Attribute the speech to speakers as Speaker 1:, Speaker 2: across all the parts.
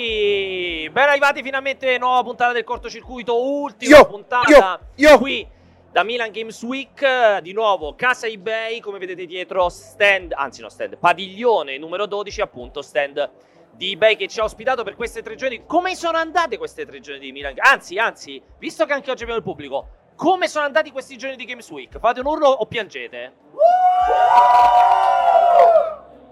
Speaker 1: Eccoci, ben arrivati finalmente, nuova puntata del cortocircuito, ultima
Speaker 2: Io,
Speaker 1: puntata
Speaker 2: io, io.
Speaker 1: qui da Milan Games Week, di nuovo casa eBay, come vedete dietro stand, anzi no stand, padiglione numero 12 appunto, stand di eBay che ci ha ospitato per queste tre giorni. Come sono andate queste tre giorni di Milan? Anzi, anzi, visto che anche oggi abbiamo il pubblico, come sono andati questi giorni di Games Week? Fate un urlo o piangete?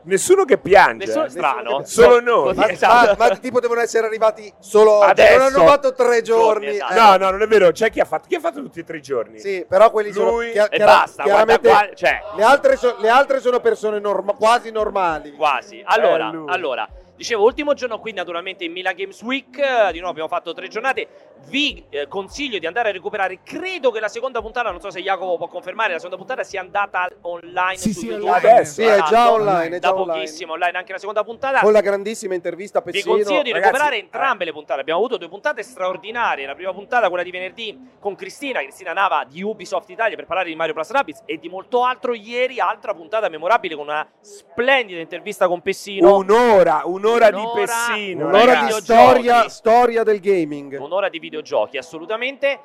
Speaker 3: Nessuno che piange.
Speaker 1: Nessuno,
Speaker 3: eh.
Speaker 1: strano.
Speaker 3: Solo noi.
Speaker 2: Ma,
Speaker 1: Esatto.
Speaker 2: ma- ma tipo devono essere arrivati solo oggi.
Speaker 3: Adesso.
Speaker 2: Non hanno fatto tre giorni.
Speaker 1: Giorni, esatto.
Speaker 2: eh.
Speaker 3: No, no, non è vero. C'è chi ha fatto, chi ha fatto tutti e tre i giorni.
Speaker 2: Sì, però quelli sono
Speaker 3: Lui
Speaker 2: chia-
Speaker 1: E
Speaker 2: chiara-
Speaker 1: basta, guarda
Speaker 2: chiaramente
Speaker 1: qua, cioè,
Speaker 2: le altre, so- le altre sono persone norma- quasi normali.
Speaker 1: Quasi. Allora,
Speaker 3: Eh, lui.
Speaker 1: allora, dicevo, ultimo giorno qui naturalmente in Milan Games Week, eh, di nuovo abbiamo fatto tre giornate, vi eh, consiglio di andare a recuperare, credo che la seconda puntata, non so se Jacopo può confermare, la seconda puntata sia andata online
Speaker 4: Sì,
Speaker 1: su
Speaker 4: sì,
Speaker 1: YouTube.
Speaker 4: online.
Speaker 3: Adesso,
Speaker 2: Sì, è già
Speaker 1: Esatto.
Speaker 2: online, è
Speaker 1: Da
Speaker 2: già online.
Speaker 1: pochissimo online anche la seconda puntata.
Speaker 2: Con la grandissima intervista a
Speaker 1: Vi
Speaker 2: Pessino.
Speaker 1: consiglio di
Speaker 3: ragazzi,
Speaker 1: recuperare
Speaker 3: eh.
Speaker 1: entrambe le puntate. Abbiamo avuto due puntate straordinarie. La prima puntata, quella di venerdì, con Cristina, Cristina Nava di Ubisoft Italia per parlare di Mario Plus Rabbids e di molto altro. Ieri, altra puntata memorabile con una splendida intervista con Pessino.
Speaker 3: Un'ora, un'ora di
Speaker 1: Un'ora,
Speaker 3: Pessino.
Speaker 1: un'ora
Speaker 2: eh, Un'ora di
Speaker 3: ragazzi.
Speaker 1: videogiochi.
Speaker 2: storia, storia del gaming.
Speaker 1: Un'ora di videogiochi, assolutamente.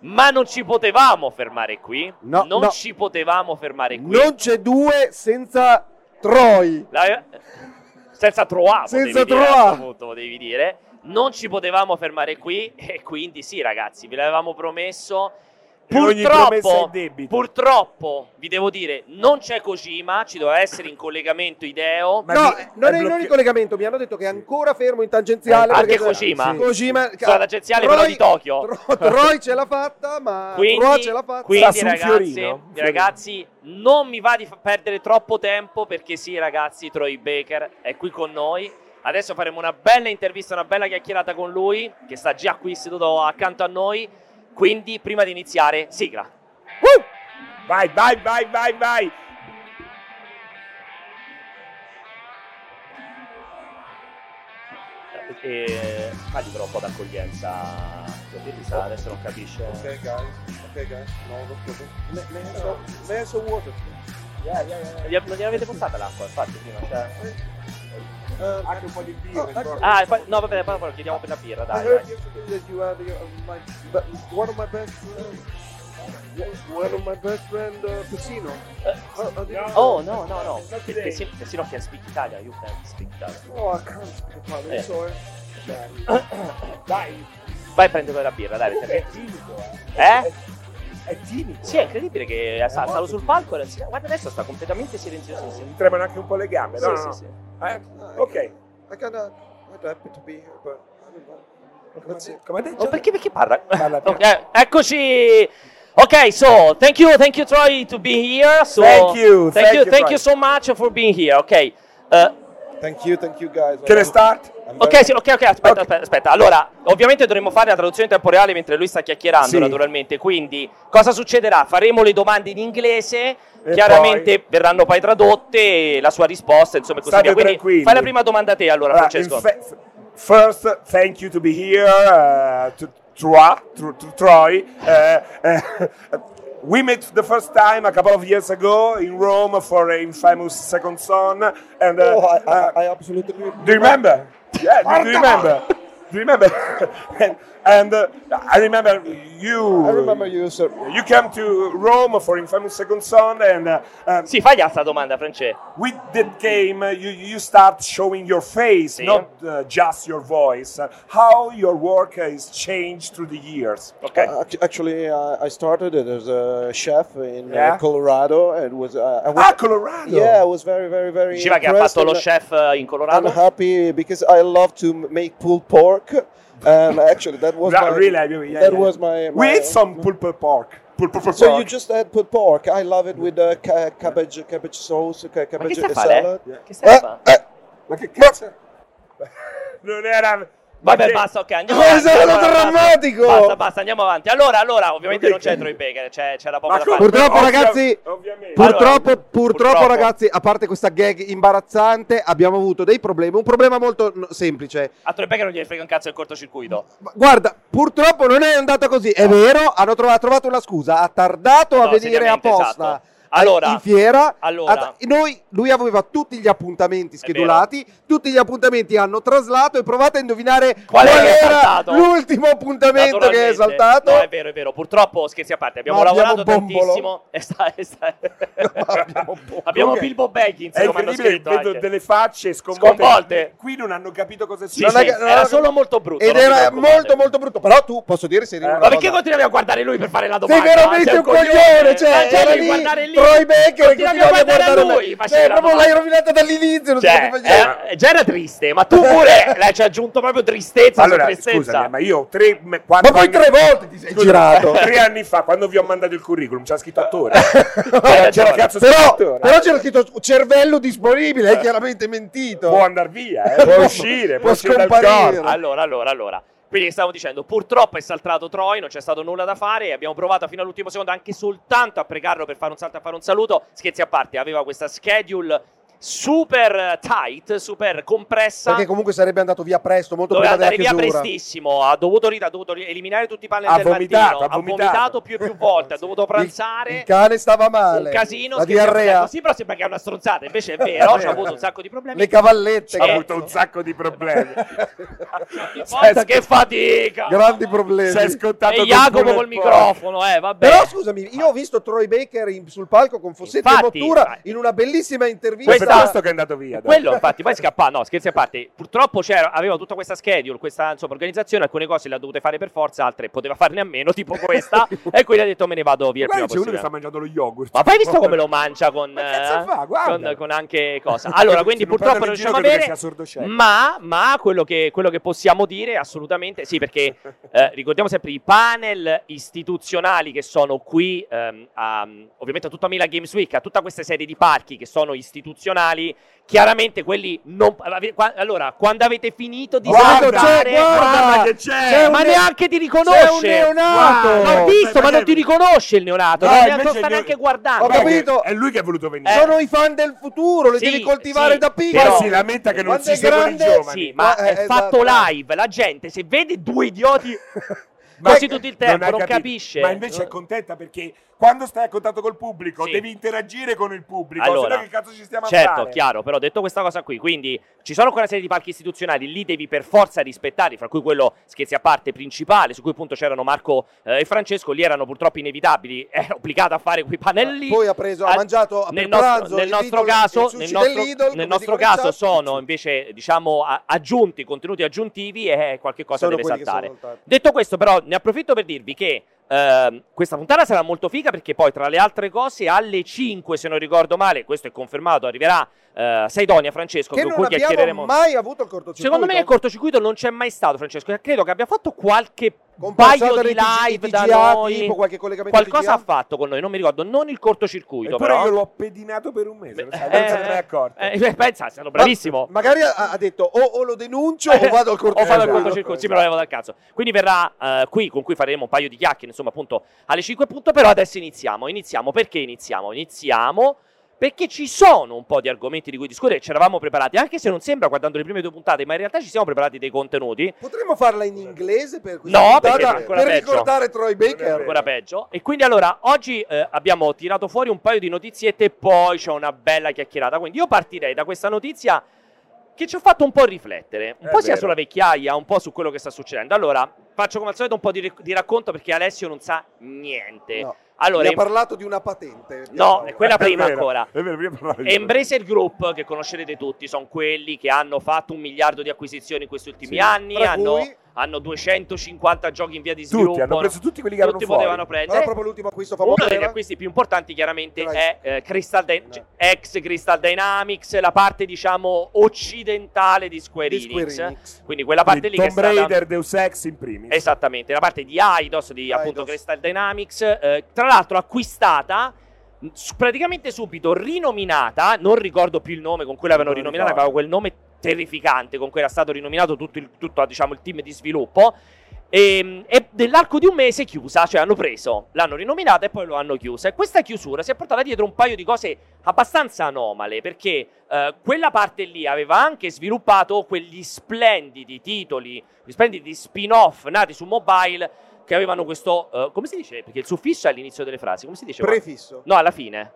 Speaker 1: Ma non ci potevamo fermare qui.
Speaker 2: No,
Speaker 1: non
Speaker 2: no.
Speaker 1: ci potevamo fermare qui.
Speaker 2: Non c'è due senza Troy.
Speaker 1: La- eh, Senza Troa,
Speaker 2: Senza
Speaker 1: senza dire,
Speaker 2: Troa.
Speaker 1: a questo punto, potevi dire. Non ci potevamo fermare qui e quindi sì ragazzi, ve l'avevamo promesso.
Speaker 3: E ogni promessa è
Speaker 1: Purtroppo,
Speaker 3: debito.
Speaker 1: purtroppo, vi devo dire, non c'è Kojima, ci doveva essere in collegamento Ideo.
Speaker 3: Ma è blo-
Speaker 2: no, non
Speaker 3: è
Speaker 2: è, non è in
Speaker 3: blocchi-
Speaker 2: collegamento. Mi hanno detto che è ancora fermo in tangenziale.
Speaker 1: Eh, Anche
Speaker 2: perché-
Speaker 1: Kojima?
Speaker 2: Sì. Kojima-
Speaker 1: Sono tangenziale, quello
Speaker 2: Troy-
Speaker 1: di Tokyo.
Speaker 2: Tro- Troy ce l'ha fatta, ma Troy
Speaker 1: Quindi,
Speaker 2: ce l'ha fatta.
Speaker 3: Sta
Speaker 1: quindi
Speaker 3: su
Speaker 1: ragazzi,
Speaker 3: Fiorino, Fiorino.
Speaker 1: ragazzi, non mi va di fa- perdere troppo tempo perché sì ragazzi, Troy Baker è qui con noi. Adesso faremo una bella intervista, una bella chiacchierata con lui che sta già qui seduto accanto a noi. Quindi prima di iniziare, sigla.
Speaker 3: Uh! Vai, vai, vai, vai, vai.
Speaker 1: E fagli Eh, però un po' d'accoglienza. perché mi sa Adesso non capisce.
Speaker 2: Okay, guys. Okay, guys. No, no problem. Ma- ma- so- ma- so water.
Speaker 1: Yeah, yeah, yeah. Eh, Gli- Non gli avete portata l'acqua, infatti, prima.
Speaker 2: Eh,
Speaker 1: Cioè...
Speaker 2: Uh,
Speaker 3: Anche un po' di birra,
Speaker 2: oh,
Speaker 3: insomma.
Speaker 1: Ah, infa- no, vabbè, poi lo chiediamo per la birra,
Speaker 2: I
Speaker 1: dai. dai.
Speaker 2: heard yesterday that you are the, uh, my, but one of my best friends. One of my best friend, uh, Pacino. Uh, uh, did-
Speaker 1: Oh no no no, Pessino Pessino can speak Italia, you can speak Italia.
Speaker 2: Oh, I can't speak Italian,
Speaker 1: Eh.
Speaker 2: sorry.
Speaker 3: Dai,
Speaker 1: Vai prendi quella birra, dai.
Speaker 3: comunque
Speaker 1: perché-
Speaker 3: è timido,
Speaker 1: Eh?
Speaker 3: eh. È, è timido.
Speaker 1: Sì, è incredibile che sta, stavo sul palco e era- sì, guarda adesso sta completamente silenziosissimo.
Speaker 3: Mi tremano anche un po' le gambe, no?
Speaker 1: Sì,
Speaker 3: no,
Speaker 1: sì, sì.
Speaker 3: no. Eh? Ok.
Speaker 2: I cannot. I'm happy to be here, but I don't know. Let's see.
Speaker 3: Come ha detto?
Speaker 1: Oh, perché, perché parla?
Speaker 3: Parla te.
Speaker 1: Ok, eccoci! Ok, so thank you, thank you Troy to be here. So,
Speaker 3: Thank you,
Speaker 1: thank,
Speaker 3: thank
Speaker 1: you,
Speaker 3: you,
Speaker 1: thank
Speaker 3: Troy.
Speaker 1: you so much for being here. Ok, eh,
Speaker 2: Thank you, thank you guys.
Speaker 3: Can I start?
Speaker 2: I'm very-
Speaker 1: Ok, sì, ok, ok, aspetta,
Speaker 3: Ok.
Speaker 1: aspetta, aspetta. Allora, ovviamente dovremmo fare la traduzione in tempo reale mentre lui sta chiacchierando,
Speaker 3: Sì.
Speaker 1: naturalmente. Quindi, cosa succederà? Faremo le domande in inglese,
Speaker 3: E
Speaker 1: chiaramente verranno poi tradotte e la sua risposta, insomma, e così via.
Speaker 3: State
Speaker 1: Quindi,
Speaker 3: tranquilli. Ah,
Speaker 1: fai la prima domanda a te, allora,
Speaker 3: Allora,
Speaker 1: Francesco.
Speaker 3: in fe- f- first, thank you to be here, uh, to, Troy, to, to Troy. Uh, uh, we met the first time a couple of years ago in Rome for an infamous Second Son. And, uh,
Speaker 2: Oh, I,
Speaker 3: uh,
Speaker 2: I, I absolutely.
Speaker 3: do you remember? Yeah, do, do you remember? Do you remember? and and uh, I remember you.
Speaker 2: I remember you, sir.
Speaker 3: You came to Rome for Infamous Second Son, and uh, um,
Speaker 1: Sì, fagli questa domanda, Francesco.
Speaker 3: with that game uh, you, you start showing your face
Speaker 1: Sì.
Speaker 3: not uh, just your voice Uh, how your work is changed through the years
Speaker 1: Ok.
Speaker 2: Act- Actually, uh, I started it as a chef in uh,
Speaker 3: Yeah?
Speaker 2: Colorado, and was uh, I was
Speaker 3: ah colorado
Speaker 2: yeah, I was very, very, very
Speaker 1: Diceva che ha
Speaker 2: impressed
Speaker 1: fatto lo
Speaker 2: and, uh,
Speaker 1: chef eh, in Colorado.
Speaker 3: Ah,
Speaker 2: I'm happy because I love to m- make pulled pork, and actually that was
Speaker 3: Ra-
Speaker 2: my,
Speaker 3: really I mean, yeah,
Speaker 2: that
Speaker 3: yeah.
Speaker 2: was my,
Speaker 3: we
Speaker 2: my-
Speaker 3: ate some pulp pork pulp pork
Speaker 2: So you just add pulled pork. I love it with uh, ca- cabbage, cabbage sauce, ca-
Speaker 1: Ma che
Speaker 2: cabbage
Speaker 1: stai a
Speaker 2: salad.
Speaker 1: fare? Che stai
Speaker 3: Eh?
Speaker 1: a fare?
Speaker 3: ma che cazzo non era
Speaker 1: Vabbè,
Speaker 3: ma che-
Speaker 1: basta, ok, andiamo
Speaker 2: Ma è
Speaker 1: avanti,
Speaker 2: stato
Speaker 1: andiamo avanti,
Speaker 2: drammatico!
Speaker 1: Basta, basta, andiamo avanti. Allora, allora, ovviamente
Speaker 3: Ok.
Speaker 1: non c'è Troy Baker, c'è, c'era poco
Speaker 3: Ma
Speaker 1: da
Speaker 3: come-
Speaker 1: fare.
Speaker 2: Purtroppo,
Speaker 3: ovvia-
Speaker 2: ragazzi,
Speaker 3: ovviamente.
Speaker 2: Purtroppo,
Speaker 1: Allora,
Speaker 2: purtroppo
Speaker 1: purtroppo.
Speaker 2: ragazzi, a parte questa gag imbarazzante, abbiamo avuto dei problemi. Un problema molto no, semplice.
Speaker 1: A Troy Baker non gli frega un cazzo il cortocircuito.
Speaker 2: Ma Guarda, purtroppo non è andata così. È vero, hanno trova- ha trovato una scusa. Ha tardato a
Speaker 1: No,
Speaker 2: venire
Speaker 1: seriamente,
Speaker 2: apposta.
Speaker 1: esatto. Allora,
Speaker 4: in fiera.
Speaker 1: allora.
Speaker 4: Att- noi- lui aveva tutti gli appuntamenti
Speaker 1: vero.
Speaker 4: schedulati, tutti gli appuntamenti hanno traslato e provate a indovinare
Speaker 1: Qual
Speaker 4: qual,
Speaker 1: è che è
Speaker 4: era
Speaker 1: saltato?
Speaker 4: l'ultimo appuntamento che è
Speaker 1: Naturalmente.
Speaker 4: saltato.
Speaker 1: No, è vero, è vero. Purtroppo, scherzi a parte, abbiamo
Speaker 4: Ma abbiamo
Speaker 1: lavorato
Speaker 4: Bombolo.
Speaker 1: tantissimo. E sta- e sta-
Speaker 4: abbiamo Bombolo.
Speaker 1: Abbiamo
Speaker 3: Comunque,
Speaker 1: Bilbo Baggins,
Speaker 3: È
Speaker 1: come hanno
Speaker 3: incredibile,
Speaker 1: scritto
Speaker 3: vedo
Speaker 1: anche.
Speaker 3: delle facce sconvolte.
Speaker 1: Sconvolte.
Speaker 3: Qui non hanno capito cosa
Speaker 1: Sì,
Speaker 3: sia.
Speaker 1: sì, era solo molto brutto,
Speaker 4: Ed
Speaker 1: non vi
Speaker 4: era
Speaker 1: preoccupate.
Speaker 4: molto molto brutto. Però tu posso dire se
Speaker 3: Eh,
Speaker 1: Ma perché continuiamo a guardare lui per fare la domanda?
Speaker 4: Sei veramente
Speaker 1: Sei
Speaker 4: un coglione, cioè,
Speaker 1: Ma c'è
Speaker 4: era
Speaker 1: lui,
Speaker 4: lì,
Speaker 1: guardare lì.
Speaker 4: Troy Baker
Speaker 1: Continuiamo a guardare a lui,
Speaker 4: me.
Speaker 1: faceva
Speaker 4: Cioè,
Speaker 1: la
Speaker 4: proprio
Speaker 1: domanda.
Speaker 4: l'hai rovinata dall'inizio, non
Speaker 1: Cioè,
Speaker 4: so come facciamo.
Speaker 1: era- già era triste, ma tu pure l'hai ci hai aggiunto proprio tristezza
Speaker 3: Allora,
Speaker 1: su tristezza.
Speaker 3: scusami, eh, ma io tre, me- quattro
Speaker 4: Ma poi
Speaker 3: anni-
Speaker 4: tre volte ti sei
Speaker 3: Scusa,
Speaker 4: girato.
Speaker 3: Tre anni fa, quando vi ho mandato il curriculum, c'ha scritto attore.
Speaker 1: ragione.
Speaker 3: c'era cazzo
Speaker 4: Però,
Speaker 3: scrittore.
Speaker 4: però c'era scritto cervello disponibile,
Speaker 1: Eh.
Speaker 4: hai chiaramente mentito.
Speaker 3: Può andare via, eh, può uscire,
Speaker 4: Può
Speaker 3: può uscire dal
Speaker 4: scomparire.
Speaker 3: corpo.
Speaker 1: Allora, allora, allora. Quindi stavo dicendo, purtroppo è saltato Troy, non c'è stato nulla da fare, abbiamo provato fino all'ultimo secondo anche soltanto a pregarlo per fare un salto a fare un saluto. Scherzi a parte, aveva questa schedule super tight, super compressa.
Speaker 4: Perché comunque sarebbe andato via presto, molto
Speaker 1: Doveva
Speaker 4: prima della
Speaker 1: andare via
Speaker 4: chiusura.
Speaker 1: prestissimo, ha dovuto, ri- ha dovuto ri- eliminare tutti i panel
Speaker 3: Ha
Speaker 1: del
Speaker 3: vomitato,
Speaker 1: mattino,
Speaker 3: ha
Speaker 1: ha
Speaker 3: vomitato.
Speaker 1: vomitato più e più volte, ha dovuto pranzare.
Speaker 4: Il, il cane stava male.
Speaker 1: un casino,
Speaker 4: La
Speaker 1: scherzi a parte.
Speaker 4: diarrea.
Speaker 1: Sì, però sembra che è una stronzata, invece è vero,
Speaker 4: È
Speaker 1: ci ha
Speaker 4: vero.
Speaker 1: avuto un sacco di problemi.
Speaker 4: Le cavallette.
Speaker 3: Ha
Speaker 1: Eh.
Speaker 3: avuto un sacco di problemi.
Speaker 1: Ogni volta che fatica!
Speaker 4: Grandi problemi.
Speaker 3: Si è scottato
Speaker 1: E
Speaker 3: con
Speaker 1: Jacopo
Speaker 3: Fuller
Speaker 1: col
Speaker 3: Park.
Speaker 1: microfono, eh, vabbè.
Speaker 4: Però scusami, io ho visto Troy Baker in- sul palco con Fossetti e
Speaker 1: Infatti,
Speaker 4: Mottura
Speaker 1: infatti.
Speaker 4: in una bellissima intervista.
Speaker 3: Questo è
Speaker 1: Questa-
Speaker 3: questo che è andato via. dai.
Speaker 1: quello infatti poi scappa no scherzi a parte purtroppo c'era aveva tutta questa schedule questa insomma organizzazione alcune cose le ha dovute fare per forza altre poteva farne a meno tipo questa e quindi ha detto me ne vado via il prima
Speaker 3: Guarda, c'è uno
Speaker 1: possibile
Speaker 3: che sta mangiando lo yogurt.
Speaker 1: ma poi hai visto come lo mangia con,
Speaker 3: Ma cazzo
Speaker 1: eh,
Speaker 3: fa? Guarda.
Speaker 1: con, con anche cosa? Allora,
Speaker 3: Se
Speaker 1: quindi
Speaker 3: non
Speaker 1: purtroppo non riusciamo
Speaker 3: prendono in
Speaker 1: a
Speaker 3: giro credo
Speaker 1: vedere,
Speaker 3: che sia sordocieco.
Speaker 1: ma, ma quello, che, quello che possiamo dire assolutamente sì, perché eh, ricordiamo sempre i panel istituzionali che sono qui, ehm, a- ovviamente a tutta Mila Games Week, a tutta questa serie di parchi che sono istituzionali, chiaramente quelli non... Allora, quando avete finito di
Speaker 3: Guarda,
Speaker 1: salutare-
Speaker 4: c'è, guarda,
Speaker 3: Guarda che c'è!
Speaker 4: c'è
Speaker 1: ma
Speaker 4: un-
Speaker 1: neanche ti
Speaker 4: C'è un
Speaker 1: riconosce
Speaker 4: neonato!
Speaker 3: Guarda,
Speaker 1: L'ho
Speaker 3: no,
Speaker 1: visto,
Speaker 3: ma
Speaker 1: ma non
Speaker 3: perché-
Speaker 1: ti riconosce il neonato,
Speaker 3: No,
Speaker 1: non
Speaker 3: invece
Speaker 1: non sta
Speaker 3: il neo-
Speaker 1: neanche guardando.
Speaker 4: Ho
Speaker 3: Guarda che
Speaker 4: capito.
Speaker 3: È lui che è voluto venire.
Speaker 1: Eh,
Speaker 4: Sono i fan del futuro, le
Speaker 1: Sì,
Speaker 4: devi coltivare
Speaker 1: sì,
Speaker 4: da
Speaker 1: però-
Speaker 4: piccolo.
Speaker 3: Poi si lamenta che non
Speaker 4: Quando è
Speaker 3: si seguono i
Speaker 4: grande-
Speaker 3: giovani.
Speaker 1: Sì, ma
Speaker 4: Eh,
Speaker 1: è
Speaker 4: esatto.
Speaker 1: fatto live, la gente se vede due idioti
Speaker 3: Ma
Speaker 1: quasi
Speaker 3: che-
Speaker 1: tutto il tempo,
Speaker 3: ha
Speaker 1: non,
Speaker 3: capito.
Speaker 1: capisce. Eh.
Speaker 3: Ma invece è contenta perché quando stai a contatto col pubblico
Speaker 1: Sì.
Speaker 3: devi interagire con il pubblico. se no che cazzo ci stiamo
Speaker 1: certo,
Speaker 3: a fare?
Speaker 1: chiaro, però detto questa cosa qui, quindi ci sono quella serie di palchi istituzionali, lì devi per forza rispettarli, fra cui quello, scherzi a parte, principale, su cui appunto c'erano Marco eh, e Francesco, lì erano purtroppo inevitabili, era obbligato a fare quei panelli.
Speaker 4: Poi ha preso, ha
Speaker 1: Al-
Speaker 4: mangiato per
Speaker 1: nel nostro,
Speaker 4: pranzo
Speaker 1: nel
Speaker 4: il
Speaker 1: nostro
Speaker 4: Lidl, il
Speaker 1: caso,
Speaker 4: sushi
Speaker 1: nel nostro,
Speaker 4: del Lidl,
Speaker 1: nel
Speaker 4: come
Speaker 1: nostro
Speaker 4: dicono in
Speaker 1: caso
Speaker 4: chat.
Speaker 1: sono invece diciamo a- aggiunti contenuti aggiuntivi e qualche cosa
Speaker 4: Sono
Speaker 1: deve
Speaker 4: quelli che sono
Speaker 1: saltare.
Speaker 4: saltati.
Speaker 1: Detto questo, però, ne approfitto per dirvi che ehm, questa puntata sarà molto figa perché poi, tra le altre cose, alle 5, se non ricordo male, questo è confermato, arriverà eh, Saidonia Francesco,
Speaker 4: Che
Speaker 1: con
Speaker 4: non
Speaker 1: cui chiacchiereremo.
Speaker 4: abbiamo mai avuto il cortocircuito.
Speaker 1: Secondo me nel cortocircuito non c'è mai stato, Francesco. e Credo che abbia fatto qualche
Speaker 4: Con
Speaker 1: paio
Speaker 4: passate
Speaker 1: di
Speaker 4: dei TG
Speaker 1: live da
Speaker 4: TGA,
Speaker 1: noi.
Speaker 4: tipo qualche collegamento
Speaker 1: Qualcosa
Speaker 4: TGA.
Speaker 1: ha fatto con noi, non mi ricordo, non il cortocircuito,
Speaker 3: Eppure
Speaker 1: però.
Speaker 3: io l'ho pedinato per un mese, non sai,
Speaker 1: Eh,
Speaker 3: non se ne è accorto.
Speaker 1: eh, beh, pensa, è stato
Speaker 4: Ma-
Speaker 1: bravissimo.
Speaker 4: magari ha, ha detto o, o lo denuncio o vado al
Speaker 1: Eh, o vado al
Speaker 4: cortocircuito. Esatto.
Speaker 1: cortocircuito, sì, me lo levo dal cazzo. Quindi verrà eh, qui, con cui faremo un paio di chiacchiere, insomma, appunto, alle 5 punto, però adesso iniziamo. Iniziamo, perché iniziamo? Iniziamo perché ci sono un po' di argomenti di cui discutere, ci eravamo preparati, anche se non sembra guardando le prime due puntate, ma in realtà ci siamo preparati dei contenuti.
Speaker 4: Potremmo farla in inglese per questa
Speaker 1: No,
Speaker 4: puntata,
Speaker 1: perché è ancora
Speaker 4: per
Speaker 1: peggio.
Speaker 4: ricordare Troy
Speaker 3: vero.
Speaker 4: Baker.
Speaker 1: ancora peggio. E quindi allora oggi eh, abbiamo tirato fuori un paio di notiziette e poi c'è una bella chiacchierata. Quindi io partirei da questa notizia che ci ha fatto un po' riflettere, un
Speaker 3: È
Speaker 1: po' sia
Speaker 3: vero.
Speaker 1: sulla vecchiaia, un po' su quello che sta succedendo. Allora, faccio come al solito un po' di, ric- di racconto perché Alessio non sa niente.
Speaker 4: No.
Speaker 1: Allora,
Speaker 4: Mi ha
Speaker 1: em-
Speaker 4: parlato di una patente.
Speaker 1: No, è quella
Speaker 3: È
Speaker 1: prima
Speaker 3: vero,
Speaker 1: ancora.
Speaker 3: È vero, prima parlavo di-
Speaker 1: Embracer Group, che conoscerete tutti, sono quelli che hanno fatto un miliardo di acquisizioni in questi ultimi
Speaker 3: Sì.
Speaker 1: anni,
Speaker 4: Tra
Speaker 1: hanno, Eh,
Speaker 4: cui-
Speaker 1: hanno 250 giochi in via di sviluppo.
Speaker 3: Tutti, hanno preso tutti quelli che erano
Speaker 1: tutti
Speaker 3: fuori.
Speaker 1: potevano
Speaker 4: Allora
Speaker 1: prendere.
Speaker 4: proprio l'ultimo acquisto famoso
Speaker 1: eh. Uno degli
Speaker 4: era?
Speaker 1: acquisti più importanti chiaramente
Speaker 4: Dai.
Speaker 1: è eh, Crystal Dy- c- ex Crystal Dynamics, la parte diciamo occidentale di Square,
Speaker 4: di Square
Speaker 1: Enix.
Speaker 4: Enix.
Speaker 1: Quindi quella parte lì
Speaker 3: Quindi
Speaker 1: che è
Speaker 3: Tomb
Speaker 1: stata Eh
Speaker 3: Raider, Deus Ex in primis.
Speaker 1: Esattamente, la parte di Aidos di
Speaker 4: Eidos.
Speaker 1: appunto Crystal Dynamics, eh, tra l'altro acquistata mh, s- praticamente subito rinominata, non ricordo più il nome con cui l'avevano
Speaker 3: Non lo
Speaker 1: rinominata, aveva
Speaker 3: ricordo.
Speaker 1: quel nome terrificante con cui era stato rinominato tutto il, tutto, diciamo, il team di sviluppo. E, e nell'arco di un mese chiusa, cioè hanno preso, l'hanno rinominata e poi lo hanno chiusa. E questa chiusura si è portata dietro un paio di cose abbastanza anomale perché eh, quella parte lì aveva anche sviluppato quegli splendidi titoli, gli splendidi spin-off nati su mobile che avevano questo. eh, come si dice? Perché il suffisso è all'inizio delle frasi, come si dice?
Speaker 4: Prefisso.
Speaker 1: no, alla fine.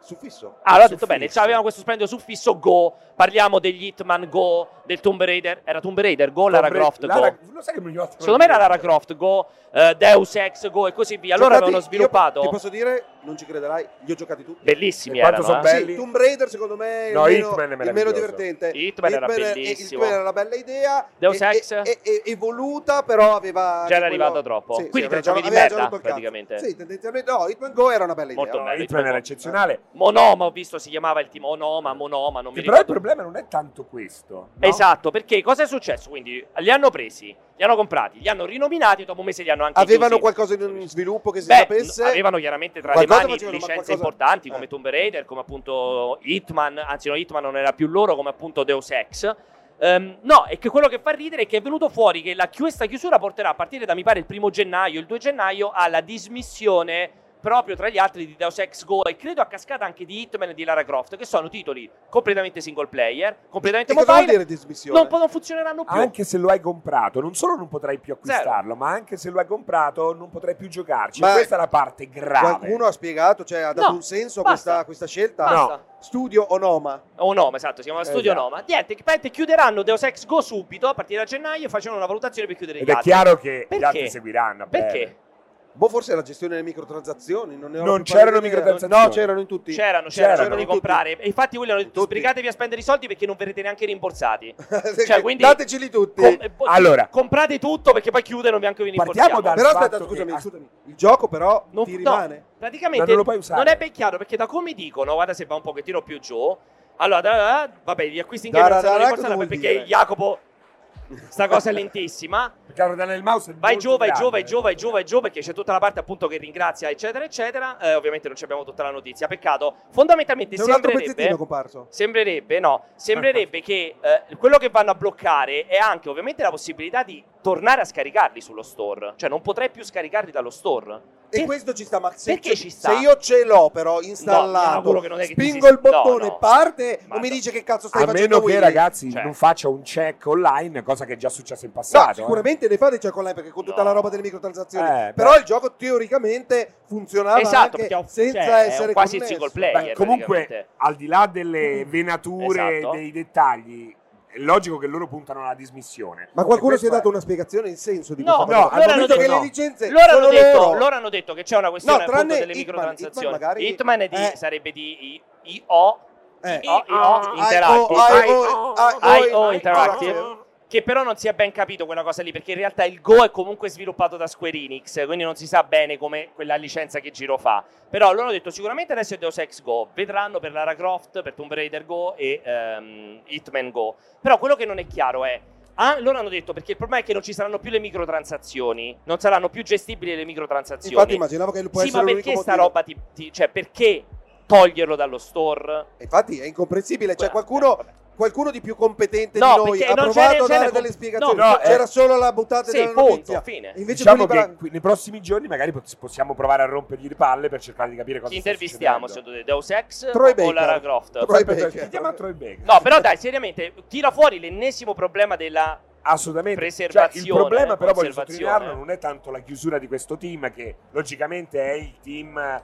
Speaker 4: Suffisso.
Speaker 1: Ah, allora
Speaker 4: Suffisso.
Speaker 1: detto bene, cioè, avevano questo splendido suffisso Go, parliamo degli Hitman Go, del Tomb Raider, era Tomb Raider Go, Lara Croft Go.
Speaker 3: Lo sai che mi ricordo?
Speaker 1: Secondo me era Lara Croft Go, eh, Deus Ex Go e così via. Allora
Speaker 4: Giocati-
Speaker 1: avevano
Speaker 4: io Ti
Speaker 1: sviluppato
Speaker 4: posso dire, non ci crederai, li ho giocati tutti.
Speaker 1: bellissimi
Speaker 3: E quanto
Speaker 1: erano,
Speaker 3: son
Speaker 1: eh.
Speaker 3: belli.
Speaker 4: Sì, Tomb Raider secondo me è
Speaker 3: No,
Speaker 4: il meno,
Speaker 3: Hitman è
Speaker 4: il meno
Speaker 3: meraviglioso.
Speaker 4: divertente.
Speaker 1: Hitman era bellissimo.
Speaker 4: Hitman era una bella idea.
Speaker 1: Deus
Speaker 4: e-
Speaker 1: Ex?
Speaker 4: e- e- e- evoluta, però aveva...
Speaker 1: Già era
Speaker 4: quello-
Speaker 1: arrivato troppo.
Speaker 4: Sì,
Speaker 1: Quindi
Speaker 4: sì,
Speaker 1: tre
Speaker 4: aveva
Speaker 1: giochi
Speaker 4: già-
Speaker 1: di
Speaker 4: aveva già
Speaker 1: merda,
Speaker 4: rotto il cazzo.
Speaker 1: praticamente.
Speaker 4: Sì, tendenzialmente no, Hitman Go era una bella idea.
Speaker 1: Molto
Speaker 4: No,
Speaker 1: bello.
Speaker 3: Hitman era eccezionale.
Speaker 1: Monoma ho visto si chiamava il team Monoma, Monoma, non mi
Speaker 3: Che però il
Speaker 1: ricordo.
Speaker 3: problema non è tanto questo. no?
Speaker 1: Esatto, perché cosa è successo? Quindi li hanno presi, li hanno comprati, li hanno rinominati e dopo un mese li hanno anche
Speaker 4: Avevano
Speaker 1: chiusi.
Speaker 4: qualcosa in sviluppo che si
Speaker 1: Beh,
Speaker 4: sapesse?
Speaker 1: avevano chiaramente tra
Speaker 4: Qualcosa
Speaker 1: le mani
Speaker 4: facevano, ma
Speaker 1: licenze
Speaker 4: qualcosa-
Speaker 1: importanti
Speaker 4: eh.
Speaker 1: come Tomb Raider, come appunto Hitman, anzi no, Hitman non era più loro, come appunto Deus Ex. Ehm, no, è che quello che fa ridere è che è venuto fuori che la, chi- questa chiusura porterà a partire da mi pare il primo gennaio, il 2 gennaio, alla dismissione proprio tra gli altri di Deus Ex Go e credo a cascata anche di Hitman e di Lara Croft, che sono titoli completamente single player, completamente
Speaker 4: Che cosa vuol
Speaker 1: mobile,
Speaker 4: dire dismissione?
Speaker 1: non, po- non funzioneranno più.
Speaker 3: Anche se lo hai comprato, non solo non potrai più acquistarlo, ma anche se lo hai comprato non potrai più giocarci.
Speaker 1: Cioè,
Speaker 4: Ma-
Speaker 3: Questa è la parte grave.
Speaker 4: Qualcuno ha spiegato, cioè ha dato
Speaker 1: No,
Speaker 4: un senso a
Speaker 1: basta.
Speaker 4: questa, questa scelta?
Speaker 1: Basta.
Speaker 4: Studio o Noma?
Speaker 1: O Noma, esatto, si chiama Studio
Speaker 3: Esatto.
Speaker 1: Noma. Niente, che praticamente chiuderanno Deus Ex Go subito a partire da gennaio e facevano una valutazione per chiudere i
Speaker 3: Ed è
Speaker 1: altri.
Speaker 3: chiaro che gli
Speaker 1: Perché?
Speaker 3: altri seguiranno. a breve.
Speaker 1: Perché?
Speaker 4: Boh, forse la gestione delle microtransazioni. Non, ne ho
Speaker 3: Non
Speaker 4: più pallida
Speaker 3: c'erano
Speaker 4: idea.
Speaker 3: microtransazioni.
Speaker 4: No, c'erano in tutti.
Speaker 1: C'erano, c'erano,
Speaker 3: C'erano
Speaker 1: di
Speaker 4: tutti.
Speaker 1: comprare. E infatti quelli hanno detto
Speaker 4: Tutti.
Speaker 1: sbrigatevi a spendere i soldi perché non verrete neanche rimborsati.
Speaker 4: Cioè,
Speaker 1: quindi-
Speaker 4: Dateceli tutti.
Speaker 1: Com- e poi-
Speaker 3: Allora.
Speaker 1: Comprate tutto perché poi chiude e non vi anche vi
Speaker 3: Partiamo
Speaker 1: rimborsiamo.
Speaker 3: dal-
Speaker 4: Però
Speaker 3: al
Speaker 4: aspetta,
Speaker 3: fatto
Speaker 4: scusami,
Speaker 3: che-
Speaker 4: scusami. Il gioco però
Speaker 1: Non-
Speaker 4: ti
Speaker 1: no,
Speaker 4: rimane.
Speaker 1: praticamente
Speaker 3: Ma non lo puoi usare.
Speaker 1: non è ben chiaro perché da come dicono, guarda se va un pochettino più giù, allora, da- da- da- vabbè, gli acquisti in
Speaker 4: Da- da-
Speaker 1: chiaro
Speaker 4: da- da- cosa vuol
Speaker 1: perché
Speaker 4: dire?
Speaker 1: Jacopo, sta cosa è lentissima.
Speaker 3: Perché la rodella del mouse è
Speaker 1: Vai
Speaker 3: molto
Speaker 1: giù, vai giù,
Speaker 3: grande.
Speaker 1: vai giù, vai giù, vai giù, perché c'è tutta la parte appunto che ringrazia, eccetera, eccetera. Eh, ovviamente non ci abbiamo tutta la notizia, peccato. Fondamentalmente
Speaker 4: C'è un altro pezzettino
Speaker 1: sembrerebbe,
Speaker 4: comparso.
Speaker 1: sembrerebbe, no, sembrerebbe che eh, quello che vanno a bloccare è anche ovviamente la possibilità di tornare a scaricarli sullo store. Cioè non potrai più scaricarli dallo store.
Speaker 4: E
Speaker 1: Per-
Speaker 4: questo ci sta, ma se,
Speaker 1: perché ci sta?
Speaker 4: se io ce l'ho però
Speaker 1: mi
Speaker 4: installato,
Speaker 1: auguro che non è che ti
Speaker 4: spingo
Speaker 1: si-
Speaker 4: il bottone,
Speaker 1: no, no.
Speaker 4: parte,
Speaker 1: Ma
Speaker 4: non mi
Speaker 1: no.
Speaker 4: dice che cazzo stai
Speaker 3: A
Speaker 4: facendo.
Speaker 3: meno che,
Speaker 4: Willy.
Speaker 3: ragazzi,
Speaker 1: Cioè.
Speaker 3: non faccia un check online, cosa che è già successa in
Speaker 4: No,
Speaker 3: passato. eh.
Speaker 4: sicuramente ne fa dei check online perché con tutta
Speaker 1: No.
Speaker 4: la roba delle microtransazioni.
Speaker 3: Eh,
Speaker 4: però
Speaker 3: beh.
Speaker 4: il gioco teoricamente funzionava
Speaker 1: Esatto,
Speaker 4: anche
Speaker 1: perché è un-
Speaker 4: senza
Speaker 1: cioè, è un
Speaker 4: essere
Speaker 1: quasi
Speaker 4: connesso.
Speaker 1: single
Speaker 3: Beh,
Speaker 1: player.
Speaker 3: comunque,
Speaker 1: Eh, praticamente. Mm.
Speaker 3: al di là delle venature,
Speaker 1: Esatto.
Speaker 3: dei dettagli, è logico che loro puntano alla dismissione.
Speaker 4: Ma qualcuno si è dato
Speaker 3: dato
Speaker 4: una spiegazione in senso di
Speaker 1: No,
Speaker 4: questa
Speaker 3: no,
Speaker 4: cosa?
Speaker 3: loro
Speaker 4: al momento
Speaker 3: hanno
Speaker 4: che
Speaker 3: detto
Speaker 4: le
Speaker 3: no.
Speaker 4: licenze
Speaker 1: Loro hanno,
Speaker 4: sono
Speaker 1: detto,
Speaker 4: loro.
Speaker 1: loro hanno detto che c'è una questione
Speaker 4: No,
Speaker 1: appunto
Speaker 4: tranne
Speaker 1: delle
Speaker 4: Hitman,
Speaker 1: microtransazioni.
Speaker 4: Hitman magari-
Speaker 1: Hitman è di-
Speaker 4: eh.
Speaker 1: sarebbe di I- IO,
Speaker 4: Eh.
Speaker 1: IO,
Speaker 3: I-
Speaker 1: Interactive.
Speaker 4: I-
Speaker 1: I-
Speaker 4: I-
Speaker 1: IO
Speaker 4: I-
Speaker 1: Interactive. Che però non si è ben capito quella cosa lì, perché in realtà il Go è comunque sviluppato da Square Enix, quindi non si sa bene come quella licenza che giro fa. Però loro hanno detto sicuramente adesso è Deus Ex Go, vedranno per Lara Croft, per Tomb Raider Go e ehm, Hitman Go. Però quello che non è chiaro è, ah, loro hanno detto perché il problema è che non ci saranno più le microtransazioni, non saranno più gestibili le microtransazioni.
Speaker 4: Infatti immaginavo che può
Speaker 1: sì, ma
Speaker 4: essere
Speaker 1: perché
Speaker 4: l'unico
Speaker 1: sta
Speaker 4: motivo.
Speaker 1: roba ti, ti- cioè perché toglierlo dallo store?
Speaker 4: Infatti è incomprensibile, cioè
Speaker 1: Guarda,
Speaker 4: qualcuno,
Speaker 1: vabbè.
Speaker 4: qualcuno di più competente
Speaker 1: No,
Speaker 4: di noi
Speaker 1: perché
Speaker 4: ha
Speaker 1: non
Speaker 4: provato
Speaker 1: c'era-
Speaker 4: a
Speaker 1: c'era
Speaker 4: dare
Speaker 1: com-
Speaker 4: delle spiegazioni.
Speaker 1: no, no,
Speaker 4: c'era
Speaker 3: eh.
Speaker 4: solo la buttata
Speaker 1: Sì,
Speaker 4: della
Speaker 1: punto,
Speaker 4: notizia.
Speaker 1: fine.
Speaker 4: E Invece
Speaker 3: diciamo
Speaker 4: quelli
Speaker 3: che
Speaker 4: bravi-
Speaker 3: qui- nei prossimi giorni magari pot- possiamo provare a rompergli le palle per cercare di capire cosa
Speaker 1: Chi intervistiamo,
Speaker 3: sta succedendo.
Speaker 1: secondo te? Deus Ex
Speaker 4: Troy
Speaker 1: o
Speaker 4: Baker.
Speaker 1: Lara Croft?
Speaker 4: Troy
Speaker 3: Aspetta,
Speaker 4: Baker.
Speaker 3: Chiediamo a Troy Baker.
Speaker 1: No, però dai, seriamente, tira fuori l'ennesimo problema della...
Speaker 3: Assolutamente.
Speaker 1: Preservazione,
Speaker 3: Cioè, il problema però, voglio
Speaker 1: conservazione.
Speaker 3: sottolinearlo, non è tanto la chiusura di questo team che logicamente è il team...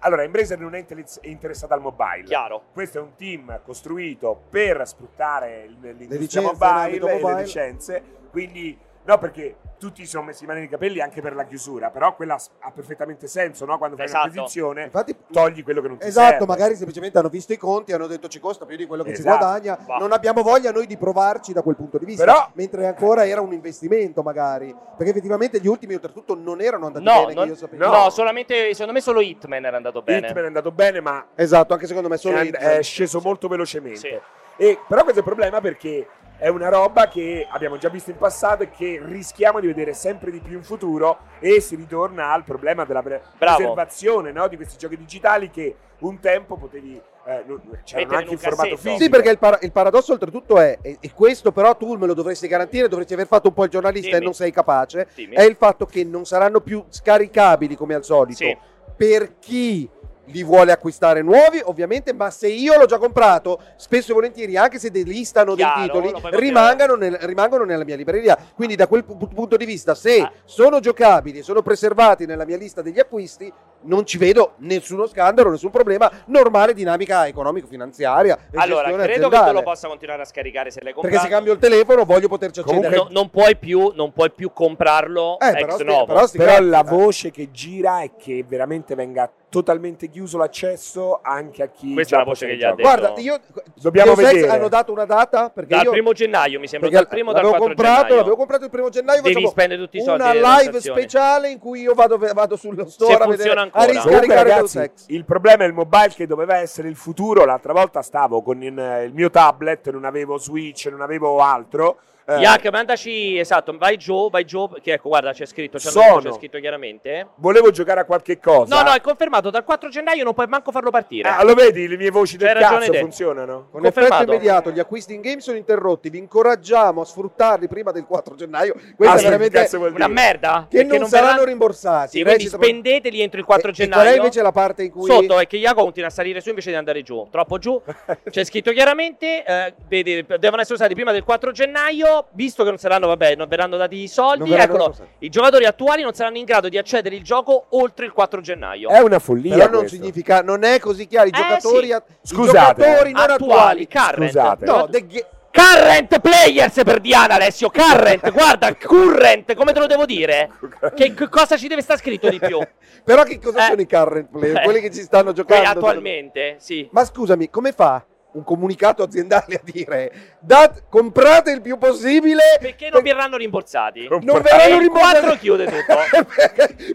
Speaker 3: Allora, Embracer non è inter- interessata al mobile.
Speaker 1: Chiaro.
Speaker 3: Questo è un team costruito per sfruttare il- l'industria
Speaker 4: licenze,
Speaker 3: mobile,
Speaker 4: l'ambito
Speaker 3: e
Speaker 4: mobile.
Speaker 3: le licenze, quindi no perché tutti si sono messi le mani nei capelli anche per la chiusura, però quella s- ha perfettamente senso, no? Quando fai
Speaker 1: Esatto.
Speaker 3: un'acquisizione
Speaker 4: Infatti-
Speaker 3: togli quello che non ti
Speaker 4: Esatto,
Speaker 3: serve.
Speaker 4: magari semplicemente hanno visto i conti e hanno detto ci costa più di quello che ci
Speaker 3: Esatto.
Speaker 4: guadagna,
Speaker 1: Va.
Speaker 4: non abbiamo voglia noi di provarci da quel punto di vista,
Speaker 3: Però-
Speaker 4: mentre ancora era un investimento magari, perché effettivamente gli ultimi oltretutto non erano andati
Speaker 1: No,
Speaker 4: bene,
Speaker 1: non-
Speaker 4: che io sapevo.
Speaker 1: no, solamente, secondo me solo Hitman era andato bene.
Speaker 3: Hitman è andato bene, ma
Speaker 4: Esatto, anche secondo me solo
Speaker 3: è,
Speaker 4: i-
Speaker 1: eh,
Speaker 3: è sceso molto velocemente.
Speaker 1: Sì.
Speaker 3: E- però questo è il problema perché è una roba che abbiamo già visto in passato e che rischiamo di vedere sempre di più in futuro e si ritorna al problema della pre-
Speaker 1: Bravo.
Speaker 3: preservazione no, di questi giochi digitali che un tempo potevi... eh, non-
Speaker 1: in
Speaker 3: c'erano
Speaker 1: un
Speaker 3: anche in formato
Speaker 1: cassetto.
Speaker 3: fisico.
Speaker 4: Sì, perché il, para- il paradosso oltretutto è, e, e questo però tu me lo dovresti garantire, dovresti aver fatto un po' il giornalista
Speaker 1: Dimmi.
Speaker 4: e non sei capace,
Speaker 1: Dimmi.
Speaker 4: è il fatto che non saranno più scaricabili come al solito
Speaker 1: Sì.
Speaker 4: per chi li vuole acquistare nuovi ovviamente ma se io l'ho già comprato spesso e volentieri anche se delistano
Speaker 1: Chiaro,
Speaker 4: dei titoli
Speaker 1: lo puoi
Speaker 4: rimangano, nel- rimangono nella mia libreria quindi da quel pu- punto di vista se
Speaker 1: Ah.
Speaker 4: sono giocabili e sono preservati nella mia lista degli acquisti non ci vedo nessuno scandalo, nessun problema, normale dinamica economico-finanziaria. e
Speaker 1: Allora, credo
Speaker 4: gestione
Speaker 1: che
Speaker 4: aziendale.
Speaker 1: tu lo possa continuare a scaricare se l'hai comprato.
Speaker 4: Perché se cambio il telefono voglio poterci accedere.
Speaker 1: No, non, puoi più, non puoi più comprarlo
Speaker 4: Eh,
Speaker 1: ex
Speaker 4: però, sti-
Speaker 1: novo.
Speaker 4: però sti
Speaker 3: Però
Speaker 4: cazzi,
Speaker 3: la
Speaker 4: eh.
Speaker 3: voce che gira è che veramente venga totalmente chiuso l'accesso anche a chi.
Speaker 1: Questa
Speaker 3: già
Speaker 1: è la voce che gli ha
Speaker 3: possiede.
Speaker 1: detto.
Speaker 4: Guarda, io
Speaker 3: Dobbiamo
Speaker 4: Deus Ex
Speaker 3: vedere.
Speaker 4: hanno dato una data perché
Speaker 1: dal
Speaker 4: io
Speaker 1: primo gennaio, mi sembra,
Speaker 4: perché
Speaker 1: dal primo o dal
Speaker 4: l'avevo
Speaker 1: 4
Speaker 4: comprato,
Speaker 1: gennaio.
Speaker 4: l'avevo comprato il primo gennaio,
Speaker 1: Devi
Speaker 4: facciamo
Speaker 1: spendere tutti i soldi.
Speaker 4: una
Speaker 1: della
Speaker 4: live
Speaker 1: stazione.
Speaker 4: speciale in cui io vado, vado sullo store a,
Speaker 1: funziona
Speaker 4: vedere,
Speaker 1: ancora.
Speaker 4: a
Speaker 3: Comunque,
Speaker 4: riscaricare Deus
Speaker 3: ragazzi,
Speaker 4: Ex.
Speaker 3: il problema è il mobile che doveva essere il futuro. L'altra volta stavo con il, il mio tablet, non avevo Switch, non avevo altro. Eh,
Speaker 1: Iac, mandaci, esatto, vai Joe, vai Joe, che ecco, guarda, c'è scritto, c'è,
Speaker 3: Sono.
Speaker 1: c'è scritto chiaramente.
Speaker 3: volevo giocare a qualche
Speaker 1: No,
Speaker 3: cosa.
Speaker 1: no, è confermato, dal 4 gennaio non puoi manco farlo partire.
Speaker 3: Ah, lo vedi, le mie voci del
Speaker 1: C'hai ragione
Speaker 3: cazzo
Speaker 1: te.
Speaker 3: funzionano.
Speaker 4: Con
Speaker 1: Confermato.
Speaker 4: effetto immediato gli acquisti in game sono interrotti, vi incoraggiamo a sfruttarli prima del 4 gennaio.
Speaker 3: Ah,
Speaker 4: Questa è
Speaker 3: sì,
Speaker 4: veramente
Speaker 3: cazzo vuol
Speaker 1: Una
Speaker 3: dire?
Speaker 1: merda.
Speaker 4: che
Speaker 1: perché
Speaker 4: non, saranno
Speaker 1: verranno-
Speaker 4: rimborsati.
Speaker 1: Sì, quindi
Speaker 4: Recita-
Speaker 1: spendeteli entro il 4
Speaker 4: E- e
Speaker 1: gennaio.
Speaker 4: Qual è invece la parte in cui
Speaker 1: Sotto è che Iago continua a salire su invece di andare giù, troppo giù. C'è scritto chiaramente, eh, vedi, devono essere usati prima del 4 gennaio, visto che non saranno, vabbè, non verranno dati i
Speaker 4: non
Speaker 1: soldi.
Speaker 4: verranno
Speaker 1: Eccolo,
Speaker 4: rimborsati?
Speaker 1: i giocatori attuali non saranno in grado di accedere il gioco oltre il 4 gennaio.
Speaker 4: Eh,
Speaker 3: È una follia.
Speaker 4: Però non
Speaker 3: questo.
Speaker 4: significa, non è così chiaro. I
Speaker 1: Eh,
Speaker 4: giocatori,
Speaker 1: sì.
Speaker 4: a- i
Speaker 3: Scusate.
Speaker 4: giocatori non
Speaker 1: attuali,
Speaker 4: attuali.
Speaker 1: current.
Speaker 3: Scusate.
Speaker 4: No, the ga-
Speaker 1: Current players per Diana Alessio, current, guarda, current, come te lo devo dire? Che, che cosa ci deve sta scritto di più?
Speaker 4: Però che cosa
Speaker 1: Eh.
Speaker 4: sono i current player?
Speaker 1: Eh.
Speaker 4: Quelli che ci
Speaker 1: Que-
Speaker 4: stanno giocando.
Speaker 1: attualmente, sì.
Speaker 4: Ma scusami, come fa un comunicato aziendale a dire "Dat- comprate il più possibile
Speaker 1: Perché non verranno rimborsati?
Speaker 3: Com-
Speaker 4: non
Speaker 1: E
Speaker 4: verranno
Speaker 1: il
Speaker 4: rimborsati?
Speaker 1: quattro chiude tutto.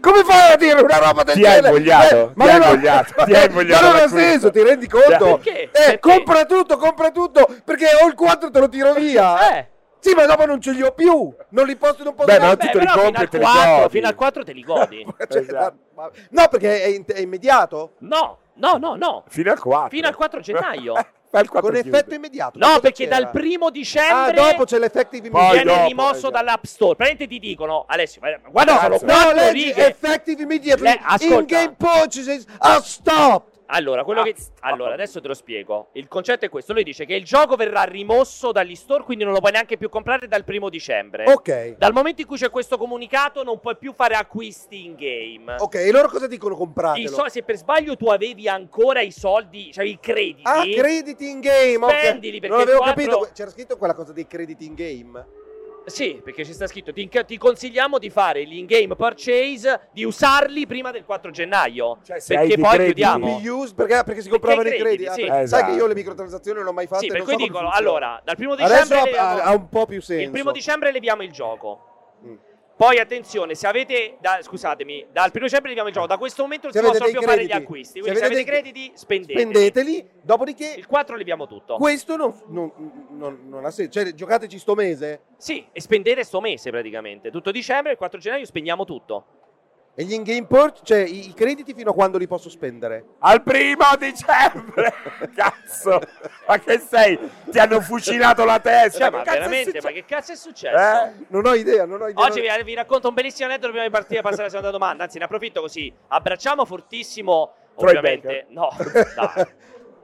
Speaker 4: come fai a dire una roba del
Speaker 3: Ti hai
Speaker 4: genere? Eh,
Speaker 3: invogliato, ti hai
Speaker 4: non ha-
Speaker 3: invogliato, ti hai invogliato
Speaker 4: ma non
Speaker 3: da
Speaker 4: ha
Speaker 3: questo.
Speaker 4: senso, ti rendi conto?
Speaker 1: Perché?
Speaker 4: Eh,
Speaker 1: Perché?
Speaker 4: compra tutto, compra tutto, perché ho il 4 te lo tiro via.
Speaker 1: Eh.
Speaker 4: Sì, ma dopo non ce li ho più. Non li posso, non posso.
Speaker 3: Beh, ma
Speaker 4: neanche-
Speaker 1: Beh,
Speaker 3: tu te li
Speaker 1: però fino
Speaker 3: compri e
Speaker 1: al,
Speaker 3: te li
Speaker 1: 4,
Speaker 3: godi.
Speaker 1: fino al 4 te li godi.
Speaker 4: Cioè,
Speaker 3: Esatto.
Speaker 4: ma- No, perché è, in- è immediato.
Speaker 1: No, no, no, no.
Speaker 3: Fino al 4.
Speaker 1: Fino al 4 gennaio.
Speaker 3: Fino al 4
Speaker 4: Con
Speaker 3: chiude.
Speaker 4: effetto immediato.
Speaker 1: No,
Speaker 4: Cosa
Speaker 1: perché
Speaker 4: c'era?
Speaker 1: dal primo
Speaker 4: Ah,
Speaker 1: dicembre
Speaker 4: dopo c'è l'effective
Speaker 3: Poi
Speaker 4: immediato.
Speaker 1: viene
Speaker 3: dopo,
Speaker 1: rimosso
Speaker 3: esatto.
Speaker 1: dall'App Store. Praticamente ti dicono, Alessio, ma guarda, sono
Speaker 3: Cazzo.
Speaker 1: quattro
Speaker 4: No, leggi
Speaker 1: righe.
Speaker 4: effective immediately
Speaker 1: Le- ascolta.
Speaker 4: in game purchases are stopped.
Speaker 1: Allora, quello che...
Speaker 3: Cazzo.
Speaker 1: allora, adesso te lo spiego. Il concetto è questo. Lui dice che il gioco verrà rimosso dagli store, quindi non lo puoi neanche più comprare dal primo dicembre.
Speaker 4: Ok.
Speaker 1: Dal momento in cui c'è questo comunicato, non puoi più fare acquisti in game.
Speaker 4: Ok, e loro cosa dicono compratelo?
Speaker 1: I so- se per sbaglio tu avevi ancora i soldi, cioè i crediti,
Speaker 4: ah, crediti in game. ok.
Speaker 1: Spendili, perché
Speaker 4: Non avevo
Speaker 1: quattro-
Speaker 4: capito, c'era scritto quella cosa dei crediti in game.
Speaker 1: Sì, perché ci sta scritto, ti, ti consigliamo di fare gli in-game purchase, di usarli prima del 4 gennaio,
Speaker 3: Cioè, se hai
Speaker 1: perché
Speaker 3: dei
Speaker 1: poi
Speaker 3: crediti-
Speaker 1: chiudiamo.
Speaker 4: Be used, perché, ah, perché si compravano
Speaker 1: Perché
Speaker 4: i
Speaker 1: i
Speaker 4: crediti.
Speaker 1: crediti,
Speaker 4: Ah,
Speaker 1: sì.
Speaker 4: perché- Sai
Speaker 3: Esatto.
Speaker 4: che io le microtransazioni non l'ho mai fatte.
Speaker 1: Sì,
Speaker 4: non
Speaker 1: per
Speaker 4: so
Speaker 1: cui
Speaker 4: come
Speaker 1: dicono,
Speaker 4: funziona.
Speaker 1: allora, dal primo
Speaker 4: Adesso
Speaker 1: dicembre
Speaker 4: ha,
Speaker 1: leviamo-
Speaker 4: ha- ha un po' più senso.
Speaker 1: il primo dicembre leviamo il gioco.
Speaker 4: Mm.
Speaker 1: Poi attenzione, se avete, da- scusatamente, dal primo dicembre leviamo il gioco, da questo momento non
Speaker 4: Se
Speaker 1: si possono
Speaker 4: avete dei
Speaker 1: più fare gli
Speaker 4: crediti-
Speaker 1: acquisti,
Speaker 4: se
Speaker 1: quindi se avete,
Speaker 4: avete
Speaker 1: i
Speaker 4: dei-
Speaker 1: crediti spendeteli.
Speaker 4: Spendeteli, dopodiché
Speaker 1: Il 4 leviamo tutto.
Speaker 4: questo non, non- non- non ha senso. Cioè, giocateci sto mese
Speaker 1: sì, e spendete sto mese praticamente, tutto dicembre e il 4 gennaio spegniamo tutto.
Speaker 4: e gli in-game purchase, cioè i, i crediti fino a quando li posso spendere?
Speaker 3: Al primo dicembre! Cazzo! Ma che sei? Ti hanno fucilato la
Speaker 4: Eh,
Speaker 3: testa!
Speaker 1: Cioè,
Speaker 3: che
Speaker 1: ma
Speaker 3: cazzo è
Speaker 1: veramente,
Speaker 3: successo?
Speaker 1: ma che cazzo è successo?
Speaker 3: Eh?
Speaker 4: Non ho idea, non ho idea.
Speaker 1: Oggi
Speaker 4: non-
Speaker 1: vi, vi racconto un bellissimo aneddoto prima di partire e passare alla seconda domanda. Anzi, ne approfitto così. Abbracciamo fortissimo,
Speaker 3: Troy
Speaker 1: ovviamente. No, dai.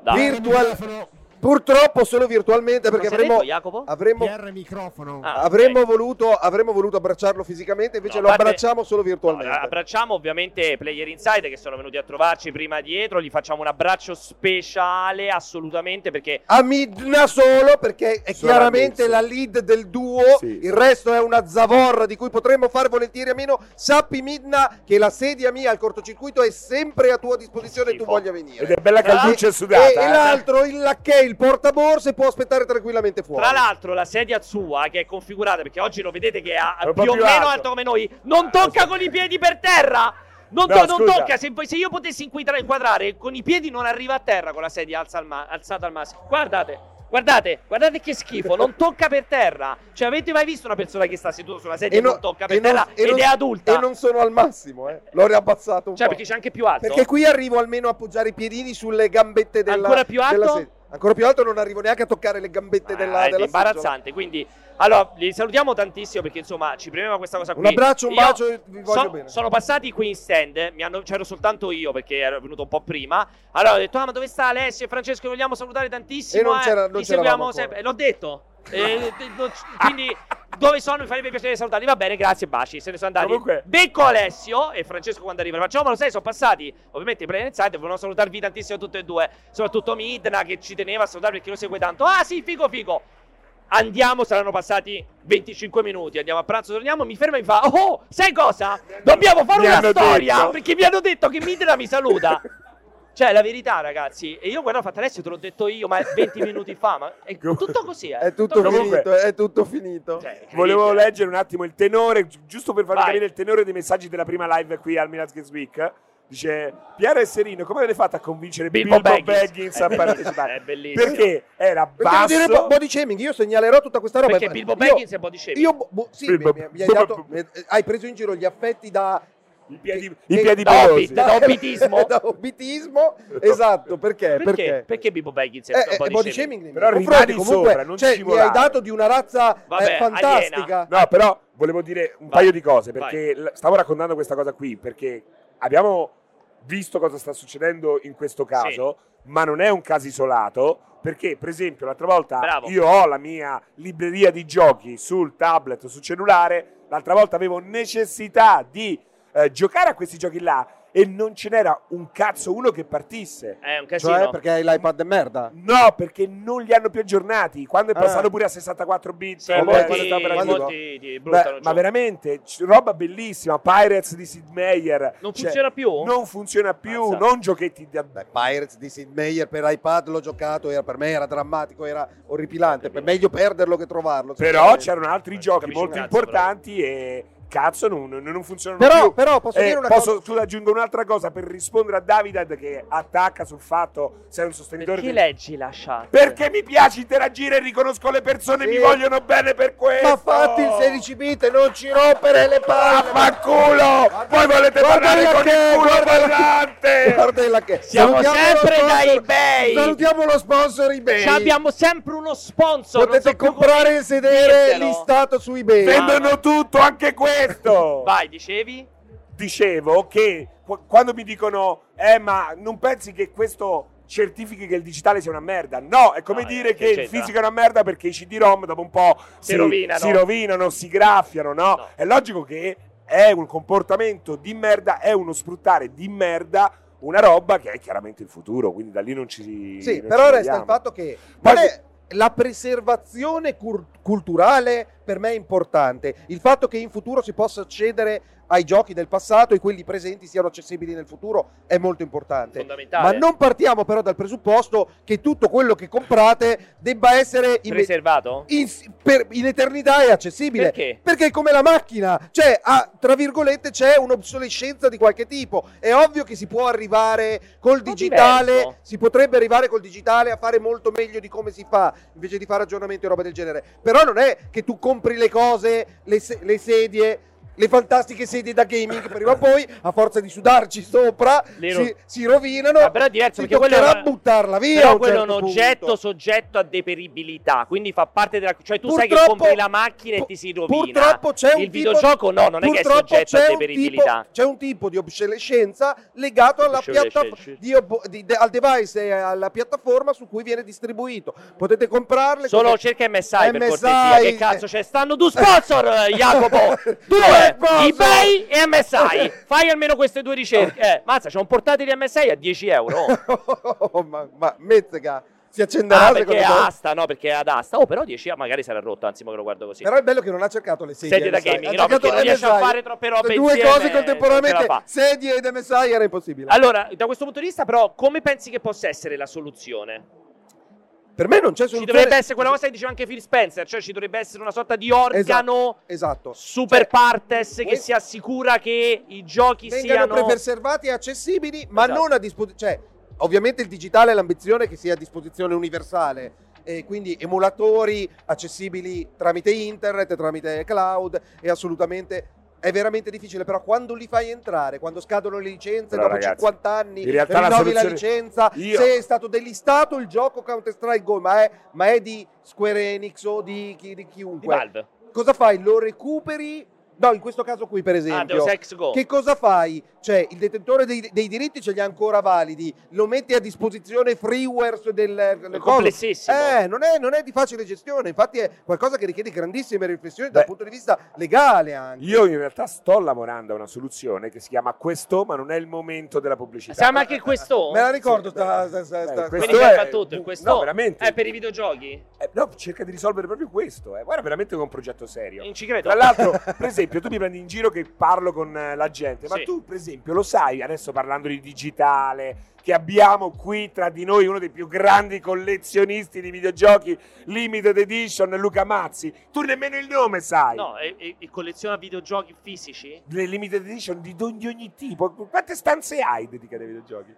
Speaker 1: dai.
Speaker 4: Virtual- Purtroppo solo virtualmente perché
Speaker 1: Cosa hai detto,
Speaker 4: avremmo,
Speaker 1: Jacopo?
Speaker 4: avremmo,
Speaker 5: PR microfono.
Speaker 1: Ah, ok.
Speaker 4: avremmo voluto, avremmo voluto abbracciarlo fisicamente, invece
Speaker 1: No,
Speaker 4: lo
Speaker 1: a parte-
Speaker 4: abbracciamo solo virtualmente.
Speaker 1: Allora, abbracciamo ovviamente Player Inside che sono venuti a trovarci prima e dietro. Gli facciamo un abbraccio speciale, assolutamente, perché
Speaker 4: a Midna solo perché è
Speaker 3: Solo
Speaker 4: chiaramente
Speaker 3: adesso.
Speaker 4: la lead del duo,
Speaker 3: Sì.
Speaker 4: il resto è una zavorra di cui potremmo fare volentieri a meno. Sappi Midna che la sedia mia al cortocircuito è sempre a tua disposizione e tu
Speaker 1: Schifo.
Speaker 4: voglia venire.
Speaker 3: Ed è bella calduccia
Speaker 4: E-
Speaker 3: e sudata.
Speaker 4: Ah. E, e
Speaker 3: eh.
Speaker 4: l'altro, il lacchè, il portaborse può aspettare tranquillamente fuori.
Speaker 1: tra l'altro la sedia Tsua che è configurata, perché oggi lo vedete che è a-
Speaker 3: È un po'
Speaker 1: più o
Speaker 3: più
Speaker 1: meno
Speaker 3: alto.
Speaker 1: alto come noi, non tocca con i piedi per terra. Non,
Speaker 3: No,
Speaker 1: to- non
Speaker 3: scusa.
Speaker 1: tocca, se, poi- se io potessi inquadra- inquadrare con i piedi non arriva a terra con la sedia alza al ma- alzata al massimo. Guardate, guardate, guardate che schifo, non tocca per terra. Cioè avete mai visto una persona che sta seduta sulla sedia e, non, tocca per
Speaker 4: e non-
Speaker 1: terra
Speaker 4: e
Speaker 1: ed
Speaker 4: non-
Speaker 1: è adulta?
Speaker 4: E non sono al massimo, eh. L'ho riabbassato un
Speaker 1: Cioè
Speaker 4: po'.
Speaker 1: perché c'è anche più alto?
Speaker 4: Perché qui arrivo almeno a appoggiare i piedini sulle gambette della
Speaker 1: Ancora più alto?
Speaker 4: della sedia. Ancora più alto non arrivo neanche a toccare le gambette
Speaker 1: Ah,
Speaker 4: della,
Speaker 1: è
Speaker 4: della
Speaker 1: imbarazzante, quindi allora li salutiamo tantissimo perché insomma ci premeva questa cosa qui.
Speaker 4: seggiola. Un abbraccio, un
Speaker 1: Io-
Speaker 4: bacio, e vi voglio
Speaker 1: Sono-
Speaker 4: bene.
Speaker 1: Sono passati qui in stand, eh, mi hanno- c'ero soltanto io perché ero venuto un po' prima. Allora ho detto, ah ma dove sta Alessio e Francesco? Vogliamo salutare tantissimo.
Speaker 4: E non
Speaker 1: eh,
Speaker 4: c'era- non
Speaker 1: Li
Speaker 4: c'eravamo
Speaker 1: seguiamo
Speaker 4: ancora.
Speaker 1: sempre. Eh, L'ho detto. Eh, d- non c- quindi dove sono? Mi farebbe piacere salutarli. Va bene, grazie, baci. Se ne sono andati.
Speaker 3: Comunque-
Speaker 1: Becco Alessio e Francesco quando arriva. Facciamo, ma lo sai, sono passati ovviamente i Planet Inside. Volevo salutarvi tantissimo tutti e due. Soprattutto Midna che ci teneva a salutare perché lo segue tanto. Ah, sì, figo, figo. Andiamo, saranno passati 25 minuti. Andiamo a pranzo, torniamo. Mi ferma e mi fa: Oh, sai cosa? Dobbiamo fare
Speaker 3: Mi
Speaker 1: una
Speaker 3: hanno
Speaker 1: storia
Speaker 3: detto."
Speaker 1: perché mi hanno detto che Midna mi saluta. Cioè, la verità, ragazzi, e io guardo fatto adesso te l'ho detto io, ma 20 minuti fa, ma è tutto così, eh.
Speaker 4: È tutto
Speaker 1: così.
Speaker 3: Comunque-
Speaker 4: finito, è tutto finito.
Speaker 1: Cioè, incredibile.
Speaker 3: Volevo leggere un attimo il tenore, gi- giusto per farvi
Speaker 1: Vai.
Speaker 3: capire il tenore dei messaggi della prima live qui al Milan Games Week. Dice Piero e Serino, come avete fatto a convincere Bilbo, Baggins, a
Speaker 1: È bellissimo,
Speaker 3: partecipare?
Speaker 1: È bellissimo.
Speaker 3: Perché era
Speaker 4: Perché
Speaker 3: basso.
Speaker 4: devo Eh, dire bo- body shaming, io segnalerò tutta questa roba.
Speaker 1: Perché Bilbo
Speaker 4: Io-
Speaker 1: Baggins è body shaming.
Speaker 4: Io, bo- bo- sì,
Speaker 3: Bilbo-
Speaker 4: mi- mi- mi hai,
Speaker 3: Bilbo-
Speaker 4: dato- mi- eh, hai preso in giro gli affetti da
Speaker 3: I piedi,
Speaker 4: che-
Speaker 3: i piedi
Speaker 4: da
Speaker 1: Hobbit,
Speaker 3: pelosi.
Speaker 1: da hobbitismo?
Speaker 4: da hobbitismo, esatto, perché?
Speaker 3: eh,
Speaker 1: perché?
Speaker 4: Perché?
Speaker 1: Perché, Bilbo Baggins è,
Speaker 4: Eh, eh,
Speaker 1: body,
Speaker 4: body
Speaker 1: shaming?
Speaker 4: shaming nei
Speaker 3: Però
Speaker 4: miei
Speaker 3: rimani
Speaker 4: confronti, comunque,
Speaker 3: sopra, non
Speaker 4: cioè, mi
Speaker 3: scivolare.
Speaker 4: hai dato di una razza eh,
Speaker 1: Vabbè,
Speaker 4: fantastica.
Speaker 3: No, però volevo dire un
Speaker 1: Vai.
Speaker 3: paio di cose,
Speaker 1: Vai.
Speaker 3: perché l- stavo raccontando questa cosa qui, perché abbiamo visto cosa sta succedendo in questo caso, ma non è un caso isolato, perché per esempio l'altra volta
Speaker 1: Bravo.
Speaker 3: io ho la mia libreria di giochi sul tablet o sul cellulare, l'altra volta avevo necessità di eh, giocare a questi giochi là e non ce n'era un cazzo uno che partisse.
Speaker 1: È un
Speaker 4: Cioè,
Speaker 1: casino.
Speaker 4: perché hai l'iPad di merda.
Speaker 3: No, perché non li hanno più aggiornati. Quando è
Speaker 4: Ah.
Speaker 3: passato pure a 64 bit,
Speaker 1: Sì,
Speaker 3: eh,
Speaker 1: molti,
Speaker 3: quando stava per
Speaker 1: molti, cioè.
Speaker 3: arrivare.
Speaker 1: di
Speaker 3: Beh,
Speaker 1: brutta non
Speaker 3: ma
Speaker 1: giocano.
Speaker 3: veramente, c- roba bellissima, Pirates di Sid Meier.
Speaker 1: Non
Speaker 3: Cioè,
Speaker 1: funziona più?
Speaker 3: Non funziona più,
Speaker 1: Mazza.
Speaker 3: non giochetti da...
Speaker 4: Beh, Pirates di Sid Meier per iPad l'ho giocato, era- per me era drammatico, era orripilante. Per meglio perderlo che trovarlo.
Speaker 3: Però
Speaker 4: sinceramente.
Speaker 3: c'erano altri
Speaker 1: Non
Speaker 3: giochi
Speaker 1: capisci
Speaker 3: molto
Speaker 1: un cazzo,
Speaker 3: importanti e cazzo non, non- non funzionano
Speaker 4: Però,
Speaker 3: più.
Speaker 4: però posso
Speaker 3: Eh,
Speaker 4: dire una cosa.
Speaker 3: tu aggiungo un'altra cosa per rispondere a David che attacca sul fatto sei un sostenitore
Speaker 1: Perché
Speaker 3: del-
Speaker 1: leggi la chat?
Speaker 3: perché mi piace interagire e riconosco le persone
Speaker 4: Sì.
Speaker 3: mi vogliono bene per questo
Speaker 4: Ma fatti il 16 bit e non ci rompere le palle.
Speaker 3: Vaffanculo! Voi volete
Speaker 4: Guarda
Speaker 3: parlare
Speaker 4: la
Speaker 3: con
Speaker 4: che-
Speaker 3: il culo
Speaker 4: guarda la-
Speaker 3: parlante!
Speaker 4: Guardella che
Speaker 1: Siamo
Speaker 4: Salutiamo
Speaker 1: sempre
Speaker 4: lo sponsor-
Speaker 1: da eBay.
Speaker 4: Salutiamo lo sponsor eBay.
Speaker 1: Ci abbiamo sempre uno sponsor. non so
Speaker 4: Potete
Speaker 1: più
Speaker 4: comprare
Speaker 1: come
Speaker 4: il sedere
Speaker 1: dirtelo.
Speaker 4: listato su eBay.
Speaker 3: Vendono tutto, anche questo!
Speaker 1: Vai, dicevi?
Speaker 3: Dicevo che qu- quando mi dicono eh ma non pensi che questo certifichi che il digitale sia una merda? No, è come
Speaker 1: No,
Speaker 3: dire
Speaker 1: eh,
Speaker 3: che,
Speaker 1: che
Speaker 3: il
Speaker 1: c'entra?
Speaker 3: fisico è una merda perché i CD-ROM dopo un po'
Speaker 1: Si rovinano.
Speaker 3: si rovinano, si graffiano, no?
Speaker 1: No.
Speaker 3: È logico che è un comportamento di merda, è uno sfruttare di merda una roba che è chiaramente il futuro, quindi da lì non ci si
Speaker 4: Sì, però resta il fatto che
Speaker 3: Poi-
Speaker 4: qual è la preservazione cur- culturale per me è importante. Il fatto che in futuro si possa accedere ai giochi del passato e quelli presenti siano accessibili nel futuro è molto importante. Ma
Speaker 1: Fondamentale.
Speaker 4: non partiamo però dal presupposto che tutto quello che comprate debba essere imme-
Speaker 1: Preservato?
Speaker 4: in, per- in eternità è accessibile.
Speaker 1: Perché?
Speaker 4: è come la macchina, cioè, ha- tra virgolette, c'è un'obsolescenza di qualche tipo. È ovvio che si può arrivare col
Speaker 1: po'
Speaker 4: digitale,
Speaker 1: diverso.
Speaker 4: si potrebbe arrivare col digitale a fare molto meglio di come si fa, invece di fare aggiornamenti e roba del genere. Però non è che tu compri le cose, le, se- le sedie. Le fantastiche sedie da gaming che prima o poi, a forza di sudarci sopra,
Speaker 1: Le
Speaker 4: si,
Speaker 1: ro-
Speaker 4: si rovinano.
Speaker 1: Ah, però è diverso
Speaker 4: si
Speaker 1: perché quello
Speaker 4: toccherà
Speaker 1: è-
Speaker 4: buttarla via. a
Speaker 1: Però
Speaker 4: un
Speaker 1: quello è un
Speaker 4: certo punto.
Speaker 1: oggetto soggetto a deperibilità, quindi fa parte della. cioè tu sai che
Speaker 4: Purtroppo-
Speaker 1: compri la macchina e
Speaker 4: pu-
Speaker 1: ti si rovina.
Speaker 4: Purtroppo c'è un
Speaker 1: Il
Speaker 4: tipo-
Speaker 1: videogioco no, non è che è
Speaker 4: purtroppo
Speaker 1: soggetto
Speaker 4: c'è
Speaker 1: a
Speaker 4: un
Speaker 1: deperibilità.
Speaker 4: tipo- C'è un tipo di obsolescenza legato alla piattaforma
Speaker 1: Obsolescenza.
Speaker 4: di ob- di- de- al device e alla piattaforma su cui viene distribuito. Potete comprarle
Speaker 1: Solo
Speaker 4: come-
Speaker 1: cerca MSI, per
Speaker 4: MSI.
Speaker 1: cortesia. Che cazzo c'è? Stanno due sponsor, eh, Jacopo. Due,
Speaker 4: sponsor.
Speaker 1: eBay e MSI. Fai almeno queste due ricerche. Eh, mazza, c'è un portatile MSI a 10 euro. oh.
Speaker 4: Oh, ma, ma Metzega si accenderà
Speaker 1: Ah, perché è
Speaker 4: secondo te?
Speaker 1: asta, no? Perché è ad asta. Oh, però 10 euro magari sarà rotto, anzi, ma che lo guardo così.
Speaker 4: Però è bello che non ha cercato le sedie.
Speaker 1: Sedie da
Speaker 4: MSI.
Speaker 1: gaming,
Speaker 4: Ha
Speaker 1: no, perché
Speaker 4: cercato
Speaker 1: non riesce a
Speaker 4: MSI.
Speaker 1: fare troppe robe
Speaker 4: Due
Speaker 1: insieme,
Speaker 4: cose
Speaker 1: non
Speaker 4: contemporaneamente,
Speaker 1: ce la fa. Ah.
Speaker 4: sedie ed MSI era impossibile.
Speaker 1: Allora, da questo punto di vista, però, come pensi che possa essere la soluzione?
Speaker 4: per me non c'è
Speaker 1: Ci
Speaker 4: soluzione.
Speaker 1: dovrebbe essere quella cosa che diceva anche Phil Spencer, cioè ci dovrebbe essere una sorta di organo
Speaker 4: Esatto.
Speaker 1: super
Speaker 4: Cioè,
Speaker 1: partes che
Speaker 4: que-
Speaker 1: si assicura che i giochi
Speaker 4: vengano
Speaker 1: siano
Speaker 4: preservati e accessibili, ma
Speaker 1: Esatto.
Speaker 4: non a disposizione. Cioè, ovviamente il digitale è l'ambizione che sia a disposizione universale. E quindi emulatori accessibili tramite internet, tramite cloud, è assolutamente. È veramente difficile, però quando li fai entrare, quando scadono le licenze
Speaker 3: Però,
Speaker 4: dopo
Speaker 3: ragazzi,
Speaker 4: 50 anni,
Speaker 3: in realtà la
Speaker 4: rinnovi la,
Speaker 3: soluzione-
Speaker 4: licenza,
Speaker 3: Io-
Speaker 4: se è stato delistato il gioco Counter-Strike Go, ma è, ma è di Square Enix o di, chi- di
Speaker 1: di
Speaker 4: chiunque,
Speaker 1: Valve.
Speaker 4: cosa fai? Lo recuperi? No, in questo caso qui, per
Speaker 1: Ah,
Speaker 4: esempio,
Speaker 3: Certo.
Speaker 1: Deus Ex Go.
Speaker 4: che cosa fai? Cioè, il detentore dei, dei diritti ce li ha ancora validi, lo mette a disposizione freeware del, del
Speaker 1: È
Speaker 4: coso.
Speaker 1: complessissimo.
Speaker 4: Eh, non è, non è di facile gestione, infatti è qualcosa che richiede grandissime riflessioni dal
Speaker 3: Beh.
Speaker 4: punto di vista legale anche.
Speaker 3: Io in realtà sto lavorando a una soluzione che si chiama questo, ma non è il momento della pubblicità.
Speaker 1: Siamo anche questo.
Speaker 4: Me la ricordo
Speaker 3: Sì,
Speaker 4: sta,
Speaker 3: beh,
Speaker 4: sta, sta,
Speaker 3: beh,
Speaker 4: sta-
Speaker 3: questo
Speaker 1: Quindi
Speaker 3: è-
Speaker 1: c'è fa tutto il
Speaker 3: no,
Speaker 1: questo.
Speaker 3: veramente.
Speaker 1: È per i videogiochi?
Speaker 3: Eh, no, cerca di risolvere proprio questo. eh. Guarda, veramente che è un progetto serio.
Speaker 1: Non ci credo.
Speaker 3: Tra l'altro, per esempio, tu mi prendi in giro che parlo con eh, la gente, ma
Speaker 1: Sì.
Speaker 3: tu, per esempio, lo sai, adesso parlando di digitale, che abbiamo qui tra di noi uno dei più grandi collezionisti di videogiochi limited edition, Luca Mazzi. Tu nemmeno il nome sai.
Speaker 1: No, e, e- e colleziona videogiochi fisici?
Speaker 3: Le limited edition di ogni, di ogni tipo. Quante stanze hai dedicate ai videogiochi?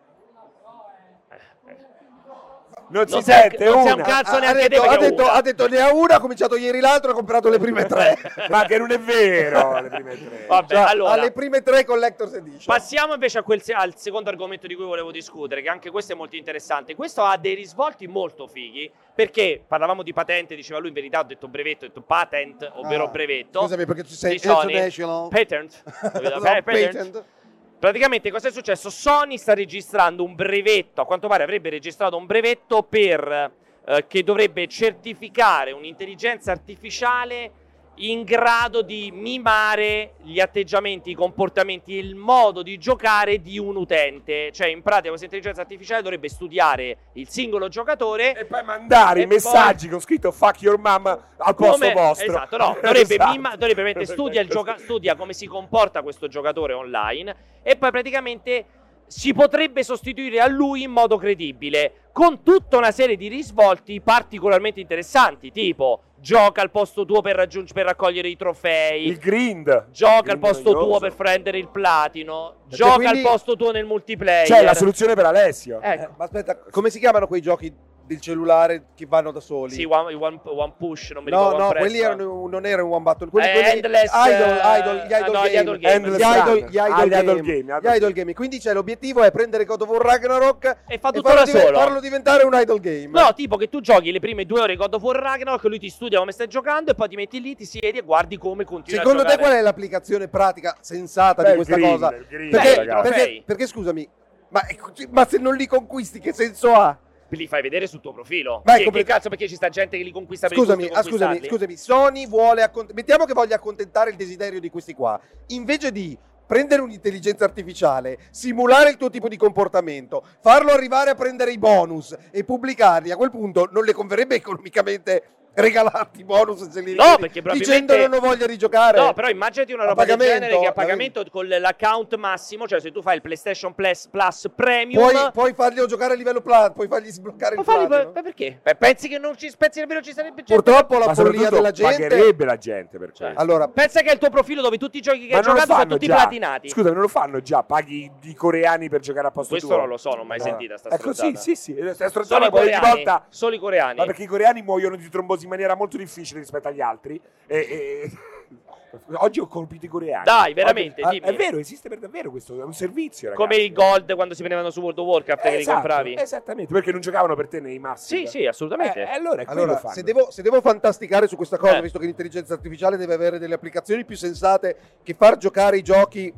Speaker 3: Non si
Speaker 1: Eh, Non sei-
Speaker 3: sente
Speaker 1: non sei
Speaker 3: una.
Speaker 1: un cazzo
Speaker 4: ha,
Speaker 1: neanche
Speaker 4: detto,
Speaker 1: te
Speaker 4: ha,
Speaker 1: perché
Speaker 4: detto,
Speaker 1: una.
Speaker 4: ha detto ne ha una, ha cominciato ieri l'altro e ha comprato le prime tre.
Speaker 3: Ma che non è vero, le prime tre.
Speaker 1: Vabbè,
Speaker 4: Cioè,
Speaker 1: allora,
Speaker 4: alle prime tre collectors edition.
Speaker 1: passiamo invece a quel se- al secondo argomento di cui volevo discutere, che anche questo è molto interessante. Questo ha dei risvolti molto fighi, perché parlavamo di patente, diceva lui in verità, ho detto brevetto, ho detto patent, ovvero
Speaker 4: Ah,
Speaker 1: brevetto.
Speaker 4: Scusami perché tu sei
Speaker 1: Di Sony.
Speaker 4: international.
Speaker 1: Patent.
Speaker 4: No,
Speaker 1: Beh, patent.
Speaker 4: patent.
Speaker 1: Praticamente cosa è successo? Sony sta registrando un brevetto, a quanto pare avrebbe registrato un brevetto per, eh, che dovrebbe certificare un'intelligenza artificiale in grado di mimare gli atteggiamenti, i comportamenti, il modo di giocare di un utente. Cioè in pratica questa intelligenza artificiale dovrebbe studiare il singolo giocatore
Speaker 3: e poi mandare
Speaker 1: E
Speaker 3: i messaggi con scritto fuck your mom al posto
Speaker 1: come-
Speaker 3: vostro.
Speaker 1: Esatto, no, dovrebbe,
Speaker 3: Esatto.
Speaker 1: mima- dovrebbe mettere studia, il gioca- studia come si comporta questo giocatore online e poi praticamente si potrebbe sostituire a lui in modo credibile con tutta una serie di risvolti particolarmente interessanti, tipo gioca al posto tuo per, raggiung- per raccogliere i trofei,
Speaker 3: Il grind.
Speaker 1: gioca al
Speaker 3: Grind
Speaker 1: posto tuo
Speaker 3: noioso.
Speaker 1: per prendere il platino,
Speaker 4: Perché
Speaker 1: gioca al
Speaker 4: quindi- Cioè,
Speaker 1: posto tuo nel multiplayer.
Speaker 3: C'è la soluzione per Alessio.
Speaker 1: Ecco.
Speaker 4: Eh, Ma aspetta, come si chiamano quei giochi del cellulare che vanno da soli?
Speaker 1: Sì, one, one- one push, non mi
Speaker 4: no,
Speaker 1: ricordo.
Speaker 4: no,
Speaker 1: one press.
Speaker 4: quelli erano, non erano one battle, quelli,
Speaker 1: Eh,
Speaker 4: quelli
Speaker 1: Endless,
Speaker 4: idol,
Speaker 1: eh,
Speaker 4: idol, gli
Speaker 1: ah, no,
Speaker 4: idol
Speaker 1: gli
Speaker 4: game.
Speaker 1: idol game.
Speaker 4: Gli
Speaker 3: Endless
Speaker 4: idol,
Speaker 3: Run.
Speaker 4: gli idol
Speaker 3: Ah, gli
Speaker 4: game.
Speaker 3: idol game,
Speaker 4: Gli idol game. Quindi c'è l'obiettivo è prendere God of War Ragnarok
Speaker 1: E fa tutto
Speaker 4: farlo
Speaker 1: da
Speaker 4: diven-
Speaker 1: solo.
Speaker 4: farlo diventare un idol game.
Speaker 1: No, tipo che tu giochi le prime due ore di God of War Ragnarok, lui ti studia come stai giocando e poi ti metti lì, ti siedi e guardi come continua
Speaker 4: Secondo
Speaker 1: a
Speaker 4: te
Speaker 1: giocare.
Speaker 4: qual è l'applicazione pratica sensata
Speaker 3: Beh,
Speaker 4: di questa
Speaker 3: il grind,
Speaker 4: cosa?
Speaker 3: il grind,
Speaker 1: Beh,
Speaker 4: Perché,
Speaker 3: ragazzi.
Speaker 4: perché,
Speaker 1: trofei.
Speaker 4: perché, scusami, ma, eh, ma se non li conquisti che senso ha?
Speaker 1: Li fai vedere sul tuo profilo. Che-
Speaker 4: Vai,
Speaker 1: che,
Speaker 4: compl-
Speaker 1: cazzo perché ci sta gente che li conquista per
Speaker 4: Scusami,
Speaker 1: il
Speaker 4: ah, scusami, scusami, Sony vuole accont- mettiamo che voglia accontentare il desiderio di questi qua. Invece di prendere un'intelligenza artificiale, simulare il tuo tipo di comportamento, farlo arrivare a prendere i bonus e pubblicarli, a quel punto non le converrebbe economicamente regalarti i bonus se li
Speaker 1: No, perché probabilmente-
Speaker 4: dicendo non ho voglia di giocare.
Speaker 1: No, però immaginati una
Speaker 4: A
Speaker 1: roba del
Speaker 4: pagamento,
Speaker 1: genere che a
Speaker 4: la vedi?
Speaker 1: pagamento con l'account massimo, cioè se tu fai il PlayStation Plus, Plus Premium,
Speaker 4: puoi, puoi farglielo giocare a livello plat, puoi fargli sbloccare
Speaker 1: ma
Speaker 4: il
Speaker 1: falli-
Speaker 4: platino.
Speaker 1: ma perché? Beh, pensi che non ci pensi davvero ci sarebbe gente?
Speaker 4: Purtroppo la
Speaker 3: Ma
Speaker 4: follia
Speaker 3: soprattutto
Speaker 4: della gente
Speaker 3: pagherebbe la gente per
Speaker 1: Cioè,
Speaker 3: questo.
Speaker 4: Allora,
Speaker 1: Pensa che è il tuo profilo dove tutti i giochi che
Speaker 3: Ma
Speaker 1: hai
Speaker 3: non lo
Speaker 1: giocato sono
Speaker 3: fanno
Speaker 1: tutti
Speaker 3: già.
Speaker 1: platinati.
Speaker 3: Scusa, non lo fanno già? Paghi i coreani per giocare a posto
Speaker 1: Questo
Speaker 3: tuo?
Speaker 1: non lo so, non ho mai sentita sta
Speaker 3: Ecco, sì,
Speaker 1: stronzata.
Speaker 3: sì, sì. eh, sta
Speaker 1: Solo
Speaker 3: stronzata
Speaker 1: i
Speaker 3: poi ogni
Speaker 1: coreani.
Speaker 3: volta...
Speaker 1: Solo i coreani.
Speaker 3: Ma perché i coreani muoiono di trombosi in maniera molto difficile rispetto agli altri. E, e- Oggi ho colpito i coreani.
Speaker 1: Dai, veramente,
Speaker 3: Oggi- ah,
Speaker 1: dimmi.
Speaker 3: È vero, esiste per davvero questo, è un servizio, ragazzi.
Speaker 1: Come i gold quando si prendevano su World of Warcraft che li
Speaker 3: Esatto,
Speaker 1: compravi.
Speaker 4: Eh,
Speaker 3: Esattamente, perché non giocavano per te nei massimi.
Speaker 1: Sì, sì, assolutamente.
Speaker 3: Eh, allora, è quello
Speaker 4: Allora,
Speaker 3: fanno.
Speaker 4: se devo, se devo fantasticare su questa cosa,
Speaker 1: Eh.
Speaker 4: visto che l'intelligenza artificiale deve avere delle applicazioni più sensate che far giocare i giochi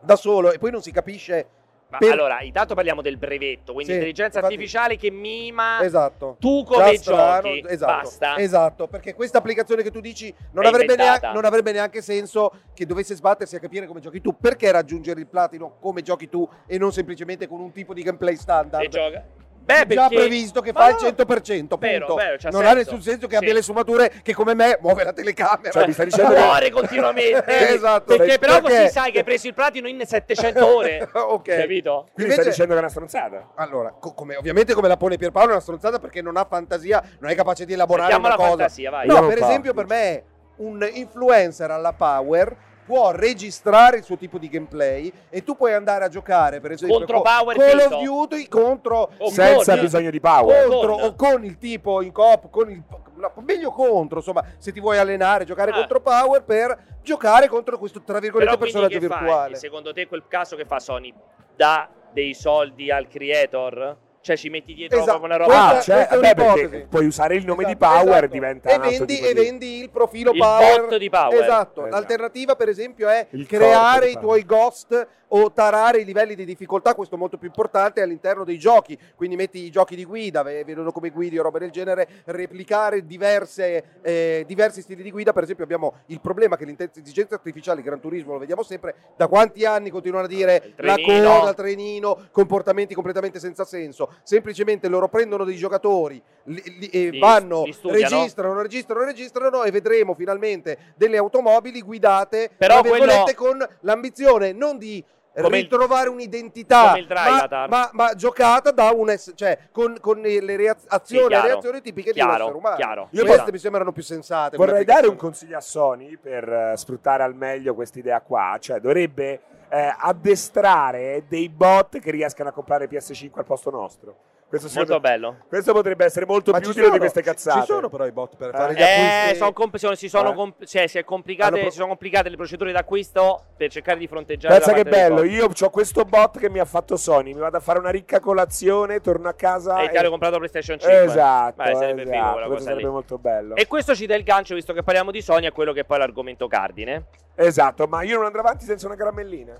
Speaker 4: da solo e poi non si capisce.
Speaker 1: Ma
Speaker 4: per-
Speaker 1: allora, intanto parliamo del brevetto, quindi
Speaker 4: Sì,
Speaker 1: intelligenza
Speaker 4: infatti-
Speaker 1: artificiale che mima
Speaker 4: Esatto.
Speaker 1: tu Ah. come
Speaker 4: Già strano,
Speaker 1: giochi.
Speaker 4: esatto,
Speaker 1: Basta.
Speaker 4: esatto, perché questa applicazione che tu dici non
Speaker 1: È
Speaker 4: avrebbe,
Speaker 1: inventata.
Speaker 4: neanche, non avrebbe neanche senso che dovesse sbattersi a capire come giochi tu. Perché raggiungere il platino come giochi tu e non semplicemente con un tipo di gameplay standard?
Speaker 1: E gioca. Beh,
Speaker 4: Esatto. già
Speaker 1: perché-
Speaker 4: previsto che
Speaker 1: Ma
Speaker 4: fa il
Speaker 1: no,
Speaker 4: 100%,
Speaker 1: vero,
Speaker 4: punto.
Speaker 1: vero, c'ha
Speaker 4: non ha
Speaker 1: senso.
Speaker 4: nessun senso che
Speaker 1: Sì.
Speaker 4: abbia le sfumature che come me muove la telecamera.
Speaker 3: Cioè, mi stai dicendo che-
Speaker 1: Muore continuamente.
Speaker 4: esatto.
Speaker 1: Perché però così
Speaker 4: Perché-
Speaker 1: sai che hai preso il platino in 700 ore.
Speaker 4: ok.
Speaker 1: Capito?
Speaker 3: Quindi
Speaker 4: Invece-
Speaker 3: stai dicendo che è una
Speaker 1: Oh,
Speaker 3: stronzata?
Speaker 4: Allora, co- come- ovviamente come la pone Pierpaolo è una stronzata perché non ha fantasia, non è capace di elaborare
Speaker 1: Chiama
Speaker 4: una
Speaker 1: la
Speaker 4: cosa.
Speaker 1: fantasia, vai.
Speaker 3: Io
Speaker 4: No,
Speaker 3: non
Speaker 4: per
Speaker 3: parlo.
Speaker 4: esempio per me un influencer alla Power può registrare il suo tipo di gameplay e tu puoi andare a giocare per esempio
Speaker 1: Contro
Speaker 4: co-
Speaker 1: Power Oh,
Speaker 4: Call
Speaker 1: Peso.
Speaker 4: of Duty contro
Speaker 1: O
Speaker 3: Senza
Speaker 1: con-
Speaker 3: bisogno di power.
Speaker 4: contro
Speaker 1: Con.
Speaker 4: o con il tipo in coop, con il no, meglio contro, insomma, se ti vuoi allenare, giocare
Speaker 1: Ah.
Speaker 4: contro Power per giocare contro questo tra virgolette
Speaker 1: Però quindi
Speaker 4: personaggio
Speaker 1: che fai?
Speaker 4: virtuale.
Speaker 1: Secondo te quel caso che fa Sony dà dei soldi al creator? Cioè ci metti dietro
Speaker 4: Esatto.
Speaker 1: proprio una roba...
Speaker 4: Questa-
Speaker 3: ah, cioè,
Speaker 4: questa è
Speaker 3: vabbè,
Speaker 4: un'ipotesi.
Speaker 3: perché puoi usare il nome di
Speaker 4: Esatto,
Speaker 3: Power,
Speaker 4: esatto.
Speaker 3: diventa
Speaker 4: e
Speaker 3: un altro
Speaker 4: vendi,
Speaker 3: tipo
Speaker 4: e
Speaker 3: di-
Speaker 4: vendi il profilo
Speaker 1: Il
Speaker 4: power.
Speaker 1: bot di Power.
Speaker 4: Esatto.
Speaker 3: Esatto.
Speaker 4: L'alternativa, per esempio, è
Speaker 3: Il corpo
Speaker 4: creare
Speaker 3: di
Speaker 4: i
Speaker 3: Power.
Speaker 4: tuoi ghost o tarare i livelli di difficoltà. Questo è molto più importante all'interno dei giochi. Quindi metti i giochi di guida, ve- vedono come guidi o roba del genere, replicare diverse, eh, diversi stili di guida. Per esempio, abbiamo il problema che l'intelligenza artificiale, il Gran Turismo, lo vediamo sempre. Da quanti anni continuano a dire
Speaker 1: Il
Speaker 4: la
Speaker 1: trenino.
Speaker 4: coda, il trenino, comportamenti completamente senza senso. Semplicemente loro prendono dei giocatori, li- li- eh,
Speaker 1: Li-
Speaker 4: vanno,
Speaker 1: li studiano.
Speaker 4: registrano, registrano, registrano e vedremo finalmente delle automobili guidate
Speaker 1: Però
Speaker 4: tra virgolette, con l'ambizione non di
Speaker 1: Come il-
Speaker 4: ritrovare un'identità
Speaker 1: come il Drive
Speaker 4: ma- ma,
Speaker 1: Avatar.
Speaker 4: ma giocata da un es- cioè con, con le reaz- azioni e
Speaker 1: chiaro,
Speaker 4: reazioni tipiche di un
Speaker 1: chiaro,
Speaker 4: essere umano
Speaker 1: chiaro.
Speaker 4: Io
Speaker 3: Io
Speaker 4: queste
Speaker 1: posso-
Speaker 4: mi sembrano più sensate come
Speaker 3: Vorrei dare un
Speaker 4: applicazione.
Speaker 3: consiglio a Sony per eh, sfruttare al meglio questa idea qua, cioè dovrebbe eh, addestrare dei bot che riescano a comprare PS5 al posto nostro. Questo, sarebbe-
Speaker 1: Molto bello.
Speaker 3: questo potrebbe essere molto
Speaker 4: Ma
Speaker 3: più
Speaker 4: ci
Speaker 3: utile di
Speaker 4: sono-
Speaker 3: queste cazzate.
Speaker 4: ci sono però i bot per
Speaker 3: Eh.
Speaker 4: fare gli
Speaker 1: Eh,
Speaker 4: acquisti
Speaker 1: sono comp- sono- si sono
Speaker 3: Eh.
Speaker 1: comp- cioè, si, è complicate,
Speaker 4: Hanno pro-
Speaker 1: si sono complicate le procedure d'acquisto per cercare di fronteggiare
Speaker 3: Pensa
Speaker 1: la
Speaker 3: che
Speaker 1: parte dei
Speaker 3: bello,
Speaker 1: soldi.
Speaker 3: io ho questo bot che mi ha fatto Sony, mi vado a fare una ricca colazione, torno a casa
Speaker 1: E il caro Eh, comprato PlayStation 5.
Speaker 3: Esatto,
Speaker 1: Beh, sarebbe
Speaker 3: esatto,
Speaker 1: figo quella
Speaker 3: questo
Speaker 1: cosa lì.
Speaker 3: sarebbe molto bello.
Speaker 1: E questo ci dà il gancio, visto che parliamo di Sony, a quello che è poi è l'argomento cardine.
Speaker 3: Esatto, ma io non andrò avanti senza una caramellina.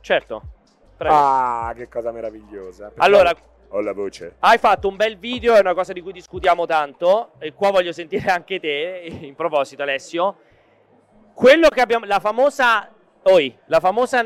Speaker 1: Certo. Prego.
Speaker 3: Ah, che cosa meravigliosa. Perché
Speaker 1: allora,
Speaker 3: ho la voce.
Speaker 1: hai fatto un bel video, è una cosa di cui discutiamo tanto, e qua voglio sentire anche te, in proposito Alessio. Quello che abbiamo, la famosa, oi, la famosa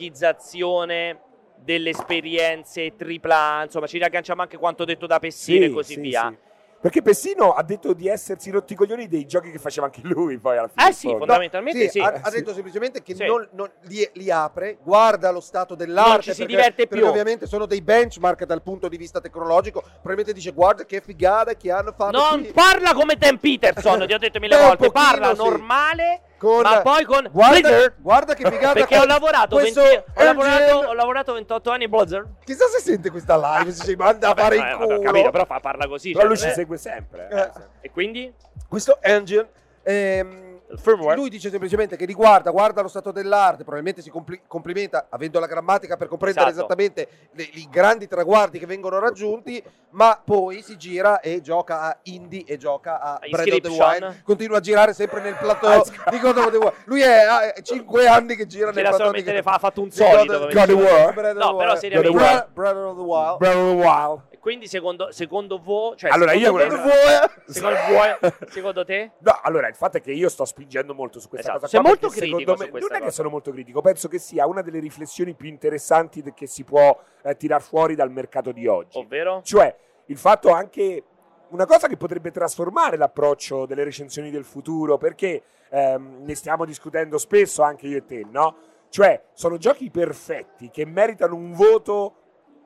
Speaker 1: naughty-dogizzazione delle esperienze AAA, insomma ci riagganciamo anche quanto detto da Pessino e così
Speaker 3: sì,
Speaker 1: via.
Speaker 3: sì. Perché Pessino ha detto di essersi rotti i coglioni dei giochi che faceva anche lui poi alla fine.
Speaker 1: Eh sì,
Speaker 3: No,
Speaker 1: fondamentalmente
Speaker 4: Sì,
Speaker 1: sì.
Speaker 4: Ha, ha
Speaker 3: Sì.
Speaker 4: detto semplicemente che
Speaker 1: Sì.
Speaker 4: non, non- li, li apre, guarda lo stato dell'arte.
Speaker 1: Non ci si
Speaker 4: perché-
Speaker 1: diverte
Speaker 4: perché
Speaker 1: più.
Speaker 4: ovviamente sono dei benchmark dal punto di vista tecnologico. Probabilmente dice guarda che figata che hanno fatto.
Speaker 1: Non
Speaker 4: qui
Speaker 1: parla come Dan Peterson, ti ho detto mille
Speaker 4: Beh, un
Speaker 1: volte,
Speaker 4: pochino
Speaker 1: parla
Speaker 4: sì.
Speaker 1: normale,
Speaker 4: con-
Speaker 1: ma poi con...
Speaker 4: guarda,
Speaker 1: Blizzard.
Speaker 4: guarda che figata
Speaker 1: Perché
Speaker 4: che-
Speaker 1: ho lavorato,
Speaker 4: questo
Speaker 1: 20 ho,
Speaker 4: engine-
Speaker 1: lavorato, ho lavorato 28 anni in Blizzard.
Speaker 4: Chissà se sente questa live, se ci manda a fare
Speaker 1: Vabbè, eh,
Speaker 4: il
Speaker 1: vabbè,
Speaker 4: culo.
Speaker 1: Ho capito, però fa- parla così.
Speaker 3: Però
Speaker 1: cioè,
Speaker 3: lui
Speaker 1: non
Speaker 3: ci
Speaker 1: è-
Speaker 3: segue sempre. eh.
Speaker 4: Eh.
Speaker 1: E quindi?
Speaker 4: Questo engine. ehm,
Speaker 1: Il firmware.
Speaker 4: Lui dice semplicemente che riguarda, guarda lo stato dell'arte, probabilmente si compli- complimenta avendo la grammatica per comprendere
Speaker 1: Esatto.
Speaker 4: esattamente le- i grandi traguardi che vengono raggiunti, ma poi si gira e gioca a indie e gioca a
Speaker 1: A
Speaker 4: Breath of the
Speaker 1: Inscription. Ah,
Speaker 4: Wild, continua a girare sempre nel plateau di God of the Wild. Lui è 5 anni che gira
Speaker 1: C'era
Speaker 4: nel plateau di
Speaker 1: solamente le fa- ha fatto un solido.
Speaker 4: God
Speaker 1: come
Speaker 4: of-
Speaker 3: God
Speaker 1: dice.
Speaker 3: of War.
Speaker 4: Breath of
Speaker 1: No,
Speaker 4: the
Speaker 1: però
Speaker 4: Wild.
Speaker 1: seriamente.
Speaker 3: God of War.
Speaker 4: Breath- Breath of the Wild.
Speaker 3: Breath of the Wild.
Speaker 1: E quindi secondo, secondo voi... Cioè,
Speaker 3: Allora, io
Speaker 1: secondo
Speaker 3: quello-
Speaker 1: te-
Speaker 4: Voi-
Speaker 1: Secondo, voi- secondo te?
Speaker 3: No, allora il fatto è che io sto spingendo molto su questa
Speaker 1: Esatto,
Speaker 3: cosa.
Speaker 1: sei
Speaker 3: qua,
Speaker 1: molto
Speaker 3: perché
Speaker 1: critico
Speaker 3: secondo
Speaker 1: su
Speaker 3: me-
Speaker 1: questa
Speaker 3: Non è che
Speaker 1: cosa.
Speaker 3: sono molto critico, penso che sia una delle riflessioni più interessanti de- che si può eh, tirar fuori dal mercato di oggi.
Speaker 1: Ovvero? Ah,
Speaker 3: Cioè, il fatto anche una cosa che potrebbe trasformare l'approccio delle recensioni del futuro, perché ehm, ne stiamo discutendo spesso anche io e te, no? Cioè, sono giochi perfetti che meritano un voto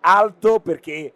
Speaker 3: alto perché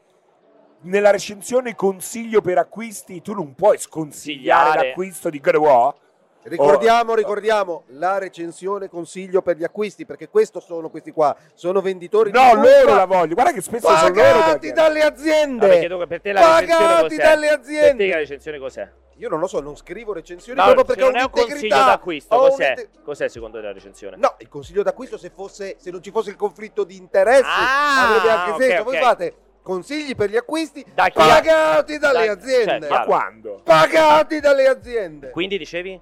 Speaker 3: nella recensione consiglio per acquisti tu non puoi sconsigliare
Speaker 1: Consigliare.
Speaker 3: l'acquisto di God of War.
Speaker 4: Ricordiamo, ricordiamo la recensione consiglio per gli acquisti, perché questo sono questi qua, sono venditori di
Speaker 3: No,
Speaker 4: truffa
Speaker 3: loro la voglio. Guarda che spesso sono loro.
Speaker 4: pagati
Speaker 3: che-
Speaker 4: dalle
Speaker 1: Vabbè,
Speaker 4: aziende.
Speaker 1: chiedo che per te la recensione
Speaker 4: Pagati
Speaker 1: cos'è?
Speaker 4: dalle
Speaker 1: Per te la
Speaker 4: aziende.
Speaker 1: recensione cos'è?
Speaker 4: Io non lo so, non scrivo recensioni
Speaker 1: No,
Speaker 4: proprio perché ho
Speaker 1: non è un consiglio
Speaker 4: un'integrità.
Speaker 1: d'acquisto,
Speaker 4: Ho
Speaker 1: cos'è?
Speaker 4: un'inte-
Speaker 1: Cos'è secondo te la recensione?
Speaker 4: No, il consiglio d'acquisto se, fosse, se non ci fosse il conflitto di interessi
Speaker 1: Ah,
Speaker 4: avrebbe anche
Speaker 1: ok,
Speaker 4: senso. Voi
Speaker 1: ok.
Speaker 4: fate consigli per gli acquisti
Speaker 1: Da chi-
Speaker 4: pagati dalle
Speaker 1: da-
Speaker 4: aziende.
Speaker 1: cioè,
Speaker 3: Ma
Speaker 1: chiaro.
Speaker 3: quando?
Speaker 4: pagati dalle aziende.
Speaker 1: Quindi dicevi?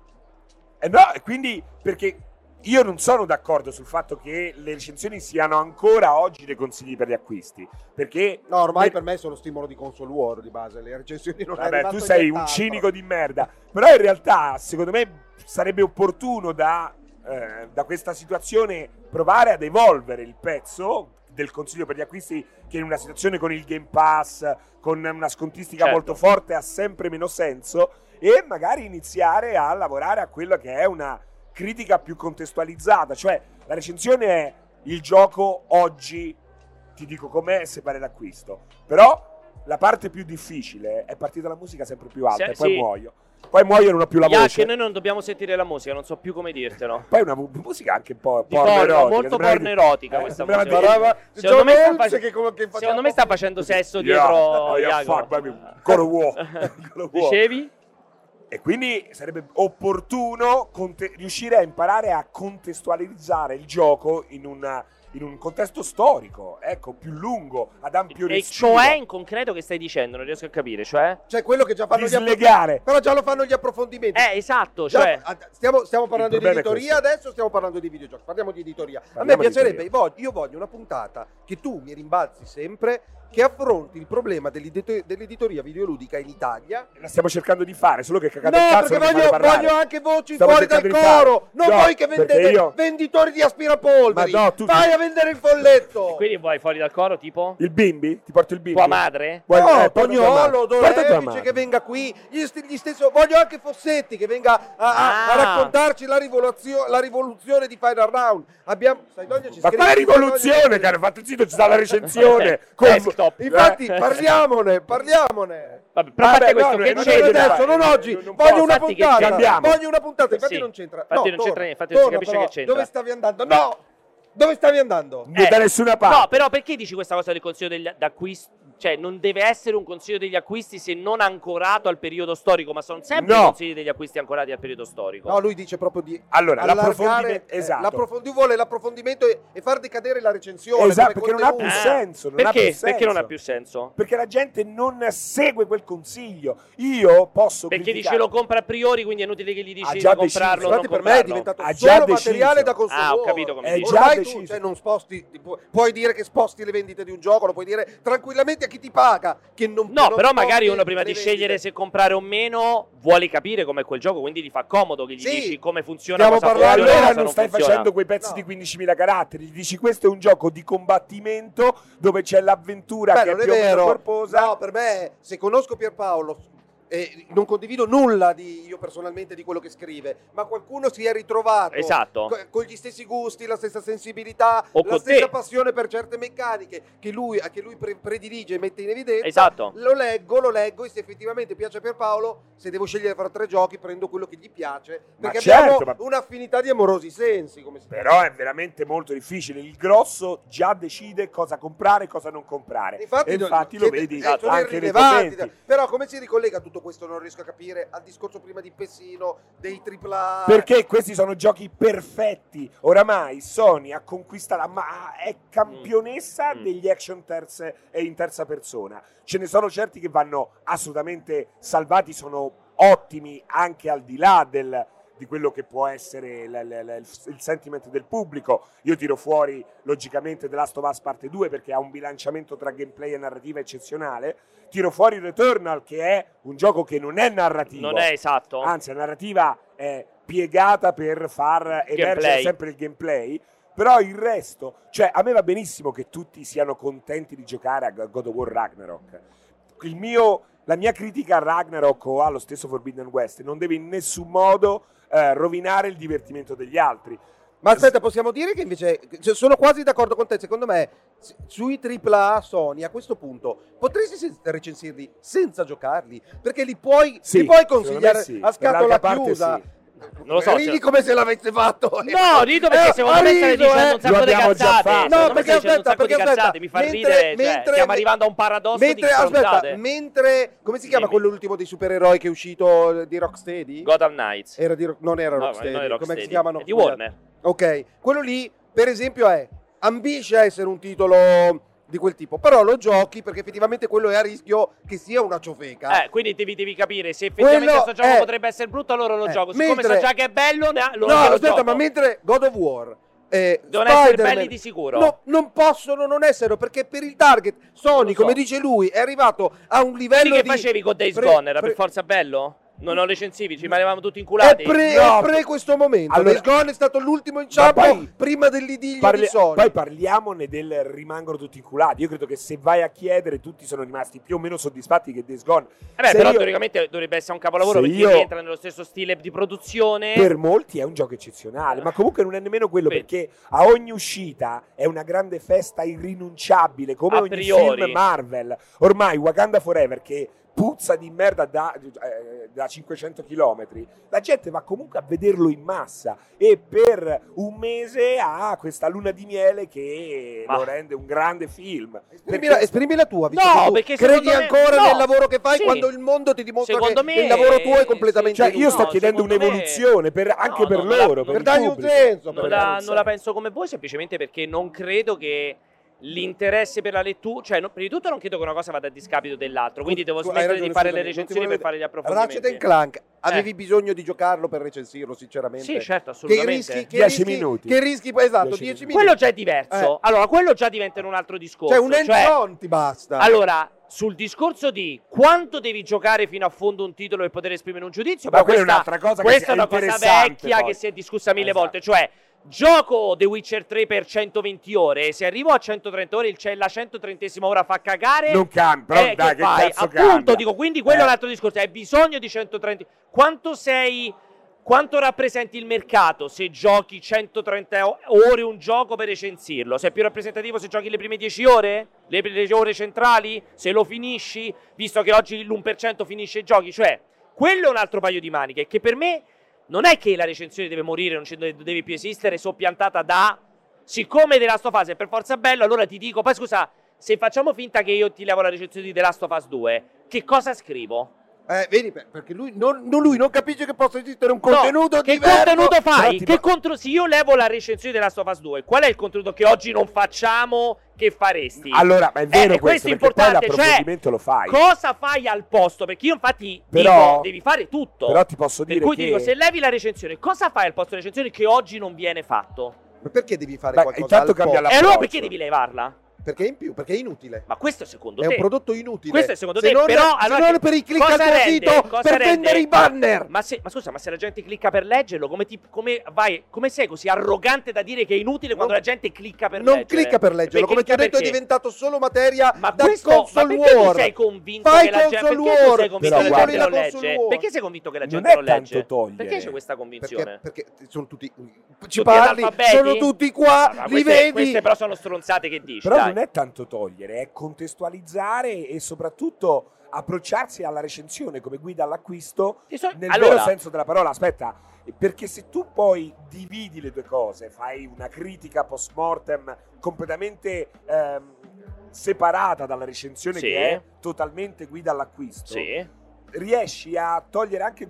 Speaker 3: Eh no, e quindi perché io non sono d'accordo sul fatto che le recensioni siano ancora oggi dei consigli per gli acquisti. Perché
Speaker 4: No, ormai
Speaker 3: Beh-
Speaker 4: per me sono stimolo di console war di base, le recensioni non è
Speaker 3: Eh, vabbè,
Speaker 4: rimasto
Speaker 3: tu sei un
Speaker 4: nient'altro.
Speaker 3: cinico di merda. Però in realtà, secondo me, sarebbe opportuno da, eh, da questa situazione provare ad evolvere il pezzo del consiglio per gli acquisti che in una situazione con il Game Pass, con una scontistica
Speaker 1: Certo.
Speaker 3: molto forte, ha sempre meno senso e magari iniziare a lavorare a quella che è una critica più contestualizzata, cioè la recensione è il gioco oggi ti dico com'è se pare l'acquisto, però la parte più difficile è partita la musica sempre più alta
Speaker 1: Sì,
Speaker 3: e poi
Speaker 1: sì.
Speaker 3: muoio. Poi muoio e non ho più la
Speaker 1: Ya,
Speaker 3: voce.
Speaker 1: che noi non dobbiamo sentire la musica, non so più come dirtelo.
Speaker 3: Poi una mu- musica anche un po'
Speaker 1: Di porno,
Speaker 3: porno-erotica,
Speaker 1: molto
Speaker 3: sembrava di-
Speaker 1: porno erotica
Speaker 3: eh,
Speaker 1: questa
Speaker 3: sembrava di-
Speaker 1: musica.
Speaker 4: Brava.
Speaker 1: Secondo me, sta
Speaker 4: Jones
Speaker 1: face-
Speaker 4: che come- che facciamo-
Speaker 1: secondo me sta facendo sesso
Speaker 3: Yeah,
Speaker 1: dietro
Speaker 3: yeah,
Speaker 1: Iago.
Speaker 3: fuck, baby, God of War, God of War.
Speaker 1: Dicevi?
Speaker 3: E quindi sarebbe opportuno conte- riuscire a imparare a contestualizzare il gioco in una in un contesto storico, ecco, più lungo, ad ampio
Speaker 1: E
Speaker 3: respiro.
Speaker 1: cioè in concreto che stai dicendo? Non riesco a capire, cioè?
Speaker 4: Cioè quello che già fanno gli approfondimenti.
Speaker 3: Dislegare.
Speaker 4: Però già lo fanno gli approfondimenti.
Speaker 1: Eh, esatto,
Speaker 4: Già-
Speaker 1: cioè...
Speaker 4: ah, stiamo, stiamo parlando
Speaker 3: Il
Speaker 4: di
Speaker 3: problema è
Speaker 4: editoria adesso, stiamo parlando di videogiochi, parliamo di editoria. a
Speaker 3: Parliamo
Speaker 4: me
Speaker 3: di
Speaker 4: piacerebbe, voglio- io voglio una puntata che tu mi rimbalzi sempre, che affronti il problema dell'edito- dell'editoria videoludica in Italia.
Speaker 3: La stiamo cercando di fare, solo che
Speaker 4: No,
Speaker 3: cagate il cazzo
Speaker 4: perché
Speaker 3: non mi
Speaker 4: voglio,
Speaker 3: fate parlare.
Speaker 4: voglio anche voci
Speaker 3: Stiamo
Speaker 4: fuori dal
Speaker 3: cercando di fare.
Speaker 4: coro, non
Speaker 3: No,
Speaker 4: voi che
Speaker 3: perché
Speaker 4: vendete
Speaker 3: io-
Speaker 4: venditori di aspirapolveri.
Speaker 3: Ma no, tu-
Speaker 4: Vai a vendere il folletto.
Speaker 1: Quindi vuoi fuori dal coro, tipo?
Speaker 3: Il bimbi? Ti porto il bimbi?
Speaker 1: Tua madre?
Speaker 3: Vuoi-
Speaker 4: no,
Speaker 3: eh, porta tua
Speaker 4: Tognolo,
Speaker 3: madre. Porta tua
Speaker 4: Dorevice
Speaker 3: madre.
Speaker 4: che venga qui, gli, st- gli stesso, voglio anche Fossetti che venga a, a-
Speaker 1: Ah.
Speaker 4: a raccontarci la, rivoluzio- la rivoluzione di Final Round. Abbiamo, Saidogno ci
Speaker 3: Ma
Speaker 4: scrive-
Speaker 3: quale rivoluzione,
Speaker 4: Saidogno-
Speaker 3: caro? Fate zitto, ci sta la
Speaker 4: Eh,
Speaker 3: recensione.
Speaker 1: Desktop.
Speaker 4: Infatti,
Speaker 3: eh.
Speaker 4: parliamone, parliamone.
Speaker 1: Vabbè, però a
Speaker 3: Vabbè,
Speaker 1: parte
Speaker 3: no,
Speaker 1: questo,
Speaker 3: no,
Speaker 1: che
Speaker 3: no,
Speaker 4: Non
Speaker 3: c'è
Speaker 4: adesso,
Speaker 1: c'entra?
Speaker 3: da fare?
Speaker 4: non oggi.
Speaker 3: Non- non
Speaker 4: voglio
Speaker 1: può,
Speaker 4: una
Speaker 1: infatti che
Speaker 4: puntata.
Speaker 3: cambiamo.
Speaker 4: Voglio una puntata. Infatti
Speaker 1: Sì.
Speaker 4: non c'entra.
Speaker 1: Infatti
Speaker 4: No,
Speaker 1: non c'entra niente, infatti non si
Speaker 4: torna,
Speaker 1: capisce
Speaker 4: però.
Speaker 1: che c'entra.
Speaker 4: Dove stavi andando? No! Dove stavi andando?
Speaker 3: Non da
Speaker 1: Eh,
Speaker 3: nessuna parte.
Speaker 1: No, però perché dici questa cosa del consiglio degli d'acquisto? Cioè, non deve essere un consiglio degli acquisti se non ancorato al periodo storico, ma sono sempre
Speaker 3: No.
Speaker 1: consigli degli acquisti ancorati al periodo storico.
Speaker 4: No, lui dice proprio di
Speaker 3: Allora,
Speaker 4: allargare-
Speaker 3: l'approfondimento...
Speaker 4: eh,
Speaker 3: Esatto.
Speaker 4: l'approfondi- vuole l'approfondimento e, e far decadere la recensione.
Speaker 3: Esatto,
Speaker 4: come
Speaker 3: perché non ha più
Speaker 4: contenuto.
Speaker 1: Ah,
Speaker 3: senso. Non ha
Speaker 1: perché?
Speaker 3: più senso.
Speaker 1: Perché non ha più senso?
Speaker 3: Perché la gente non segue quel consiglio. Io posso
Speaker 1: Perché dici
Speaker 3: criticare-
Speaker 1: lo compra a priori, quindi è inutile che gli dici
Speaker 3: Ha
Speaker 1: di
Speaker 3: già
Speaker 1: comprarlo o non
Speaker 4: Infatti per me è
Speaker 1: comprarlo.
Speaker 4: diventato
Speaker 3: Ha già
Speaker 4: solo
Speaker 3: deciso.
Speaker 4: materiale da consumo.
Speaker 1: Ah, ho capito come
Speaker 3: È
Speaker 1: dici.
Speaker 3: già
Speaker 4: Ormai tu
Speaker 3: deciso.
Speaker 4: cioè, non sposti, ti pu- puoi dire che sposti le vendite di un gioco, lo puoi dire tranquillamente a chi ti paga. Che non,
Speaker 1: No,
Speaker 4: non
Speaker 1: però magari
Speaker 4: sposti
Speaker 1: uno prima
Speaker 4: le
Speaker 1: di
Speaker 4: vendite.
Speaker 1: scegliere se comprare o meno vuole capire com'è quel gioco, quindi gli fa comodo che gli
Speaker 4: Sì.
Speaker 1: dici come funziona
Speaker 3: Stiamo
Speaker 1: cosa
Speaker 3: parlando,
Speaker 1: funziona,
Speaker 3: allora
Speaker 1: cosa
Speaker 3: non stai
Speaker 1: funziona.
Speaker 3: facendo quei pezzi
Speaker 4: No.
Speaker 3: di 15.000 caratteri, gli dici questo è un gioco di combattimento dove c'è l'avventura
Speaker 4: Beh,
Speaker 3: che è
Speaker 4: non è
Speaker 3: più o meno
Speaker 4: vero.
Speaker 3: corposa.
Speaker 4: No, per me, se conosco Pierpaolo e non condivido nulla di, io personalmente di quello che scrive, ma qualcuno si è ritrovato
Speaker 1: Esatto.
Speaker 4: co- con gli stessi gusti, la stessa sensibilità,
Speaker 1: O
Speaker 4: la
Speaker 1: con
Speaker 4: stessa
Speaker 1: te.
Speaker 4: passione per certe meccaniche che lui, che lui pre- predilige e mette in evidenza.
Speaker 1: Esatto.
Speaker 4: Lo leggo, lo leggo e se effettivamente piace per Paolo, se devo scegliere fra tre giochi, prendo quello che gli piace.
Speaker 3: Ma
Speaker 4: Perché
Speaker 3: certo,
Speaker 4: abbiamo
Speaker 3: ma-
Speaker 4: un'affinità di amorosi sensi, come si
Speaker 3: Però è veramente molto difficile. Il grosso già decide cosa comprare e cosa non comprare.
Speaker 4: Infatti,
Speaker 3: e eh, infatti lo
Speaker 4: siete-
Speaker 3: vedi
Speaker 4: eh, sono
Speaker 3: anche nei
Speaker 4: irrilevanti,
Speaker 3: commenti.
Speaker 4: Però come si ricollega tutto questo, non riesco a capire, al discorso prima di Pessino, dei AAA...
Speaker 3: Perché questi sono giochi perfetti. Oramai Sony ha conquistato, ma è campionessa
Speaker 1: Mm.
Speaker 3: degli action terze e in terza persona. Ce ne sono certi che vanno assolutamente salvati, sono ottimi anche al di là del- di quello che può essere l- l- l- il sentiment del pubblico. Io tiro fuori logicamente The Last of Us parte 2 perché ha un bilanciamento tra gameplay e narrativa eccezionale. Tiro fuori Returnal che è un gioco che non è narrativo.
Speaker 1: Non è esatto.
Speaker 4: Ah,
Speaker 3: Anzi, la narrativa è piegata per far emergere
Speaker 1: Gameplay.
Speaker 3: sempre il gameplay. Però il resto, cioè, a me va benissimo che tutti siano contenti di giocare a God of War Ragnarok. Il mio, la mia critica a Ragnarok o allo stesso Forbidden West non deve in nessun modo eh, rovinare il divertimento degli altri.
Speaker 4: Ma aspetta, possiamo dire che invece... cioè, sono quasi d'accordo con te, secondo me, s- sui AAA Sony, a questo punto, potresti se- recensirli senza giocarli? Perché li puoi,
Speaker 3: Sì,
Speaker 4: li puoi
Speaker 3: secondo me
Speaker 4: consigliare
Speaker 3: sì.
Speaker 4: a
Speaker 3: Per
Speaker 4: scatola
Speaker 3: larga parte
Speaker 4: chiusa.
Speaker 3: sì.
Speaker 1: Non lo so,
Speaker 4: Ridi
Speaker 1: se-
Speaker 4: come se l'avesse fatto.
Speaker 1: No, rido perché
Speaker 4: Eh,
Speaker 1: secondo
Speaker 4: ha
Speaker 1: me stai
Speaker 4: riso,
Speaker 1: dicendo
Speaker 4: eh.
Speaker 1: un sacco
Speaker 3: Lo
Speaker 1: di
Speaker 3: abbiamo già fatto.
Speaker 1: cazzate.
Speaker 3: No,
Speaker 1: secondo me stai
Speaker 4: perché
Speaker 1: dicendo un
Speaker 4: aspetta,
Speaker 1: sacco di
Speaker 4: perché aspetta.
Speaker 1: cazzate, mi fa
Speaker 4: Mentre-
Speaker 1: ridere, cioè,
Speaker 4: mentre-
Speaker 1: stiamo arrivando a un paradosso di
Speaker 4: Mentre, aspetta,
Speaker 1: stronzate.
Speaker 4: mentre, come si chiama
Speaker 1: Dimmi.
Speaker 4: quello ultimo dei supereroi che è uscito eh, di Rocksteady?
Speaker 1: Gotham Knights.
Speaker 4: Era di Rock- non era
Speaker 1: No, non è
Speaker 4: Rocksteady, come
Speaker 1: Rocksteady,
Speaker 4: si chiamano?
Speaker 1: è di Warner.
Speaker 4: Ok, quello lì, per esempio, è ambisce a essere un titolo di quel tipo, però lo giochi perché effettivamente quello è a rischio che sia una ciofeca.
Speaker 1: Eh, quindi devi, devi capire se effettivamente
Speaker 4: Quello
Speaker 1: questo gioco
Speaker 4: è-
Speaker 1: potrebbe essere brutto, allora lo
Speaker 4: Eh,
Speaker 1: gioco. Siccome so
Speaker 4: mentre-
Speaker 1: già che è bello, ne- lo,
Speaker 4: no,
Speaker 1: lo
Speaker 4: aspetta,
Speaker 1: gioco.
Speaker 4: ma mentre God of War eh,
Speaker 1: Devono essere
Speaker 4: Spider-Man-
Speaker 1: belli di sicuro.
Speaker 4: No, non possono non essere perché per il target Sony,
Speaker 1: Lo so.
Speaker 4: come dice lui, è arrivato a un
Speaker 1: Quelli
Speaker 4: livello
Speaker 1: che
Speaker 4: di
Speaker 1: facevi con Days
Speaker 4: pre-
Speaker 1: Gone era per
Speaker 4: pre-
Speaker 1: forza bello? Non lo recensivi, ci rimanevamo tutti
Speaker 4: È
Speaker 1: inculati.
Speaker 4: pre,
Speaker 3: No.
Speaker 4: è pre questo momento.
Speaker 3: Allora-
Speaker 4: Days Gone è stato l'ultimo inciampo
Speaker 3: Ma poi-
Speaker 4: prima dell'idiglio
Speaker 3: Parli-
Speaker 4: di Sony.
Speaker 3: poi parliamone del rimangono tutti inculati. Io credo che se vai a chiedere, tutti sono rimasti più o meno soddisfatti che Days Gone.
Speaker 1: Eh beh,
Speaker 3: Se
Speaker 1: però
Speaker 3: io-
Speaker 1: teoricamente dovrebbe essere un capolavoro
Speaker 3: Se
Speaker 1: perché
Speaker 3: io-
Speaker 1: rientra nello stesso stile di produzione.
Speaker 3: per molti è un gioco eccezionale, ma comunque non è nemmeno quello
Speaker 1: Beh.
Speaker 3: perché a ogni uscita è una grande festa irrinunciabile, come
Speaker 1: A
Speaker 3: ogni
Speaker 1: priori.
Speaker 3: film Marvel. Ormai Wakanda Forever che puzza di merda da, eh, da 500 km, la gente va comunque a vederlo in massa e per un mese ha questa luna di miele che
Speaker 1: Ma-
Speaker 3: lo rende un grande film.
Speaker 4: Esprimi la, esprimi la tua, visto
Speaker 1: No,
Speaker 4: che tu
Speaker 1: perché secondo
Speaker 4: credi
Speaker 1: me-
Speaker 4: ancora
Speaker 1: no.
Speaker 4: nel lavoro che fai
Speaker 1: Sì.
Speaker 4: quando il mondo ti dimostra
Speaker 1: Secondo
Speaker 4: che
Speaker 1: me-
Speaker 4: il lavoro tuo è completamente
Speaker 3: Cioè, io
Speaker 1: No,
Speaker 3: sto
Speaker 4: inutile.
Speaker 3: chiedendo
Speaker 1: secondo me-
Speaker 3: un'evoluzione per- anche
Speaker 1: no,
Speaker 3: per
Speaker 1: non la-
Speaker 3: loro.
Speaker 1: non
Speaker 3: il
Speaker 4: per dargli un
Speaker 3: pubblico.
Speaker 4: senso, per
Speaker 1: non,
Speaker 4: dargli
Speaker 1: la,
Speaker 4: un
Speaker 1: non la penso come voi, semplicemente perché non credo che l'interesse per la lettura, cioè no, prima di tutto non credo che una cosa vada a discapito dell'altro, quindi devo
Speaker 4: Tu hai
Speaker 1: smettere
Speaker 4: ragione,
Speaker 1: di fare le
Speaker 4: scusami, non ti
Speaker 1: recensioni per
Speaker 4: volevo
Speaker 1: fare gli
Speaker 4: Ratchet and
Speaker 1: approfondimenti.
Speaker 4: Clank, avevi bisogno di giocarlo per recensirlo, sinceramente.
Speaker 1: Eh. Sì, certo,
Speaker 4: che
Speaker 1: assolutamente.
Speaker 4: rischi, che
Speaker 3: 10
Speaker 4: rischi,
Speaker 3: minuti.
Speaker 4: Che rischi, esatto,
Speaker 3: 10
Speaker 4: 10,
Speaker 3: minuti.
Speaker 4: minuti.
Speaker 1: Quello già è diverso.
Speaker 4: Eh.
Speaker 1: Allora, quello già diventa un altro discorso.
Speaker 4: cioè, un end
Speaker 1: cioè,
Speaker 4: on ti basta.
Speaker 1: Allora, sul discorso di quanto devi giocare fino a fondo un titolo per poter esprimere un giudizio,
Speaker 3: Ma
Speaker 1: beh,
Speaker 3: quella è
Speaker 1: Cioè, questa-
Speaker 3: un'altra cosa che
Speaker 1: questa
Speaker 3: è
Speaker 1: è una cosa
Speaker 3: interessante,
Speaker 1: vecchia
Speaker 3: poi.
Speaker 1: che si è discussa mille
Speaker 3: Esatto.
Speaker 1: volte, cioè gioco The Witcher 3 per 120 ore, se arrivo a 130 ore il c'è la 130esima ora fa cagare.
Speaker 3: Non cambia, però
Speaker 1: eh,
Speaker 3: dai, che
Speaker 1: fai?
Speaker 3: cazzo
Speaker 1: Appunto,
Speaker 3: cambia?
Speaker 1: dico, quindi quello è
Speaker 3: Eh.
Speaker 1: un altro discorso, hai bisogno di 130. Quanto sei quanto rappresenti il mercato se giochi 130 o- ore un gioco per recensirlo? Se è più rappresentativo se giochi le prime 10 ore? Le prime 10 ore centrali? Se lo finisci? Visto che oggi l'1% finisce i giochi? Cioè, quello è un altro paio di maniche che per me non è che la recensione deve morire, non ci- non deve più esistere, soppiantata da... Siccome The Last of Us è per forza bello, allora ti dico, poi scusa, se facciamo finta che io ti levo la recensione di The Last of Us 2, che cosa scrivo?
Speaker 4: Eh, vedi, per- perché lui non, non- lui non capisce che possa esistere un
Speaker 1: No,
Speaker 4: contenuto
Speaker 1: che
Speaker 4: diverso.
Speaker 1: contenuto fai?
Speaker 4: Però ti-
Speaker 1: Che contro- se io levo la recensione della Last of Us 2, qual è il contenuto che oggi non facciamo che faresti?
Speaker 3: Allora, ma è vero
Speaker 1: Eh, questo
Speaker 3: questo,
Speaker 1: è
Speaker 3: perché poi
Speaker 1: importante, cioè,
Speaker 3: l'approfondimento lo fai.
Speaker 1: Cosa fai al posto? Perché io infatti
Speaker 3: Però-
Speaker 1: dico, devi fare tutto.
Speaker 3: Però ti posso
Speaker 1: per
Speaker 3: dire
Speaker 1: cui
Speaker 3: che...
Speaker 1: dico, se levi la recensione, cosa fai al posto della recensione che oggi non viene fatto?
Speaker 4: Ma perché devi fare
Speaker 3: Beh,
Speaker 4: qualcosa
Speaker 3: intanto
Speaker 4: al
Speaker 3: cambia
Speaker 4: po-
Speaker 1: E allora
Speaker 3: L'approccio.
Speaker 1: perché devi levarla?
Speaker 4: Perché è in più, perché è inutile.
Speaker 1: Ma questo secondo
Speaker 4: È
Speaker 1: te?
Speaker 4: un prodotto inutile.
Speaker 1: Questo è secondo
Speaker 4: Se
Speaker 1: te,
Speaker 4: non-
Speaker 1: però,
Speaker 4: se
Speaker 1: allora
Speaker 4: non
Speaker 1: che-
Speaker 4: per i click al
Speaker 1: cosa
Speaker 4: tuo
Speaker 1: rende?
Speaker 4: sito,
Speaker 1: Cosa
Speaker 4: per
Speaker 1: rende?
Speaker 4: vendere i banner.
Speaker 1: Ma, se- ma scusa, ma se la gente clicca per leggerlo, come, ti- come vai, come sei così arrogante da dire che è inutile quando
Speaker 4: Non-
Speaker 1: la gente clicca per
Speaker 4: non
Speaker 1: leggere?
Speaker 4: clicca per
Speaker 1: Perché
Speaker 4: leggerlo, come ti ho
Speaker 1: clicca
Speaker 4: detto è
Speaker 1: perché?
Speaker 4: diventato solo materia
Speaker 1: Ma
Speaker 4: da
Speaker 1: questo,
Speaker 4: console
Speaker 1: ma perché
Speaker 4: war.
Speaker 1: tu sei convinto
Speaker 4: Fai
Speaker 1: che la gente, perché
Speaker 4: console
Speaker 1: tu
Speaker 4: war,
Speaker 1: sei convinto che
Speaker 3: però
Speaker 1: la
Speaker 3: guarda-
Speaker 1: gente non
Speaker 4: la console
Speaker 1: legge?
Speaker 4: war.
Speaker 1: Perché sei convinto che la
Speaker 3: Non
Speaker 1: gente
Speaker 3: è
Speaker 1: non legge?
Speaker 3: tanto togliere.
Speaker 1: Perché c'è questa convinzione?
Speaker 4: perché, perché sono tutti mm, ci
Speaker 1: Tutti
Speaker 4: parli,
Speaker 1: analfabeti?
Speaker 4: sono tutti qua,
Speaker 1: Ah, ma
Speaker 4: li
Speaker 1: queste,
Speaker 4: vedi.
Speaker 1: queste però sono stronzate che dici,
Speaker 3: Però
Speaker 1: dai.
Speaker 3: non è tanto togliere, è contestualizzare e soprattutto approcciarsi alla recensione come guida all'acquisto
Speaker 1: Ci sono-
Speaker 3: nel
Speaker 1: allora,
Speaker 3: vero senso della parola. Aspetta, perché se tu poi dividi le due cose, fai una critica post mortem completamente ehm, separata dalla recensione
Speaker 1: Sì.
Speaker 3: che è totalmente guida all'acquisto,
Speaker 1: sì.
Speaker 3: riesci a togliere anche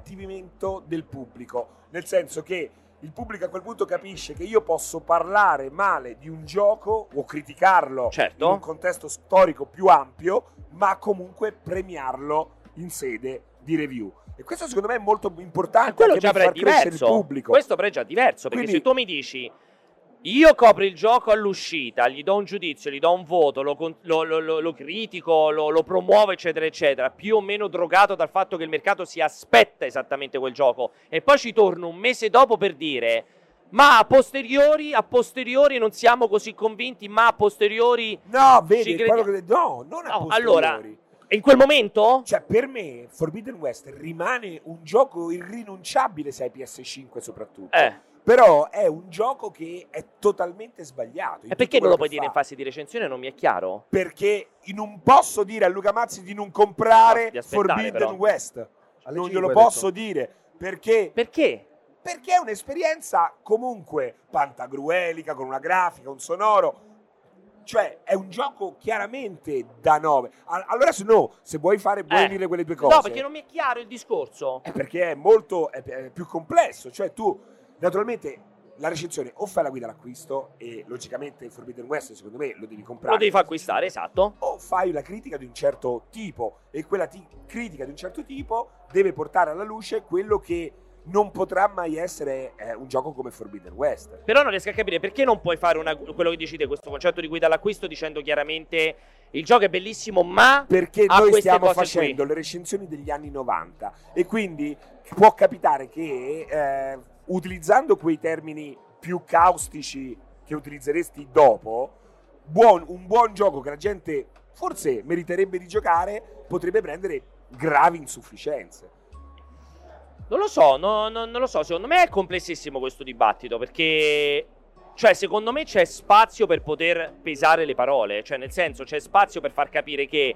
Speaker 3: quell'incattivimento del pubblico, nel senso che il pubblico a quel punto capisce che io posso parlare male di un gioco o criticarlo
Speaker 1: Certo.
Speaker 3: in un contesto storico più ampio, ma comunque premiarlo in sede di review. E questo secondo me è molto importante
Speaker 1: Ma quello
Speaker 3: anche
Speaker 1: già
Speaker 3: Ah, per
Speaker 1: però è
Speaker 3: far crescere il
Speaker 1: diverso.
Speaker 3: pubblico.
Speaker 1: Questo però è già diverso. Perché
Speaker 3: Quindi-
Speaker 1: se tu mi dici io copro il gioco all'uscita, gli do un giudizio, gli do un voto, lo, con- lo- lo- lo- lo critico, lo, lo promuovo, eccetera, eccetera, più o meno drogato dal fatto che il mercato si aspetta esattamente quel gioco, e poi ci torno un mese dopo per dire. Ma a posteriori, a posteriori non siamo così convinti, ma a posteriori
Speaker 3: No, vedi,
Speaker 1: Ci
Speaker 3: è
Speaker 1: credi-
Speaker 3: quello che- no, non a
Speaker 1: No,
Speaker 3: posteriori.
Speaker 1: allora- in quel momento?
Speaker 3: Cioè, per me Forbidden West rimane un gioco irrinunciabile se hai PS5 soprattutto.
Speaker 1: Eh,
Speaker 3: Però è un gioco che è totalmente sbagliato. in
Speaker 1: e perché
Speaker 3: tutto
Speaker 1: non lo
Speaker 3: quello
Speaker 1: puoi
Speaker 3: che
Speaker 1: dire in
Speaker 3: fa.
Speaker 1: fase di recensione? Non mi è chiaro.
Speaker 3: Perché non posso dire a Luca Mazzi di non comprare
Speaker 1: No, di aspettare,
Speaker 3: Forbidden
Speaker 1: però.
Speaker 3: West.
Speaker 4: Alle
Speaker 3: non
Speaker 4: cinque
Speaker 3: glielo
Speaker 4: ha detto.
Speaker 3: posso dire. Perché?
Speaker 1: Perché?
Speaker 3: Perché è un'esperienza comunque pantagruelica, con una grafica, un sonoro. Cioè, è un gioco chiaramente da 9. Allora, se no, se vuoi fare, vuoi
Speaker 1: Eh.
Speaker 3: dire quelle due cose.
Speaker 1: No, perché non mi è chiaro il discorso.
Speaker 3: È perché è molto è- è più complesso. Cioè, tu naturalmente la recensione o fai la guida all'acquisto, e logicamente il Forbidden West, secondo me, lo devi comprare.
Speaker 1: Lo devi far acquistare, esatto.
Speaker 3: O fai la critica di un certo tipo, e quella ti- critica di un certo tipo deve portare alla luce quello che non potrà mai essere eh, un gioco come Forbidden West.
Speaker 1: Però non riesco a capire perché non puoi fare una- quello che dici te, questo concetto di guida all'acquisto, dicendo chiaramente il gioco è bellissimo, ma
Speaker 3: Perché
Speaker 1: A
Speaker 3: noi
Speaker 1: queste
Speaker 3: stiamo
Speaker 1: cose
Speaker 3: facendo
Speaker 1: qui.
Speaker 3: le recensioni degli anni 90 e quindi può capitare che eh, utilizzando quei termini più caustici che utilizzeresti dopo, buon- un buon gioco che la gente forse meriterebbe di giocare potrebbe prendere gravi insufficienze.
Speaker 1: non lo so, no- no- non lo so. Secondo me è complessissimo questo dibattito perché, cioè, secondo me c'è spazio per poter pesare le parole, cioè, nel senso, c'è spazio per far capire che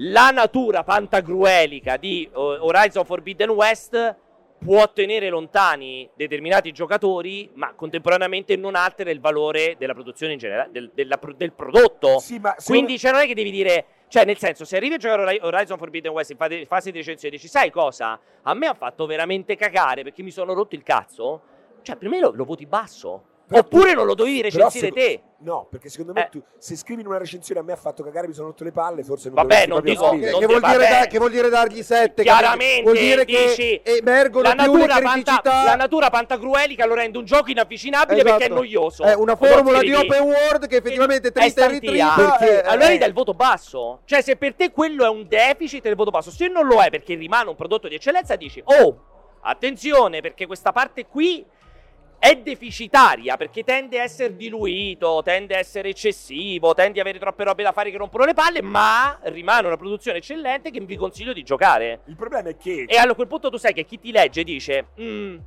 Speaker 1: la natura pantagruelica di eh, Horizon Forbidden West può tenere lontani determinati giocatori, ma contemporaneamente non altera il valore della produzione in generale, del, della pro- del prodotto.
Speaker 3: Sì, ma se-
Speaker 1: Quindi cioè, non è che devi dire, cioè nel senso, se arrivi a giocare Ori- Horizon Forbidden West in fase, fase di recensione dici, sai cosa? A me ha fatto veramente cagare perché mi sono rotto il cazzo. Cioè, per me lo, lo voti basso.
Speaker 3: Però-
Speaker 1: Oppure non lo dovevi
Speaker 3: però
Speaker 1: recensire
Speaker 3: seco-
Speaker 1: te.
Speaker 3: No, perché secondo me
Speaker 1: Eh.
Speaker 3: tu, se scrivi in una recensione a me ha fatto cagare, mi sono rotto le palle, forse non
Speaker 1: Vabbè,
Speaker 3: dovresti
Speaker 1: non
Speaker 3: proprio
Speaker 1: dico,
Speaker 3: scrivere.
Speaker 4: Che,
Speaker 1: non
Speaker 4: che
Speaker 1: ti-
Speaker 4: vuol
Speaker 1: va
Speaker 4: dire
Speaker 1: bene.
Speaker 4: da- che vuol dire dargli 7?
Speaker 1: Chiaramente,
Speaker 4: vuol dire che
Speaker 1: dici,
Speaker 4: emergono
Speaker 1: La
Speaker 4: più le
Speaker 1: natura, panta-
Speaker 4: criticità.
Speaker 1: la natura pantagruelica lo rende un gioco inavvicinabile
Speaker 4: Esatto.
Speaker 1: perché è noioso.
Speaker 4: È una
Speaker 1: Lo
Speaker 4: formula di
Speaker 1: scrivi.
Speaker 4: open world che effettivamente
Speaker 1: È
Speaker 4: trita e
Speaker 1: stantia.
Speaker 4: ritrita.
Speaker 3: Perché-
Speaker 4: eh,
Speaker 1: Allora
Speaker 4: eh,
Speaker 1: gli dai il voto basso. Cioè, se per te quello è un deficit, il voto basso. Se non lo è perché rimane un prodotto di eccellenza, dici: Oh, attenzione, perché questa parte qui è deficitaria, perché tende a essere diluito, tende a essere eccessivo, tende ad avere troppe robe da fare che rompono le palle, ma rimane una produzione eccellente che vi consiglio di giocare.
Speaker 3: Il problema è che
Speaker 1: E a quel punto tu sai che chi ti legge dice: "Mm,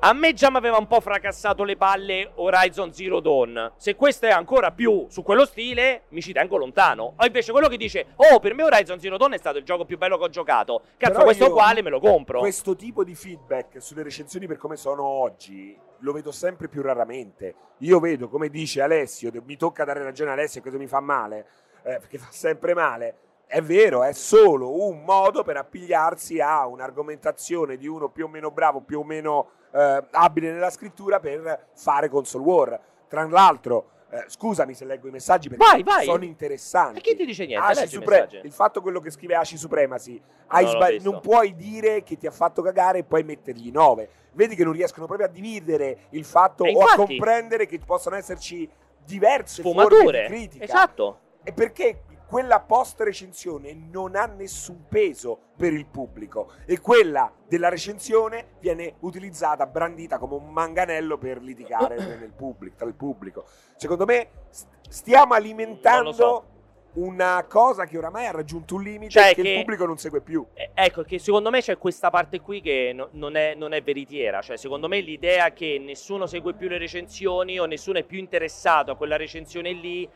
Speaker 1: A me già mi aveva un po' fracassato le palle Horizon Zero Dawn. Se questo è ancora più su quello stile, mi ci tengo lontano. O invece quello che dice: Oh, per me Horizon Zero Dawn è stato il gioco più bello che ho giocato. Cazzo,
Speaker 3: Però
Speaker 1: questo
Speaker 3: io- cioè,
Speaker 1: uguale me lo compro.
Speaker 3: questo tipo di feedback sulle recensioni per come sono oggi lo vedo sempre più raramente. Io vedo, come dice Alessio, de- mi tocca dare ragione a Alessio, questo mi fa male, eh, perché fa sempre male. È vero, è solo un modo per appigliarsi a un'argomentazione di uno più o meno bravo, più o meno eh, abile nella scrittura per fare console war. Tra l'altro, eh, scusami se leggo i messaggi perché
Speaker 1: Vai, vai.
Speaker 3: sono interessanti.
Speaker 1: E chi ti dice niente?
Speaker 3: Aci
Speaker 1: Leggi i
Speaker 3: Supre-
Speaker 1: messaggi.
Speaker 3: il fatto quello che scrive Aci Supremacy hai
Speaker 1: l'ho
Speaker 3: sbag-
Speaker 1: visto.
Speaker 3: non puoi dire che ti ha fatto cagare e poi mettergli 9 vedi che non riescono proprio a dividere il fatto
Speaker 1: E
Speaker 3: o a
Speaker 1: infatti-
Speaker 3: comprendere che possono esserci diverse forme di
Speaker 1: Sfumature.
Speaker 3: critica
Speaker 1: Esatto.
Speaker 3: e perché quella post recensione non ha nessun peso per il pubblico e quella della recensione viene utilizzata, brandita come un manganello per litigare nel pubblico, tra il pubblico. Secondo me st- stiamo alimentando
Speaker 1: Non lo
Speaker 3: una cosa che oramai ha raggiunto un limite
Speaker 1: Cioè
Speaker 3: che,
Speaker 1: che-
Speaker 3: il pubblico non segue più.
Speaker 1: Eh, Ecco, che secondo me c'è questa parte qui che no- non, è, non è veritiera, cioè secondo me l'idea che nessuno segue più le recensioni o nessuno è più interessato a quella recensione lì,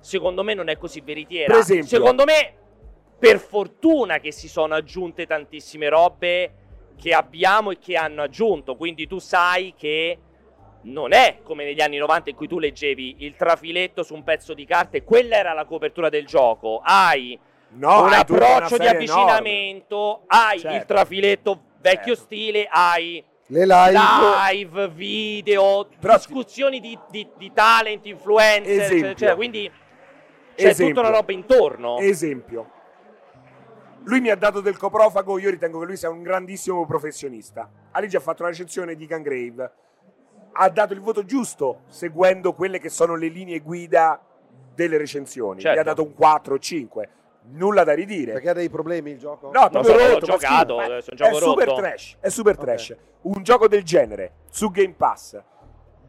Speaker 1: secondo me non è così veritiera.
Speaker 3: Per esempio-
Speaker 1: secondo me, per fortuna che si sono aggiunte tantissime robe che abbiamo e che hanno aggiunto, quindi tu sai che non è come negli anni 90 in cui tu leggevi il trafiletto su un pezzo di carta e quella era la copertura del gioco, hai
Speaker 3: No,
Speaker 1: un
Speaker 3: hai Ah, tutta una
Speaker 1: approccio di
Speaker 3: serie enorme.
Speaker 1: avvicinamento, hai
Speaker 3: Certo.
Speaker 1: il trafiletto vecchio
Speaker 3: Certo.
Speaker 1: stile, hai
Speaker 4: le live.
Speaker 1: live, video,
Speaker 3: Però ti-
Speaker 1: discussioni di, di- di talent, influencer,
Speaker 3: Esempio.
Speaker 1: eccetera, eccetera. quindi c'è
Speaker 3: Esempio.
Speaker 1: cioè tutta una roba intorno.
Speaker 3: Esempio. Lui mi ha dato del coprofago, io ritengo che lui sia un grandissimo professionista. Aligi ha fatto una recensione di Gangrave. Ha dato il voto giusto seguendo quelle che sono le linee guida delle recensioni.
Speaker 1: Certo.
Speaker 3: Gli ha dato un 4 o 5. Nulla da ridire.
Speaker 4: Perché ha dei problemi il gioco?
Speaker 3: No, è
Speaker 1: so,
Speaker 3: proprio
Speaker 1: l'ho
Speaker 3: rotto, fa
Speaker 1: giocato,
Speaker 3: schifo,
Speaker 1: è un gioco
Speaker 3: è super
Speaker 1: rotto.
Speaker 3: trash, è super
Speaker 4: Ok.
Speaker 3: trash. Un gioco del genere su Game Pass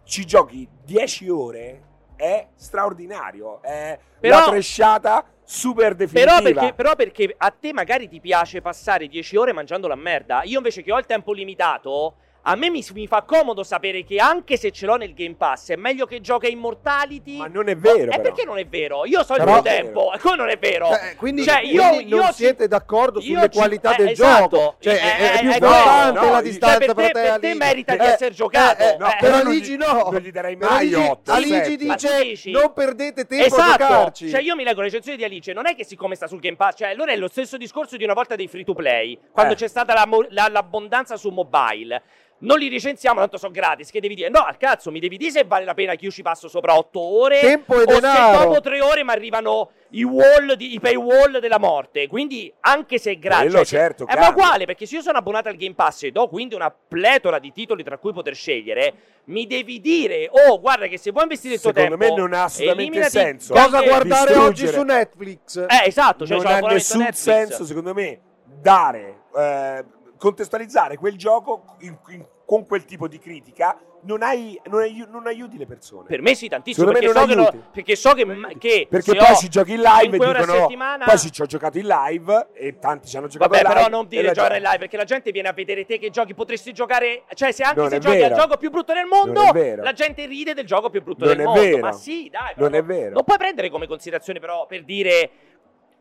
Speaker 3: ci giochi 10 ore è straordinario, è
Speaker 1: Però-
Speaker 3: la trashata super definitiva.
Speaker 1: Però perché, però perché a te magari ti piace passare 10 ore mangiando la merda. Io invece che ho il tempo limitato, a me mi, mi fa comodo sapere che anche se ce l'ho nel Game Pass, è meglio che gioca Immortality.
Speaker 3: Ma non è vero,
Speaker 1: Eh,
Speaker 3: però.
Speaker 1: perché non è vero? Io so il
Speaker 4: Però-
Speaker 1: mio tempo. Come non è vero?
Speaker 4: Cioè, quindi
Speaker 1: Cioè, io-
Speaker 4: quindi
Speaker 1: io
Speaker 4: non
Speaker 1: ci-
Speaker 4: siete d'accordo
Speaker 1: io
Speaker 4: sulle
Speaker 1: ci-
Speaker 4: qualità
Speaker 1: eh,
Speaker 4: del
Speaker 1: esatto.
Speaker 4: gioco. Cioè,
Speaker 1: Eh,
Speaker 4: è, è
Speaker 1: eh,
Speaker 4: più
Speaker 1: eh,
Speaker 4: importante
Speaker 3: no,
Speaker 4: la
Speaker 3: no,
Speaker 4: distanza
Speaker 1: cioè, per te-
Speaker 4: te,
Speaker 1: per te
Speaker 4: Aligi.
Speaker 1: merita di
Speaker 4: Eh,
Speaker 1: essere giocato.
Speaker 4: eh, no,
Speaker 1: Eh,
Speaker 4: per
Speaker 1: non
Speaker 4: Aligi no.
Speaker 3: Non gli darei
Speaker 4: Per
Speaker 3: mai
Speaker 4: Aligi,
Speaker 3: 8.
Speaker 4: Aligi
Speaker 1: Ma tu dici?
Speaker 4: dice non perdete tempo a
Speaker 1: Esatto,
Speaker 4: giocarci.
Speaker 1: cioè io mi leggo le recensioni di Alice, non è che siccome sta sul Game Pass, cioè allora è lo stesso discorso di una volta dei free to play, quando
Speaker 3: Eh.
Speaker 1: c'è stata la mo- la- l'abbondanza su mobile. Non li recensiamo, tanto sono gratis, che devi dire? No, al cazzo, mi devi dire se vale la pena che io ci passo sopra 8 ore
Speaker 4: Tempo e
Speaker 1: eh, o se
Speaker 4: denaro.
Speaker 1: dopo 3 ore mi arrivano i wall, di- i paywall della morte. Quindi anche se è gratis...
Speaker 3: Quello
Speaker 1: cioè,
Speaker 3: certo,
Speaker 1: È ma
Speaker 3: cambia.
Speaker 1: uguale, perché se io sono abbonato al Game Pass e do quindi una pletora di titoli tra cui poter scegliere, mi devi dire, oh guarda che se vuoi investire il tuo
Speaker 3: Secondo
Speaker 1: tempo...
Speaker 3: me non ha assolutamente
Speaker 1: eliminati
Speaker 3: senso.
Speaker 4: Cosa
Speaker 1: qualche-
Speaker 4: guardare
Speaker 3: distruggere.
Speaker 4: oggi su Netflix?
Speaker 1: Eh, esatto, cioè
Speaker 3: non
Speaker 1: c'è
Speaker 3: ha
Speaker 1: l'abbonamento
Speaker 3: nessun
Speaker 1: Netflix.
Speaker 3: senso, secondo me, dare, eh, contestualizzare quel gioco in- in- con quel tipo di critica non, hai- non ai- non aiuti le persone.
Speaker 1: Per me sì, tantissimo,
Speaker 3: Secondo
Speaker 1: perché
Speaker 3: me
Speaker 1: so, che
Speaker 3: non
Speaker 1: lo- perché so che... che
Speaker 3: Perché
Speaker 1: se
Speaker 3: poi
Speaker 1: ho
Speaker 3: ci giochi in live e
Speaker 1: cinque ore a
Speaker 3: dicono "No,
Speaker 1: settimana-
Speaker 3: poi ci ci ho giocato in live e tanti ci hanno giocato
Speaker 1: Vabbè,
Speaker 3: in live.
Speaker 1: però non
Speaker 3: e
Speaker 1: dire
Speaker 3: la
Speaker 1: giocare
Speaker 3: gente-
Speaker 1: in live, perché la gente viene a vedere te che giochi, potresti giocare... Cioè, se anche
Speaker 3: Non
Speaker 1: se
Speaker 3: è
Speaker 1: giochi
Speaker 3: vero.
Speaker 1: al gioco più brutto del
Speaker 3: Non
Speaker 1: mondo,
Speaker 3: è vero.
Speaker 1: la gente ride del gioco più brutto
Speaker 3: Non
Speaker 1: del
Speaker 3: è
Speaker 1: mondo.
Speaker 3: vero.
Speaker 1: Ma sì, dai, però
Speaker 3: Non è vero.
Speaker 1: Non puoi prendere come considerazione, però, per dire...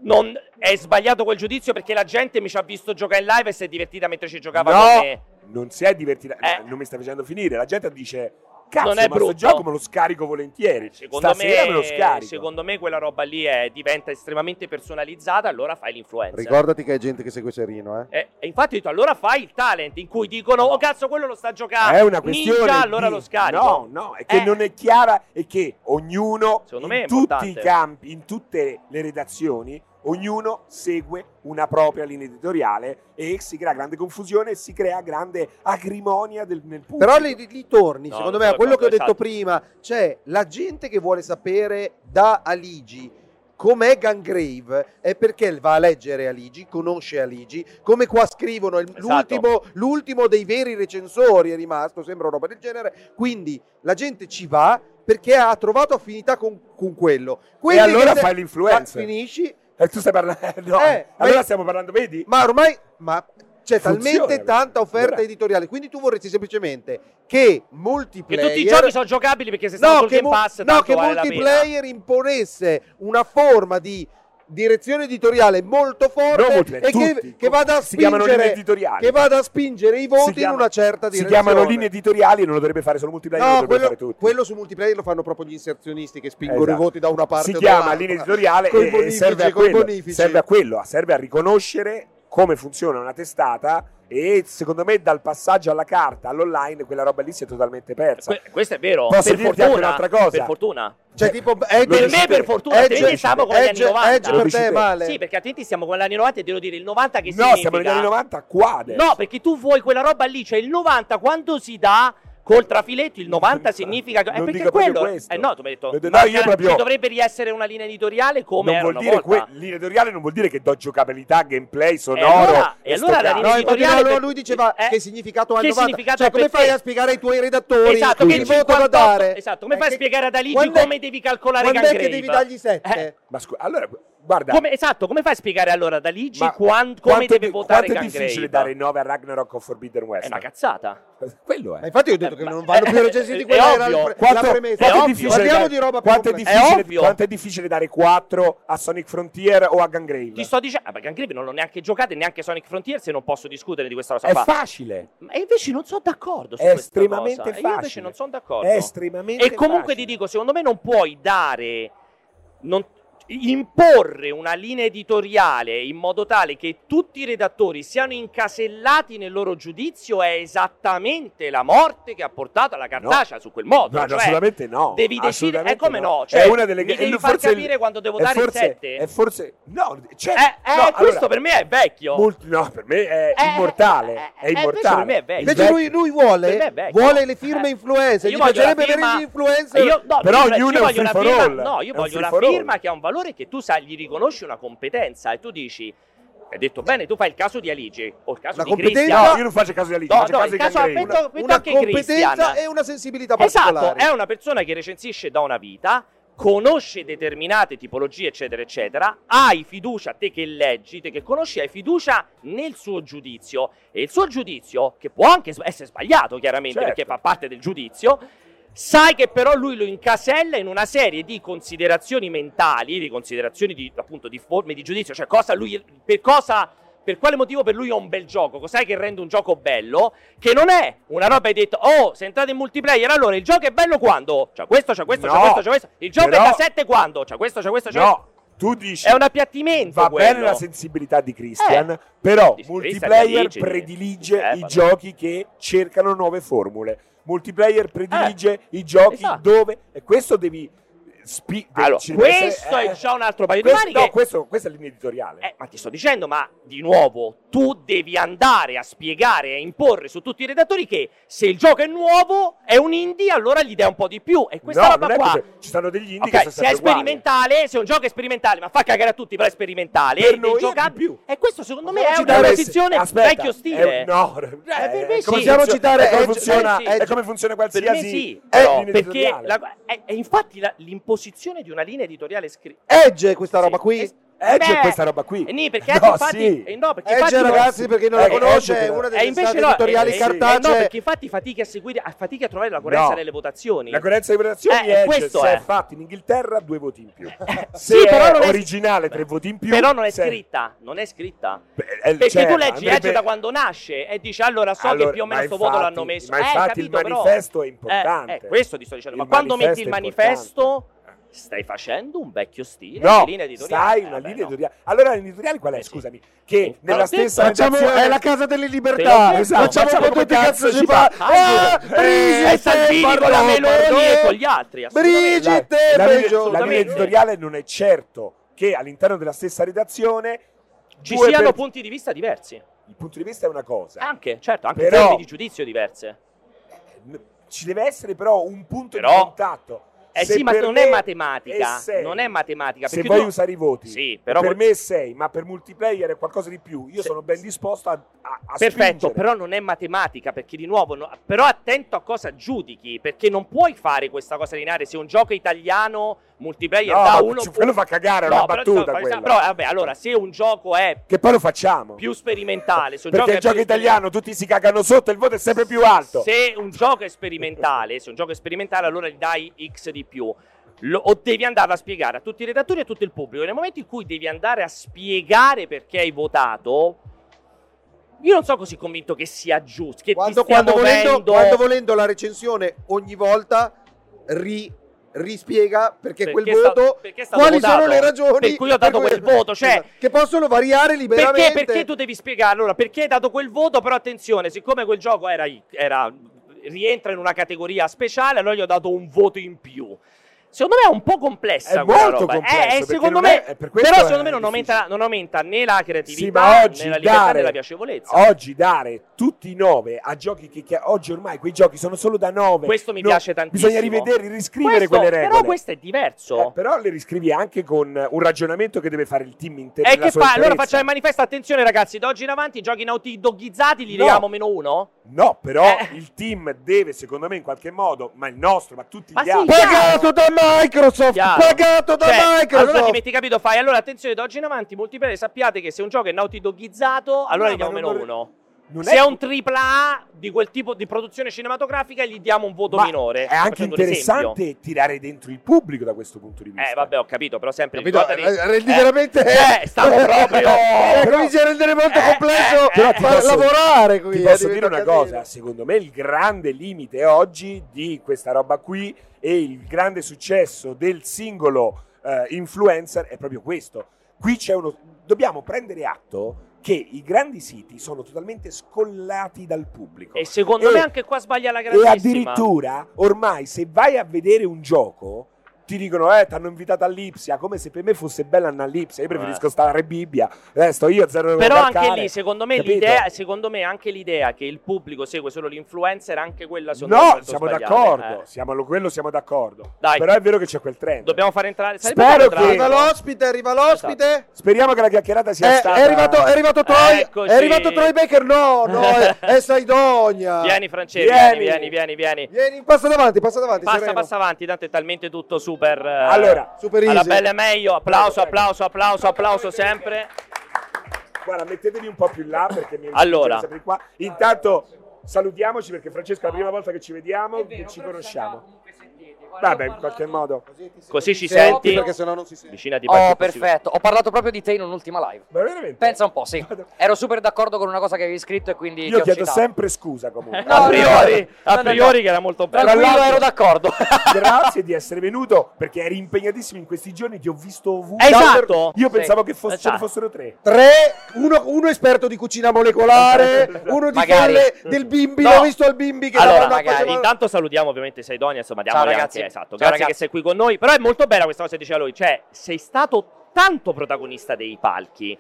Speaker 1: non- è sbagliato quel giudizio perché la gente mi ci ha visto giocare in live e si è divertita mentre ci giocava
Speaker 3: No.
Speaker 1: con me.
Speaker 3: Non si è divertita,
Speaker 1: Eh.
Speaker 3: non mi sta facendo finire. La gente dice: Cazzo,
Speaker 1: Non è
Speaker 3: ma sto
Speaker 1: brutto."
Speaker 3: gioco me lo scarico volentieri.
Speaker 1: Secondo
Speaker 3: Stasera
Speaker 1: me,
Speaker 3: me lo scarico.
Speaker 1: secondo me quella roba lì è- diventa estremamente personalizzata, allora fai l'influencer.
Speaker 4: Ricordati che è gente che segue Serino, eh.
Speaker 1: Eh, e infatti ho detto, allora fai il talent in cui dicono oh cazzo quello lo sta giocando
Speaker 3: è una questione.
Speaker 1: ninja, allora
Speaker 3: di-
Speaker 1: lo scarico
Speaker 3: No, no, è che
Speaker 1: Eh.
Speaker 3: non è chiara e che ognuno,
Speaker 1: Secondo
Speaker 3: in
Speaker 1: me è
Speaker 3: tutti i
Speaker 1: importante.
Speaker 3: campi, in tutte le redazioni, ognuno segue una propria linea editoriale e si crea grande confusione e si crea grande acrimonia del, nel pubblico.
Speaker 4: Però li, li torni,
Speaker 1: No, esatto.
Speaker 4: secondo
Speaker 1: non
Speaker 4: me, a
Speaker 1: sono
Speaker 4: quello che ho detto
Speaker 1: d'accordo,
Speaker 4: prima. C'è la gente che vuole sapere da Aligi com'è Gangrave, è perché va a leggere Aligi, conosce Aligi, come qua scrivono, il-
Speaker 1: Esatto.
Speaker 4: l'ultimo, l'ultimo dei veri recensori è rimasto, sembra una roba del genere. Quindi la gente ci va perché ha trovato affinità con, con quello.
Speaker 3: e
Speaker 4: Quelli
Speaker 3: allora
Speaker 4: che se-
Speaker 3: fai l'influenza.
Speaker 4: fa- Finisci,
Speaker 3: E Eh, tu stai parlando. no,
Speaker 4: Eh,
Speaker 3: allora
Speaker 4: vedi-
Speaker 3: stiamo parlando, vedi?
Speaker 4: ma ormai ma c'è
Speaker 3: Funziona,
Speaker 4: talmente tanta offerta
Speaker 3: allora.
Speaker 4: editoriale, quindi tu vorresti semplicemente che
Speaker 1: che
Speaker 4: multiplayer
Speaker 1: tutti i giochi sono giocabili perché se stanno
Speaker 4: No,
Speaker 1: sul
Speaker 4: che,
Speaker 1: Game
Speaker 4: mu-
Speaker 1: Pass
Speaker 4: no,
Speaker 1: tanto
Speaker 4: che
Speaker 1: vale la pena.
Speaker 4: multiplayer imponesse una forma di direzione editoriale molto
Speaker 3: No,
Speaker 4: forte
Speaker 3: multiplayer,
Speaker 4: e che,
Speaker 3: tutti.
Speaker 4: che vada a
Speaker 3: si chiamano linee
Speaker 4: spingere
Speaker 3: editoriali.
Speaker 4: che vada a spingere i
Speaker 3: Si
Speaker 4: voti
Speaker 3: chiama-
Speaker 4: in una certa
Speaker 3: si
Speaker 4: direzione.
Speaker 3: chiamano linee editoriali, non lo dovrebbe fare solo multiplayer, lo
Speaker 4: No,
Speaker 3: dovrebbe fare
Speaker 4: quello,
Speaker 3: tutti.
Speaker 4: quello su multiplayer lo fanno proprio gli inserzionisti che spingono
Speaker 3: Esatto.
Speaker 4: i voti da una parte
Speaker 3: si
Speaker 4: o
Speaker 3: chiama
Speaker 4: dall'altra.
Speaker 3: linea editoriale
Speaker 4: Coi
Speaker 3: e- e
Speaker 4: bonifici,
Speaker 3: serve
Speaker 4: coi
Speaker 3: a, quello,
Speaker 4: bonifici.
Speaker 3: serve a quello, serve a riconoscere come funziona una testata e secondo me dal passaggio alla carta all'online quella roba lì si è totalmente persa.
Speaker 1: Que- questo è vero
Speaker 3: Posso
Speaker 1: per
Speaker 3: dirti
Speaker 1: fortuna,
Speaker 3: anche un'altra cosa?
Speaker 1: per fortuna
Speaker 4: Cioè,
Speaker 3: Beh,
Speaker 4: tipo,
Speaker 3: lo
Speaker 1: per
Speaker 3: dici
Speaker 1: me
Speaker 3: te.
Speaker 1: per fortuna
Speaker 4: Edge-
Speaker 1: perché stavo con gli anni
Speaker 4: Edge, Edge
Speaker 1: 90
Speaker 3: Lo
Speaker 4: per
Speaker 3: dici
Speaker 4: te
Speaker 3: te.
Speaker 4: è male.
Speaker 1: sì perché altrimenti stiamo con gli anni 90 e devo dire il 90 che
Speaker 3: no, siamo negli
Speaker 1: significa
Speaker 3: anni 90 qua adesso.
Speaker 1: no perché tu vuoi quella roba lì cioè il 90 quando si dà col trafiletto il 90 significa che- eh,
Speaker 3: Non
Speaker 1: perché
Speaker 3: dico proprio
Speaker 1: quello
Speaker 3: questo.
Speaker 1: eh no tu mi hai detto
Speaker 3: No,
Speaker 1: ma
Speaker 3: io
Speaker 1: cara-
Speaker 3: proprio-
Speaker 1: ci dovrebbe riessere una linea editoriale come
Speaker 3: non
Speaker 1: era
Speaker 3: vuol
Speaker 1: una
Speaker 3: dire
Speaker 1: volta. Eh,
Speaker 3: que- linea editoriale non vuol dire che do giocabilità, gameplay, sonoro.
Speaker 1: allora- e
Speaker 3: sto
Speaker 1: allora la
Speaker 3: cazzo.
Speaker 1: linea
Speaker 4: No, infatti,
Speaker 1: editoriale
Speaker 4: no, no,
Speaker 1: per-
Speaker 4: lui diceva
Speaker 1: eh,
Speaker 4: che significato anno
Speaker 1: che
Speaker 4: 90.
Speaker 1: significato
Speaker 4: cioè, come
Speaker 1: per
Speaker 4: fai
Speaker 1: te?
Speaker 4: a spiegare ai tuoi redattori
Speaker 1: Esatto, che
Speaker 4: il voto da
Speaker 1: 58
Speaker 4: dare?
Speaker 1: esatto, come fai a
Speaker 4: Eh, che-
Speaker 1: spiegare ad Aligi
Speaker 4: quando è-
Speaker 1: come devi calcolare
Speaker 4: Quando è che
Speaker 1: Gangrave?
Speaker 4: devi dargli 7?
Speaker 1: Eh,
Speaker 3: Ma scusa, allora guarda,
Speaker 1: Come- esatto, come fai a spiegare allora da Ligi
Speaker 3: ma
Speaker 1: quan- come
Speaker 3: quanto,
Speaker 1: deve
Speaker 3: di-
Speaker 1: votare Eh,
Speaker 3: quanto è
Speaker 1: Gangrave?
Speaker 3: difficile dare 9 a Ragnarok o Forbidden
Speaker 1: È
Speaker 3: West?
Speaker 1: una cazzata.
Speaker 3: Quello è.
Speaker 4: Ma infatti io ho detto
Speaker 1: Eh,
Speaker 4: che
Speaker 1: ma-
Speaker 4: non vanno più
Speaker 1: eh,
Speaker 4: recensiti
Speaker 1: è
Speaker 4: di quella era
Speaker 1: ovvio.
Speaker 4: la, pre-
Speaker 3: Quanto,
Speaker 4: la premessa.
Speaker 3: quanto
Speaker 1: ovvio.
Speaker 3: è difficile
Speaker 4: Parliamo
Speaker 3: dare-
Speaker 4: di roba più
Speaker 3: quanto è,
Speaker 4: complessa.
Speaker 1: complessa.
Speaker 3: difficile,
Speaker 1: È ovvio.
Speaker 3: quanto è difficile dare 4 a Sonic Frontier o a Gangrave?
Speaker 1: Ti sto dicendo, ah, ma Gangrave non l'ho neanche giocato e neanche Sonic Frontier se non posso discutere di questa cosa
Speaker 3: è
Speaker 1: qua.
Speaker 3: facile.
Speaker 1: Ma invece non sono d'accordo su
Speaker 3: È
Speaker 1: questa
Speaker 3: estremamente
Speaker 1: cosa. Io invece
Speaker 3: facile.
Speaker 1: non sono d'accordo.
Speaker 3: È estremamente
Speaker 1: E comunque
Speaker 3: facile.
Speaker 1: ti dico, secondo me non puoi dare, non- imporre una linea editoriale in modo tale che tutti i redattori siano incasellati nel loro giudizio è esattamente la morte che ha portato alla cartacea su quel modo.
Speaker 3: No, no,
Speaker 1: cioè,
Speaker 3: assolutamente no.
Speaker 1: devi decidere-
Speaker 3: Assolutamente
Speaker 1: eh, come no? Cioè,
Speaker 3: è una delle
Speaker 1: mi
Speaker 3: e
Speaker 1: devi
Speaker 3: forse
Speaker 1: far
Speaker 3: il-
Speaker 1: capire quando devo
Speaker 3: è
Speaker 1: dare il
Speaker 3: forse-
Speaker 1: sette?
Speaker 3: È forse no, cioè,
Speaker 1: Eh, eh,
Speaker 3: no,
Speaker 1: questo
Speaker 3: allora,
Speaker 1: per me è vecchio.
Speaker 3: molti- no, per me è
Speaker 1: Eh,
Speaker 3: immortale,
Speaker 1: eh,
Speaker 3: è
Speaker 1: eh, invece
Speaker 3: immortale.
Speaker 1: per me è vecchio.
Speaker 4: Invece lui, lui
Speaker 1: Per me è
Speaker 4: vuole,
Speaker 1: vecchio.
Speaker 4: vuole le firme
Speaker 1: Eh.
Speaker 4: influencer.
Speaker 1: Io
Speaker 4: Gli
Speaker 1: voglio la
Speaker 4: piacerebbe avere
Speaker 1: firma-
Speaker 4: gli influencer.
Speaker 1: Io- no,
Speaker 3: Però
Speaker 1: io voglio-
Speaker 3: ognuno
Speaker 1: io
Speaker 3: è un
Speaker 1: voglio una
Speaker 3: free for
Speaker 1: firma-
Speaker 3: all.
Speaker 1: No, io
Speaker 3: È un
Speaker 1: voglio
Speaker 3: free
Speaker 1: una
Speaker 3: for all.
Speaker 1: firma che ha un valore che tu sai, gli riconosci una competenza e tu dici, hai detto bene, tu fai il caso di Aligi o il caso
Speaker 4: La
Speaker 1: di
Speaker 4: competenza-
Speaker 1: Cristian.
Speaker 3: Eh, No, io non faccio caso di Alice,
Speaker 1: No,
Speaker 3: faccio
Speaker 1: no,
Speaker 3: caso
Speaker 1: il
Speaker 3: di
Speaker 1: caso
Speaker 3: Gangrave.
Speaker 1: appena-
Speaker 3: Una-
Speaker 1: mi
Speaker 4: una
Speaker 1: tocca anche Cristian.
Speaker 4: competenza e una sensibilità
Speaker 1: Esatto,
Speaker 4: particolare.
Speaker 1: è una persona che recensisce da una vita, conosce determinate tipologie, eccetera, eccetera, hai fiducia, te che leggi, te che conosci, hai fiducia nel suo giudizio e il suo giudizio, che può anche s- essere sbagliato chiaramente
Speaker 3: Certo.
Speaker 1: perché fa parte del giudizio, sai che però lui lo incasella in una serie di considerazioni mentali, di considerazioni di, appunto, di forme di giudizio, cioè cosa lui, per cosa... Per quale motivo per lui è un bel gioco? Cos'è che rende un gioco bello? che non è una roba hai detto oh se entrate in multiplayer allora il gioco è bello quando c'è questo c'è questo c'è
Speaker 3: No,
Speaker 1: questo c'è questo il gioco
Speaker 3: però-
Speaker 1: è da 7 quando c'è questo c'è questo c'è questo.
Speaker 3: No, tu dici
Speaker 1: è un appiattimento
Speaker 3: Va
Speaker 1: quello. Eh,
Speaker 3: bene la sensibilità di Christian, però
Speaker 1: Di Christian,
Speaker 3: multiplayer
Speaker 1: di Luigi, Eh, di
Speaker 3: predilige i
Speaker 1: Stefano.
Speaker 3: giochi che cercano nuove formule. Multiplayer predilige i giochi
Speaker 1: esatto.
Speaker 3: dove e questo devi spi- devi-
Speaker 1: allora,
Speaker 3: ci deve
Speaker 1: questo
Speaker 3: essere-
Speaker 1: è
Speaker 3: eh,
Speaker 1: già un altro paio di
Speaker 3: questo-
Speaker 1: maniche
Speaker 3: No, questo, questa è linea editoriale.
Speaker 1: Eh, ma ti sto dicendo, ma di nuovo, tu devi andare a spiegare e a imporre su tutti i redattori che se il gioco è nuovo, è un indie, allora gli dai un po' di più. E questa
Speaker 3: no, non
Speaker 1: roba
Speaker 3: è
Speaker 1: qua.
Speaker 3: così. ci stanno degli indie che
Speaker 1: Ok,
Speaker 3: sono
Speaker 1: se è
Speaker 3: sempre uguali.
Speaker 1: sperimentale, se è un gioco è sperimentale, ma fa cagare a tutti, però è sperimentale.
Speaker 3: Per
Speaker 1: e
Speaker 3: noi è di
Speaker 1: gioca-
Speaker 3: più.
Speaker 1: E questo secondo me
Speaker 3: Possiamo
Speaker 1: è una
Speaker 3: citare-
Speaker 1: posizione
Speaker 3: Aspetta,
Speaker 1: vecchio stile.
Speaker 3: è- no, eh,
Speaker 1: per me
Speaker 3: è come
Speaker 1: sì.
Speaker 3: funziona-
Speaker 1: Possiamo
Speaker 4: citare
Speaker 3: è come
Speaker 4: Edge-
Speaker 3: funziona,
Speaker 1: eh, sì.
Speaker 3: è come funziona
Speaker 1: Per
Speaker 3: qualsiasi
Speaker 1: me sì,
Speaker 3: eh,
Speaker 1: però,
Speaker 3: linea
Speaker 1: perché
Speaker 3: editoriale.
Speaker 1: la- è, è infatti la- l'imposizione di una linea editoriale scritta.
Speaker 4: Edge questa roba
Speaker 1: Sì,
Speaker 4: qui
Speaker 1: es-
Speaker 3: Edge
Speaker 1: Beh,
Speaker 3: è questa roba qui.
Speaker 1: Eh, Nì, perché
Speaker 3: No,
Speaker 1: infatti,
Speaker 3: sì.
Speaker 1: eh, no, perché
Speaker 4: Edge,
Speaker 1: infatti-
Speaker 4: ragazzi, perché non la
Speaker 3: Eh,
Speaker 4: conosce,
Speaker 3: Edge,
Speaker 4: è una
Speaker 3: però.
Speaker 1: Eh,
Speaker 4: delle
Speaker 1: invece
Speaker 4: state
Speaker 1: no,
Speaker 4: editoriali
Speaker 1: eh, sì. Eh, no,
Speaker 4: cartacee.
Speaker 1: perché infatti fatica a seguire, a fatica a trovare la coerenza
Speaker 3: No.
Speaker 1: delle votazioni.
Speaker 3: La coerenza di votazioni
Speaker 1: Eh,
Speaker 3: è Edge,
Speaker 1: questo
Speaker 3: se
Speaker 1: è. Eh.
Speaker 3: è. fatta in Inghilterra due voti in più. Eh,
Speaker 1: sì,
Speaker 3: Se
Speaker 1: però
Speaker 3: è
Speaker 1: non è-
Speaker 3: originale tre voti in più.
Speaker 1: Però non è
Speaker 3: se-
Speaker 1: scritta, non è scritta.
Speaker 3: Beh, eh,
Speaker 1: Perché
Speaker 3: cioè,
Speaker 1: tu leggi
Speaker 3: andrebbe-
Speaker 1: Edge da quando nasce e dici allora so
Speaker 3: Allora,
Speaker 1: che più o
Speaker 3: ma
Speaker 1: meno sto
Speaker 3: infatti-
Speaker 1: voto l'hanno messo.
Speaker 3: Ma
Speaker 1: Eh,
Speaker 3: infatti il
Speaker 1: capito, però-
Speaker 3: manifesto è
Speaker 1: Eh,
Speaker 3: importante.
Speaker 1: eh, questo ti sto dicendo.
Speaker 3: Il
Speaker 1: ma quando metti il
Speaker 3: manifesto è
Speaker 1: manifesto, stai facendo un vecchio stile.
Speaker 3: No,
Speaker 1: di linea editoriale.
Speaker 3: sai,
Speaker 1: Eh,
Speaker 3: una
Speaker 1: vabbè,
Speaker 3: linea
Speaker 1: no.
Speaker 3: editoriale. Allora l'editoriale qual è,
Speaker 1: Eh sì.
Speaker 3: scusami?
Speaker 1: Eh,
Speaker 3: Che
Speaker 1: l'ho
Speaker 3: nella stessa
Speaker 1: detto.
Speaker 4: Facciamo,
Speaker 3: redazione-
Speaker 4: è la casa delle
Speaker 1: Te l'ho detto,
Speaker 4: libertà. Facciamo
Speaker 1: Esatto. facciamo
Speaker 4: un po'
Speaker 1: come
Speaker 4: tutti cazzo ci
Speaker 3: fa.
Speaker 4: fa.
Speaker 3: Ah,
Speaker 4: Ah,
Speaker 3: eh,
Speaker 4: Brigitte,
Speaker 1: E Salvini con la
Speaker 4: pardon,
Speaker 1: Meloni e
Speaker 4: pardon.
Speaker 1: con gli altri. assolutamente.
Speaker 4: Brigitte,
Speaker 3: la, linea-
Speaker 4: Belgio.
Speaker 3: la linea
Speaker 1: assolutamente.
Speaker 3: editoriale non è certo che all'interno della stessa redazione
Speaker 1: Ci
Speaker 3: due
Speaker 1: siano
Speaker 3: per-
Speaker 1: punti di vista diversi.
Speaker 3: il punto di vista è una cosa.
Speaker 1: Anche, certo, anche
Speaker 3: Però-
Speaker 1: forme di giudizio diverse.
Speaker 3: N- Ci deve essere però un punto
Speaker 1: Però-
Speaker 3: di contatto.
Speaker 1: Eh
Speaker 3: Se
Speaker 1: sì, ma
Speaker 3: per
Speaker 1: non
Speaker 3: me
Speaker 1: è matematica.
Speaker 3: sei-
Speaker 1: Non è matematica.
Speaker 3: Se
Speaker 1: perché
Speaker 3: vuoi
Speaker 1: tu-
Speaker 3: usare i voti,
Speaker 1: Sì, però
Speaker 3: per
Speaker 1: quel-
Speaker 3: me è 6, ma per multiplayer è qualcosa di più. Io
Speaker 1: Se-
Speaker 3: sono ben disposto a, a, a
Speaker 1: Perfetto,
Speaker 3: spingere.
Speaker 1: però non è matematica perché di nuovo, no- però attento a cosa giudichi perché non puoi fare questa cosa lineare. Se un gioco è italiano multiplayer
Speaker 3: No,
Speaker 1: da
Speaker 3: ma
Speaker 1: uno,
Speaker 3: ci- quello fa cagare, è
Speaker 1: No,
Speaker 3: una
Speaker 1: però,
Speaker 3: battuta
Speaker 1: insomma,
Speaker 3: quella.
Speaker 1: Però vabbè, allora se un gioco è
Speaker 3: Che poi lo facciamo.
Speaker 1: più sperimentale, se un
Speaker 3: Perché
Speaker 1: gioco
Speaker 3: il
Speaker 1: è più
Speaker 3: gioco italiano tutti si cagano sotto, il voto è sempre più alto.
Speaker 1: Se un gioco è sperimentale, se un gioco è sperimentale, allora gli dai X di più. Lo- o devi andare a spiegare a tutti i redattori e a tutto il pubblico. Nel momento in cui devi andare a spiegare perché hai votato, io non sono così convinto che sia giusto. Che
Speaker 4: Quando,
Speaker 1: ti stia
Speaker 4: quando volendo,
Speaker 1: muovendo-
Speaker 4: quando volendo la recensione ogni volta ri- rispiega perché,
Speaker 1: Perché
Speaker 4: quel
Speaker 1: è sta-
Speaker 4: voto
Speaker 1: perché è stato
Speaker 4: quali
Speaker 1: votato,
Speaker 4: sono le ragioni
Speaker 1: per cui ho dato quel voto, cioè-
Speaker 4: Esatto, che possono variare
Speaker 1: Perché,
Speaker 4: liberamente
Speaker 1: perché tu devi spiegare allora perché hai dato quel voto? Però attenzione, siccome quel gioco era, era- rientra in una categoria speciale, allora gli ho dato un voto in più. Secondo me è un po' complessa
Speaker 3: È
Speaker 1: quella
Speaker 3: molto
Speaker 1: roba. Eh,
Speaker 3: complesso,
Speaker 1: eh,
Speaker 3: perché
Speaker 1: secondo
Speaker 3: non è-
Speaker 1: me,
Speaker 3: eh, per questo
Speaker 1: però
Speaker 3: è
Speaker 1: secondo me non
Speaker 3: difficile.
Speaker 1: aumenta, non aumenta né la
Speaker 3: Sì,
Speaker 1: creatività
Speaker 3: ma oggi
Speaker 1: né la libertà
Speaker 3: dare-
Speaker 1: né la piacevolezza.
Speaker 3: Oggi dare tutti i 9 a giochi che, che oggi ormai quei giochi sono solo da 9.
Speaker 1: Questo mi piace tantissimo.
Speaker 3: Bisogna rivederli, riscrivere
Speaker 1: Questo-
Speaker 3: quelle regole.
Speaker 1: Però questo è diverso.
Speaker 3: Eh, però le riscrivi anche con un ragionamento che deve fare il team intero.
Speaker 1: e
Speaker 3: nella
Speaker 1: Eh, che
Speaker 3: sua
Speaker 1: fa? Allora
Speaker 3: interezza.
Speaker 1: facciamo il manifesto. Attenzione, ragazzi, da oggi in avanti i giochi nautidoghizzati li
Speaker 3: No.
Speaker 1: regaliamo meno uno.
Speaker 3: No, però
Speaker 1: Eh.
Speaker 3: il team deve, secondo me, in qualche modo, ma il nostro, ma tutti
Speaker 1: Ma
Speaker 3: gli
Speaker 1: sì,
Speaker 3: altri.
Speaker 1: chiaro.
Speaker 4: pagato da Microsoft
Speaker 1: Chiaro.
Speaker 4: pagato da
Speaker 1: Cioè,
Speaker 4: Microsoft
Speaker 1: Allora ti metti capito, fai allora attenzione da oggi in avanti multiplayer sappiate che se un gioco è nautidoghizzato, allora
Speaker 3: No,
Speaker 1: gli diamo
Speaker 3: ma
Speaker 1: meno
Speaker 3: non
Speaker 1: uno.
Speaker 3: Non
Speaker 1: Se è un tripla A di quel tipo di produzione cinematografica gli diamo un voto
Speaker 3: Ma
Speaker 1: minore.
Speaker 3: È
Speaker 1: Sto
Speaker 3: anche
Speaker 1: facendo un esempio.
Speaker 3: interessante tirare dentro il pubblico da questo punto di vista.
Speaker 1: Eh vabbè, ho capito, però sempre
Speaker 4: Capito?
Speaker 1: ricordati-
Speaker 4: Eh, rendi
Speaker 1: eh,
Speaker 4: veramente
Speaker 1: eh, stavo proprio
Speaker 4: Eh,
Speaker 3: però-
Speaker 4: cominci a rendere molto
Speaker 1: eh,
Speaker 4: complesso
Speaker 1: eh, però ti
Speaker 4: far
Speaker 3: posso-
Speaker 4: lavorare qui,
Speaker 3: Ti
Speaker 4: eh,
Speaker 3: posso dire
Speaker 4: diventa
Speaker 3: una
Speaker 4: casino.
Speaker 3: cosa, secondo me il grande limite oggi di questa roba qui e il grande successo del singolo eh, influencer è proprio questo. Qui c'è uno dobbiamo prendere atto che i grandi siti sono totalmente scollati dal pubblico.
Speaker 1: E secondo
Speaker 3: Eh,
Speaker 1: me anche qua sbaglia la
Speaker 3: E
Speaker 1: grandissima.
Speaker 3: addirittura ormai se vai a vedere un gioco ti dicono eh ti hanno invitato all'Ipsia come se per me fosse bella all'Ipsia io preferisco
Speaker 1: Eh.
Speaker 3: stare a Rebibbia eh, sto io a zero
Speaker 1: Però anche
Speaker 3: calcare.
Speaker 1: lì, secondo me,
Speaker 3: capito?
Speaker 1: l'idea, secondo me anche l'idea che il pubblico segue solo l'influencer, anche quella secondo me è
Speaker 3: no
Speaker 1: molto
Speaker 3: siamo
Speaker 1: sbagliata,
Speaker 3: d'accordo
Speaker 1: eh.
Speaker 3: siamo, lo- quello siamo d'accordo
Speaker 1: Dai.
Speaker 3: però è vero che c'è quel trend
Speaker 1: Dobbiamo far entrare. sarebbe
Speaker 3: Spero
Speaker 1: bello tra
Speaker 3: che-
Speaker 4: arriva
Speaker 1: l'altro.
Speaker 4: l'ospite arriva
Speaker 1: Esatto.
Speaker 4: l'ospite
Speaker 3: speriamo che la chiacchierata sia
Speaker 4: Eh,
Speaker 3: stata
Speaker 4: è, arrivato, è arrivato Troy
Speaker 1: Eccoci.
Speaker 4: è arrivato Troy Baker no no è, è Saidonia
Speaker 1: Vieni, Francesco, vieni,
Speaker 3: Vieni.
Speaker 1: vieni, vieni, vieni.
Speaker 4: Vieni, passa davanti, passa davanti.
Speaker 1: Passa,
Speaker 4: sereno.
Speaker 1: passa avanti, tanto è talmente tutto super. eh,
Speaker 3: allora
Speaker 4: Super easy.
Speaker 1: alla bella e meglio. Applauso,
Speaker 3: Prego, prego.
Speaker 1: applauso, applauso, applauso sempre.
Speaker 3: guarda mettetevi un po' più in là perché mi
Speaker 1: Allora.
Speaker 3: mi interessa qua. intanto salutiamoci perché Francesco è la prima volta che ci vediamo che ci conosciamo vabbè in qualche modo
Speaker 1: Così ci
Speaker 4: Se
Speaker 1: senti.
Speaker 4: occhi, perché sennò non si sente.
Speaker 1: Vicinati
Speaker 5: Oh, perfetto. Ho parlato proprio di te in un'ultima live.
Speaker 3: ma veramente
Speaker 5: Pensa un po', sì.
Speaker 3: Vado.
Speaker 5: Ero super d'accordo con una cosa che avevi scritto e quindi ti
Speaker 3: Io
Speaker 5: ho
Speaker 3: chiedo
Speaker 5: citato.
Speaker 3: sempre scusa comunque.
Speaker 5: No,
Speaker 1: a
Speaker 5: no,
Speaker 1: priori,
Speaker 5: no,
Speaker 1: a
Speaker 5: no,
Speaker 1: priori
Speaker 5: no.
Speaker 1: che era molto bello.
Speaker 5: Tranquillo,
Speaker 3: Tra l'altro-
Speaker 5: ero d'accordo.
Speaker 3: Grazie di essere venuto perché eri impegnatissimo in questi giorni, ti ho visto ovunque.
Speaker 1: Esatto.
Speaker 3: Io
Speaker 5: Sì.
Speaker 3: pensavo che fosse- ce
Speaker 1: Esatto.
Speaker 3: ne fossero tre.
Speaker 4: Tre, uno, uno esperto di cucina molecolare, uno di
Speaker 5: Magari.
Speaker 4: quelle del bimbi,
Speaker 1: No.
Speaker 4: l'ho visto al bimbi che
Speaker 1: Allora,
Speaker 4: la
Speaker 5: magari.
Speaker 1: magari,
Speaker 4: faceva-
Speaker 1: intanto salutiamo ovviamente Saidonia, insomma, diamo
Speaker 5: Ciao, ragazzi.
Speaker 1: anche, esatto,
Speaker 5: Ciao,
Speaker 1: grazie
Speaker 5: ragazzi.
Speaker 1: che sei qui con noi, però è molto bella questa cosa che diceva lui, cioè sei stato tanto protagonista dei palchi,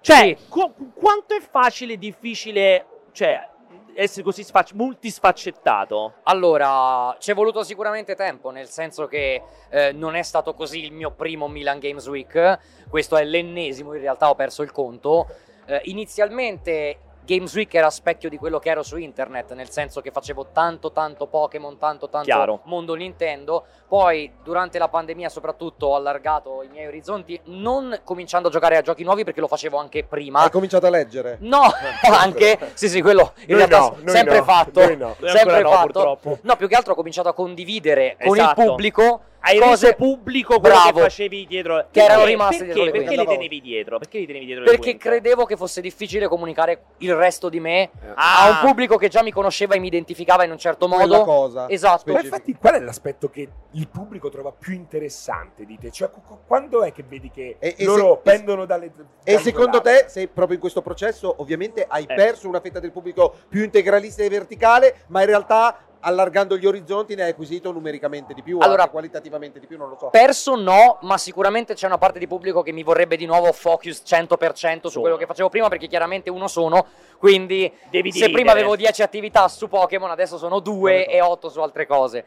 Speaker 1: cioè co- quanto è facile, difficile, cioè essere così sfac- multisfaccettato?
Speaker 5: Allora, ci è voluto sicuramente tempo, nel senso che eh, non è stato così il mio primo Milan Games Week, questo è l'ennesimo, in realtà ho perso il conto. Eh, inizialmente Games Week era specchio di quello che ero su internet, nel senso che facevo tanto tanto Pokémon, tanto tanto
Speaker 1: Chiaro.
Speaker 5: mondo Nintendo, poi durante la pandemia soprattutto ho allargato i miei orizzonti, non cominciando a giocare a giochi nuovi perché lo facevo anche prima.
Speaker 4: Hai
Speaker 3: Ecco.
Speaker 4: cominciato a leggere?
Speaker 5: No, anche sì, sì, quello
Speaker 3: Noi
Speaker 5: in realtà
Speaker 3: no, noi
Speaker 5: sempre
Speaker 3: no,
Speaker 5: fatto.
Speaker 3: noi no.
Speaker 1: Noi
Speaker 5: sempre
Speaker 1: ancora no,
Speaker 5: fatto.
Speaker 1: purtroppo.
Speaker 5: No, più che altro ho cominciato a condividere con il
Speaker 1: Esatto.
Speaker 5: pubblico
Speaker 1: Hai
Speaker 5: cose
Speaker 1: reso pubblico quello
Speaker 5: Bravo.
Speaker 1: che facevi dietro.
Speaker 5: Che erano
Speaker 1: Perché-
Speaker 5: rimasti dietro
Speaker 1: perché,
Speaker 5: le
Speaker 1: perché
Speaker 5: quinte.
Speaker 1: li tenevi dietro? Perché li tenevi dietro? le
Speaker 5: perché
Speaker 1: quinte?
Speaker 5: credevo che fosse difficile comunicare il resto di me
Speaker 1: Ah.
Speaker 5: a un pubblico che già mi conosceva e mi identificava in un certo
Speaker 4: Quella
Speaker 5: modo.
Speaker 4: cosa.
Speaker 5: Esatto.
Speaker 3: Ma
Speaker 4: specifica.
Speaker 3: infatti, qual è l'aspetto che il pubblico trova più interessante di te? Cioè, cu- cu- quando è che vedi che
Speaker 4: E- e
Speaker 3: loro
Speaker 4: se-
Speaker 3: pendono dalle.
Speaker 4: E
Speaker 3: dalle
Speaker 4: secondo
Speaker 3: colate?
Speaker 4: te, sei proprio in questo processo, ovviamente hai
Speaker 1: Eh.
Speaker 4: perso una fetta del pubblico più integralista e verticale, ma in realtà allargando gli orizzonti ne hai acquisito numericamente di più,
Speaker 5: Allora-
Speaker 4: anche qualitativamente di più, non lo so.
Speaker 5: Perso no, ma sicuramente c'è una parte di pubblico che mi vorrebbe di nuovo focus 100% su
Speaker 1: Sono.
Speaker 5: quello che facevo prima perché chiaramente uno sono, quindi
Speaker 1: Devi
Speaker 5: se
Speaker 1: dividere.
Speaker 5: prima avevo 10 attività su Pokémon adesso sono 2
Speaker 4: Vabbè,
Speaker 5: e 8 su altre cose.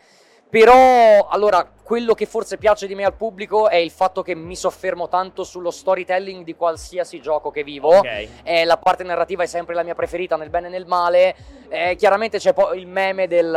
Speaker 5: Però allora quello che forse piace di me al pubblico è il fatto che mi soffermo tanto sullo storytelling di qualsiasi gioco che vivo.
Speaker 1: Ok.
Speaker 5: Eh, la parte narrativa è sempre la mia preferita nel bene e nel male. Eh, chiaramente c'è poi il meme del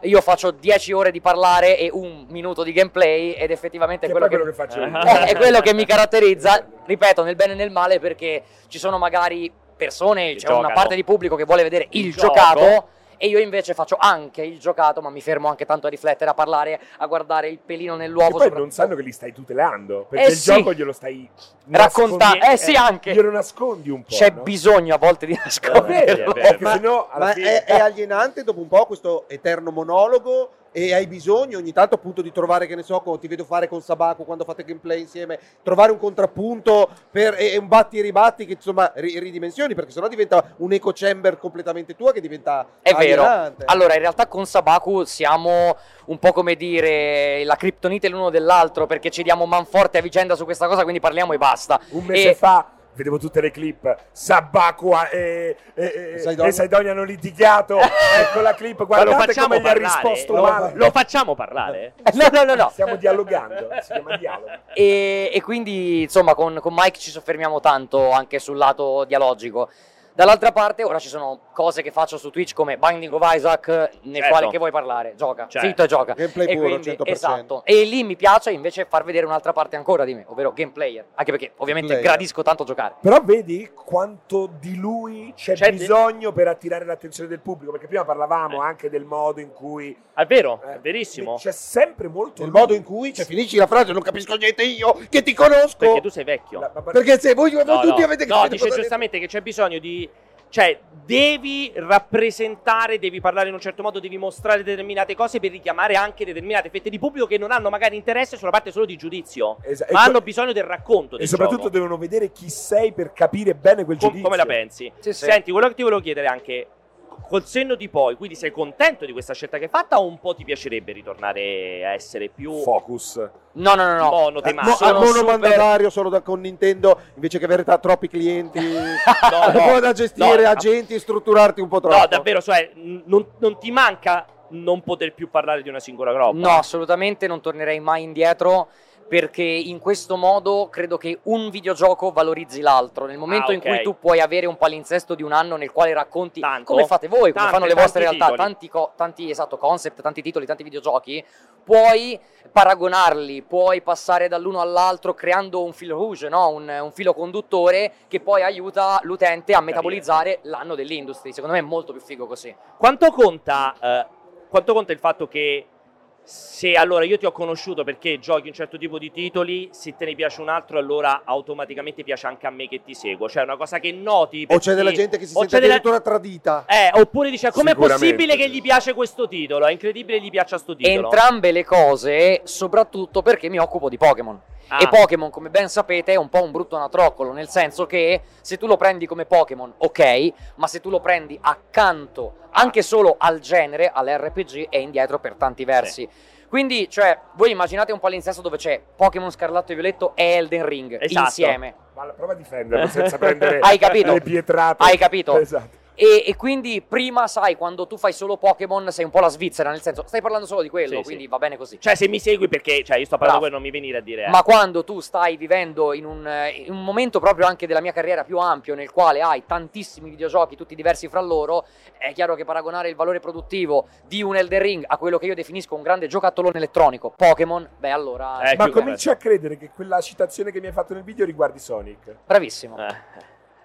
Speaker 5: eh, io faccio 10 ore di parlare e un minuto di gameplay ed effettivamente
Speaker 3: Che
Speaker 5: è
Speaker 3: è
Speaker 5: quello
Speaker 3: poi
Speaker 5: che,
Speaker 3: quello che faccio io.
Speaker 1: Eh,
Speaker 5: eh, è quello che mi caratterizza, ripeto, nel bene e nel male perché ci sono magari persone,
Speaker 1: Che
Speaker 5: c'è una
Speaker 1: giocano.
Speaker 5: parte di pubblico che vuole vedere il,
Speaker 1: Il
Speaker 5: giocato.
Speaker 1: gioco.
Speaker 5: E io invece faccio anche il giocato, ma mi fermo anche tanto a riflettere, a parlare, a guardare il pelino
Speaker 3: Che
Speaker 5: nell'uovo.
Speaker 3: poi
Speaker 5: sopra-
Speaker 3: non sanno che li stai tutelando perché
Speaker 5: Eh
Speaker 3: il
Speaker 5: sì.
Speaker 3: gioco glielo stai
Speaker 5: Racconta-
Speaker 3: nascondi-
Speaker 5: eh sì, anche.
Speaker 3: glielo nascondi un po'.
Speaker 5: C'è
Speaker 3: no?
Speaker 5: bisogno a volte di
Speaker 1: vero,
Speaker 5: nasconderlo.
Speaker 1: è vero.
Speaker 3: Perché sennò alla
Speaker 4: Ma
Speaker 3: fine-
Speaker 4: è, è alienante dopo un po' questo eterno monologo e hai bisogno ogni tanto appunto di trovare, che ne so, co- ti vedo fare con Sabaco quando fate gameplay insieme, trovare un contrappunto per, e, e un batti e ribatti che insomma ri- ridimensioni perché sennò diventa un eco chamber completamente tua che diventa
Speaker 5: È vero.
Speaker 4: alienante.
Speaker 5: Allora, in realtà con Sabaku siamo un po' come dire la criptonite l'uno dell'altro perché ci diamo manforte a vicenda su questa cosa, quindi parliamo e basta.
Speaker 3: un mese
Speaker 5: e-
Speaker 3: fa vedevo tutte le clip Sabacqua e, e,
Speaker 4: E
Speaker 3: e,
Speaker 4: Saidonia.
Speaker 3: e Saidonia hanno litigato ecco la clip guardate
Speaker 1: facciamo
Speaker 3: come gli ha
Speaker 1: parlare?
Speaker 3: risposto
Speaker 4: No,
Speaker 3: male
Speaker 1: Lo facciamo parlare?
Speaker 5: Eh, No, no, no, no.
Speaker 3: stiamo dialogando si chiama dialogo
Speaker 5: E, e quindi, insomma, con, con Mike ci soffermiamo tanto anche sul lato dialogico. Dall'altra parte, ora ci sono cose che faccio su Twitch come Binding of Isaac, nel
Speaker 1: Certo.
Speaker 5: quale che vuoi parlare? Gioca,
Speaker 1: Cioè.
Speaker 5: zitto e gioca.
Speaker 4: Gameplay
Speaker 5: e
Speaker 4: puro,
Speaker 5: quindi,
Speaker 4: 100%.
Speaker 5: esatto. E lì mi piace invece far vedere un'altra parte ancora di me, ovvero gameplayer. Anche perché ovviamente
Speaker 4: Gameplayer.
Speaker 5: gradisco tanto giocare.
Speaker 3: però vedi quanto di lui c'è,
Speaker 1: C'è di-
Speaker 3: bisogno per attirare l'attenzione del pubblico perché prima parlavamo anche del modo in cui
Speaker 1: È vero,
Speaker 3: eh,
Speaker 1: è verissimo.
Speaker 3: c'è sempre molto
Speaker 4: il
Speaker 3: lui.
Speaker 4: modo in cui, cioè finisci la frase, non capisco niente io che ti conosco.
Speaker 1: Perché tu sei vecchio.
Speaker 3: La- la-
Speaker 4: Perché se voi
Speaker 1: No,
Speaker 4: tutti
Speaker 1: no. No,
Speaker 4: avete capito
Speaker 1: dice
Speaker 4: cosa ho detto.
Speaker 1: giustamente che c'è bisogno di. Cioè, devi rappresentare, devi parlare in un certo modo, devi mostrare determinate cose per richiamare anche determinate fette di pubblico che non hanno magari interesse sulla parte solo di giudizio,
Speaker 3: Esa-
Speaker 1: ma
Speaker 3: e-
Speaker 1: hanno bisogno del racconto. diciamo.
Speaker 3: e
Speaker 1: del
Speaker 3: soprattutto
Speaker 1: gioco.
Speaker 3: devono vedere chi sei per capire bene quel
Speaker 1: Com-
Speaker 3: giudizio
Speaker 1: come la pensi?
Speaker 5: Sì, sì.
Speaker 1: Senti, quello che ti volevo chiedere anche col senno di poi, quindi sei contento di questa scelta che hai fatta o un po' ti piacerebbe ritornare a essere più
Speaker 3: focus
Speaker 5: No, no, no, no.
Speaker 1: monotematico?
Speaker 4: Mo-
Speaker 5: sono
Speaker 4: al monomandatario
Speaker 5: super-
Speaker 4: solo da- con Nintendo invece che avere ta- troppi clienti
Speaker 1: No, no.
Speaker 4: un po' da gestire
Speaker 1: No,
Speaker 4: agenti e strutturarti un po' troppo
Speaker 1: No, davvero, cioè, n- non, non ti manca non poter più parlare di una singola roba.
Speaker 5: No, assolutamente non tornerei mai indietro perché in questo modo credo che un videogioco valorizzi l'altro. Nel momento
Speaker 1: Ah,
Speaker 5: in
Speaker 1: ok.
Speaker 5: cui tu puoi avere un palinsesto di un anno nel quale racconti
Speaker 1: Tanto.
Speaker 5: come fate voi, come
Speaker 1: Tante,
Speaker 5: fanno le
Speaker 1: tanti
Speaker 5: vostre realtà,
Speaker 1: titoli.
Speaker 5: tanti, co- tanti, esatto, concept, tanti titoli, tanti videogiochi, puoi paragonarli, puoi passare dall'uno all'altro creando un filo rouge, no? un, un filo conduttore che poi aiuta l'utente a metabolizzare l'anno dell'industria. Secondo me è molto più figo così.
Speaker 1: Quanto conta, eh, quanto conta il fatto che se allora io ti ho conosciuto perché giochi un certo tipo di titoli, se te ne piace un altro, allora automaticamente piace anche a me che ti seguo. Cioè, è una cosa che noti.
Speaker 4: o c'è
Speaker 1: perché-
Speaker 4: della gente che si
Speaker 1: o
Speaker 4: sente
Speaker 1: c'è della-
Speaker 4: addirittura tradita
Speaker 1: Eh, oppure dice, com'è
Speaker 3: Sicuramente,
Speaker 1: possibile che
Speaker 3: sì.
Speaker 1: gli piace questo titolo? È incredibile che gli piaccia sto titolo.
Speaker 5: Entrambe le cose, soprattutto perché mi occupo di Pokémon.
Speaker 1: Ah,
Speaker 5: E Pokémon, come ben sapete, è un po' un brutto natroccolo, nel senso che se tu lo prendi come Pokémon, ok, ma se tu lo prendi accanto
Speaker 1: Ah.
Speaker 5: anche solo al genere, all'RPG, è indietro per tanti versi. Quindi, cioè, voi immaginate un palinsesto dove c'è Pokémon Scarlatto e Violetto e Elden Ring
Speaker 1: Esatto.
Speaker 5: insieme.
Speaker 3: Ma la- prova a difenderlo senza prendere
Speaker 5: Hai capito?
Speaker 3: le pietrate.
Speaker 5: Hai capito?
Speaker 3: Esatto.
Speaker 5: E, e quindi prima, sai, quando tu fai solo Pokémon sei un po' la Svizzera, nel senso stai parlando solo di quello,
Speaker 1: Sì,
Speaker 5: quindi
Speaker 1: sì.
Speaker 5: va bene così.
Speaker 1: Cioè, se mi segui perché cioè, io sto parlando
Speaker 5: Bravo.
Speaker 1: voi, non mi venire a dire. eh.
Speaker 5: Ma quando tu stai vivendo in un, eh, in un momento proprio anche della mia carriera più ampio, nel quale hai tantissimi videogiochi, tutti diversi fra loro, è chiaro che paragonare il valore produttivo di un Elder Ring a quello che io definisco un grande giocattolone elettronico, Pokémon, beh allora...
Speaker 1: Eh,
Speaker 3: Ma
Speaker 1: chiudo
Speaker 3: cominci a credere che quella citazione che mi hai fatto nel video riguardi Sonic.
Speaker 5: Bravissimo.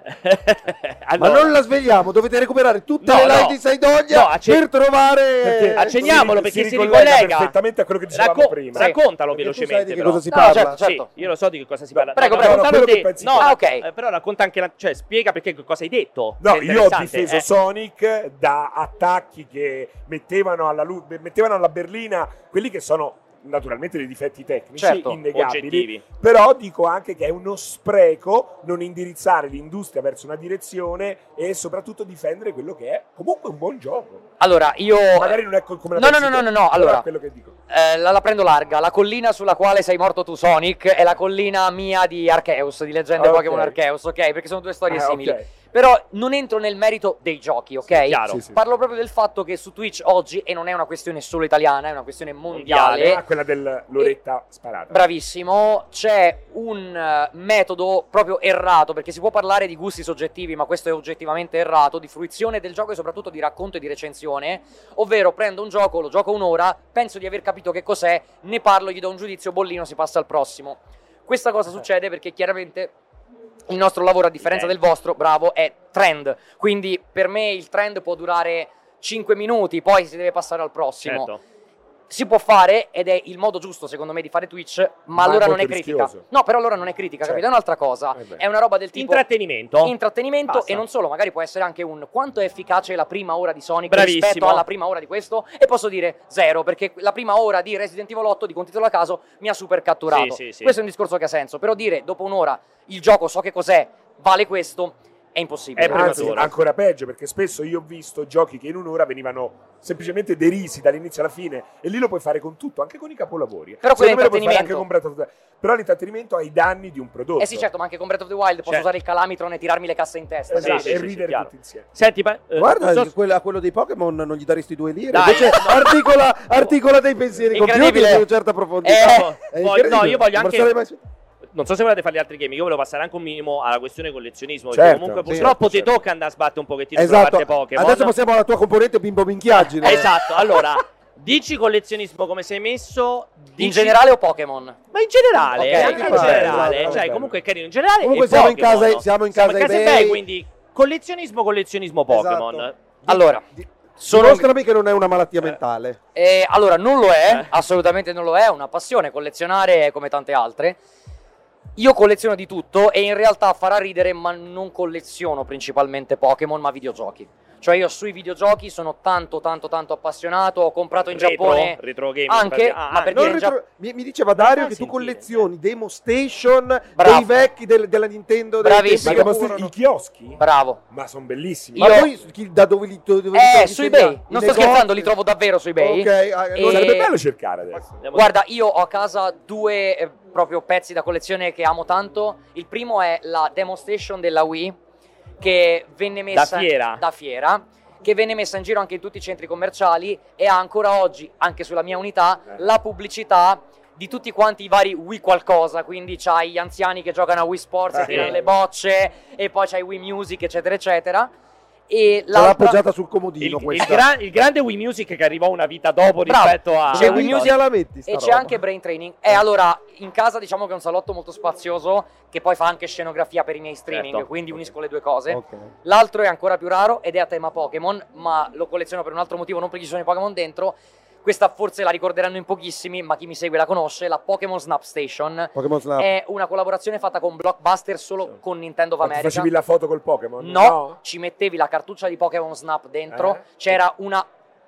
Speaker 1: Eh.
Speaker 4: Ma
Speaker 1: Allora-
Speaker 4: non la svegliamo, dovete recuperare tutte
Speaker 1: No,
Speaker 4: le live
Speaker 1: no.
Speaker 4: di Saidogna
Speaker 1: No, acce-
Speaker 4: per trovare...
Speaker 3: Perché
Speaker 1: accendiamolo,
Speaker 3: Eh, si-
Speaker 1: perché si
Speaker 3: ricollega
Speaker 1: ricollega.
Speaker 3: perfettamente a quello che dicevamo
Speaker 1: Racco-
Speaker 3: prima.
Speaker 1: Raccontalo
Speaker 4: Perché tu sai
Speaker 1: velocemente.
Speaker 4: di che
Speaker 1: però.
Speaker 4: cosa si
Speaker 5: No,
Speaker 4: parla.
Speaker 5: certo,
Speaker 1: Sì, io lo so di che cosa si parla.
Speaker 5: Prego,
Speaker 1: No,
Speaker 5: prego,
Speaker 1: no,
Speaker 5: quello
Speaker 1: raccontalo
Speaker 3: che
Speaker 1: te.
Speaker 3: pensi
Speaker 1: No,
Speaker 3: tu.
Speaker 5: Ah, ok.
Speaker 1: eh, però racconta anche la- cioè, spiega perché che cosa hai detto.
Speaker 3: No,
Speaker 1: che è
Speaker 3: io ho
Speaker 1: interessante,
Speaker 3: difeso
Speaker 1: eh.
Speaker 3: Sonic da attacchi che mettevano alla, lu- mettevano alla berlina quelli che sono naturalmente dei difetti tecnici
Speaker 5: Certo,
Speaker 3: innegabili,
Speaker 1: oggettivi.
Speaker 3: però dico anche che è uno spreco non indirizzare l'industria verso una direzione e soprattutto difendere quello che è comunque un buon gioco.
Speaker 5: Allora, io...
Speaker 3: Magari non è co- come la
Speaker 5: Oh, No, no,
Speaker 3: pensi te,
Speaker 5: no, no, no, no,
Speaker 3: però
Speaker 5: allora-
Speaker 3: è quello che dico.
Speaker 5: Eh, la, la prendo larga. La collina sulla quale sei morto tu, Sonic, è la collina mia di Arceus, di Leggende
Speaker 3: Ah, ok.
Speaker 5: Pokémon Arceus, ok? Perché sono due storie
Speaker 3: Ah,
Speaker 5: simili.
Speaker 3: ok.
Speaker 5: Però non entro nel merito dei giochi, ok?
Speaker 1: chiaro.
Speaker 3: Sì, sì.
Speaker 5: Parlo proprio del fatto che su Twitch oggi, e non è una questione solo italiana, è una questione mondiale.
Speaker 1: Mondiale,
Speaker 3: Ah, quella dell'oretta sparata.
Speaker 5: Bravissimo, c'è un eh, metodo proprio errato, perché si può parlare di gusti soggettivi, ma questo è oggettivamente errato, di fruizione del gioco e soprattutto di racconto e di recensione, ovvero prendo un gioco, lo gioco un'ora, penso di aver capito che cos'è, ne parlo, gli do un giudizio, bollino, si passa al prossimo. Questa cosa succede perché chiaramente il nostro lavoro, a differenza del vostro, bravo, è trend, quindi per me il trend può durare 5 minuti, poi si deve passare al prossimo
Speaker 1: Certo.
Speaker 5: si può fare ed è il modo giusto secondo me di fare Twitch, ma,
Speaker 3: Ma è
Speaker 5: allora non
Speaker 3: molto
Speaker 5: è critica.
Speaker 3: rischioso.
Speaker 5: No, però allora non è critica,
Speaker 3: Certo.
Speaker 5: capito? È un'altra cosa.
Speaker 3: Eh beh.
Speaker 5: è una roba del tipo
Speaker 1: Intrattenimento.
Speaker 5: intrattenimento
Speaker 1: Basta.
Speaker 5: e non solo, magari può essere anche un quanto è efficace la prima ora di Sonic
Speaker 1: Bravissimo.
Speaker 5: rispetto alla prima ora di questo e posso dire zero perché la prima ora di Resident Evil 8 di contitolo a caso mi ha super catturato.
Speaker 1: Sì, sì, sì.
Speaker 5: Questo è un discorso che ha senso, però dire dopo un'ora il gioco so che cos'è, vale questo è impossibile.
Speaker 1: È
Speaker 3: Anzi,
Speaker 1: prematuro.
Speaker 3: ancora peggio perché spesso io ho visto giochi che in un'ora venivano semplicemente derisi dall'inizio alla fine e lì lo puoi fare con tutto, anche con i capolavori.
Speaker 5: Però quello
Speaker 3: Secondo me lo puoi fare anche
Speaker 5: è
Speaker 3: con Breath of the Però l'intrattenimento ha i danni di un prodotto.
Speaker 5: Eh sì, certo, ma anche con Breath of the Wild posso
Speaker 1: Certo. Eh
Speaker 5: usare il calamitron e tirarmi le casse in testa.
Speaker 3: Esatto,
Speaker 1: Sì,
Speaker 5: grazie.
Speaker 1: sì,
Speaker 3: e
Speaker 1: sì,
Speaker 3: ridere
Speaker 1: chiaro.
Speaker 3: tutti insieme.
Speaker 1: Senti, ma, eh,
Speaker 4: Guarda,
Speaker 1: non so-
Speaker 4: anche quella- a quello dei Pokémon non gli daresti due lire.
Speaker 1: Dai,
Speaker 4: Invece
Speaker 1: no.
Speaker 4: articola, articola dei pensieri compiuti
Speaker 5: Incredibile.
Speaker 4: con una certa profondità.
Speaker 5: Eh,
Speaker 4: È
Speaker 1: poi- no,
Speaker 4: incredibile.
Speaker 1: io voglio
Speaker 4: Non
Speaker 1: anche-
Speaker 4: sarei mai-
Speaker 1: non so se volete fare gli altri game. Io volevo passare anche un minimo alla questione collezionismo.
Speaker 3: Certo,
Speaker 1: perché comunque,
Speaker 3: sì,
Speaker 1: purtroppo,
Speaker 3: certo, certo.
Speaker 1: ti tocca andare a sbattere un pochettino
Speaker 4: Esatto.
Speaker 1: sulla parte Pokémon.
Speaker 4: Adesso passiamo alla tua componente bimbo minchiaggine.
Speaker 1: Esatto. Allora, dici collezionismo come sei messo? Dici...
Speaker 5: In generale o Pokémon?
Speaker 1: Ma in generale,
Speaker 5: Ok,
Speaker 1: eh,
Speaker 5: anche
Speaker 1: in
Speaker 5: bello,
Speaker 1: generale,
Speaker 3: bello,
Speaker 1: cioè
Speaker 3: bello.
Speaker 1: comunque è carino in generale.
Speaker 4: Comunque
Speaker 1: e
Speaker 4: siamo in
Speaker 1: Pokémon,
Speaker 4: casa-
Speaker 1: no?
Speaker 4: siamo in casa
Speaker 1: casa
Speaker 4: eBay.
Speaker 1: eBay, quindi collezionismo, collezionismo Pokémon.
Speaker 4: Esatto.
Speaker 5: Allora,
Speaker 4: Di-
Speaker 5: sono-
Speaker 4: Dimostrami che non è una malattia mentale.
Speaker 5: Eh, allora, non lo è,
Speaker 1: Eh.
Speaker 5: assolutamente non lo è, è una passione, collezionare è come tante altre. Io colleziono di tutto e in realtà farà ridere, ma non colleziono principalmente Pokémon, ma videogiochi. Cioè io sui videogiochi sono tanto, tanto, tanto appassionato, ho comprato in
Speaker 1: Retro-
Speaker 5: Giappone...
Speaker 1: retro gaming,
Speaker 5: anche,
Speaker 1: parliamo. Ah,
Speaker 5: ma
Speaker 1: ah,
Speaker 5: perché
Speaker 4: Non
Speaker 5: in
Speaker 4: ritro-
Speaker 5: Giappone...
Speaker 4: mi, mi diceva Dario
Speaker 1: Ah,
Speaker 4: che tu
Speaker 1: sentire.
Speaker 4: collezioni Demo Station
Speaker 5: Bravo.
Speaker 4: dei vecchi del- della Nintendo dei
Speaker 5: Bravissimo.
Speaker 3: Ma
Speaker 4: tempi
Speaker 3: che
Speaker 4: che
Speaker 3: mostri-
Speaker 4: furono.
Speaker 3: I chioschi?
Speaker 5: Bravo.
Speaker 3: Ma sono bellissimi.
Speaker 4: Ma
Speaker 5: Io-
Speaker 4: poi chi- da dove li, dove li
Speaker 5: Eh,
Speaker 4: trovi?
Speaker 5: su
Speaker 4: Segna-
Speaker 5: eBay,
Speaker 4: i
Speaker 5: non sto
Speaker 4: negozi?
Speaker 5: scherzando, li trovo davvero su eBay.
Speaker 4: Ok, ah, non
Speaker 5: E-
Speaker 3: Sarebbe bello cercare adesso.
Speaker 1: Andiamo-
Speaker 5: Guarda, io ho a casa due eh, proprio pezzi da collezione che amo tanto. Il primo è la demo station della Wii, che venne messa
Speaker 1: fiera.
Speaker 5: da fiera, che venne messa in giro anche in tutti i centri commerciali e ha ancora oggi, anche sulla mia unità,
Speaker 3: Eh.
Speaker 5: la pubblicità di tutti quanti i vari Wii qualcosa, quindi c'hai gli anziani che giocano a Wii Sports e
Speaker 3: Eh.
Speaker 5: tirano le bocce, e poi c'hai Wii Music, eccetera, eccetera. E
Speaker 4: Ce l'ha
Speaker 5: l'altra-
Speaker 4: appoggiata sul
Speaker 1: il,
Speaker 4: comodino
Speaker 1: il
Speaker 4: questa.
Speaker 1: gra- il grande Wii Music che arrivò una vita dopo
Speaker 5: Bravo.
Speaker 1: rispetto a
Speaker 5: C'è
Speaker 4: Cioè,
Speaker 5: Ah,
Speaker 4: Wii
Speaker 5: ricordo.
Speaker 4: Music la metti sta
Speaker 5: E c'è
Speaker 4: roba? Eh.
Speaker 5: anche brain training. E allora in casa diciamo che è un salotto molto spazioso che poi fa anche scenografia per i miei streaming,
Speaker 1: Certo.
Speaker 5: quindi unisco le due cose.
Speaker 4: Ok.
Speaker 5: L'altro è ancora più raro ed è a tema Pokémon, ma lo colleziono per un altro motivo, non perché ci sono i Pokémon dentro. Questa forse la ricorderanno in pochissimi, ma chi mi segue la conosce, la Pokémon Snap Station.
Speaker 4: Pokémon Snap. Certo.
Speaker 5: È una collaborazione fatta con Blockbuster solo con Nintendo of
Speaker 3: Ma ti
Speaker 5: America.
Speaker 3: facevi la foto col Pokémon?
Speaker 5: No, ci mettevi la cartuccia di Pokémon Snap dentro,
Speaker 3: Eh?
Speaker 5: c'era una,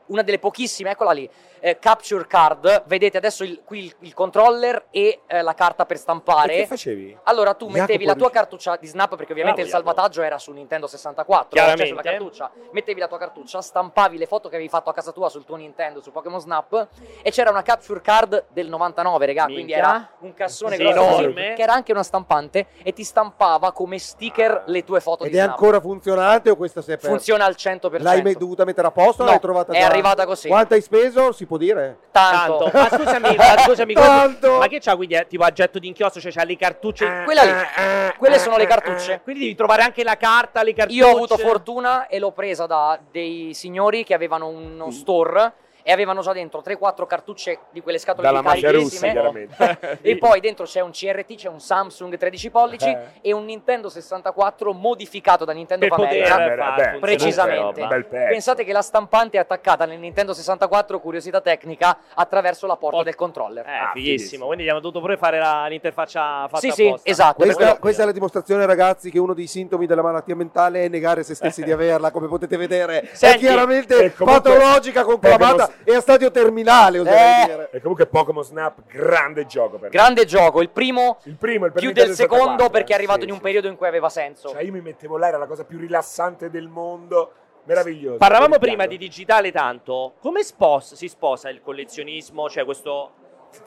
Speaker 5: una delle pochissime, eccola lì, eh, capture card. Vedete adesso il- qui il, il controller e eh, la carta per stampare.
Speaker 3: Che facevi?
Speaker 5: Allora tu
Speaker 4: Jacopo
Speaker 5: mettevi la tua
Speaker 4: riuscì.
Speaker 5: cartuccia di snap perché ovviamente
Speaker 1: Bravo,
Speaker 5: il salvataggio era su Nintendo 64,
Speaker 1: Chiaramente.
Speaker 5: cioè sulla cartuccia. Mettevi la tua cartuccia, stampavi le foto che avevi fatto a casa tua sul tuo Nintendo su Pokémon Snap e c'era una capture card del 99, regà, quindi
Speaker 1: Minchia.
Speaker 5: era un cassone
Speaker 1: Sì,
Speaker 5: grosso così,
Speaker 1: enorme.
Speaker 5: che era anche una stampante e ti stampava come sticker
Speaker 1: Ah.
Speaker 5: le tue foto
Speaker 4: Ed
Speaker 5: di
Speaker 4: è
Speaker 5: Snap.
Speaker 4: ancora funzionante o questa si è persa?
Speaker 5: Funziona al 100%.
Speaker 4: L'hai me- dovuta mettere a posto? o
Speaker 5: No,
Speaker 4: l'hai trovata
Speaker 5: è
Speaker 4: già?
Speaker 5: arrivata così.
Speaker 4: Quanto hai speso? Si può dire?
Speaker 5: Tanto.
Speaker 1: Tanto. Ma scusami, ma scusami,
Speaker 4: Tanto. Eh,
Speaker 1: ma che c'ha quindi eh, tipo aggetto d'inchiostro, cioè c'ha le cartucce?
Speaker 5: Quella
Speaker 3: Eh,
Speaker 5: lì. Quelle sono le cartucce.
Speaker 1: Quindi devi trovare anche la carta, le eh, cartucce.
Speaker 5: Io ho avuto fortuna e l'ho presa da dei signori che avevano uno store e avevano già dentro 3-4 cartucce di quelle scatole
Speaker 3: Dalla
Speaker 5: lì
Speaker 3: mafia russa,
Speaker 5: carichissime.
Speaker 3: chiaramente.
Speaker 5: E poi dentro c'è un CRT, c'è un Samsung 13 pollici
Speaker 3: Eh.
Speaker 5: e un Nintendo 64 modificato da Nintendo
Speaker 1: per
Speaker 5: of
Speaker 1: poter
Speaker 5: America.
Speaker 3: America.
Speaker 1: far
Speaker 3: Beh,
Speaker 1: funzionare
Speaker 5: precisamente.
Speaker 1: quella roba.
Speaker 3: Bel pezzo.
Speaker 5: Pensate che la stampante è attaccata nel Nintendo 64, curiosità tecnica, attraverso la porta
Speaker 1: Porta.
Speaker 5: del controller.
Speaker 1: Eh,
Speaker 3: Ah,
Speaker 1: fighissimo.
Speaker 3: fighissimo.
Speaker 1: Quindi abbiamo dovuto pure fare la- l'interfaccia fatta
Speaker 5: Sì, sì,
Speaker 1: apposta.
Speaker 5: esatto.
Speaker 4: Questa,
Speaker 1: quello-
Speaker 4: questa è la dimostrazione, ragazzi, che uno dei sintomi della malattia mentale è negare se stessi di averla, come potete vedere.
Speaker 1: Senti,
Speaker 4: è chiaramente
Speaker 3: e comunque-
Speaker 4: patologica, conclamata
Speaker 3: Pokémon-
Speaker 4: e a stadio terminale, oserei
Speaker 5: Eh.
Speaker 4: dire.
Speaker 3: E comunque Pokémon Snap, grande gioco per me.
Speaker 5: Grande gioco, il primo
Speaker 3: Il primo, il per
Speaker 5: più
Speaker 3: Nintendo
Speaker 5: del secondo
Speaker 3: 64,
Speaker 5: perché è
Speaker 3: eh.
Speaker 5: arrivato
Speaker 3: Sì,
Speaker 5: in un
Speaker 3: sì,
Speaker 5: periodo in cui aveva senso.
Speaker 3: Cioè, io mi mettevo là, era la cosa più rilassante del mondo. Meraviglioso.
Speaker 1: Parlavamo
Speaker 3: Meraviglioso.
Speaker 1: prima di digitale tanto, come spos- si sposa il collezionismo, cioè questo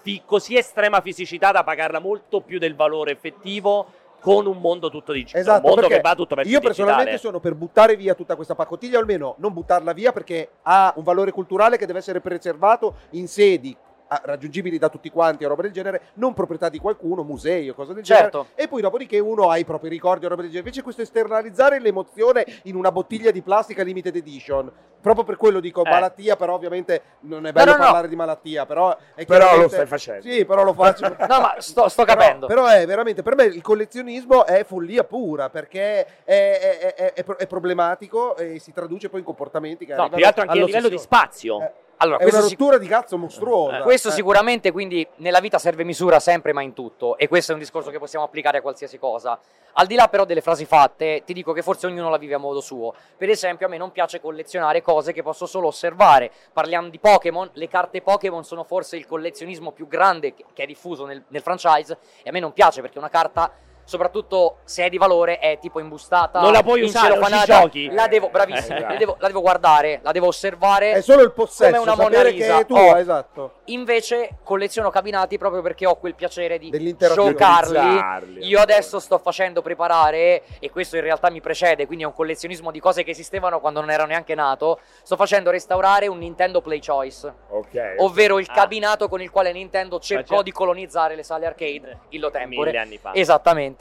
Speaker 1: di così estrema fisicità da pagarla molto più del valore effettivo con un mondo tutto digitale,
Speaker 4: Esatto,
Speaker 1: un mondo
Speaker 4: perché
Speaker 1: che va tutto verso
Speaker 4: Io
Speaker 1: il digitale.
Speaker 4: personalmente sono per buttare via tutta questa pacottiglia, o almeno non buttarla via perché ha un valore culturale che deve essere preservato in sedi ah, raggiungibili da tutti quanti o roba del genere, non proprietà di qualcuno, musei o cose del
Speaker 5: Certo.
Speaker 4: genere. E poi dopodiché uno ha i propri ricordi o roba del genere. Invece questo esternalizzare l'emozione in una bottiglia di plastica limited edition, proprio per quello dico
Speaker 1: Eh.
Speaker 4: malattia, però ovviamente non è bello
Speaker 5: no, no.
Speaker 4: parlare di malattia, però è
Speaker 3: Però lo
Speaker 4: chiaramente-
Speaker 3: stai facendo.
Speaker 4: Sì, però lo faccio.
Speaker 5: No, ma sto, sto
Speaker 4: Però-
Speaker 5: capendo.
Speaker 4: Però, è veramente per me il collezionismo è follia pura perché è, è- è- è pro- è problematico e si traduce poi in comportamenti che
Speaker 1: No, più che altro anche a livello di spazio.
Speaker 4: Eh,
Speaker 5: allora,
Speaker 4: È una
Speaker 5: questo, sic-
Speaker 4: rottura di cazzo mostruosa.
Speaker 1: Eh,
Speaker 5: questo
Speaker 4: Eh.
Speaker 5: sicuramente, quindi, nella vita serve misura sempre, ma in tutto. E questo è un discorso che possiamo applicare a qualsiasi cosa. Al di là, però, delle frasi fatte, ti dico che forse ognuno la vive a modo suo. Per esempio, a me non piace collezionare cose che posso solo osservare. Parliamo di Pokémon, le carte Pokémon sono forse il collezionismo più grande che che è diffuso nel, nel franchise. E a me non piace perché una carta. Soprattutto se è di valore, è tipo imbustata.
Speaker 1: Non la puoi usare, non ci
Speaker 5: incelofanata.
Speaker 1: giochi.
Speaker 5: La devo, bravissimo,
Speaker 1: Eh, esatto.
Speaker 5: la, devo, la devo guardare, la devo osservare.
Speaker 4: È solo il possesso,
Speaker 5: Come una Mona
Speaker 4: sapere
Speaker 5: Lisa.
Speaker 4: che è tua,
Speaker 5: Oh.
Speaker 4: esatto.
Speaker 5: Invece colleziono cabinati proprio perché ho quel piacere di
Speaker 4: Dell'interazione.
Speaker 5: giocarli.
Speaker 3: Utilizzarli,
Speaker 5: Io
Speaker 3: allora.
Speaker 5: adesso sto facendo preparare, e questo in realtà mi precede, quindi è un collezionismo di cose che esistevano quando non ero neanche nato. Sto facendo restaurare un Nintendo Play Choice,
Speaker 3: Ok.
Speaker 5: ovvero il
Speaker 1: Ah.
Speaker 5: cabinato con il quale Nintendo cercò
Speaker 1: certo.
Speaker 5: di colonizzare le sale arcade illo
Speaker 1: Mille
Speaker 5: tempore.
Speaker 1: anni fa.
Speaker 5: Esattamente.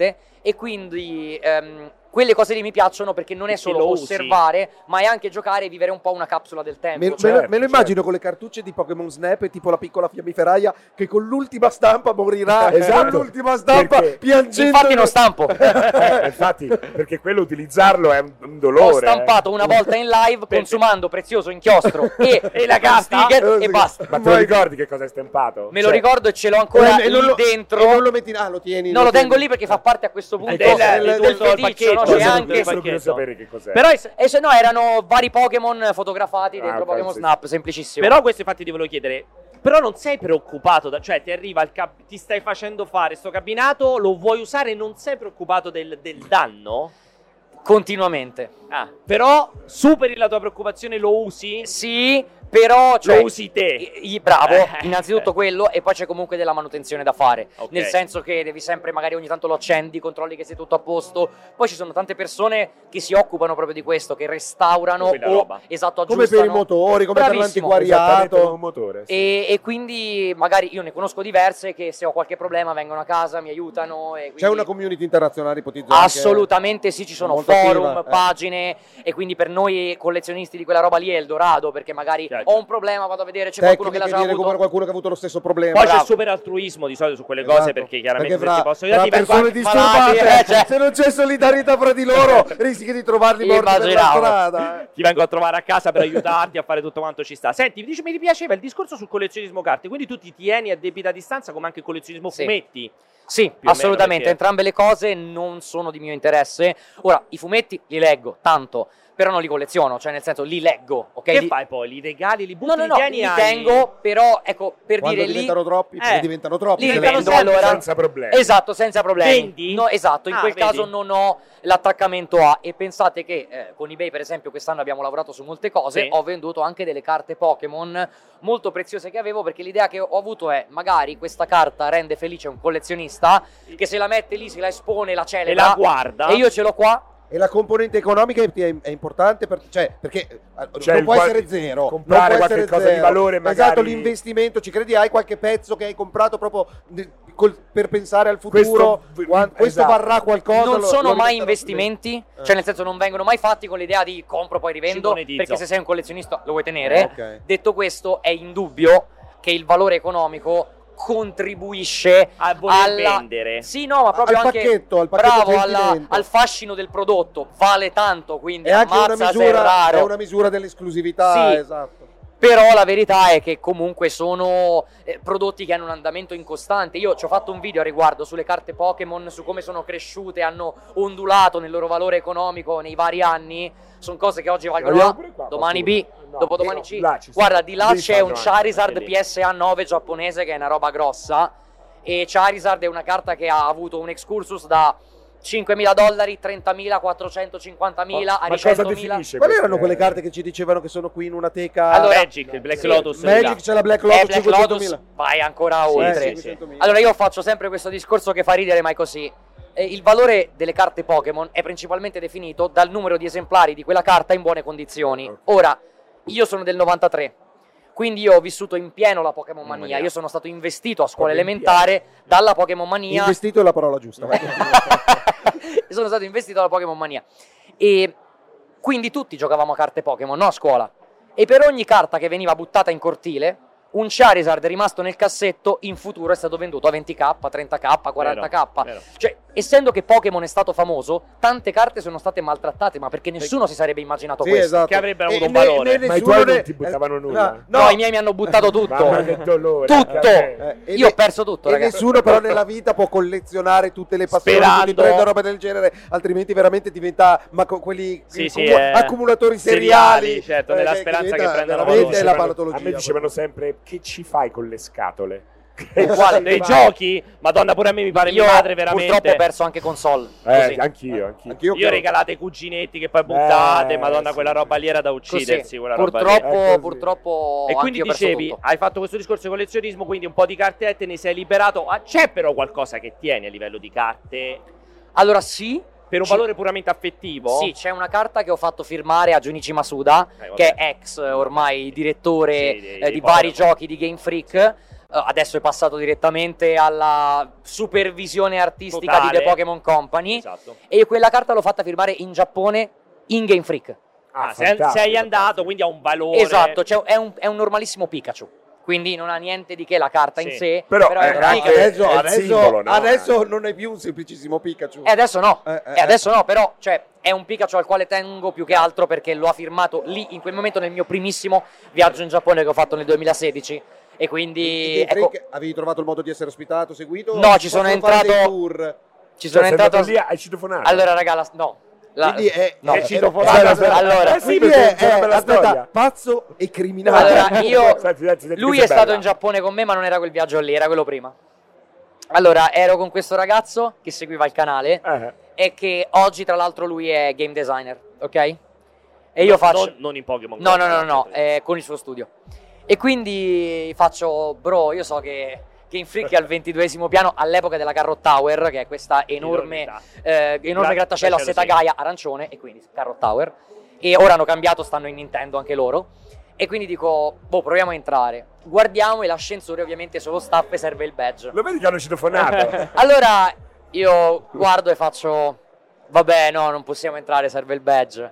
Speaker 5: E quindi ehm, quelle cose lì mi piacciono perché non è
Speaker 1: Perché
Speaker 5: solo
Speaker 1: lo usi.
Speaker 5: osservare, ma è anche giocare e vivere un po' una capsula del tempo.
Speaker 4: Me, me lo-
Speaker 5: cioè-
Speaker 4: me lo immagino con le cartucce di Pokémon Snap e tipo la piccola fiammiferaia che con l'ultima stampa morirà.
Speaker 3: Esatto.
Speaker 4: Con l'ultima stampa
Speaker 3: Perché-
Speaker 4: piangendo.
Speaker 5: Infatti non stampo.
Speaker 3: Eh, infatti, perché quello utilizzarlo è un, un dolore. eh.
Speaker 5: Ho stampato una volta in live
Speaker 1: Perché?
Speaker 5: consumando prezioso inchiostro e,
Speaker 1: E la carta?
Speaker 5: sticker e basta.
Speaker 3: eh. Ma te lo ricordi che cosa hai stampato?
Speaker 5: Me lo
Speaker 3: Cioè,
Speaker 5: ricordo e ce l'ho ancora
Speaker 4: Eh, e
Speaker 5: lì
Speaker 4: non lo- e
Speaker 5: dentro.
Speaker 4: non lo metti là, lo tieni.
Speaker 5: No, lo tengo
Speaker 4: tieni. Eh.
Speaker 5: lì perché fa parte a questo punto
Speaker 1: del-
Speaker 5: del,
Speaker 1: di
Speaker 5: del
Speaker 1: tutto il
Speaker 5: feticcio, no?
Speaker 1: pacchetto.
Speaker 5: C'è
Speaker 1: Del-
Speaker 5: anche-
Speaker 1: del-
Speaker 3: Sono curioso di sapere che cos'è.
Speaker 1: Però, es-
Speaker 5: E se no erano vari Pokémon fotografati
Speaker 3: Ah,
Speaker 5: dentro
Speaker 3: ok,
Speaker 5: Pokémon
Speaker 3: sì.
Speaker 5: Snap, semplicissimo.
Speaker 1: però questo infatti ti volevo chiedere, però non sei preoccupato, da- cioè ti arriva il cab- ti stai facendo fare sto cabinato, lo vuoi usare e non sei preoccupato del, del danno?
Speaker 5: Continuamente.
Speaker 1: Ah, però superi la tua preoccupazione, lo usi?
Speaker 5: Sì, però cioè,
Speaker 1: lo usi te.
Speaker 5: I- i- bravo,
Speaker 1: Eh.
Speaker 5: innanzitutto quello e poi c'è comunque della manutenzione da fare,
Speaker 1: Ok.
Speaker 5: nel senso che devi sempre magari ogni tanto lo accendi, controlli che sia tutto a posto, poi ci sono tante persone che si occupano proprio di questo, che restaurano
Speaker 1: Quella
Speaker 5: o,
Speaker 1: roba.
Speaker 5: esatto,
Speaker 4: Come per i
Speaker 5: aggiustano.
Speaker 4: motori, come
Speaker 5: Bravissimo.
Speaker 4: per
Speaker 3: Esattamente come
Speaker 4: l'antiquariato.
Speaker 3: un motore. sì.
Speaker 5: E, e quindi magari io ne conosco diverse che se ho qualche problema vengono a casa, mi aiutano. E
Speaker 4: C'è
Speaker 5: quindi-
Speaker 4: una community internazionale ipotizzata. che-
Speaker 5: Assolutamente sì, ci sono
Speaker 4: molto
Speaker 5: forum,
Speaker 4: attiva, eh.
Speaker 5: pagine e quindi per noi collezionisti di quella roba lì è il dorado perché magari
Speaker 1: Certo.
Speaker 5: ho un problema, vado a vedere c'è
Speaker 4: Tecniche
Speaker 5: qualcuno che l'ha già
Speaker 4: di
Speaker 5: avuto.
Speaker 4: recupero, qualcuno che ha avuto lo stesso problema.
Speaker 1: Poi c'è il
Speaker 5: Bravo.
Speaker 1: super altruismo di solito su quelle
Speaker 4: Esatto.
Speaker 1: cose perché chiaramente
Speaker 4: Perché fra-
Speaker 1: se ti posso
Speaker 4: fra
Speaker 1: aiutare ti vengo
Speaker 4: persone
Speaker 1: anche malati,
Speaker 4: disturbate,
Speaker 1: eh, cioè,
Speaker 4: se non c'è solidarietà fra di loro, rischi di trovarli morti per la
Speaker 5: Immaginavo.
Speaker 4: strada. eh.
Speaker 1: ti vengo a trovare a casa per aiutarti a fare tutto quanto ci sta. Senti, mi, dice- mi piaceva il discorso sul collezionismo carte, quindi tu ti tieni a debita distanza come anche il collezionismo
Speaker 5: Sì.
Speaker 1: fumetti.
Speaker 5: Sì,
Speaker 1: meno
Speaker 5: assolutamente,
Speaker 1: perché-
Speaker 5: entrambe le cose non sono di mio interesse. Ora, i fumetti li leggo tanto, però non li colleziono, cioè nel senso li leggo, ok?
Speaker 1: Che
Speaker 5: Li-
Speaker 1: fai poi? Li regali, li butti,
Speaker 5: No, no, no,
Speaker 1: li tieni
Speaker 5: li
Speaker 1: ai-
Speaker 5: tengo, però ecco, per
Speaker 4: Quando
Speaker 5: dire lì
Speaker 4: diventano troppi, poi
Speaker 1: eh,
Speaker 4: diventano troppi.
Speaker 5: li
Speaker 4: se
Speaker 5: diventano
Speaker 4: vendo.
Speaker 5: sempre- allora-
Speaker 3: senza problemi.
Speaker 5: Esatto, senza problemi.
Speaker 1: Vendi?
Speaker 5: No, esatto, in
Speaker 1: Ah,
Speaker 5: quel
Speaker 1: vedi.
Speaker 5: caso non ho l'attaccamento A e pensate che eh, con eBay per esempio quest'anno abbiamo lavorato su molte cose,
Speaker 1: Sì.
Speaker 5: ho venduto anche delle carte Pokémon molto preziose che avevo perché l'idea che ho avuto è magari questa carta rende felice un collezionista che se la mette lì, se la espone, la
Speaker 1: e
Speaker 5: celebra
Speaker 1: la guarda.
Speaker 5: e io ce l'ho qua
Speaker 4: E la componente economica è, è importante per- cioè, perché eh,
Speaker 3: Cioè,
Speaker 4: non
Speaker 3: il
Speaker 4: può
Speaker 3: qual-
Speaker 4: essere zero.
Speaker 3: comprare
Speaker 4: non può
Speaker 3: qualche
Speaker 4: essere
Speaker 3: cosa di
Speaker 4: zero.
Speaker 3: valore,
Speaker 4: Esatto,
Speaker 3: magari-
Speaker 4: l'investimento, ci credi, hai qualche pezzo che hai comprato proprio di- col- per pensare al futuro.
Speaker 3: Questo-
Speaker 4: Quan- questo
Speaker 3: esatto.
Speaker 4: varrà qualcosa.
Speaker 5: non
Speaker 4: lo-
Speaker 5: sono
Speaker 4: lo
Speaker 5: mai
Speaker 4: metterò-
Speaker 5: investimenti,
Speaker 4: Eh.
Speaker 5: cioè nel senso non vengono mai fatti con l'idea di compro poi
Speaker 1: Ci
Speaker 5: rivendo,
Speaker 1: monetizzo.
Speaker 5: perché se sei un collezionista lo vuoi tenere.
Speaker 4: Eh, ok.
Speaker 5: Detto questo, è indubbio che il valore economico contribuisce
Speaker 1: a voler
Speaker 5: alla-
Speaker 1: vendere.
Speaker 5: Sì, no, ma proprio
Speaker 4: al
Speaker 5: anche
Speaker 4: pacchetto, al pacchetto
Speaker 5: bravo alla-
Speaker 4: sentimento.
Speaker 5: al fascino del prodotto, vale tanto, quindi
Speaker 4: è anche
Speaker 5: ammazza
Speaker 4: una
Speaker 5: se è
Speaker 4: misura,
Speaker 5: raro.
Speaker 4: è una misura dell'esclusività,
Speaker 5: Sì.
Speaker 4: esatto.
Speaker 5: Però la verità è che comunque sono eh, prodotti che hanno un andamento incostante. Io ci ho fatto un video a riguardo sulle carte Pokémon, su come sono cresciute, hanno ondulato nel loro valore economico nei vari anni. Sono cose che oggi valgono
Speaker 3: Vogliamo
Speaker 5: A,
Speaker 3: pure qua
Speaker 5: domani B,
Speaker 3: qualcuno? No,
Speaker 5: dopodomani
Speaker 3: no,
Speaker 5: C.
Speaker 3: là ci sta.
Speaker 5: Guarda, di là
Speaker 3: Lì
Speaker 5: c'è
Speaker 3: sta
Speaker 5: un
Speaker 3: davanti.
Speaker 5: Charizard
Speaker 1: anche lì.
Speaker 5: PSA 9 giapponese che è una roba grossa. E Charizard è una carta che ha avuto un excursus da 5.000 dollari, 30.000, 450.000, a
Speaker 3: Ma cosa
Speaker 5: 100.000.
Speaker 3: definisce?
Speaker 4: Quali
Speaker 3: queste-
Speaker 4: erano quelle carte che ci dicevano che sono qui in una teca?
Speaker 5: Allora-
Speaker 1: Magic, il Black
Speaker 4: Ah, Sì,
Speaker 1: Lotus. di là.
Speaker 4: Magic c'è la Black Lotus,
Speaker 5: Eh, Black Lotus
Speaker 4: 500.000.
Speaker 5: vai ancora
Speaker 1: Sì,
Speaker 5: oltre.
Speaker 1: Eh, sì, sì.
Speaker 5: Allora io faccio sempre questo discorso che fa ridere, ma è così. Eh, Il valore delle carte Pokémon è principalmente definito dal numero di esemplari di quella carta in buone condizioni. Ora, io sono del 93, quindi io ho vissuto in pieno la Pokémon
Speaker 1: Mamma
Speaker 5: Mania.
Speaker 1: mia.
Speaker 5: Io sono stato investito a scuola
Speaker 3: Proprio in
Speaker 5: elementare dalla Pokémon Mania.
Speaker 4: Investito è la parola
Speaker 3: Eh,
Speaker 4: giusta. vai.
Speaker 5: sono stato investito alla Pokémon Mania. E quindi tutti giocavamo a carte Pokémon, no a scuola. E per ogni carta che veniva buttata in cortile, un Charizard rimasto nel cassetto in futuro è stato venduto a 20k, 30k, 40k.
Speaker 1: Vero, Eh. vero.
Speaker 5: Cioè, essendo che Pokémon è stato famoso, tante carte sono state maltrattate, ma perché nessuno si sarebbe immaginato
Speaker 4: Sì,
Speaker 5: questo.
Speaker 4: esatto.
Speaker 1: che avrebbero
Speaker 4: E
Speaker 1: avuto un
Speaker 4: né-
Speaker 1: valore.
Speaker 4: né
Speaker 3: Ma i
Speaker 4: nessuno
Speaker 3: tuoi non
Speaker 4: ne- eh,
Speaker 3: ti buttavano nulla?
Speaker 5: No, i miei mi hanno buttato
Speaker 3: Mamma che
Speaker 5: tutto.
Speaker 3: dolore.
Speaker 5: Tutto.
Speaker 3: cioè,
Speaker 4: Eh, e
Speaker 5: Io ho
Speaker 4: ne-
Speaker 5: perso tutto,
Speaker 4: e
Speaker 5: ragazzi.
Speaker 4: nessuno però nella vita può collezionare tutte le passioni
Speaker 1: Sperando.
Speaker 4: tutti prende roba del genere altrimenti veramente diventa ma co- quelli
Speaker 1: Sì,
Speaker 4: eh,
Speaker 1: sì,
Speaker 4: accu-
Speaker 1: eh,
Speaker 4: accumulatori
Speaker 1: seriali,
Speaker 4: seriali, Eh,
Speaker 1: certo, nella speranza che
Speaker 4: diventa
Speaker 1: prendano
Speaker 4: veramente
Speaker 1: valore.
Speaker 4: la
Speaker 3: A me
Speaker 4: palatologia
Speaker 3: dicevano sempre che ci fai con le scatole? Eh,
Speaker 5: Uguale.
Speaker 1: Nei giochi, Madonna, pure a me mi pare
Speaker 5: Io
Speaker 1: mia madre
Speaker 5: purtroppo
Speaker 1: veramente.
Speaker 5: ho perso anche console.
Speaker 3: Eh,
Speaker 5: così.
Speaker 3: anch'io, anch'io.
Speaker 4: Anch'io
Speaker 1: Io
Speaker 4: però-
Speaker 1: regalate i cuginetti che poi buttate,
Speaker 3: Eh,
Speaker 1: Madonna,
Speaker 3: sì.
Speaker 1: quella roba lì era da
Speaker 5: Così.
Speaker 1: uccidersi, quella roba lì. Eh,
Speaker 5: purtroppo,
Speaker 3: È così.
Speaker 5: purtroppo
Speaker 1: E quindi
Speaker 5: anch'io ho perso
Speaker 1: dicevi,
Speaker 5: tutto.
Speaker 1: hai fatto questo discorso di collezionismo, quindi un po' di cartette ne sei liberato. Ah, c'è però qualcosa che tieni a livello di carte
Speaker 5: Allora sì,
Speaker 1: per un
Speaker 5: Ci-
Speaker 1: valore puramente affettivo?
Speaker 5: sì, c'è una carta che ho fatto firmare a Junichi Masuda,
Speaker 1: Eh, Boh. vabbè.
Speaker 5: che è ex eh, ormai direttore
Speaker 1: Sì, dei-
Speaker 5: eh,
Speaker 1: dei
Speaker 5: di vari
Speaker 1: Pokémon.
Speaker 5: giochi di Game Freak. Eh, adesso è passato direttamente alla supervisione artistica di
Speaker 1: Totale.
Speaker 5: The Pokémon Company.
Speaker 1: Esatto.
Speaker 5: E quella carta l'ho fatta firmare in Giappone in Game Freak.
Speaker 1: Ah, sei, sei andato, quindi ha un valore.
Speaker 5: Esatto, cioè, è, un, è un normalissimo Pikachu. Quindi non ha niente di che la carta in
Speaker 1: Sì.
Speaker 5: sé.
Speaker 3: Però,
Speaker 5: è
Speaker 3: eh,
Speaker 5: un
Speaker 3: anche-
Speaker 5: Pikachu.
Speaker 4: Ah, adesso,
Speaker 3: è il
Speaker 4: adesso-
Speaker 3: simbolo, no?
Speaker 4: adesso non è più un semplicissimo Pikachu
Speaker 5: E adesso no,
Speaker 4: Eh, eh,
Speaker 5: e adesso no, però cioè, è un Pikachu al quale tengo più che altro perché lo ha firmato lì in quel momento nel mio primissimo viaggio in Giappone che ho fatto nel 2016 e quindi
Speaker 4: Game
Speaker 5: ecco,
Speaker 4: Freak, avevi trovato il modo di essere ospitato seguito
Speaker 5: No, ci sono
Speaker 4: Possono fare dei
Speaker 5: entrato-
Speaker 4: tour.
Speaker 5: ci sono entrato...
Speaker 3: lì hai citofonato.
Speaker 5: Allora raga, la- no. La-
Speaker 4: quindi è
Speaker 5: no.
Speaker 4: è-
Speaker 3: È
Speaker 4: è-
Speaker 3: citofonato.
Speaker 4: è-
Speaker 5: Aspetta, allora-
Speaker 4: eh, sì, quindi è,
Speaker 3: c'è una bella
Speaker 4: è- aspetta,
Speaker 3: storia.
Speaker 4: pazzo e criminale
Speaker 5: Allora, io,
Speaker 3: Senti, senti, senti,
Speaker 5: lui
Speaker 3: questa
Speaker 5: è stato
Speaker 3: bella.
Speaker 5: in Giappone con me, ma non era quel viaggio lì, era quello prima. Allora, ero con questo ragazzo che seguiva il canale
Speaker 3: Eh,
Speaker 5: e che oggi, tra l'altro, lui è game designer, ok? E io
Speaker 1: No,
Speaker 5: faccio.
Speaker 1: Non, non in Pokémon.
Speaker 5: No,
Speaker 1: Go,
Speaker 5: no, no, no, no,
Speaker 1: certo.
Speaker 5: eh, con il suo studio. E quindi faccio, bro, io so che Game Freak è al 22 piano all'epoca della Carrot Tower, che è questa enorme,
Speaker 1: Enormità.
Speaker 5: eh, enorme
Speaker 1: Gra-
Speaker 5: grattacielo
Speaker 1: grattacielo,
Speaker 5: a seta
Speaker 1: sì.
Speaker 5: Gaia arancione, e quindi Carrot Tower. E ora hanno cambiato, stanno in Nintendo anche loro. E quindi dico, boh, proviamo a entrare. Guardiamo e l'ascensore ovviamente è solo staff e serve il badge.
Speaker 3: Lo vedi che hanno citofonato?
Speaker 5: Allora io guardo e faccio: Vabbè, no, non possiamo entrare, serve il badge.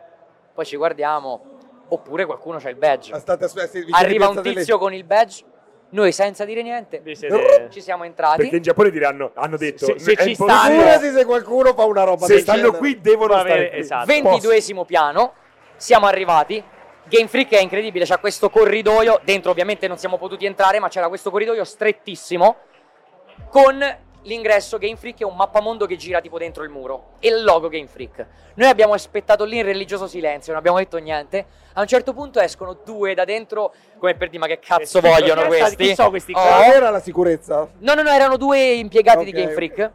Speaker 5: Poi ci guardiamo. Oppure qualcuno c'ha il badge.
Speaker 4: Aspetta, aspetta, sì, vi
Speaker 5: Arriva
Speaker 4: siete
Speaker 5: un
Speaker 4: pensate
Speaker 5: tizio con il badge. Noi senza dire niente
Speaker 1: Vi siete-
Speaker 5: ci siamo entrati.
Speaker 3: Perché in Giappone diranno, hanno detto
Speaker 1: Se- se
Speaker 3: "È
Speaker 1: ci
Speaker 3: impossibile,
Speaker 1: stanno-
Speaker 4: Figurati se qualcuno fa una roba
Speaker 3: se
Speaker 4: del
Speaker 3: stanno
Speaker 4: genere.
Speaker 3: qui devono
Speaker 1: Deve avere-
Speaker 3: stare qui.
Speaker 1: esatto.
Speaker 5: 22 piano, siamo arrivati. Game Freak è incredibile, c'ha questo corridoio, dentro ovviamente non siamo potuti entrare, ma c'era questo corridoio strettissimo con l'ingresso Game Freak è un mappamondo che gira tipo dentro il muro e il logo Game Freak. Noi abbiamo aspettato lì in religioso silenzio, non abbiamo detto niente. A un certo punto escono due da dentro, come per dire ma che cazzo
Speaker 1: Che schifo,
Speaker 5: vogliono
Speaker 1: chi
Speaker 5: questi?
Speaker 1: Eh Chi sono questi?
Speaker 5: Oh.
Speaker 1: qua?
Speaker 4: Ah, era la sicurezza?
Speaker 5: No, no, no, erano due impiegati di
Speaker 4: Ok,
Speaker 5: Game Freak.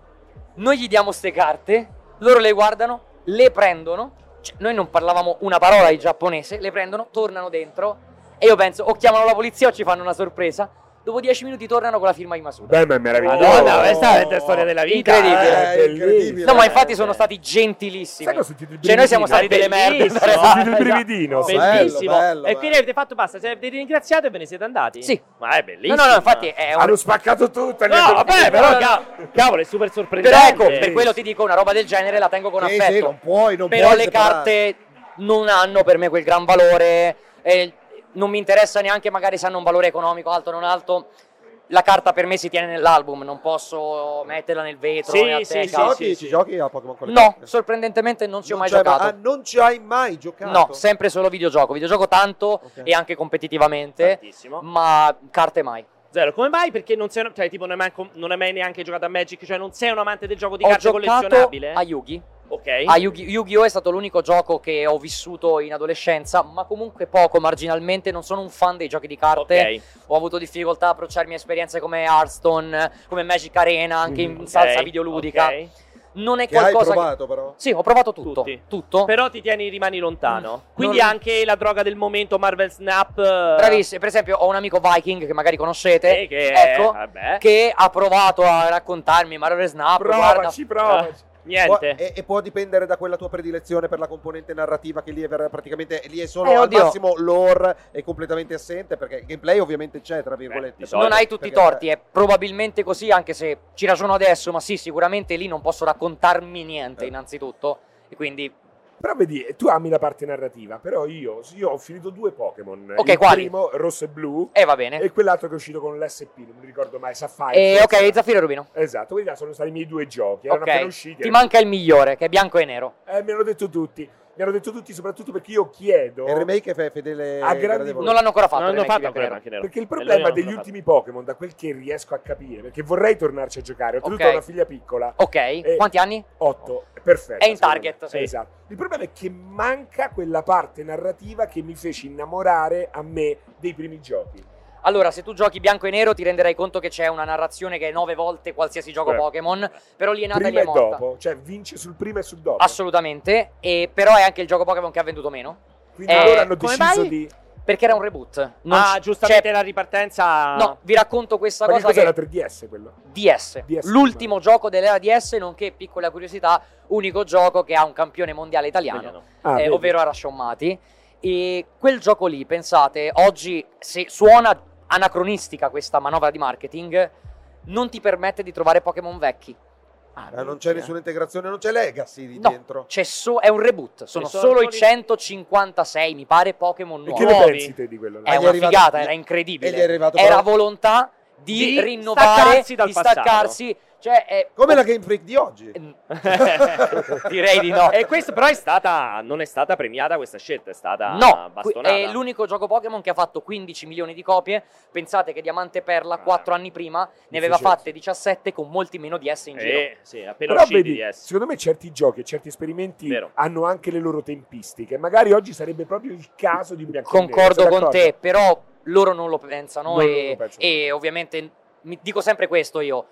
Speaker 5: Noi gli diamo ste carte, loro le guardano, le prendono. Cioè, noi non parlavamo una parola di giapponese, le prendono, tornano dentro. E io penso, o chiamano la polizia o ci fanno una sorpresa. Dopo dieci minuti tornano con la firma di Masuda.
Speaker 3: Beh, ma è meraviglioso.
Speaker 1: Madonna, questa è la storia della vita.
Speaker 5: Incredibile.
Speaker 4: Eh, incredibile.
Speaker 5: No, ma infatti
Speaker 1: eh,
Speaker 5: sono
Speaker 1: eh.
Speaker 5: stati
Speaker 3: Sai
Speaker 5: gentilissimi.
Speaker 3: che ho sentito il
Speaker 5: Cioè, noi siamo
Speaker 3: brividino?
Speaker 5: stati delle merde.
Speaker 1: Bellissimo.
Speaker 5: per
Speaker 3: Ho sentito il
Speaker 1: Esatto.
Speaker 3: brividino.
Speaker 4: Bello,
Speaker 1: Bellissimo.
Speaker 4: bello,
Speaker 1: e
Speaker 4: bello.
Speaker 1: quindi avete fatto basta, se avete ringraziato e ve ne siete andati?
Speaker 5: Sì.
Speaker 1: Ma è
Speaker 5: No,
Speaker 1: bellissimo.
Speaker 5: no, no, infatti è un...
Speaker 3: Hanno spaccato tutto. hanno
Speaker 1: No,
Speaker 3: detto-
Speaker 1: vabbè,
Speaker 5: No,
Speaker 1: però
Speaker 5: no,
Speaker 1: ca- cavolo, è super sorprendente.
Speaker 5: Però ecco, per quello ti dico, una roba del genere la tengo con
Speaker 4: Sì,
Speaker 5: affetto.
Speaker 4: sì, non puoi, non
Speaker 5: però
Speaker 4: puoi
Speaker 5: le
Speaker 4: separare.
Speaker 5: carte non hanno per me quel gran valore. eh, non mi interessa neanche magari se hanno un valore economico alto o non alto. La carta per me si tiene nell'album, non posso metterla nel vetro.
Speaker 1: Sì,
Speaker 5: nella
Speaker 1: sì,
Speaker 5: teca.
Speaker 4: Ci
Speaker 1: sì,
Speaker 4: giochi,
Speaker 1: sì,
Speaker 4: ci
Speaker 1: sì.
Speaker 4: giochi a Pokémon con le
Speaker 5: No,
Speaker 4: carte?
Speaker 5: sorprendentemente non ci ho mai
Speaker 4: cioè, ma-
Speaker 5: giocato.
Speaker 4: ah, non ci hai mai giocato?
Speaker 5: No, sempre solo videogioco. Videogioco tanto
Speaker 4: Ok.
Speaker 5: e anche competitivamente,
Speaker 1: Tantissimo.
Speaker 5: ma carte mai.
Speaker 1: Zero, come mai? Perché non sei, un- cioè, tipo, non hai, manco- non hai mai neanche giocato a Magic, cioè non sei un amante del gioco di
Speaker 5: ho
Speaker 1: carte
Speaker 5: giocato
Speaker 1: collezionabile?
Speaker 5: a Yugi.
Speaker 1: ok.
Speaker 5: A Yugi- Yu-Gi-Oh! è stato l'unico gioco che ho vissuto in adolescenza, ma comunque poco, marginalmente. Non sono un fan dei giochi di carte.
Speaker 1: Ok.
Speaker 5: Ho avuto difficoltà a approcciarmi a esperienze come Hearthstone, come Magic Arena, anche in
Speaker 1: Mm, Ok,
Speaker 5: salsa videoludica.
Speaker 1: ok.
Speaker 5: Non è
Speaker 4: Che hai
Speaker 5: qualcosa.
Speaker 4: provato però?
Speaker 5: Sì, ho provato tutto.
Speaker 1: Tutti.
Speaker 5: Tutto.
Speaker 1: Però ti tieni, rimani lontano.
Speaker 5: Mm,
Speaker 1: Quindi
Speaker 5: non-
Speaker 1: anche la droga del momento, Marvel Snap. eh,
Speaker 5: Bravissimo. Per esempio, ho un amico Viking che magari conoscete.
Speaker 1: eh, che
Speaker 5: ecco.
Speaker 1: vabbè.
Speaker 5: Che ha provato a raccontarmi Marvel Snap. guarda, Ah.
Speaker 3: Provaci, provaci.
Speaker 4: Può-
Speaker 1: Niente.
Speaker 4: e, e può dipendere da quella tua predilezione per la componente narrativa che lì è ver- praticamente lì è solo
Speaker 5: Eh,
Speaker 4: al
Speaker 5: oddio.
Speaker 4: massimo lore è completamente assente perché il gameplay ovviamente c'è tra virgolette.
Speaker 1: di solito.
Speaker 5: non hai tutti i
Speaker 4: Perché-
Speaker 5: torti, è probabilmente così, anche se ci ragiono adesso, ma sì, sicuramente lì non posso raccontarmi niente,
Speaker 4: Eh.
Speaker 5: innanzitutto. E quindi,
Speaker 3: Però vedi, tu ami la parte narrativa, però io, io ho finito due Pokémon.
Speaker 5: Ok,
Speaker 3: il
Speaker 5: quali?
Speaker 3: primo, rosso e blu,
Speaker 5: eh, va bene.
Speaker 3: e quell'altro che è uscito con l'SP, non mi ricordo mai, Sapphire.
Speaker 5: Eh,
Speaker 3: forse.
Speaker 5: ok, Zaffiro e Rubino.
Speaker 3: Esatto, quindi là sono stati i miei due giochi, erano appena
Speaker 5: Ok,
Speaker 3: usciti.
Speaker 5: ti manca il migliore, che è bianco e nero.
Speaker 3: Eh, me l'hanno detto tutti. Mi hanno detto tutti, soprattutto perché io chiedo...
Speaker 4: E il remake è fe- fedele
Speaker 3: A grandi
Speaker 4: gradevole.
Speaker 5: Non l'hanno ancora fatto.
Speaker 1: non hanno
Speaker 5: remake
Speaker 1: fatto
Speaker 5: bianco e
Speaker 1: ancora Bianco
Speaker 5: nero.
Speaker 1: e Nero.
Speaker 3: Perché il
Speaker 1: Nell'anima
Speaker 3: problema
Speaker 1: non
Speaker 3: degli
Speaker 1: l'hanno fatto.
Speaker 3: ultimi Pokémon, da quel che riesco a capire, perché vorrei tornarci a giocare, ho tenuto
Speaker 5: Ok.
Speaker 3: una figlia piccola,
Speaker 5: Ok,
Speaker 3: Eh,
Speaker 5: quanti anni?
Speaker 3: 8, perfetto.
Speaker 5: È in target, sì.
Speaker 3: Esatto. Il problema è che manca quella parte narrativa che mi fece innamorare a me dei primi giochi.
Speaker 5: Allora, se tu giochi bianco e nero ti renderai conto che c'è una narrazione che è nove volte qualsiasi gioco
Speaker 3: Eh.
Speaker 5: Pokémon, però lì è nata lì
Speaker 3: prima
Speaker 5: è
Speaker 3: e
Speaker 5: morta.
Speaker 3: dopo, cioè vince sul prima e sul dopo.
Speaker 5: Assolutamente, e però è anche il gioco Pokémon che ha venduto meno,
Speaker 3: Quindi
Speaker 5: Eh,
Speaker 3: loro hanno
Speaker 1: come
Speaker 3: deciso
Speaker 1: mai?
Speaker 3: di...
Speaker 5: perché era un reboot. Non
Speaker 1: ah,
Speaker 5: c-
Speaker 1: giustamente
Speaker 5: cioè-
Speaker 1: la ripartenza.
Speaker 5: No, vi racconto questa
Speaker 3: Ma che
Speaker 5: cosa
Speaker 3: cos'era
Speaker 5: che...
Speaker 3: la 3DS quello?
Speaker 5: DS,
Speaker 3: DS,
Speaker 5: l'ultimo gioco dell'era DS, nonché piccola curiosità, unico gioco che ha un campione mondiale italiano,
Speaker 1: Italiano.
Speaker 3: Ah,
Speaker 5: eh,
Speaker 3: vedi.
Speaker 5: ovvero Arasciammati. E quel gioco lì, pensate, oggi se suona anacronistica questa manovra di marketing, non ti permette di trovare Pokémon vecchi.
Speaker 4: Ah, non c'è nessuna integrazione, non c'è legacy lì
Speaker 5: No,
Speaker 4: dentro.
Speaker 5: c'è so- è un reboot, sono
Speaker 1: sono
Speaker 5: solo i
Speaker 1: soli-
Speaker 5: 156, mi pare, Pokémon
Speaker 3: E che
Speaker 5: nuovi. Eh,
Speaker 3: ne
Speaker 1: Nuovi.
Speaker 3: pensi te di quello?
Speaker 4: Ah,
Speaker 5: È
Speaker 4: gli
Speaker 5: una
Speaker 4: è arrivato-
Speaker 5: figata,
Speaker 4: gli-
Speaker 5: era incredibile.
Speaker 4: e gli è arrivato
Speaker 5: era
Speaker 4: però-
Speaker 5: volontà di,
Speaker 1: Di
Speaker 5: rinnovare,
Speaker 1: staccarsi dal
Speaker 5: di staccarsi. Cioè, è-
Speaker 4: Come la Game Freak di oggi.
Speaker 1: Eh,
Speaker 5: Direi di no.
Speaker 1: E questo però è stata. Non è stata premiata questa scelta, è stata
Speaker 5: No, qui-
Speaker 1: bastonata.
Speaker 5: è l'unico gioco Pokémon che ha fatto 15 milioni di copie. Pensate che Diamante e Perla,
Speaker 1: Ah.
Speaker 5: 4 anni prima, ne aveva
Speaker 3: Difficile.
Speaker 5: fatte 17 con molti meno di S in giro.
Speaker 1: Eh, sì, appena
Speaker 3: Però
Speaker 1: usciti
Speaker 3: vedi,
Speaker 1: di essere.
Speaker 3: secondo me certi giochi e certi esperimenti
Speaker 1: Vero.
Speaker 3: hanno anche le loro tempistiche. Magari oggi sarebbe proprio il caso di un bianco e nero,
Speaker 5: Concordo
Speaker 3: sei
Speaker 5: con
Speaker 3: d'accordo? Eh, certo,
Speaker 5: te, però loro non lo pensano.
Speaker 3: Non
Speaker 5: e,
Speaker 3: lo pensano.
Speaker 5: e ovviamente mi- dico sempre questo io.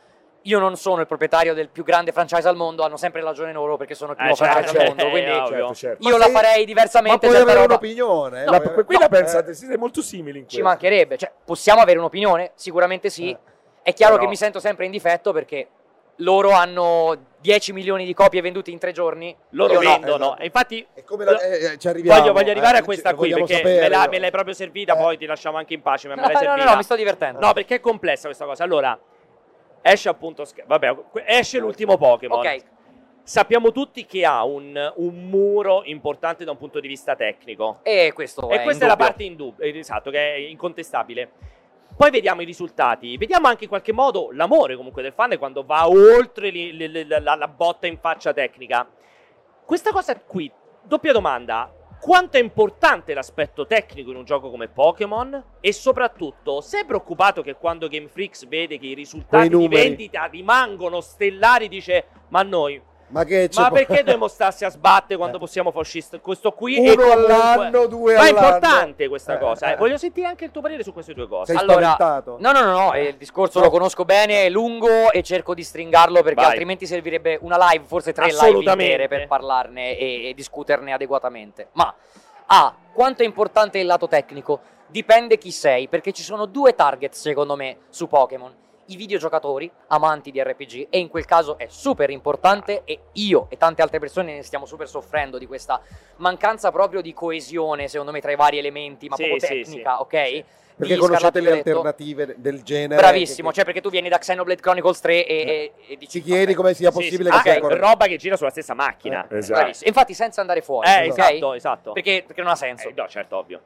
Speaker 5: Io non sono il proprietario del più grande franchise al mondo, hanno sempre ragione loro perché sono il primo
Speaker 1: Eh, certo,
Speaker 5: franchise al
Speaker 1: certo,
Speaker 5: mondo.
Speaker 1: eh,
Speaker 5: Quindi
Speaker 1: ovvio.
Speaker 3: Certo, certo.
Speaker 5: io la
Speaker 4: sei-
Speaker 5: farei
Speaker 4: Ma
Speaker 5: diversamente.
Speaker 4: puoi
Speaker 1: cioè,
Speaker 5: certa
Speaker 4: avere
Speaker 5: roba.
Speaker 4: un'opinione. eh,
Speaker 3: Ma
Speaker 4: puoi-
Speaker 3: qui la
Speaker 4: no,
Speaker 3: pensate,
Speaker 4: eh,
Speaker 3: siete molto simili in
Speaker 5: Ci
Speaker 3: questo.
Speaker 5: mancherebbe, cioè, possiamo avere un'opinione? Sicuramente sì.
Speaker 4: Eh.
Speaker 5: È chiaro
Speaker 1: Però-
Speaker 5: che mi sento sempre in difetto perché loro hanno 10 milioni di copie vendute in tre giorni.
Speaker 1: Loro
Speaker 5: io no.
Speaker 1: vendono.
Speaker 4: Esatto.
Speaker 1: E infatti.
Speaker 4: è come la- eh, eh, ci arriviamo,
Speaker 1: Voglio, voglio arrivare
Speaker 4: eh,
Speaker 1: a questa
Speaker 4: ci-
Speaker 1: qui
Speaker 4: vogliamo
Speaker 1: perché
Speaker 4: sapere,
Speaker 1: me, la-
Speaker 4: io.
Speaker 1: me l'hai proprio servita,
Speaker 4: Eh.
Speaker 1: poi ti lasciamo anche in pace. Ma
Speaker 5: No,
Speaker 1: me l'hai
Speaker 5: no, no,
Speaker 1: servita.
Speaker 5: no, mi sto divertendo.
Speaker 1: No, perché è complessa questa cosa. Allora, esce appunto. Sc- Vabbè, que- esce l'ultimo Pokémon.
Speaker 5: ok,
Speaker 1: Sappiamo tutti che ha un, un muro importante da un punto di vista tecnico.
Speaker 5: e questo
Speaker 1: E
Speaker 5: è
Speaker 1: questa è la
Speaker 5: indubbio.
Speaker 1: parte in dubbio, eh, esatto, che è incontestabile. Poi vediamo i risultati, vediamo anche in qualche modo l'amore comunque del fan quando va oltre li- li- li- la, la botta in faccia tecnica. Questa cosa qui, doppia domanda, quanto è importante l'aspetto tecnico in un gioco come Pokémon e soprattutto sei preoccupato che quando Game Freaks vede che i risultati
Speaker 4: Quei
Speaker 1: di
Speaker 4: numeri.
Speaker 1: vendita rimangono stellari dice ma noi
Speaker 4: Ma che c'è
Speaker 1: ma
Speaker 4: po-
Speaker 1: perché dobbiamo starsi a sbattere quando possiamo fascista questo qui e
Speaker 4: Eh. Uno
Speaker 1: comunque-
Speaker 4: all'anno, due
Speaker 1: ma è
Speaker 4: all'anno.
Speaker 1: importante questa
Speaker 4: Eh,
Speaker 1: cosa eh.
Speaker 4: eh.
Speaker 1: voglio sentire anche il tuo parere su queste due cose
Speaker 4: Sei
Speaker 5: Allora,
Speaker 4: spaventato?
Speaker 5: No, no, no, no, eh, il discorso
Speaker 4: No.
Speaker 5: lo conosco bene, è lungo e cerco di stringarlo perché
Speaker 1: Vai.
Speaker 5: altrimenti servirebbe una live, forse tre live
Speaker 1: Assolutamente.
Speaker 5: intere per parlarne e, e discuterne adeguatamente. Ma A, quanto è importante il lato tecnico? Dipende chi sei, perché ci sono due target secondo me su Pokémon. I videogiocatori, amanti di RPG, e in quel caso è super importante e io e tante altre persone ne stiamo super soffrendo di questa mancanza proprio di coesione, secondo me, tra i vari elementi, ma
Speaker 1: Sì,
Speaker 5: proprio
Speaker 1: sì,
Speaker 5: tecnica,
Speaker 1: sì.
Speaker 5: ok?
Speaker 1: Sì.
Speaker 4: Perché
Speaker 5: Di
Speaker 4: conoscete
Speaker 5: Scarlatto
Speaker 4: le
Speaker 5: Violetto.
Speaker 4: alternative de- del genere?
Speaker 5: Bravissimo,
Speaker 4: Che- Eh,
Speaker 5: cioè perché tu vieni da Xenoblade Chronicles 3 e, e- e dici...
Speaker 4: Ci chiedi
Speaker 5: vabbè,
Speaker 4: come sia
Speaker 1: Sì, sì.
Speaker 4: possibile
Speaker 1: Ah,
Speaker 4: che sia
Speaker 1: ok,
Speaker 4: corretto.
Speaker 1: roba che gira sulla stessa macchina
Speaker 3: Eh, esatto.
Speaker 5: bravissimo. Infatti senza andare fuori,
Speaker 1: eh,
Speaker 5: ok?
Speaker 1: esatto esatto
Speaker 5: Perché, perché non ha senso.
Speaker 1: Eh, no certo ovvio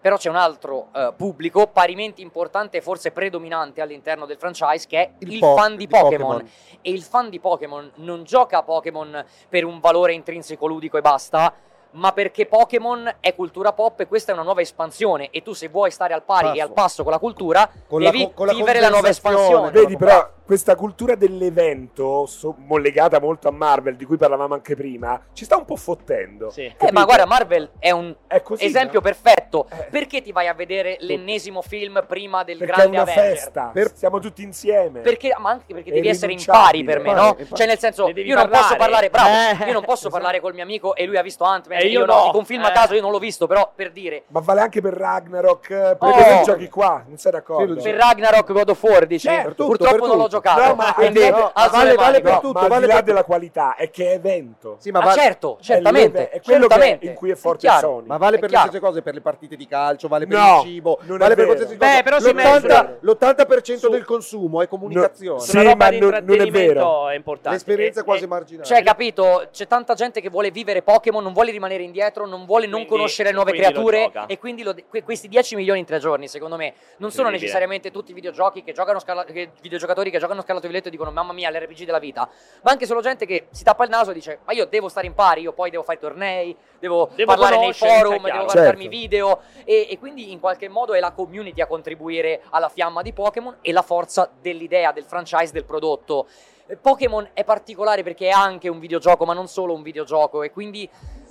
Speaker 5: Però c'è un altro eh, pubblico parimenti importante, forse predominante all'interno del franchise, che è il,
Speaker 4: po-
Speaker 5: fan di Pokémon. E il fan di Pokémon non gioca a Pokémon per un valore intrinseco ludico e basta, ma perché Pokémon è cultura pop e questa è una nuova espansione. E tu, se vuoi stare al pari e
Speaker 4: Passo.
Speaker 5: al passo con la cultura, eh,
Speaker 4: Con la
Speaker 5: devi
Speaker 4: co- con la
Speaker 5: vivere la nuova
Speaker 4: conversazione.
Speaker 5: espansione.
Speaker 3: Vedi però questa cultura dell'evento so- mo- legata molto a Marvel di cui parlavamo anche prima ci sta un po' fottendo.
Speaker 1: sì.
Speaker 5: Eh, ma
Speaker 3: Capito?
Speaker 5: guarda, Marvel è un
Speaker 3: È così,
Speaker 5: esempio
Speaker 3: no?
Speaker 5: perfetto.
Speaker 3: Eh.
Speaker 5: Perché ti vai a vedere l'ennesimo film prima del
Speaker 3: Perché è
Speaker 5: grande
Speaker 3: una
Speaker 5: Avenger?
Speaker 3: festa,
Speaker 4: Per-
Speaker 3: siamo tutti insieme.
Speaker 5: Perché, ma anche perché
Speaker 3: È
Speaker 5: devi essere in pari per me, no?
Speaker 4: irrinunciabile.
Speaker 5: Cioè, nel senso,
Speaker 1: Ne devi
Speaker 5: io non posso
Speaker 1: parlare.
Speaker 5: parlare, bravo,
Speaker 1: Eh.
Speaker 5: io non posso parlare col mio amico e lui ha visto Ant-Man
Speaker 1: E io
Speaker 5: no.
Speaker 1: no.
Speaker 5: Dico un film a
Speaker 1: Eh.
Speaker 5: caso, io non l'ho visto, però per dire.
Speaker 3: Ma vale anche per Ragnarok, per
Speaker 5: Oh!
Speaker 3: questi giochi qua, non sei d'accordo?
Speaker 4: Sì,
Speaker 5: Per Ragnarok God of War, dici?
Speaker 3: Certo, per tutto,
Speaker 5: Purtroppo
Speaker 4: per
Speaker 5: non
Speaker 4: tutto.
Speaker 5: l'ho giocato.
Speaker 3: No, ma
Speaker 5: Quindi
Speaker 3: no, ma
Speaker 5: alzo
Speaker 4: vale-
Speaker 5: le
Speaker 4: vale
Speaker 5: mani.
Speaker 4: per
Speaker 3: No,
Speaker 4: tutto,
Speaker 3: ma al
Speaker 4: vale
Speaker 3: di là
Speaker 4: per-
Speaker 3: della qualità è che è evento.
Speaker 4: Sì, ma,
Speaker 5: Ma
Speaker 4: va-
Speaker 5: certo,
Speaker 3: È l'eve-
Speaker 5: certamente.
Speaker 3: è quello che-
Speaker 5: certamente.
Speaker 3: in cui è forte
Speaker 5: chiaro.
Speaker 3: Sony.
Speaker 4: ma vale
Speaker 5: È
Speaker 4: per
Speaker 5: chiaro.
Speaker 4: le stesse cose, per le partite di calcio, vale per
Speaker 3: No,
Speaker 4: il cibo,
Speaker 3: non è
Speaker 4: vale per
Speaker 3: vero.
Speaker 4: qualsiasi cosa.
Speaker 1: Beh, però si
Speaker 3: mescola.
Speaker 4: l'80, l'80%
Speaker 1: Su-
Speaker 4: del consumo è comunicazione.
Speaker 3: No,
Speaker 1: Sulla
Speaker 3: Sì,
Speaker 1: roba
Speaker 3: ma
Speaker 1: di
Speaker 3: non- non è
Speaker 1: intrattenimento
Speaker 3: vero.
Speaker 1: è importante
Speaker 4: L'esperienza è
Speaker 1: E-
Speaker 4: quasi
Speaker 1: e-
Speaker 4: marginale.
Speaker 5: Cioè, capito? C'è tanta gente che vuole vivere Pokémon, non vuole rimanere indietro, non vuole non
Speaker 1: Quindi-
Speaker 5: conoscere nuove
Speaker 1: quindi lo
Speaker 5: creature.
Speaker 1: gioca.
Speaker 5: E quindi lo- que- questi 10 milioni in tre giorni, secondo me, non sono
Speaker 1: Incredibile.
Speaker 5: necessariamente tutti i videogiochi che giocano Scarla- che- videogiocatori che giocano Scarlatto e Violetto e dicono: Mamma mia, l'RPG della vita. Ma anche solo gente che si tappa il naso e dice: Ma io devo stare in pari, io poi devo fare i tornei, devo,
Speaker 1: Devo
Speaker 5: parlare nei
Speaker 1: conoscere,
Speaker 5: forum,
Speaker 1: sia
Speaker 5: devo
Speaker 1: chiaro.
Speaker 5: guardarmi
Speaker 3: Certo.
Speaker 5: video. E, e quindi in qualche modo è la community a contribuire alla fiamma di Pokémon e la forza dell'idea, del franchise, del prodotto. Eh, Pokémon è particolare perché è anche un videogioco, ma non solo un videogioco, e quindi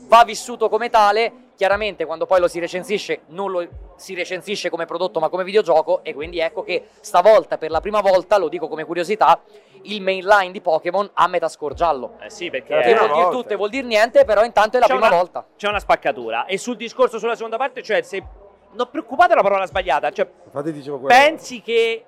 Speaker 5: va vissuto come tale. Chiaramente, quando poi lo si recensisce, non lo si recensisce come prodotto, ma come videogioco. E quindi ecco che stavolta, per la prima volta, lo dico come curiosità, il mainline di Pokémon ha metascore giallo.
Speaker 1: eh sì perché
Speaker 3: Eh,
Speaker 5: Che
Speaker 3: una
Speaker 5: vuol dire
Speaker 3: volta.
Speaker 5: tutto e vuol dire niente, però intanto è la
Speaker 1: C'è
Speaker 5: prima
Speaker 1: una-
Speaker 5: volta.
Speaker 1: c'è una spaccatura e sul discorso sulla seconda parte cioè se non preoccupate è la parola sbagliata cioè
Speaker 4: Infatti dicevo quello.
Speaker 1: pensi che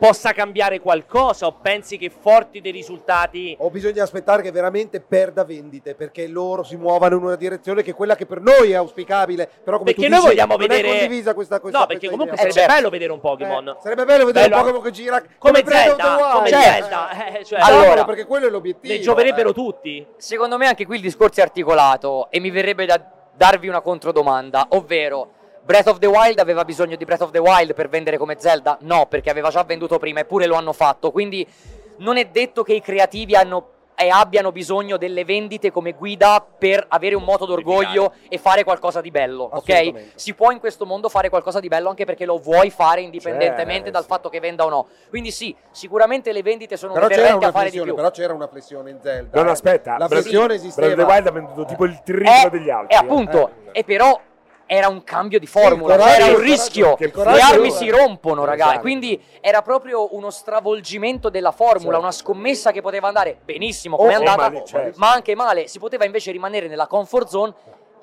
Speaker 1: possa cambiare qualcosa o pensi che forti dei risultati
Speaker 4: o bisogna aspettare che veramente perda vendite perché loro si muovano in una direzione che è quella che per noi è auspicabile però come
Speaker 1: perché
Speaker 4: tu
Speaker 1: noi
Speaker 4: dici,
Speaker 1: vogliamo
Speaker 4: non
Speaker 1: vedere
Speaker 4: è condivisa questa questa
Speaker 1: no perché
Speaker 4: questa
Speaker 1: comunque
Speaker 4: idea.
Speaker 1: sarebbe
Speaker 5: Eh, certo.
Speaker 1: bello vedere un Pokémon
Speaker 4: Eh, sarebbe bello vedere
Speaker 1: Bello.
Speaker 4: un Pokémon che gira
Speaker 1: come
Speaker 4: Breath of the
Speaker 1: Zelda
Speaker 4: Wild.
Speaker 1: come
Speaker 4: Eh,
Speaker 1: Zelda eh, cioè,
Speaker 4: cavolo,
Speaker 5: Allora,
Speaker 4: perché quello è l'obiettivo eh.
Speaker 1: ne
Speaker 5: eh.
Speaker 1: gioverebbero tutti
Speaker 5: Secondo me anche qui il discorso è articolato e mi verrebbe da darvi una controdomanda, ovvero Breath of the Wild aveva bisogno di Breath of the Wild per vendere come Zelda? No, perché aveva già venduto prima eppure lo hanno fatto, quindi non è detto che i creativi hanno- e abbiano bisogno delle vendite come guida per avere un moto d'orgoglio e fare qualcosa di bello, ok?
Speaker 4: Assolutamente.
Speaker 5: Si può in questo mondo fare qualcosa di bello anche perché lo vuoi fare indipendentemente
Speaker 4: Certo,
Speaker 3: Cioè,
Speaker 5: dal
Speaker 3: sì.
Speaker 5: fatto che venda o no. Quindi sì, sicuramente le vendite sono un
Speaker 4: però c'era
Speaker 5: deterrente
Speaker 4: una
Speaker 5: a fare di
Speaker 4: flessione
Speaker 5: più.
Speaker 4: però c'era una flessione in Zelda
Speaker 3: Non
Speaker 4: eh.
Speaker 3: aspetta,
Speaker 4: la
Speaker 3: Breath-
Speaker 4: flessione
Speaker 3: Breath of the
Speaker 4: esisteva
Speaker 3: Wild ha venduto tipo il triplo degli altri.
Speaker 5: Eh, E appunto,
Speaker 1: esatto.
Speaker 4: Eh.
Speaker 5: e però era un cambio di formula,
Speaker 4: Il coraggio-
Speaker 5: era
Speaker 4: il
Speaker 5: un
Speaker 4: coraggio-
Speaker 5: rischio,
Speaker 3: che il
Speaker 5: le
Speaker 3: coraggio-
Speaker 5: armi si rompono ragazzi,
Speaker 4: Esatto.
Speaker 5: quindi era proprio uno stravolgimento della formula,
Speaker 4: Certo.
Speaker 5: una scommessa che poteva andare benissimo come è
Speaker 4: Oh,
Speaker 5: andata,
Speaker 3: oh, ma- certo.
Speaker 5: ma anche male, si poteva invece rimanere nella comfort zone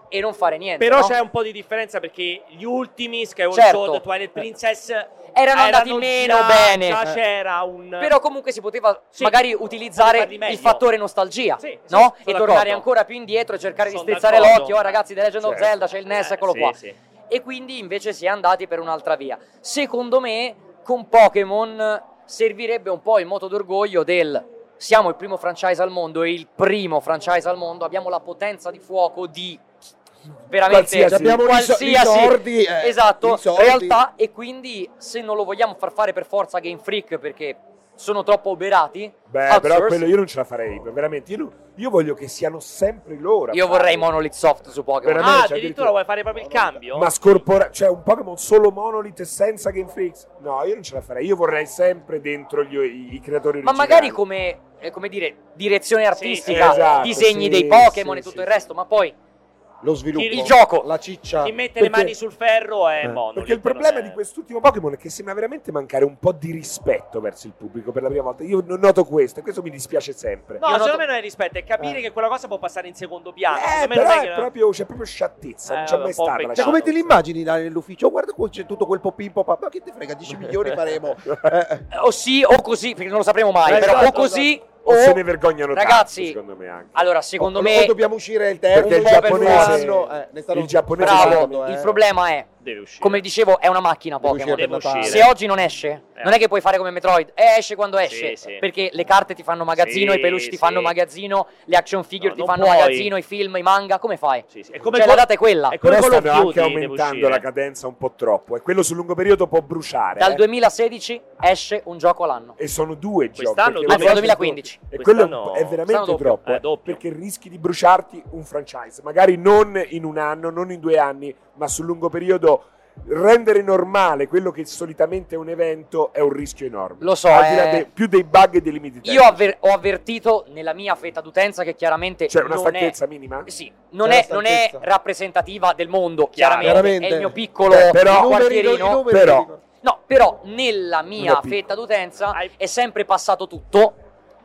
Speaker 5: e non fare niente.
Speaker 1: però
Speaker 5: no?
Speaker 1: c'è un po' di differenza perché gli ultimi Skyward
Speaker 5: Certo.
Speaker 1: Sword Twilight Princess
Speaker 5: erano andati
Speaker 1: erano
Speaker 5: meno
Speaker 1: già-
Speaker 5: bene.
Speaker 1: già
Speaker 5: Eh.
Speaker 1: c'era un
Speaker 5: Però comunque si poteva
Speaker 1: Sì,
Speaker 5: magari
Speaker 1: poteva
Speaker 5: utilizzare
Speaker 1: farli meglio.
Speaker 5: il fattore nostalgia,
Speaker 1: Sì, sì, sono
Speaker 5: no? e tornare
Speaker 1: d'accordo.
Speaker 5: ancora più indietro e cercare
Speaker 1: Sono
Speaker 5: di strizzare
Speaker 1: d'accordo.
Speaker 5: l'occhio, oh ragazzi, The Legend of
Speaker 3: Certo.
Speaker 5: Zelda, c'è il NES,
Speaker 1: Eh,
Speaker 5: eccolo
Speaker 1: sì,
Speaker 5: qua. Ah,
Speaker 1: sì.
Speaker 5: e quindi invece si è andati per un'altra via. Secondo me, con Pokémon servirebbe un po' il moto d'orgoglio del siamo il primo franchise al mondo e il primo franchise al mondo, abbiamo la potenza di fuoco di veramente
Speaker 3: Qualsiasi.
Speaker 4: Abbiamo i so- i sordi, eh,
Speaker 5: esatto,
Speaker 4: i sordi.
Speaker 5: realtà e quindi se non lo vogliamo far fare per forza Game Freak perché sono troppo oberati.
Speaker 3: Beh, però
Speaker 5: Outsource.
Speaker 3: quello io non ce la farei, veramente. Io, non- io voglio che siano sempre loro. a
Speaker 5: Io
Speaker 3: farlo.
Speaker 5: vorrei Monolith Soft su Pokémon.
Speaker 3: Veramente,
Speaker 1: Ah, addirittura
Speaker 3: cioè, addirittura-
Speaker 1: vuoi fare proprio il cambio?
Speaker 3: Ma scorpora, cioè un Pokémon solo monolith e senza Game Freaks? No, io non ce la farei. Io vorrei sempre dentro gli- i, i creatori
Speaker 5: Ma
Speaker 3: originali.
Speaker 5: magari come, eh, come dire, direzione artistica,
Speaker 3: sì, esatto,
Speaker 5: disegni
Speaker 3: sì,
Speaker 5: dei Pokémon
Speaker 3: sì,
Speaker 5: e tutto
Speaker 3: sì,
Speaker 5: il
Speaker 3: sì.
Speaker 5: resto, ma poi
Speaker 4: Lo sviluppo.
Speaker 1: Il
Speaker 5: gioco.
Speaker 4: La ciccia.
Speaker 1: Chi mette le
Speaker 3: Perché-
Speaker 1: mani sul ferro è
Speaker 3: Eh,
Speaker 1: Monolith.
Speaker 3: Perché il
Speaker 1: non
Speaker 3: problema
Speaker 1: è-
Speaker 3: di quest'ultimo Pokémon è che sembra veramente mancare un po' di rispetto verso il pubblico per la prima volta. Io non noto questo e questo mi dispiace sempre.
Speaker 1: No,
Speaker 5: Io
Speaker 1: secondo
Speaker 5: noto-
Speaker 1: me non è rispetto, è capire
Speaker 3: Eh.
Speaker 1: che quella cosa può passare in secondo piano.
Speaker 3: eh,
Speaker 1: secondo me
Speaker 3: però
Speaker 1: non
Speaker 3: è
Speaker 1: è che...
Speaker 3: proprio, c'è proprio sciattezza,
Speaker 1: Eh,
Speaker 3: non c'è
Speaker 1: vabbè, un
Speaker 3: mai
Speaker 1: po'
Speaker 3: stata la
Speaker 4: Cioè,
Speaker 1: peccato.
Speaker 4: come te
Speaker 3: sciattezza.
Speaker 4: li immagini là nell'ufficio? Oh, guarda qua c'è tutto quel popin pop up. Ma che te frega? 10 milioni faremo. Eh, eh.
Speaker 5: o sì o così, perché non lo sapremo mai,
Speaker 3: Eh,
Speaker 5: però
Speaker 3: esatto,
Speaker 5: o così
Speaker 3: O se ne
Speaker 5: o...
Speaker 3: vergognano
Speaker 5: Ragazzi,
Speaker 3: tanto, secondo me anche.
Speaker 5: Allora, secondo
Speaker 4: O-
Speaker 5: me...
Speaker 4: o dobbiamo uscire il terzo.
Speaker 3: perché il
Speaker 4: un po' per
Speaker 3: giapponese,
Speaker 4: l'anno, eh, ne stanno
Speaker 3: il giapponese
Speaker 5: Bravo,
Speaker 4: parlando, eh.
Speaker 5: il problema è,
Speaker 1: Deve uscire.
Speaker 5: come dicevo, è una macchina Pokémon.
Speaker 4: uscire
Speaker 1: Deve
Speaker 4: per Natale.
Speaker 1: uscire.
Speaker 5: Se oggi non esce,
Speaker 1: Eh.
Speaker 5: non è che puoi fare come Metroid, eh, esce quando esce,
Speaker 1: sì.
Speaker 5: perché le carte ti fanno magazzino,
Speaker 1: Sì,
Speaker 5: i peluche
Speaker 1: sì.
Speaker 5: ti fanno magazzino, le action figure
Speaker 1: No,
Speaker 5: ti
Speaker 1: non
Speaker 5: fanno
Speaker 1: puoi.
Speaker 5: magazzino, i film, i manga, come fai?
Speaker 1: Sì, sì. È come
Speaker 5: cioè,
Speaker 1: Call-
Speaker 5: la data è quella.
Speaker 1: è come
Speaker 3: però
Speaker 1: Call of
Speaker 3: stanno anche
Speaker 1: Duty, deve
Speaker 3: aumentando
Speaker 1: uscire.
Speaker 3: la cadenza un po' troppo e quello sul lungo periodo può bruciare.
Speaker 5: Dal
Speaker 3: eh.
Speaker 5: 2016 esce un gioco all'anno.
Speaker 3: e sono due giochi.
Speaker 1: Quest'anno due.
Speaker 3: perché lo
Speaker 5: Anzi, dal
Speaker 1: Quest'anno-
Speaker 3: faccio-
Speaker 5: 2015.
Speaker 3: E quello è un
Speaker 1: Quest'anno-
Speaker 3: po- è veramente
Speaker 5: quest'anno
Speaker 3: troppo,
Speaker 1: doppio,
Speaker 3: eh,
Speaker 1: eh, doppio.
Speaker 3: perché rischi di bruciarti un franchise, magari non in un anno, non in due anni, ma sul lungo periodo rendere normale quello che solitamente è un evento è un rischio enorme.
Speaker 5: Lo so,
Speaker 3: Al di là
Speaker 5: eh.
Speaker 3: de- più dei bug e dei limiti
Speaker 5: Io
Speaker 3: tecnici.
Speaker 5: avver- ho avvertito nella mia fetta d'utenza che chiaramente
Speaker 3: Cioè una
Speaker 5: non è
Speaker 3: stanchezza minima?
Speaker 5: Sì, non
Speaker 4: C'è
Speaker 5: è,
Speaker 4: la
Speaker 5: non è
Speaker 4: stanchezza.
Speaker 5: rappresentativa del mondo,
Speaker 1: Chiaro.
Speaker 5: chiaramente. È
Speaker 4: Chiaramente.
Speaker 5: il mio piccolo
Speaker 3: Beh, però-
Speaker 4: I numeri-
Speaker 5: quartierino.
Speaker 4: i numeri-
Speaker 3: però-
Speaker 5: No, però nella mia
Speaker 3: Non è piccolo.
Speaker 5: fetta d'utenza
Speaker 1: Hai-
Speaker 5: è sempre passato tutto.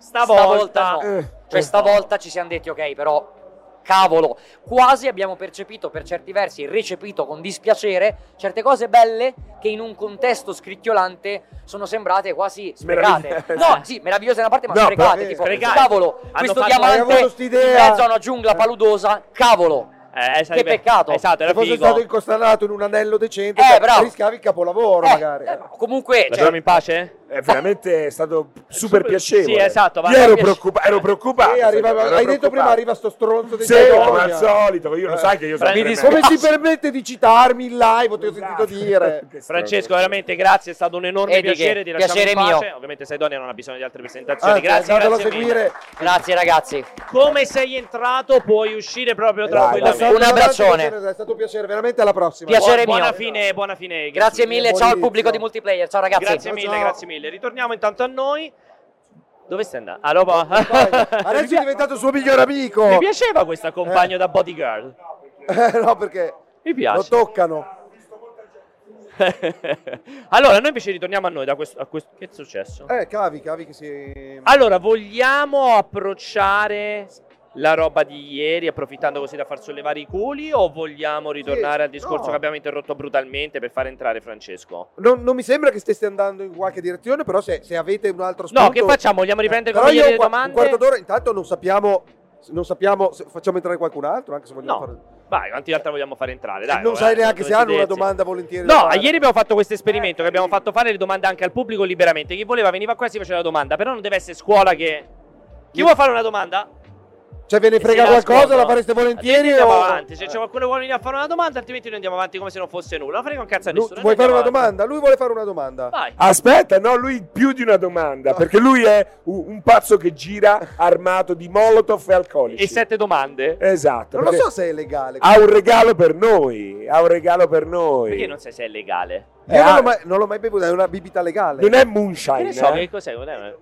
Speaker 1: Stavolta,
Speaker 5: stavolta no.
Speaker 3: Eh,
Speaker 5: Cioè,
Speaker 3: eh.
Speaker 5: stavolta ci siamo detti, ok, però cavolo, quasi abbiamo percepito per certi versi, recepito con dispiacere certe cose belle che in un contesto scricchiolante sono sembrate quasi sprecate.
Speaker 3: Meravigliose.
Speaker 5: No, sì, meravigliose da una parte, ma
Speaker 3: No,
Speaker 5: sprecate.
Speaker 4: però-
Speaker 5: tipo,
Speaker 1: sprecate.
Speaker 5: cavolo, questo
Speaker 1: fatto-
Speaker 4: Avevo
Speaker 5: diamante in
Speaker 4: quest'idea.
Speaker 5: mezzo a una giungla paludosa, cavolo.
Speaker 1: Eh, eh, sarebbe-
Speaker 5: peccato.
Speaker 1: Esatto, era
Speaker 4: Se fosse
Speaker 1: figo.
Speaker 4: stato incostanato in un anello decente,
Speaker 5: Eh,
Speaker 4: eh,
Speaker 5: bravo.
Speaker 4: rischiavi il capolavoro,
Speaker 5: Eh,
Speaker 4: magari.
Speaker 5: eh, comunque, cioè,
Speaker 1: Lasciamo in pace?
Speaker 3: È veramente stato super
Speaker 1: super-
Speaker 3: piacevole.
Speaker 1: sì, esatto, va-
Speaker 3: Io ero,
Speaker 1: mi piace-
Speaker 3: preoccupa- ero preoccupato.
Speaker 4: E arrivava-
Speaker 3: ero
Speaker 4: hai detto prima
Speaker 3: preoccupato.
Speaker 4: arriva sto stronzo di
Speaker 3: Sì, come
Speaker 4: Cedogna.
Speaker 3: al solito, io lo
Speaker 4: Eh.
Speaker 3: sai che io sono
Speaker 1: Mi
Speaker 3: tremendo.
Speaker 1: dispiace.
Speaker 4: Come si permette di citarmi in live? Ti ho sentito dire. Eh,
Speaker 3: Che stronzo.
Speaker 1: Francesco, veramente grazie, è stato un enorme
Speaker 5: E di che?
Speaker 1: piacere. Ti lasciamo
Speaker 5: Piacere
Speaker 1: in pace.
Speaker 5: mio.
Speaker 1: Ovviamente Saidonia non ha bisogno di altre presentazioni.
Speaker 4: Anzi,
Speaker 1: grazie,
Speaker 4: eh, andatelo Ah, a
Speaker 1: grazie mille.
Speaker 4: seguire.
Speaker 5: grazie ragazzi.
Speaker 1: Come sei entrato puoi uscire proprio
Speaker 4: Eh,
Speaker 3: Bravo.
Speaker 1: tranquillamente.
Speaker 5: Un abbraccione.
Speaker 4: È stato un piacere, veramente alla prossima.
Speaker 5: Piacere
Speaker 1: Buona-
Speaker 5: mio.
Speaker 1: buona fine, buona fine.
Speaker 5: Grazie
Speaker 4: mille,
Speaker 5: mille, ciao al
Speaker 4: buon
Speaker 5: pubblico di
Speaker 4: inizio.
Speaker 5: multiplayer, ciao ragazzi.
Speaker 1: Grazie
Speaker 4: Ciao,
Speaker 1: mille,
Speaker 4: ciao.
Speaker 1: grazie mille. Ritorniamo intanto a noi. Dove stai andando? Ah, roba.
Speaker 4: Adesso è diventato suo miglior amico.
Speaker 1: Mi piaceva questo accompagno da bodyguard.
Speaker 4: Eh, no, perché
Speaker 1: Mi
Speaker 4: lo
Speaker 1: piace.
Speaker 4: toccano.
Speaker 1: allora, noi invece ritorniamo a noi da questo, a questo- Che è successo?
Speaker 4: Eh, cavi, cavi che si...
Speaker 1: Allora, vogliamo approcciare la roba di ieri approfittando così da far sollevare i culi o vogliamo ritornare al discorso
Speaker 4: no.
Speaker 1: che abbiamo interrotto brutalmente per far entrare Francesco?
Speaker 4: Non, non mi sembra che stesse andando in qualche direzione, però se, se avete un altro spunto... Eh,
Speaker 1: No, che facciamo? Vogliamo riprendere
Speaker 4: Però
Speaker 1: con
Speaker 4: io
Speaker 1: le
Speaker 4: un qua-
Speaker 1: domande?
Speaker 4: Un quarto d'ora, intanto non sappiamo... Non sappiamo se facciamo entrare qualcun altro, anche se vogliamo
Speaker 1: No.
Speaker 4: fare...
Speaker 1: Vai, quanti altri vogliamo far entrare? Dai,
Speaker 4: non
Speaker 1: vabbè,
Speaker 4: sai neanche
Speaker 1: dove
Speaker 4: se
Speaker 1: si
Speaker 4: hanno una
Speaker 1: dezzi.
Speaker 4: domanda volentieri. da
Speaker 1: No,
Speaker 4: fare. Eh,
Speaker 1: ieri abbiamo fatto questo esperimento che abbiamo fatto fare le domande anche al pubblico liberamente. Chi voleva veniva qua e si faceva la domanda, però non deve essere scuola che... Chi vuole fare una domanda?
Speaker 4: Cioè, ve ne frega
Speaker 1: Se
Speaker 4: qualcosa,
Speaker 1: ascoltano.
Speaker 4: la fareste volentieri?
Speaker 1: Andiamo
Speaker 4: o-
Speaker 1: avanti, se c'è qualcuno che vuole venire a fare una domanda, altrimenti noi andiamo avanti come se non fosse nulla. Non frega un cazzo a
Speaker 4: Lu-
Speaker 1: nessuno.
Speaker 4: vuoi
Speaker 1: noi
Speaker 4: fare una
Speaker 1: andiamo
Speaker 4: domanda? Lui vuole fare una domanda.
Speaker 1: avanti.
Speaker 3: Ah,
Speaker 1: Vai.
Speaker 3: Aspetta, no, lui più di una domanda, perché lui è u- un pazzo che gira armato di molotov e alcolici.
Speaker 1: E sette domande.
Speaker 3: Esatto.
Speaker 4: Non lo
Speaker 3: perché
Speaker 4: so se è legale.
Speaker 3: Ha un regalo per noi, ha un regalo per noi.
Speaker 1: Perché non sai se è legale?
Speaker 4: Io non,
Speaker 3: ha-
Speaker 4: l'ho mai, non l'ho mai bevuto, è una bibita legale.
Speaker 3: Non è
Speaker 1: Che
Speaker 3: moonshine,
Speaker 1: ne so,
Speaker 3: eh.
Speaker 1: che cos'è? Cos'è?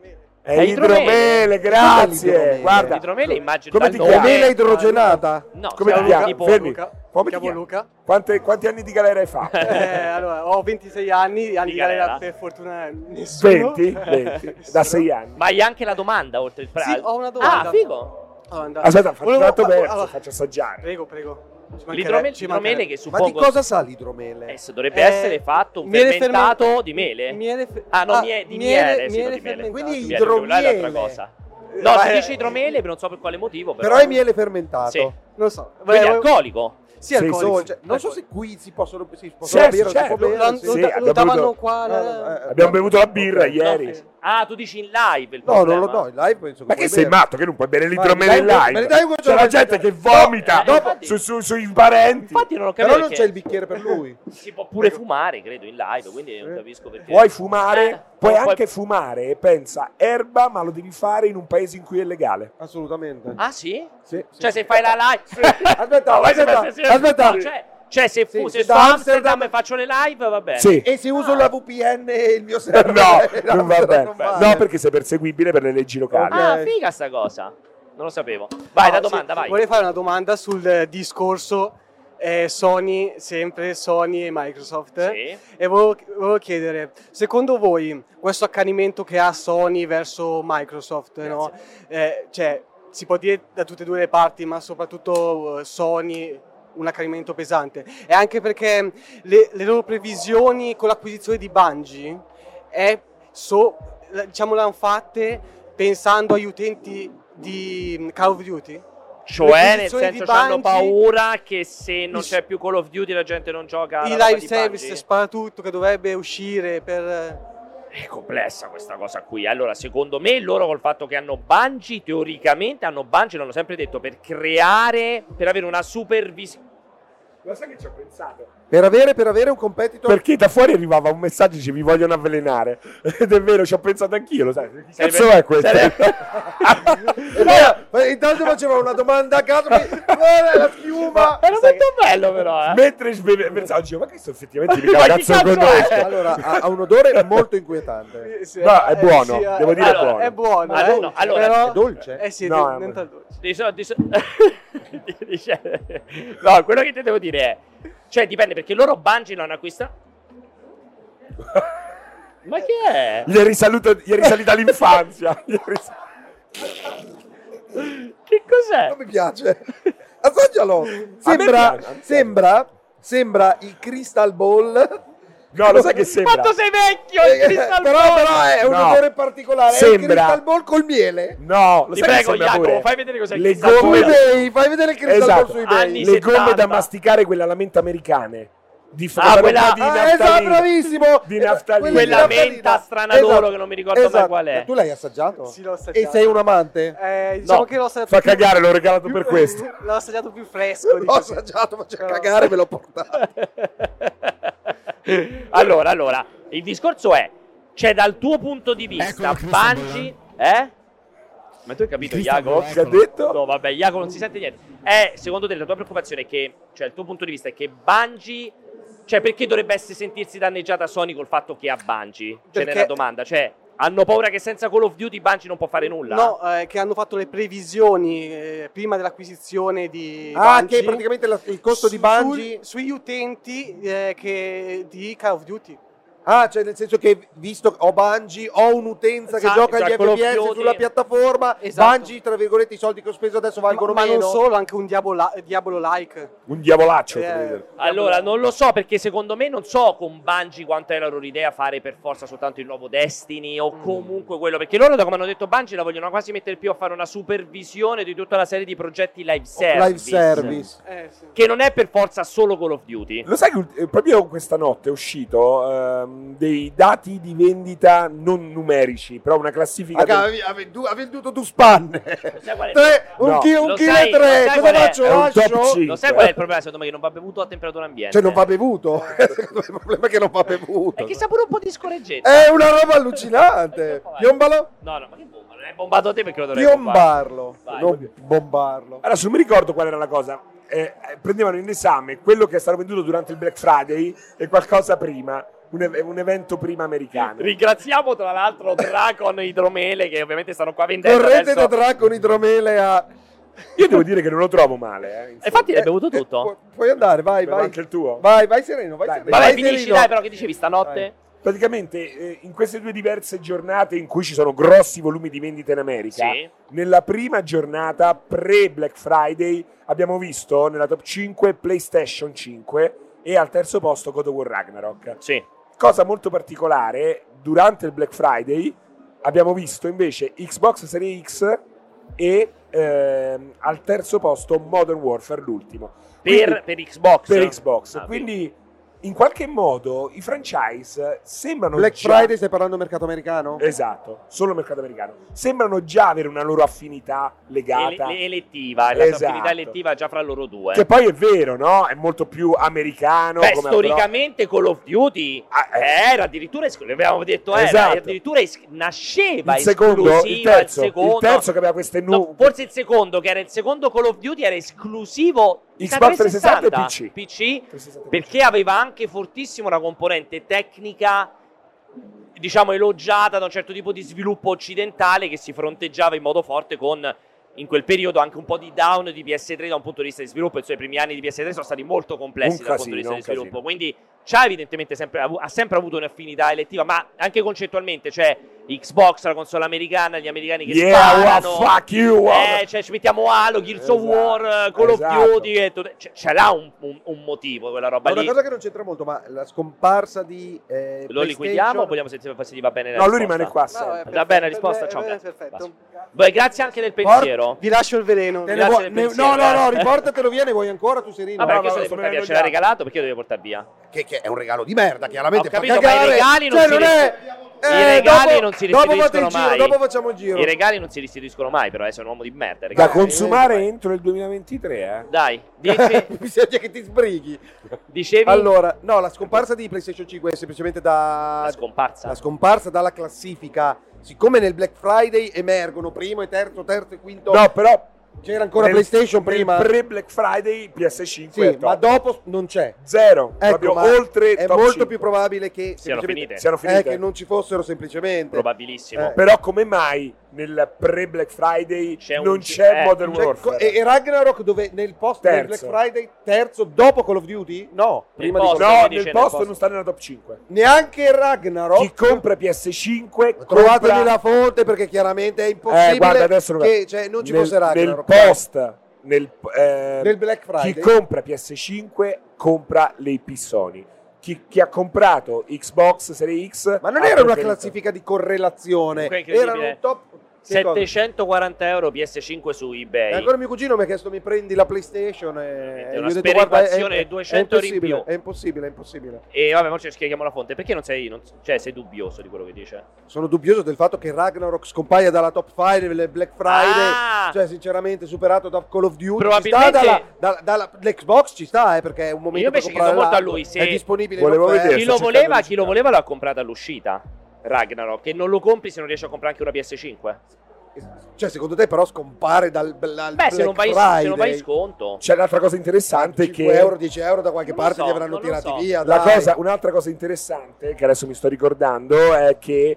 Speaker 3: è,
Speaker 1: è idromele.
Speaker 3: idromele, grazie.
Speaker 4: L'idromele.
Speaker 3: Guarda,
Speaker 1: L'idromele immagino
Speaker 3: come
Speaker 1: dal
Speaker 3: ti
Speaker 1: nome-
Speaker 3: chiami?
Speaker 4: Mela idrogenata.
Speaker 1: No,
Speaker 3: Come
Speaker 1: sia
Speaker 3: ti
Speaker 1: un
Speaker 3: chiami?
Speaker 1: tipo-
Speaker 3: Fermi.
Speaker 6: Luca.
Speaker 3: Come ti
Speaker 6: Mi chiamo
Speaker 3: chiami?
Speaker 6: Luca.
Speaker 3: Quante- quanti anni di galera hai fatto?
Speaker 6: Eh, allora, ho 26 anni, anni
Speaker 1: Di
Speaker 6: di
Speaker 1: galera.
Speaker 6: galera per fortuna nessuno. Eh,
Speaker 3: 20? 20, da 6 anni.
Speaker 1: Ma hai anche la domanda oltre il pranzo?
Speaker 6: Sì, ho una domanda.
Speaker 1: Ah, figo.
Speaker 3: Aspetta, faccio un altro verso,
Speaker 6: verso
Speaker 3: faccio assaggiare.
Speaker 6: Prego, prego. Ci mancherà-
Speaker 1: L'idromele,
Speaker 6: ci
Speaker 1: l'idromele
Speaker 6: mancherà.
Speaker 1: che
Speaker 4: Ma
Speaker 1: suppongo...
Speaker 4: di cosa sa l'idromele?
Speaker 1: Adesso dovrebbe
Speaker 6: Eh,
Speaker 1: essere fatto un
Speaker 6: miele
Speaker 1: fermentato
Speaker 6: fermen-
Speaker 1: di mele.
Speaker 6: Miele fe-
Speaker 1: Ah, no,
Speaker 6: ah,
Speaker 1: mie- di miele, sì, no,
Speaker 6: miele- miele
Speaker 1: di miele.
Speaker 6: fermentato.
Speaker 4: Quindi
Speaker 1: Miele, quello là è l'altra
Speaker 4: idromele.
Speaker 1: cosa. No, si
Speaker 6: Eh,
Speaker 1: dice idromele, non so per quale motivo, però...
Speaker 4: Però è miele fermentato.
Speaker 1: Sì.
Speaker 6: Non so.
Speaker 1: Quindi è
Speaker 6: Beh,
Speaker 1: alcolico.
Speaker 4: Sì, alcolico.
Speaker 3: sì.
Speaker 4: Cioè, non so se qui si possono si
Speaker 3: Sì,
Speaker 4: possono bere,
Speaker 3: sì,
Speaker 4: si può
Speaker 3: certo.
Speaker 4: bere,
Speaker 6: lo, lo,
Speaker 3: Sì,
Speaker 6: lo-
Speaker 4: sì.
Speaker 6: lo
Speaker 3: abbiamo
Speaker 6: davano
Speaker 3: bevuto-
Speaker 6: qua.
Speaker 4: No,
Speaker 6: la-
Speaker 4: no, eh,
Speaker 3: Abbiamo bevuto la birra
Speaker 6: No,
Speaker 3: ieri.
Speaker 6: sì.
Speaker 1: Ah, tu dici in live il
Speaker 4: No, non
Speaker 1: problema.
Speaker 4: lo do, in live penso
Speaker 3: Ma
Speaker 4: puoi
Speaker 3: che sei
Speaker 4: bere.
Speaker 3: matto che non puoi bere l'idromele
Speaker 4: dai
Speaker 3: in
Speaker 4: un goccio, me
Speaker 3: live?
Speaker 4: ne dai un goccio,
Speaker 3: C'è la
Speaker 4: me ne
Speaker 3: gente
Speaker 4: dai-
Speaker 3: che vomita
Speaker 1: Eh, infatti-
Speaker 3: su- su- sui parenti.
Speaker 1: Infatti non ho capito
Speaker 4: Però non
Speaker 1: perché
Speaker 4: c'è il bicchiere per lui.
Speaker 1: si può pure fumare, credo, in live, quindi non capisco perché.
Speaker 3: Puoi fumare,
Speaker 1: Eh,
Speaker 3: puoi
Speaker 1: puoi-
Speaker 3: anche fumare e pensa erba, ma lo devi fare in un paese in cui è legale.
Speaker 4: Assolutamente.
Speaker 1: Ah, sì?
Speaker 4: Sì, sì.
Speaker 1: Cioè, se fai la live...
Speaker 4: Aspetta,
Speaker 1: No, vai,
Speaker 4: aspetta,
Speaker 1: se- se- se-
Speaker 4: aspetta.
Speaker 1: no, cioè, cioè, se, fu- se
Speaker 4: Sì, se
Speaker 1: sto
Speaker 4: da
Speaker 1: a
Speaker 4: Amsterdam-
Speaker 1: Amsterdam e faccio le live, va bene.
Speaker 3: Sì.
Speaker 4: E se uso la VPN e il mio server
Speaker 3: No, non va bene.
Speaker 4: Eh, non vale.
Speaker 3: No, perché sei perseguibile per le leggi locali.
Speaker 1: Ah,
Speaker 4: ok.
Speaker 1: figa sta cosa. Non lo sapevo. Vai,
Speaker 6: No,
Speaker 1: la
Speaker 6: sì,
Speaker 1: domanda, vai.
Speaker 6: Vorrei fare una domanda sul eh, discorso eh, Sony, sempre Sony e Microsoft.
Speaker 1: Sì.
Speaker 6: E volevo, volevo chiedere, secondo voi questo accanimento che ha Sony verso Microsoft, no? Eh, cioè, si può dire da tutte e due le parti, ma soprattutto eh, Sony un accanimento pesante. E anche perché le, le loro previsioni con l'acquisizione di Bungie è so- la- diciamo le hanno fatte pensando agli utenti di mm, Call of Duty.
Speaker 1: Cioè, nel
Speaker 6: posizioni di
Speaker 1: senso, hanno
Speaker 6: Bungie-
Speaker 1: paura che se non
Speaker 6: I-
Speaker 1: c'è più Call of Duty la gente non gioca. alla
Speaker 6: I
Speaker 1: roba
Speaker 6: live
Speaker 1: di
Speaker 6: service
Speaker 1: Bungie?
Speaker 6: sparatutto che dovrebbe uscire per...
Speaker 1: È complessa questa cosa qui. Allora, secondo me, loro col fatto che hanno Bungie, teoricamente hanno Bungie, l'hanno sempre detto, per creare, per avere una supervisione.
Speaker 3: Lo sai che ci ho pensato?
Speaker 4: Per avere, per avere un competitor
Speaker 3: Perché da fuori arrivava un messaggio dice vi vogliono avvelenare. Ed è vero, ci ho pensato anch'io, lo sai. Che cazzo è questo?
Speaker 4: E poi- Eh, ma intanto faceva una domanda a caso mi- guarda la schiuma
Speaker 1: Era molto bello, però, eh.
Speaker 3: Mentre sveve- pensavo, dicevo, ma questo effettivamente
Speaker 1: Ma
Speaker 3: mica un
Speaker 1: chi
Speaker 3: cazzo
Speaker 1: cazzo è?
Speaker 3: conosco.
Speaker 4: allora ha, ha un odore molto inquietante
Speaker 3: No,
Speaker 6: eh,
Speaker 3: è buono, devo dire
Speaker 1: è buono.
Speaker 6: È buono,
Speaker 1: Allora,
Speaker 6: eh.
Speaker 1: Ah, no, allora,
Speaker 6: Però-
Speaker 4: è dolce
Speaker 6: Eh sì,
Speaker 3: No,
Speaker 6: è
Speaker 3: è
Speaker 6: diventa dolce.
Speaker 1: Di so- di so- Dice- no, quello che ti devo dire è. Cioè, dipende perché loro Bungie l'hanno acquistato. Ma che è?
Speaker 3: Gli è, risaluto- gli è risalita l'infanzia. Gli è ris-
Speaker 1: Che cos'è?
Speaker 4: non mi piace assaggialo sembra
Speaker 3: piace, a me piace.
Speaker 4: sembra sembra il crystal ball
Speaker 3: No, lo sai che sembra?
Speaker 1: Quanto sei vecchio? Il
Speaker 4: Eh,
Speaker 1: Crystal
Speaker 4: però,
Speaker 1: Ball!
Speaker 4: però è un
Speaker 3: No.
Speaker 4: odore particolare è il
Speaker 3: Sembra-
Speaker 4: crystal ball col miele
Speaker 3: No, lo
Speaker 1: Ti
Speaker 3: sai che
Speaker 1: prego,
Speaker 3: sembra
Speaker 1: Jacopo,
Speaker 3: pure?
Speaker 1: fai vedere cos'è il
Speaker 3: Le
Speaker 1: crystal
Speaker 3: gomme
Speaker 1: ball.
Speaker 3: de-
Speaker 4: ebay fai vedere il crystal ball
Speaker 3: Esatto.
Speaker 4: su ebay
Speaker 1: Anni
Speaker 3: le gomme
Speaker 1: 70.
Speaker 3: da masticare quella lamenta americane di f-
Speaker 1: Ah, quella-
Speaker 3: di
Speaker 4: Ah,
Speaker 3: naftalina.
Speaker 4: esatto, bravissimo!
Speaker 3: Di naftalina.
Speaker 1: Quella
Speaker 4: di Esatto.
Speaker 1: menta
Speaker 4: naftalina.
Speaker 1: strana d'oro che non mi ricordo mai qual è.
Speaker 4: Tu l'hai assaggiato?
Speaker 6: Sì, l'ho assaggiato.
Speaker 4: E sei un amante?
Speaker 6: Eh, diciamo
Speaker 1: No,
Speaker 6: che l'ho assaggiato
Speaker 3: Fa
Speaker 6: più-
Speaker 3: cagare, l'ho regalato per questo.
Speaker 6: l'ho assaggiato più fresco. diciamo.
Speaker 4: L'ho assaggiato, faceva cagare, me l'ho portato.
Speaker 1: allora, allora, il discorso è, cioè dal tuo punto di vista,
Speaker 7: Eccolo, Crystal
Speaker 1: Bungie, eh? Ma tu hai capito,
Speaker 7: Crystal
Speaker 1: Iago?
Speaker 7: Ball,
Speaker 3: Che ha
Speaker 4: ecco.
Speaker 3: detto?
Speaker 4: Ah,
Speaker 1: No, vabbè, Iaco non si sente niente. Eh, secondo te la tua preoccupazione è che, cioè il tuo punto di vista è che Bungie, cioè perché dovrebbe essere sentirsi danneggiata Sony col fatto che ha Bungie? Cioè
Speaker 6: Perché-
Speaker 1: nella domanda, cioè hanno paura che senza Call of Duty Bungie non può fare nulla?
Speaker 6: No, eh, che hanno fatto le previsioni eh, prima dell'acquisizione di
Speaker 4: Ah,
Speaker 6: Bungie
Speaker 4: che praticamente la- il costo di
Speaker 6: sul-
Speaker 4: Bungie...
Speaker 6: sugli utenti eh, che- di Call of Duty.
Speaker 4: Ah, cioè nel senso che visto ho Bungie, ho un'utenza che
Speaker 1: Esatto,
Speaker 4: gioca gli
Speaker 1: cioè, quello
Speaker 4: FPS
Speaker 1: chiudi-
Speaker 4: sulla piattaforma,
Speaker 6: Esatto.
Speaker 4: Bungie, tra virgolette, i soldi che ho speso adesso
Speaker 6: Ma,
Speaker 4: valgono
Speaker 6: ma
Speaker 4: meno.
Speaker 6: non solo, anche un Diabolo, Diabolo like.
Speaker 3: Un diavolaccio.
Speaker 6: Eh,
Speaker 3: credo.
Speaker 1: Allora, non lo so perché secondo me non so con Bungie quanto è la loro idea fare per forza soltanto il nuovo Destiny o
Speaker 4: Mm.
Speaker 1: comunque quello, perché loro, da come hanno detto Bungie, la vogliono quasi mettere più a fare una supervisione di tutta la serie di progetti live service.
Speaker 4: Live service.
Speaker 6: Eh, sì.
Speaker 1: Che non è per forza solo Call of Duty.
Speaker 3: Lo sai che ult- eh, proprio questa notte è uscito ehm, dei dati di vendita non numerici, però una classifica.
Speaker 4: Raga,
Speaker 3: del-
Speaker 4: ha- ha vendu- ha venduto due spanne.
Speaker 1: sai qual è?
Speaker 4: Tre, un
Speaker 3: No.
Speaker 4: chilo, un
Speaker 1: Lo
Speaker 4: chilo
Speaker 1: sai-
Speaker 4: e tre.
Speaker 1: lo sai
Speaker 4: Cosa
Speaker 1: qual è?
Speaker 4: faccio?
Speaker 3: È un top
Speaker 4: Lascio?
Speaker 3: cinque.
Speaker 1: Lo sai qual è il problema? Secondo me che non va bevuto a temperatura ambiente.
Speaker 4: certo. Cioè non va bevuto. il problema è che non va
Speaker 1: E
Speaker 4: bevuto.
Speaker 1: Eh,
Speaker 4: Eh.
Speaker 1: che sa pure un po' di scorreggezza.
Speaker 4: È una roba allucinante. Piombalo?
Speaker 1: No, no, ma che bomba? Non è bombato a te perché lo dovrei bombare.
Speaker 4: Piombarlo.
Speaker 1: Vai.
Speaker 4: Non bombarlo.
Speaker 3: Allora, se non mi ricordo qual era la cosa, eh, eh, prendevano in esame quello che è stato venduto durante il Black Friday e qualcosa prima, un, ev- un evento prima americano.
Speaker 1: Ringraziamo tra l'altro Dracon e Idromele che ovviamente stanno qua vendendo.
Speaker 4: Correte da
Speaker 1: adesso.
Speaker 4: Dracon idromele a...
Speaker 3: Io devo dire che non lo trovo male. Eh,
Speaker 1: E Infatti l'hai
Speaker 4: Eh,
Speaker 1: bevuto
Speaker 4: eh,
Speaker 1: tutto?
Speaker 4: pu- puoi andare, vai,
Speaker 3: Bevo
Speaker 4: vai.
Speaker 3: anche il tuo.
Speaker 4: Vai, vai sereno, vai
Speaker 3: Dai,
Speaker 4: sereno.
Speaker 1: Vabbè,
Speaker 4: vai
Speaker 1: finisci
Speaker 4: sereno.
Speaker 1: dai, però che dicevi stanotte?
Speaker 3: Praticamente eh, in queste due diverse giornate in cui ci sono grossi volumi di vendita in America,
Speaker 1: Sì.
Speaker 3: nella prima giornata pre-Black Friday abbiamo visto nella top 5 PlayStation 5 e al terzo posto God of War Ragnarok.
Speaker 1: Sì.
Speaker 3: Cosa molto particolare, durante il Black Friday abbiamo visto invece Xbox Series X e ehm, al terzo posto Modern Warfare, l'ultimo.
Speaker 1: Per,
Speaker 3: Quindi-
Speaker 1: per Xbox.
Speaker 3: per Xbox.
Speaker 1: Ah,
Speaker 3: Quindi in qualche modo i franchise sembrano
Speaker 4: Black
Speaker 3: già-
Speaker 4: Friday, stai parlando del mercato americano?
Speaker 3: Esatto, solo mercato americano. Sembrano già avere una loro affinità
Speaker 1: ele-
Speaker 3: legata.
Speaker 1: elettiva, la
Speaker 3: Esatto.
Speaker 1: attività elettiva già fra loro due.
Speaker 3: Che poi è vero, no? È molto più americano
Speaker 1: Beh,
Speaker 3: come
Speaker 1: storicamente Call of Duty
Speaker 3: Ah, eh.
Speaker 1: era addirittura, es- l'abbiamo detto, era
Speaker 3: Esatto.
Speaker 1: addirittura es- nasceva
Speaker 3: il secondo, il
Speaker 1: esclusiva,
Speaker 3: terzo,
Speaker 1: il secondo.
Speaker 3: terzo che aveva queste
Speaker 1: No,
Speaker 3: nuove
Speaker 1: forse il secondo, che era il secondo Call of Duty, era esclusivo di
Speaker 3: Xbox 360 e
Speaker 1: 360,
Speaker 3: PC.
Speaker 1: PC perché aveva anche fortissimo una componente tecnica diciamo elogiata da un certo tipo di sviluppo occidentale che si fronteggiava in modo forte con in quel periodo anche un po' di down di PS3 da un punto di vista di sviluppo, insomma i primi anni di PS3 sono stati molto complessi
Speaker 3: Un
Speaker 1: dal punto di vista
Speaker 3: casino,
Speaker 1: di
Speaker 3: un
Speaker 1: sviluppo, quindi c'ha evidentemente sempre, avu- ha sempre avuto un'affinità elettiva, ma anche concettualmente, cioè Xbox, la console americana, gli americani che
Speaker 3: Yeah,
Speaker 1: sparano,
Speaker 3: well, fuck you. well.
Speaker 1: eh, cioè, ci mettiamo Halo, Gears of
Speaker 3: Esatto,
Speaker 1: War, eh, Call
Speaker 3: esatto.
Speaker 1: of Duty. E tutto- cioè, ce l'ha un, un- un motivo quella roba
Speaker 4: Ma una
Speaker 1: lì.
Speaker 4: cosa che non c'entra molto, ma la scomparsa di eh,
Speaker 1: Lo
Speaker 4: PlayStation-
Speaker 1: liquidiamo o vogliamo sentire se gli va bene la
Speaker 3: No, lui
Speaker 1: risposta?
Speaker 3: rimane qua.
Speaker 6: No,
Speaker 3: sempre.
Speaker 6: è
Speaker 1: Va bene,
Speaker 6: perfetto,
Speaker 1: risposta,
Speaker 6: è
Speaker 1: ciao.
Speaker 6: bene, perfetto.
Speaker 1: Beh, grazie anche del
Speaker 4: Porca-
Speaker 1: pensiero.
Speaker 6: Vi lascio il veleno.
Speaker 4: Te ne
Speaker 1: Grazie
Speaker 4: vuoi-
Speaker 1: del
Speaker 4: ne-
Speaker 1: pensiero,
Speaker 4: no, no, no,
Speaker 1: eh.
Speaker 4: riportatelo via, ne vuoi ancora tu Serino?
Speaker 1: Vabbè,
Speaker 3: no,
Speaker 1: Ah, perché io devo
Speaker 3: no, sto
Speaker 1: portare via?
Speaker 3: venendo
Speaker 1: Ce l'ha
Speaker 3: già.
Speaker 1: regalato perché io devo portare via?
Speaker 4: Che, che è un regalo di merda, chiaramente.
Speaker 1: eh. Ho
Speaker 4: fa
Speaker 1: capito, ma i
Speaker 4: cagare.
Speaker 1: regali non
Speaker 4: Cioè,
Speaker 1: si ris-
Speaker 4: è- Eh,
Speaker 1: i regali
Speaker 4: dopo-
Speaker 1: non si
Speaker 4: dopo fate
Speaker 1: restituiscono
Speaker 4: il giro,
Speaker 1: mai.
Speaker 4: Dopo facciamo il giro.
Speaker 1: I regali non si restituiscono mai, però, eh, sei un uomo di merda.
Speaker 3: Da
Speaker 1: ragazzi.
Speaker 3: consumare
Speaker 1: Vai.
Speaker 3: entro il 2023, eh.
Speaker 1: Dai, dici,
Speaker 4: Bisogna che ti sbrighi.
Speaker 1: dicevi
Speaker 4: Allora, no, la scomparsa di PlayStation 5 è semplicemente da
Speaker 1: la scomparsa.
Speaker 4: la scomparsa dalla classifica. Siccome nel Black Friday emergono primo e terzo, terzo e quinto.
Speaker 3: No, però
Speaker 4: C'era ancora
Speaker 3: nel-
Speaker 4: PlayStation
Speaker 3: nel
Speaker 4: prima.
Speaker 3: pre-Black Friday PS5
Speaker 4: sì,
Speaker 3: è top.
Speaker 4: ma dopo non c'è.
Speaker 3: zero,
Speaker 4: Ecco,
Speaker 3: proprio
Speaker 4: ma
Speaker 3: oltre
Speaker 4: è
Speaker 3: top
Speaker 4: molto
Speaker 3: 5.
Speaker 4: più probabile che
Speaker 1: Siano
Speaker 4: semplicemente-
Speaker 1: finite.
Speaker 3: Siano
Speaker 4: eh,
Speaker 3: finite.
Speaker 4: che non ci fossero semplicemente.
Speaker 1: Probabilissimo.
Speaker 4: Eh.
Speaker 3: Però come mai nel pre-Black Friday
Speaker 1: C'è un-
Speaker 3: non c'è
Speaker 1: eh,
Speaker 3: Modern
Speaker 4: Cioè, co-
Speaker 3: Warfare?
Speaker 4: e, e Ragnarok dove nel post del Black
Speaker 3: Terzo.
Speaker 4: Friday terzo dopo Call of Duty? No, prima di
Speaker 1: post.
Speaker 4: Call of
Speaker 3: No,
Speaker 1: mi dice
Speaker 3: nel
Speaker 1: nel
Speaker 3: posto
Speaker 1: posto.
Speaker 3: non sta nella top 5.
Speaker 4: Duty. neanche Ragnarok.
Speaker 3: Chi compra PS5
Speaker 4: Trovatemi
Speaker 3: compra...
Speaker 4: la fonte perché chiaramente è
Speaker 3: Eh,
Speaker 4: impossibile
Speaker 3: guarda, adesso lo
Speaker 4: che cioè, non ci
Speaker 3: nel,
Speaker 4: fosse
Speaker 3: nel
Speaker 4: Ragnarok.
Speaker 3: post nel, eh,
Speaker 4: Nel Black Friday.
Speaker 3: chi compra PS5 compra le IP Sony chi, chi ha comprato Xbox Series X
Speaker 4: Ma non
Speaker 3: ha
Speaker 4: era una
Speaker 3: preferito.
Speaker 4: classifica di correlazione,
Speaker 1: Comunque è
Speaker 4: era
Speaker 1: incredibile.
Speaker 4: un top che cosa?
Speaker 1: 740 euro PS5 su
Speaker 4: E
Speaker 1: eBay.
Speaker 4: ancora mio cugino mi ha chiesto mi prendi la PlayStation e
Speaker 1: Veramente,
Speaker 4: e
Speaker 1: una
Speaker 4: gli ho detto guarda è,
Speaker 1: sperequazione
Speaker 4: è-
Speaker 1: di 200
Speaker 4: è
Speaker 1: euro in
Speaker 4: impossibile,
Speaker 1: più.
Speaker 4: è impossibile, è impossibile.
Speaker 1: E vabbè, ora ci schieriamo la fonte. Perché non sei, non- cioè, sei dubbioso di quello che dice?
Speaker 4: Sono dubbioso del fatto che Ragnarok scompaia dalla top 5 del Black Friday.
Speaker 1: Ah!
Speaker 4: Cioè, sinceramente, superato da Call of Duty.
Speaker 1: Probabilmente-
Speaker 4: Ci sta dalla, dalla, dalla- l'Xbox ci sta, eh, perché è un momento
Speaker 1: Io
Speaker 4: per
Speaker 1: invece
Speaker 4: comprare
Speaker 1: chiedo molto a
Speaker 4: l'hardware.
Speaker 1: lui se-
Speaker 4: È disponibile. in
Speaker 3: Volevo
Speaker 4: offerta.
Speaker 3: vedere
Speaker 1: chi lo
Speaker 3: sto
Speaker 1: voleva,
Speaker 3: cercando
Speaker 1: chi lo
Speaker 3: di
Speaker 1: voleva l'ha comprata all'uscita. Ragnarok, che non lo compri se non riesci a comprare anche una PS5.
Speaker 4: Cioè, secondo te, però, scompare dal, dal
Speaker 1: Beh,
Speaker 4: Black
Speaker 1: se non, vai,
Speaker 4: Friday.
Speaker 1: se non vai in sconto.
Speaker 3: c'è un'altra cosa interessante
Speaker 4: 5
Speaker 3: che
Speaker 4: euro, 10 euro da qualche
Speaker 1: Non lo
Speaker 4: parte
Speaker 1: so,
Speaker 4: li avranno
Speaker 1: non lo
Speaker 4: tirati
Speaker 1: so.
Speaker 4: via.
Speaker 3: La
Speaker 4: dai.
Speaker 3: cosa- un'altra cosa interessante che adesso mi sto ricordando è che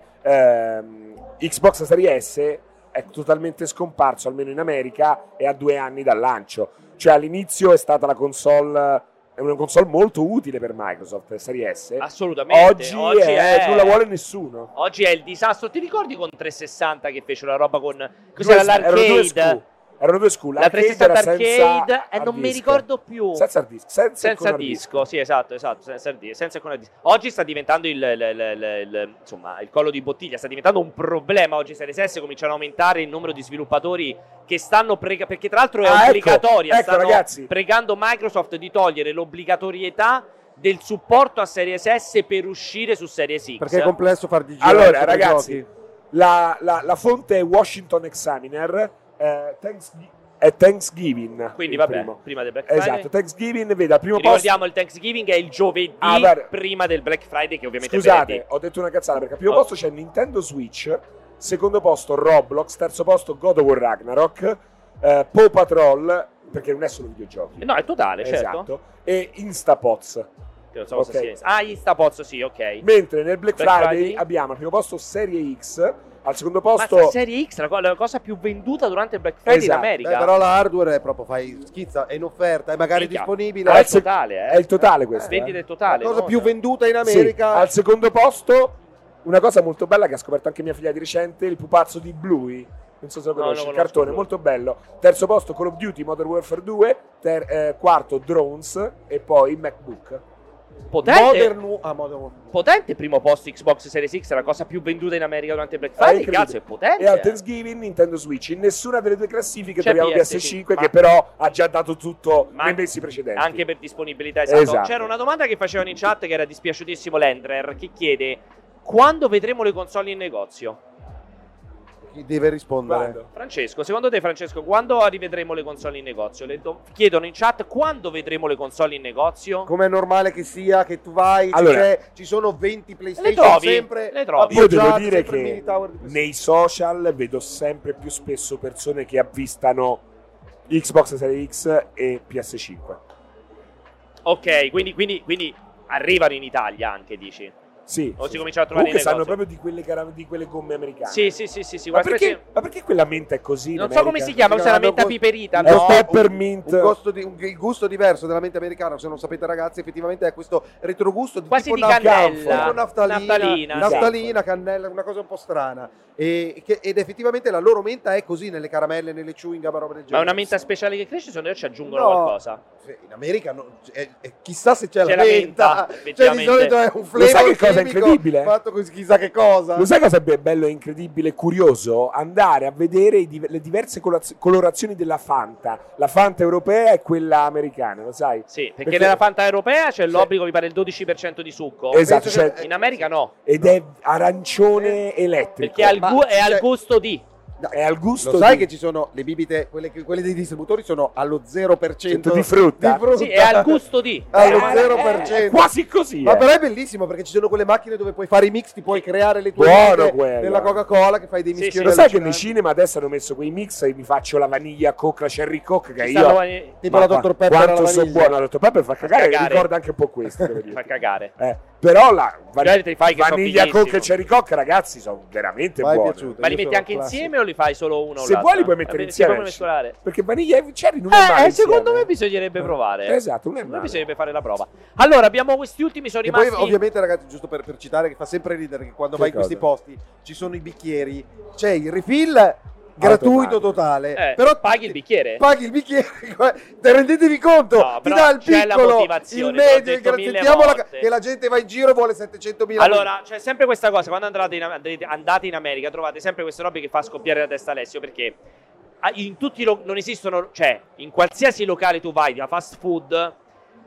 Speaker 3: ehm, Xbox Series S è totalmente scomparso, almeno in America, e ha due anni dal lancio. Cioè all'inizio è stata la console, è una console molto utile per Microsoft, Series S.
Speaker 1: Assolutamente.
Speaker 3: Cioè, Oggi, è- eh, non la vuole nessuno.
Speaker 1: Oggi è il disastro. Ti ricordi con 360 che fece la roba con.
Speaker 3: Due-
Speaker 1: Cos'era
Speaker 3: erano due
Speaker 1: l'arcade?
Speaker 3: SKU, Erano due school,
Speaker 1: La 360 arcade e non mi ricordo più.
Speaker 3: Senza hard disk, senza,
Speaker 1: senza
Speaker 3: con hard
Speaker 1: disco, sì, esatto, esatto, senza, il di- senza alcuna dis- Oggi sta diventando il, il- il- il- il- insomma, il collo di bottiglia, sta diventando un problema oggi Series S, cominciano a aumentare il numero di sviluppatori che stanno prega- perché tra l'altro è
Speaker 3: Ah, ecco,
Speaker 1: obbligatoria,
Speaker 3: ecco,
Speaker 1: stanno
Speaker 3: ragazzi.
Speaker 1: pregando Microsoft di togliere l'obbligatorietà del supporto a Series S per uscire su Series X.
Speaker 4: Perché è complesso far di giro.
Speaker 3: Allora,
Speaker 4: sopra i
Speaker 3: ragazzi,
Speaker 4: giochi.
Speaker 3: La, la- la fonte è Washington Examiner, eh, Thanks- è Thanksgiving.
Speaker 1: Quindi
Speaker 3: il
Speaker 1: vabbè,
Speaker 3: primo.
Speaker 1: prima del Black Friday.
Speaker 3: Esatto, Thanksgiving, vede, al primo
Speaker 1: Ti
Speaker 3: posto...
Speaker 1: ricordiamo il Thanksgiving è il giovedì
Speaker 3: Ah, guarda.
Speaker 1: prima del Black Friday che ovviamente è
Speaker 3: Scusate,
Speaker 1: venerdì.
Speaker 3: ho detto una cazzata perché al primo
Speaker 1: Oh.
Speaker 3: posto c'è Nintendo Switch, secondo posto Roblox, terzo posto God of War Ragnarok, eh, Paw Patrol, perché non è solo videogiochi.
Speaker 1: No, è totale, Eh, certo.
Speaker 3: esatto. E Instapots.
Speaker 1: Che non so cosa sia.
Speaker 3: Ok.
Speaker 1: Ah, Instapozzo, sì, ok.
Speaker 3: Mentre nel Black,
Speaker 1: Black
Speaker 3: Friday,
Speaker 1: Friday.
Speaker 3: abbiamo al primo posto Serie X, al secondo
Speaker 1: Ma
Speaker 3: posto...
Speaker 1: la Serie X, la, co- la cosa più venduta durante il Black Friday
Speaker 3: Esatto,
Speaker 1: in America.
Speaker 4: Beh, però la hardware è proprio fai schizza, è in offerta, è magari
Speaker 1: Minchia.
Speaker 4: disponibile.
Speaker 1: Ah, è
Speaker 3: al
Speaker 1: il
Speaker 3: sec-
Speaker 1: totale, eh.
Speaker 3: È il totale questo. eh.
Speaker 1: Vendite
Speaker 4: la
Speaker 1: totale.
Speaker 4: cosa
Speaker 1: no? cioè.
Speaker 4: più venduta in
Speaker 3: Sì,
Speaker 4: America.
Speaker 3: al secondo posto, una cosa molto bella che ha scoperto anche mia figlia di recente, il pupazzo di Bluey. Non so se lo
Speaker 1: No,
Speaker 3: conosci,
Speaker 1: lo conosco,
Speaker 3: il cartone
Speaker 1: Bluey.
Speaker 3: molto bello. Terzo posto Call of Duty Modern Warfare 2, ter- eh, quarto Drones e poi MacBook.
Speaker 1: Potente,
Speaker 4: Modern Wo- ah, Modern Warfare.
Speaker 1: potente primo posto Xbox Series X, è la cosa più venduta in America durante il Black
Speaker 3: Ah,
Speaker 1: Friday.
Speaker 3: incredibile.
Speaker 1: Cazzo, è potente. eh.
Speaker 3: E al Thanksgiving Nintendo Switch. In nessuna delle due classifiche
Speaker 1: C'è
Speaker 3: troviamo
Speaker 1: PS5,
Speaker 3: PS5,
Speaker 1: ma-
Speaker 3: che però ha già dato tutto
Speaker 1: Ma
Speaker 3: nei
Speaker 1: anche-
Speaker 3: mesi precedenti.
Speaker 1: Anche per disponibilità, esatto.
Speaker 3: Esatto.
Speaker 1: C'era una domanda che facevano in chat che era dispiaciutissimo l'Endrer, che chiede quando vedremo le console in negozio?
Speaker 4: Chi deve rispondere?
Speaker 3: Guarda.
Speaker 1: Francesco, secondo te Francesco, quando rivedremo le console in negozio? Le do- chiedono in chat quando vedremo le console in negozio?
Speaker 4: Come è normale che sia, che tu vai, ci
Speaker 3: Allora.
Speaker 4: sei- ci sono 20 PlayStation
Speaker 1: trovi?
Speaker 4: sempre.
Speaker 1: Le trovi?
Speaker 3: Io devo
Speaker 4: appoggiate,
Speaker 3: dire
Speaker 4: sempre il
Speaker 3: che
Speaker 4: mini tower di PlayStation.
Speaker 3: nei social vedo sempre più spesso persone che avvistano Xbox Series X e PS5.
Speaker 1: Ok, quindi, quindi- quindi arrivano in Italia anche, dici?
Speaker 3: Sì.
Speaker 1: O
Speaker 3: sì,
Speaker 1: si
Speaker 3: sì.
Speaker 1: comincia a trovare
Speaker 3: Comunque
Speaker 1: in
Speaker 3: sanno
Speaker 1: negozio?
Speaker 3: proprio di quelle, cara- di quelle gomme americane.
Speaker 1: Sì, sì, sì, sì, sì.
Speaker 3: Ma
Speaker 1: guarda,
Speaker 3: perché,
Speaker 1: specie-
Speaker 3: ma perché quella menta è così? in
Speaker 1: Non so come
Speaker 3: America?
Speaker 1: si chiama, questa è la
Speaker 4: No,
Speaker 1: menta
Speaker 4: no,
Speaker 1: piperita.
Speaker 3: Lo
Speaker 1: no?
Speaker 4: No,
Speaker 3: peppermint.
Speaker 4: Un gusto di- un- il gusto diverso della mente americana, se non sapete ragazzi, effettivamente è questo retrogusto di
Speaker 1: Quasi
Speaker 4: tipo
Speaker 1: di
Speaker 4: naf-
Speaker 1: cannella.
Speaker 4: tipo naftalina,
Speaker 1: Naftalina, esatto.
Speaker 4: naftalina,
Speaker 1: sì.
Speaker 4: cannella, una cosa un po' strana. E, che- ed effettivamente la loro menta è così nelle caramelle, nelle chewing gum, roba del
Speaker 1: Ma è
Speaker 4: genere.
Speaker 1: una menta speciale che cresce, secondo me ci aggiungono
Speaker 4: No.
Speaker 1: qualcosa.
Speaker 4: Sì, In America no- è- è- chissà se c'è,
Speaker 1: C'è
Speaker 4: la
Speaker 1: la menta,
Speaker 4: menta, cioè di
Speaker 1: effettivamente.
Speaker 4: solito è un
Speaker 3: Lo
Speaker 4: flavor
Speaker 3: sai che cosa è
Speaker 4: chimico
Speaker 3: incredibile?
Speaker 4: fatto con chissà che cosa.
Speaker 3: Lo sai cosa è bello, incredibile, curioso? Andare a vedere i div- le diverse colaz- colorazioni della Fanta. La Fanta europea e quella americana, lo sai?
Speaker 1: Sì, perché,
Speaker 3: Perché-
Speaker 1: nella Fanta europea c'è l'obbligo, mi pare, il 12% di succo.
Speaker 3: Esatto,
Speaker 4: penso che-
Speaker 3: cioè,
Speaker 1: In America no,
Speaker 3: ed è arancione elettrico.
Speaker 1: perché al
Speaker 4: Ma-
Speaker 1: gu- è al
Speaker 4: cioè-
Speaker 1: gusto di.
Speaker 3: È al gusto
Speaker 4: Lo sai
Speaker 3: di,
Speaker 4: che ci sono le bibite, quelle, che- quelle dei distributori sono allo 0%
Speaker 3: di frutta.
Speaker 4: di frutta.
Speaker 1: Sì, è al gusto di.
Speaker 3: Ah,
Speaker 4: Allo
Speaker 1: Eh,
Speaker 4: 0%.
Speaker 3: È quasi così.
Speaker 4: Ma
Speaker 3: eh.
Speaker 4: però è bellissimo perché ci sono quelle macchine dove puoi fare i mix, ti puoi creare le tue
Speaker 3: Buono
Speaker 4: vite
Speaker 3: quello.
Speaker 4: nella Coca-Cola che fai dei
Speaker 1: Sì, sì.
Speaker 4: mischioni.
Speaker 3: Lo sai che nei
Speaker 4: allucinanti.
Speaker 3: cinema adesso hanno messo quei mix e mi faccio la vaniglia coca cherry coke che
Speaker 1: ci
Speaker 3: io...
Speaker 1: stanno- eh,
Speaker 4: Tipo la
Speaker 3: Ma
Speaker 4: Dr. Pepper alla
Speaker 3: Quanto sono
Speaker 4: vaniglia.
Speaker 3: buono la Dr. Pepper fa cagare,
Speaker 1: cagare.
Speaker 3: ricorda anche un po' questo. devo
Speaker 1: ti
Speaker 3: dire.
Speaker 1: fa cagare.
Speaker 3: Eh, però la va-
Speaker 1: Magari te li fai che sono
Speaker 3: vaniglia
Speaker 1: fighissimo.
Speaker 3: coke e cherry coke ragazzi sono veramente
Speaker 4: Mai
Speaker 3: buone.
Speaker 4: piaciuto.
Speaker 1: Ma li
Speaker 4: Io
Speaker 1: metti
Speaker 4: sono
Speaker 1: anche
Speaker 4: classico.
Speaker 1: insieme o li fai solo uno? o
Speaker 3: Se
Speaker 1: l'altro?
Speaker 3: vuoi li puoi mettere
Speaker 1: Vabbè,
Speaker 3: insieme,
Speaker 1: Si può
Speaker 3: sì.
Speaker 1: mescolare.
Speaker 3: Perché vaniglia e cherry non è male
Speaker 1: Eh, eh, secondo
Speaker 3: insieme.
Speaker 1: me bisognerebbe provare.
Speaker 3: Esatto, non è
Speaker 1: Secondo me
Speaker 3: male.
Speaker 1: bisognerebbe fare la prova. Allora, abbiamo questi ultimi, sono
Speaker 4: E poi
Speaker 1: rimasti.
Speaker 4: ovviamente ragazzi, giusto per, per citare, che fa sempre ridere che quando
Speaker 3: Che
Speaker 4: vai
Speaker 3: cosa?
Speaker 4: in questi posti ci sono i bicchieri, c'è il refill gratuito
Speaker 3: Automatico.
Speaker 4: totale.
Speaker 1: Eh,
Speaker 4: però
Speaker 1: paghi il bicchiere?
Speaker 4: Paghi il bicchiere, te rendetevi conto,
Speaker 1: No,
Speaker 4: ti
Speaker 1: però
Speaker 4: dà il
Speaker 1: c'è la
Speaker 4: piccolo,
Speaker 1: motivazione,
Speaker 4: il
Speaker 1: te l'ho
Speaker 4: medio, il
Speaker 1: detto
Speaker 4: gra-
Speaker 1: mille
Speaker 4: sentiamo la-
Speaker 1: volte.
Speaker 4: che la gente va in giro e vuole 700.000
Speaker 1: Allora, c'è sempre questa cosa, quando andate in, andrete- andate in America trovate sempre queste robe che fa scoppiare la testa Alessio, perché a- in tutti i lo- non esistono, cioè, in qualsiasi locale tu vai, da fast food,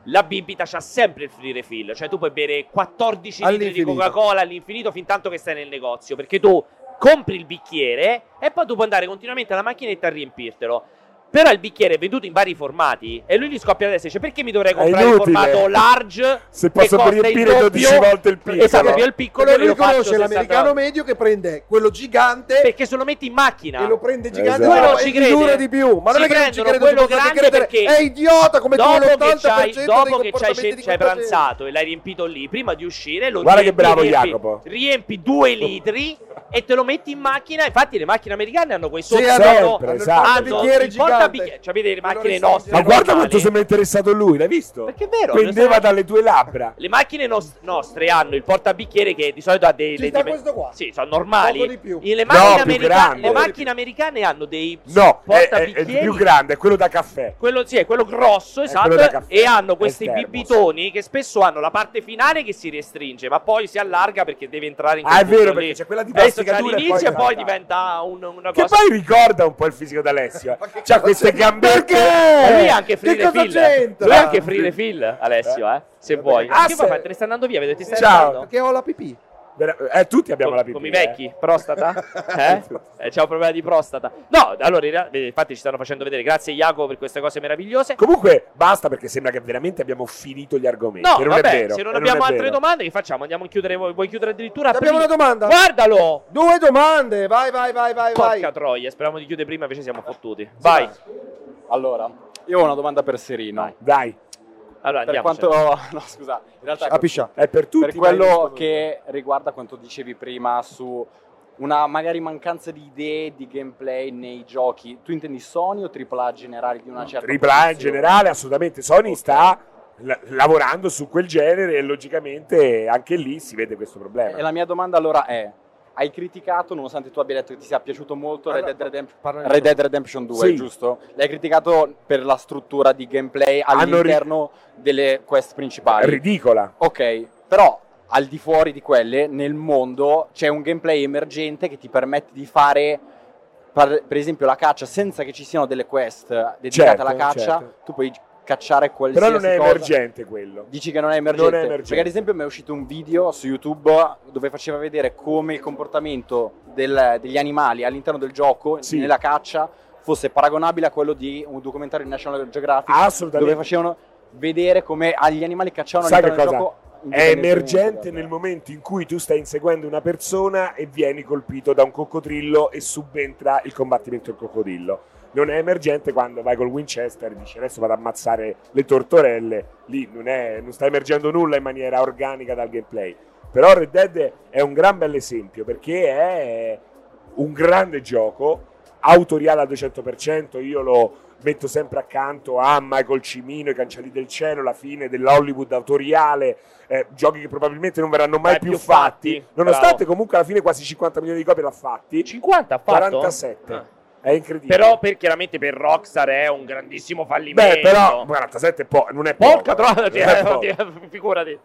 Speaker 1: la bibita c'ha sempre il free refill, cioè tu puoi bere 14 litri di
Speaker 4: All'infinito.
Speaker 1: Coca-Cola all'infinito fin tanto che stai nel negozio, perché tu compri il bicchiere e poi tu puoi andare continuamente alla macchinetta a riempirtelo. Però il bicchiere è venduto in vari formati e lui gli scoppia la testa e dice perché mi dovrei
Speaker 3: È
Speaker 1: comprare il
Speaker 3: inutile.
Speaker 1: formato large
Speaker 3: Se
Speaker 1: che
Speaker 3: posso
Speaker 1: costa il
Speaker 3: riempire 12
Speaker 1: doppio?"
Speaker 3: volte il piccolo.
Speaker 1: Esatto, io il piccolo
Speaker 4: Perché
Speaker 1: e
Speaker 4: lui
Speaker 1: lo faccio
Speaker 4: conosce
Speaker 1: 60
Speaker 4: l'americano medio che prende quello gigante
Speaker 1: perché se lo metti in macchina
Speaker 4: e lo prende gigante
Speaker 3: Esatto.
Speaker 4: e
Speaker 3: Quello
Speaker 4: fa-
Speaker 1: ci
Speaker 4: e gli dura
Speaker 1: crede.
Speaker 4: di più
Speaker 1: Ci
Speaker 4: ma non è che non ci
Speaker 1: prendono
Speaker 4: credo
Speaker 1: quello
Speaker 4: ci possono
Speaker 1: grande
Speaker 4: credere
Speaker 1: perché
Speaker 4: è idiota come tu
Speaker 1: dopo
Speaker 4: l'80%
Speaker 1: che c'hai,
Speaker 4: dei
Speaker 1: dopo che c'hai,
Speaker 4: comportamenti
Speaker 1: sce-
Speaker 4: di
Speaker 1: c'hai
Speaker 4: questa gente.
Speaker 1: pranzato e l'hai riempito lì prima di uscire lo
Speaker 3: Guarda che
Speaker 1: riempi,
Speaker 3: bravo
Speaker 1: riempi-
Speaker 3: Jacopo.
Speaker 1: riempi due litri e te lo metti in macchina infatti le macchine americane hanno quei sotto
Speaker 4: hanno-
Speaker 3: sempre,
Speaker 4: hanno il
Speaker 3: esatto.
Speaker 1: hanno
Speaker 4: portabicchiere
Speaker 1: il portabicchiere
Speaker 4: gigante.
Speaker 1: cioè vedi le
Speaker 4: Ma lo
Speaker 1: macchine
Speaker 4: risolvi.
Speaker 1: nostre
Speaker 3: Ma guarda
Speaker 1: normali,
Speaker 3: quanto sembra interessato lui, l'hai visto?
Speaker 1: perché è vero cioè, lo
Speaker 3: Pendeva
Speaker 1: sai-
Speaker 3: dalle tue labbra.
Speaker 1: le macchine nos- nostre hanno il portabicchiere che di solito ha dei
Speaker 4: Ci
Speaker 1: dei
Speaker 4: sta
Speaker 1: dimen-
Speaker 4: questo qua.
Speaker 1: Sì, sono normali.
Speaker 4: Poco di più.
Speaker 1: Le
Speaker 3: No,
Speaker 1: macchine,
Speaker 3: più
Speaker 1: america-
Speaker 3: grande.
Speaker 1: le macchine americane hanno dei
Speaker 3: No, è, è- è
Speaker 1: portabicchieri
Speaker 3: più grande, è quello da caffè.
Speaker 1: quello sì, è quello grosso, esatto,
Speaker 3: quello da caffè,
Speaker 1: e hanno questi
Speaker 3: è il termos.
Speaker 1: bibitoni che spesso hanno la parte finale che si restringe, ma poi si allarga perché deve entrare in quel
Speaker 3: Ah, è vero,
Speaker 1: punto lì.
Speaker 3: perché c'è quella di
Speaker 1: Adesso
Speaker 3: plastica
Speaker 1: c'è
Speaker 3: dura e
Speaker 1: l'inizio e
Speaker 3: poi-
Speaker 1: poi diventa un- una
Speaker 3: Che
Speaker 1: cosa...
Speaker 3: poi ricorda un po' il fisico d'Alessio. eh.
Speaker 4: Ma che
Speaker 3: C'ha
Speaker 4: cosa-
Speaker 3: queste gambette.
Speaker 1: Ma lui è
Speaker 4: Eh,
Speaker 1: anche free
Speaker 4: che cosa
Speaker 1: refill.
Speaker 4: c'entra?
Speaker 1: Lui è anche free refill, Alessio, eh, se
Speaker 4: Vabbè.
Speaker 1: vuoi.
Speaker 3: Ah,
Speaker 1: che vuoi
Speaker 3: se-
Speaker 1: fare? Te ne stai andando via, vedete, ti stai
Speaker 3: Ciao.
Speaker 1: andando?
Speaker 4: perché ho la pipì
Speaker 3: Vera- Eh, tutti abbiamo
Speaker 1: Com-
Speaker 3: la pipì.
Speaker 1: Come i
Speaker 3: eh.
Speaker 1: vecchi, prostata? Eh? Eh, C'è un problema di prostata. No, allora, in realtà, vedi, infatti ci stanno facendo vedere. Grazie Jacopo per queste cose meravigliose.
Speaker 3: Comunque, basta perché sembra che veramente abbiamo finito gli argomenti.
Speaker 1: No,
Speaker 3: e non
Speaker 1: vabbè,
Speaker 3: è vero.
Speaker 1: se non
Speaker 3: e
Speaker 1: abbiamo
Speaker 3: è
Speaker 1: altre
Speaker 3: vero.
Speaker 1: domande, che facciamo? Andiamo a chiudere, vuoi, vuoi chiudere addirittura?
Speaker 4: abbiamo
Speaker 1: prima?
Speaker 4: una domanda
Speaker 1: Guardalo!
Speaker 4: due domande vai vai vai vai vai
Speaker 1: Porca troia, speriamo di chiudere prima, invece siamo fottuti. Vai.
Speaker 7: Allora, io ho una domanda per Serino.
Speaker 1: Vai.
Speaker 3: Dai,
Speaker 1: Allora,
Speaker 7: Per
Speaker 1: andiamo.
Speaker 7: quanto... No, scusa, in realtà è
Speaker 4: a piscià
Speaker 3: è per tutti.
Speaker 7: per
Speaker 3: dai,
Speaker 7: quello
Speaker 3: rispondo.
Speaker 7: che riguarda quanto dicevi prima su una magari mancanza di idee di gameplay nei giochi. Tu intendi Sony o AAA generali di una certa
Speaker 3: Tripla A in
Speaker 7: posizione?
Speaker 3: generale, assolutamente. Sony
Speaker 7: Ok.
Speaker 3: sta la- lavorando su quel genere e logicamente anche lì si vede questo problema.
Speaker 7: E la mia domanda allora è hai criticato, nonostante tu abbia detto che ti sia piaciuto molto Red
Speaker 3: Allora,
Speaker 7: Dead Redemption,
Speaker 3: parlo io.
Speaker 7: Red Dead Redemption 2,
Speaker 3: Sì.
Speaker 7: giusto? L'hai criticato per la struttura di gameplay
Speaker 3: Hanno ri-
Speaker 7: all'interno delle quest principali.
Speaker 3: ridicola.
Speaker 7: ok, però al di fuori di quelle, nel mondo, c'è un gameplay emergente che ti permette di fare par- per esempio la caccia senza che ci siano delle quest dedicate
Speaker 3: Certo,
Speaker 7: alla caccia,
Speaker 3: certo.
Speaker 7: tu puoi cacciare qualsiasi
Speaker 3: Però non è
Speaker 7: cosa.
Speaker 3: emergente quello.
Speaker 7: Dici che non è emergente.
Speaker 3: Non è emergente.
Speaker 7: Perché ad esempio mi è uscito un video su YouTube dove faceva vedere come il comportamento del- degli animali all'interno del gioco,
Speaker 3: Sì.
Speaker 7: nella caccia, fosse paragonabile a quello di un documentario di National Geographic
Speaker 4: Ah,
Speaker 7: dove
Speaker 3: Assolutamente.
Speaker 7: facevano vedere come agli animali cacciavano
Speaker 3: Sai
Speaker 7: all'interno
Speaker 3: che
Speaker 7: del
Speaker 3: cosa?
Speaker 7: gioco.
Speaker 3: È
Speaker 7: indipendentemente
Speaker 3: emergente
Speaker 7: dal-
Speaker 3: nel momento in cui tu stai inseguendo una persona e vieni colpito da un coccodrillo e subentra il combattimento del coccodrillo. Non è emergente quando vai col Winchester e dici adesso vado ad ammazzare le tortorelle. Lì non, è- non sta emergendo nulla in maniera organica dal gameplay. Però Red Dead è un gran bell'esempio perché è un grande gioco, autoriale al 200%, io lo metto sempre accanto a Michael Cimino, i cancelli del cielo, la fine dell'Hollywood autoriale, eh, giochi che probabilmente non verranno mai
Speaker 1: Mai
Speaker 3: più,
Speaker 1: Eh, più
Speaker 3: fatti,
Speaker 1: fatti,
Speaker 3: nonostante
Speaker 1: bravo.
Speaker 3: comunque alla fine quasi 50 milioni di copie l'ha fatti,
Speaker 1: 50 cioè, ha fatto?
Speaker 3: 47.
Speaker 1: Ah.
Speaker 3: è incredibile.
Speaker 1: Però per, chiaramente per Rockstar è un grandissimo fallimento.
Speaker 3: Beh, però 47 è po- non è poco.
Speaker 1: Porca troia,
Speaker 3: Non
Speaker 1: ti-
Speaker 3: è poco.
Speaker 1: ti- figurati.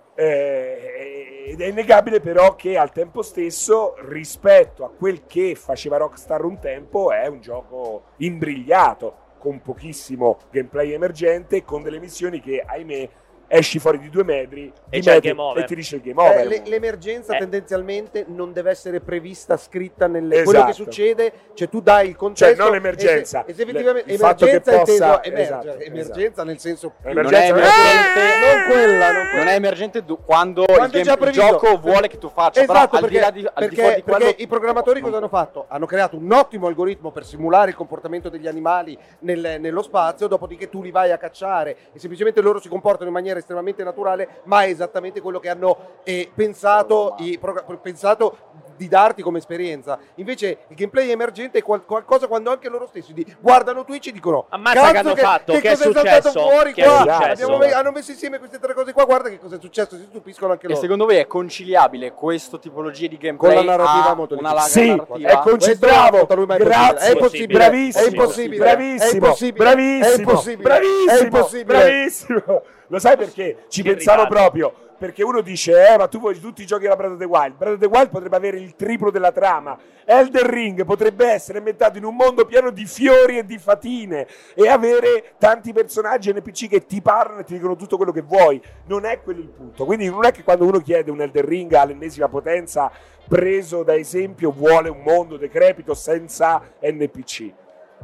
Speaker 3: Eh, ed è innegabile però che al tempo stesso, rispetto a quel che faceva Rockstar un tempo, è un gioco imbrigliato, con pochissimo gameplay emergente, con delle missioni che, ahimè, esci fuori di due metri,
Speaker 1: E
Speaker 3: di
Speaker 1: c'è il
Speaker 3: metri,
Speaker 1: game over.
Speaker 3: e ti dice il game
Speaker 4: Beh,
Speaker 3: over.
Speaker 4: Eh, le- l'emergenza
Speaker 1: Eh.
Speaker 4: tendenzialmente non deve essere prevista, scritta nel
Speaker 3: Esatto.
Speaker 4: quello che succede, cioè tu dai il
Speaker 3: cioè,
Speaker 4: contesto.
Speaker 3: non l'emergenza.
Speaker 4: e se- e se effettivamente
Speaker 3: Le- il fatto
Speaker 4: emergenza
Speaker 3: che
Speaker 4: è inteso
Speaker 3: possa-
Speaker 4: emergere,
Speaker 3: esatto,
Speaker 4: emergenza nel senso
Speaker 7: Non è
Speaker 3: Emergenza,
Speaker 7: emergente, Eh!
Speaker 4: non quella, non quella.
Speaker 7: Non è emergente du- quando,
Speaker 4: Quando
Speaker 7: il,
Speaker 4: è già
Speaker 7: game- il
Speaker 4: previsto.
Speaker 7: gioco vuole che tu faccia,
Speaker 4: Esatto,
Speaker 7: però al
Speaker 4: perché,
Speaker 7: di là di, al di
Speaker 4: perché-
Speaker 7: fuori di quello-
Speaker 4: perché i programmatori cosa hanno fatto? Hanno creato un ottimo algoritmo per simulare il comportamento degli animali nel- nello spazio, dopodiché tu li vai a cacciare e semplicemente loro si comportano in maniera estremamente naturale, ma è esattamente quello che hanno eh, pensato, i progra- pensato di darti come esperienza. Invece il gameplay emergente è qual- qualcosa quando anche loro stessi di- guardano Twitch e dicono
Speaker 1: Ammazza
Speaker 4: "Cazzo
Speaker 1: che hanno fatto, che è
Speaker 4: cosa saltato
Speaker 1: successo?
Speaker 4: fuori
Speaker 1: Che è
Speaker 4: qua?
Speaker 1: successo?"
Speaker 4: Abbiamo me- hanno messo insieme queste tre cose qua, guarda che cosa è successo, si stupiscono anche
Speaker 7: E
Speaker 4: loro.
Speaker 7: secondo voi è conciliabile questo tipologia di gameplay
Speaker 4: Con la narrativa
Speaker 7: a
Speaker 4: molto
Speaker 7: una
Speaker 4: difficile. ecco,
Speaker 7: larga
Speaker 3: Sì,
Speaker 7: narrativa?
Speaker 3: è con- Questo
Speaker 4: Bravo,
Speaker 3: bravo,
Speaker 4: lui, ma
Speaker 3: grazie.
Speaker 4: è possibile.
Speaker 3: Bravissimo,
Speaker 4: È impossibile.
Speaker 3: bravissimo,
Speaker 4: È impossibile.
Speaker 3: bravissimo,
Speaker 4: È impossibile.
Speaker 3: bravissimo,
Speaker 4: È impossibile.
Speaker 3: bravissimo. Lo sai perché? Ci
Speaker 1: Che
Speaker 3: pensavo
Speaker 1: ritardo.
Speaker 3: proprio. Perché uno dice, eh, ma tu vuoi tutti i giochi della Breath of the Wild. Breath of the Wild potrebbe avere il triplo della trama. Elden Ring potrebbe essere inventato in un mondo pieno di fiori e di fatine e avere tanti personaggi NPC che ti parlano e ti dicono tutto quello che vuoi. Non è quello il punto. Quindi non è che quando uno chiede un Elden Ring all'ennesima potenza preso da esempio vuole un mondo decrepito senza NPC.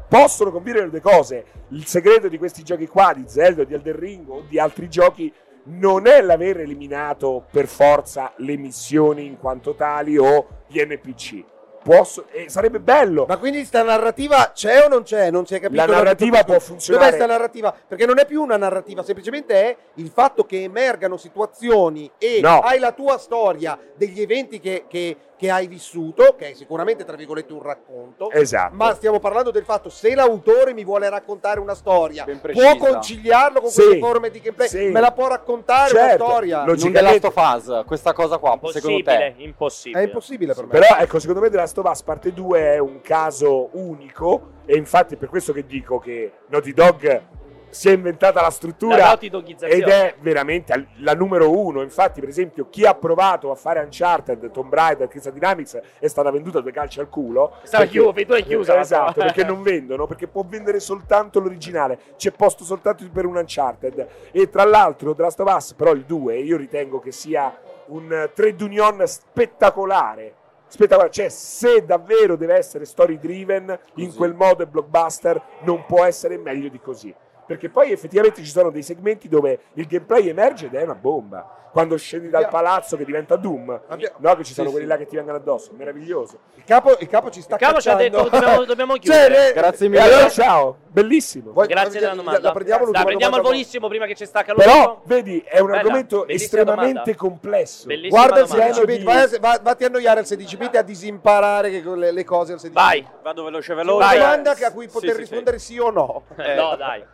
Speaker 3: Possono convivere le due cose. Il segreto di questi giochi qua, di Zelda, di Elden Ring o di altri giochi, non è l'aver eliminato per forza le missioni in quanto tali o gli NPC. Posso- e sarebbe bello.
Speaker 4: Ma quindi sta narrativa c'è o non c'è? Non si è capito.
Speaker 3: La narrativa può funzionare.
Speaker 4: Dov'è sta narrativa? Perché non è più una narrativa, semplicemente è il fatto che emergano situazioni e
Speaker 3: No.
Speaker 4: hai la tua storia degli eventi che, che- che hai vissuto, che è sicuramente tra virgolette un racconto.
Speaker 3: Esatto.
Speaker 4: Ma stiamo parlando del fatto se l'autore mi vuole raccontare una storia,
Speaker 7: Ben
Speaker 4: può
Speaker 7: precisa.
Speaker 4: conciliarlo con
Speaker 3: Sì.
Speaker 4: queste forme di gameplay,
Speaker 3: Sì.
Speaker 4: me la può raccontare
Speaker 3: Certo.
Speaker 4: una storia.
Speaker 3: Lo-
Speaker 7: In un The Last of Us, questa cosa qua, secondo
Speaker 1: Impossibile,
Speaker 7: te?
Speaker 4: È
Speaker 1: impossibile.
Speaker 4: impossibile per me.
Speaker 3: Però ecco, secondo me The Last of Us parte 2 è un caso unico e infatti è per questo che dico che Naughty Dog si è inventata la struttura
Speaker 1: La autodoghizzazione.
Speaker 3: ed è veramente al- la numero uno. Infatti, per esempio, chi ha provato a fare Uncharted, Tomb Raider, Crystal Dynamics è stata venduta due calci al culo.
Speaker 1: Stava
Speaker 3: Perché-
Speaker 1: chiuso, tu è chiusa.
Speaker 3: Esatto, perché non vendono, perché può vendere soltanto l'originale, c'è posto soltanto per un Uncharted. E tra l'altro, The Last of Us, però il 2, io ritengo che sia un eh, trade union spettacolare. Spettacolare, cioè se davvero deve essere story driven in
Speaker 7: Così.
Speaker 3: quel modo e blockbuster non può essere meglio di così. Perché poi effettivamente ci sono dei segmenti dove il gameplay emerge ed è una bomba. Quando scendi dal palazzo che diventa Doom,
Speaker 4: Abbia-
Speaker 3: no? Che ci
Speaker 7: Sì,
Speaker 3: sono quelli
Speaker 7: sì.
Speaker 3: là che ti vengono addosso, meraviglioso.
Speaker 4: Il capo, il capo ci sta
Speaker 1: Il capo ci ha
Speaker 4: cacciando.
Speaker 1: detto, "Dobbiamo- dobbiamo chiudere".
Speaker 4: Cioè, le-
Speaker 7: Grazie
Speaker 3: E
Speaker 7: mille.
Speaker 3: allora ciao, bellissimo.
Speaker 4: Vuoi-
Speaker 1: Grazie della
Speaker 4: la-
Speaker 1: domanda.
Speaker 4: La prendiamo
Speaker 1: Dai,
Speaker 4: l'ultima
Speaker 1: prendiamo al
Speaker 4: domanda?
Speaker 1: volissimo prima che ci stacca l'ultimo.
Speaker 3: Però, vedi, è un
Speaker 1: Bella,
Speaker 3: argomento
Speaker 1: bellissima
Speaker 3: estremamente
Speaker 1: domanda.
Speaker 3: complesso.
Speaker 1: Bellissima
Speaker 4: Guarda il
Speaker 1: domanda.
Speaker 4: 16 bit,
Speaker 3: Di-
Speaker 4: vai, a- va- vatti a annoiare il 16 bit e a disimparare che- le, le cose al 16 bit.
Speaker 1: Vai.
Speaker 8: Vado veloce,
Speaker 4: C'è
Speaker 8: veloce.
Speaker 4: Una
Speaker 1: Vai.
Speaker 4: domanda che a cui
Speaker 8: Sì,
Speaker 4: poter
Speaker 8: sì,
Speaker 4: rispondere sì. o no.
Speaker 8: Eh,
Speaker 1: No, dai.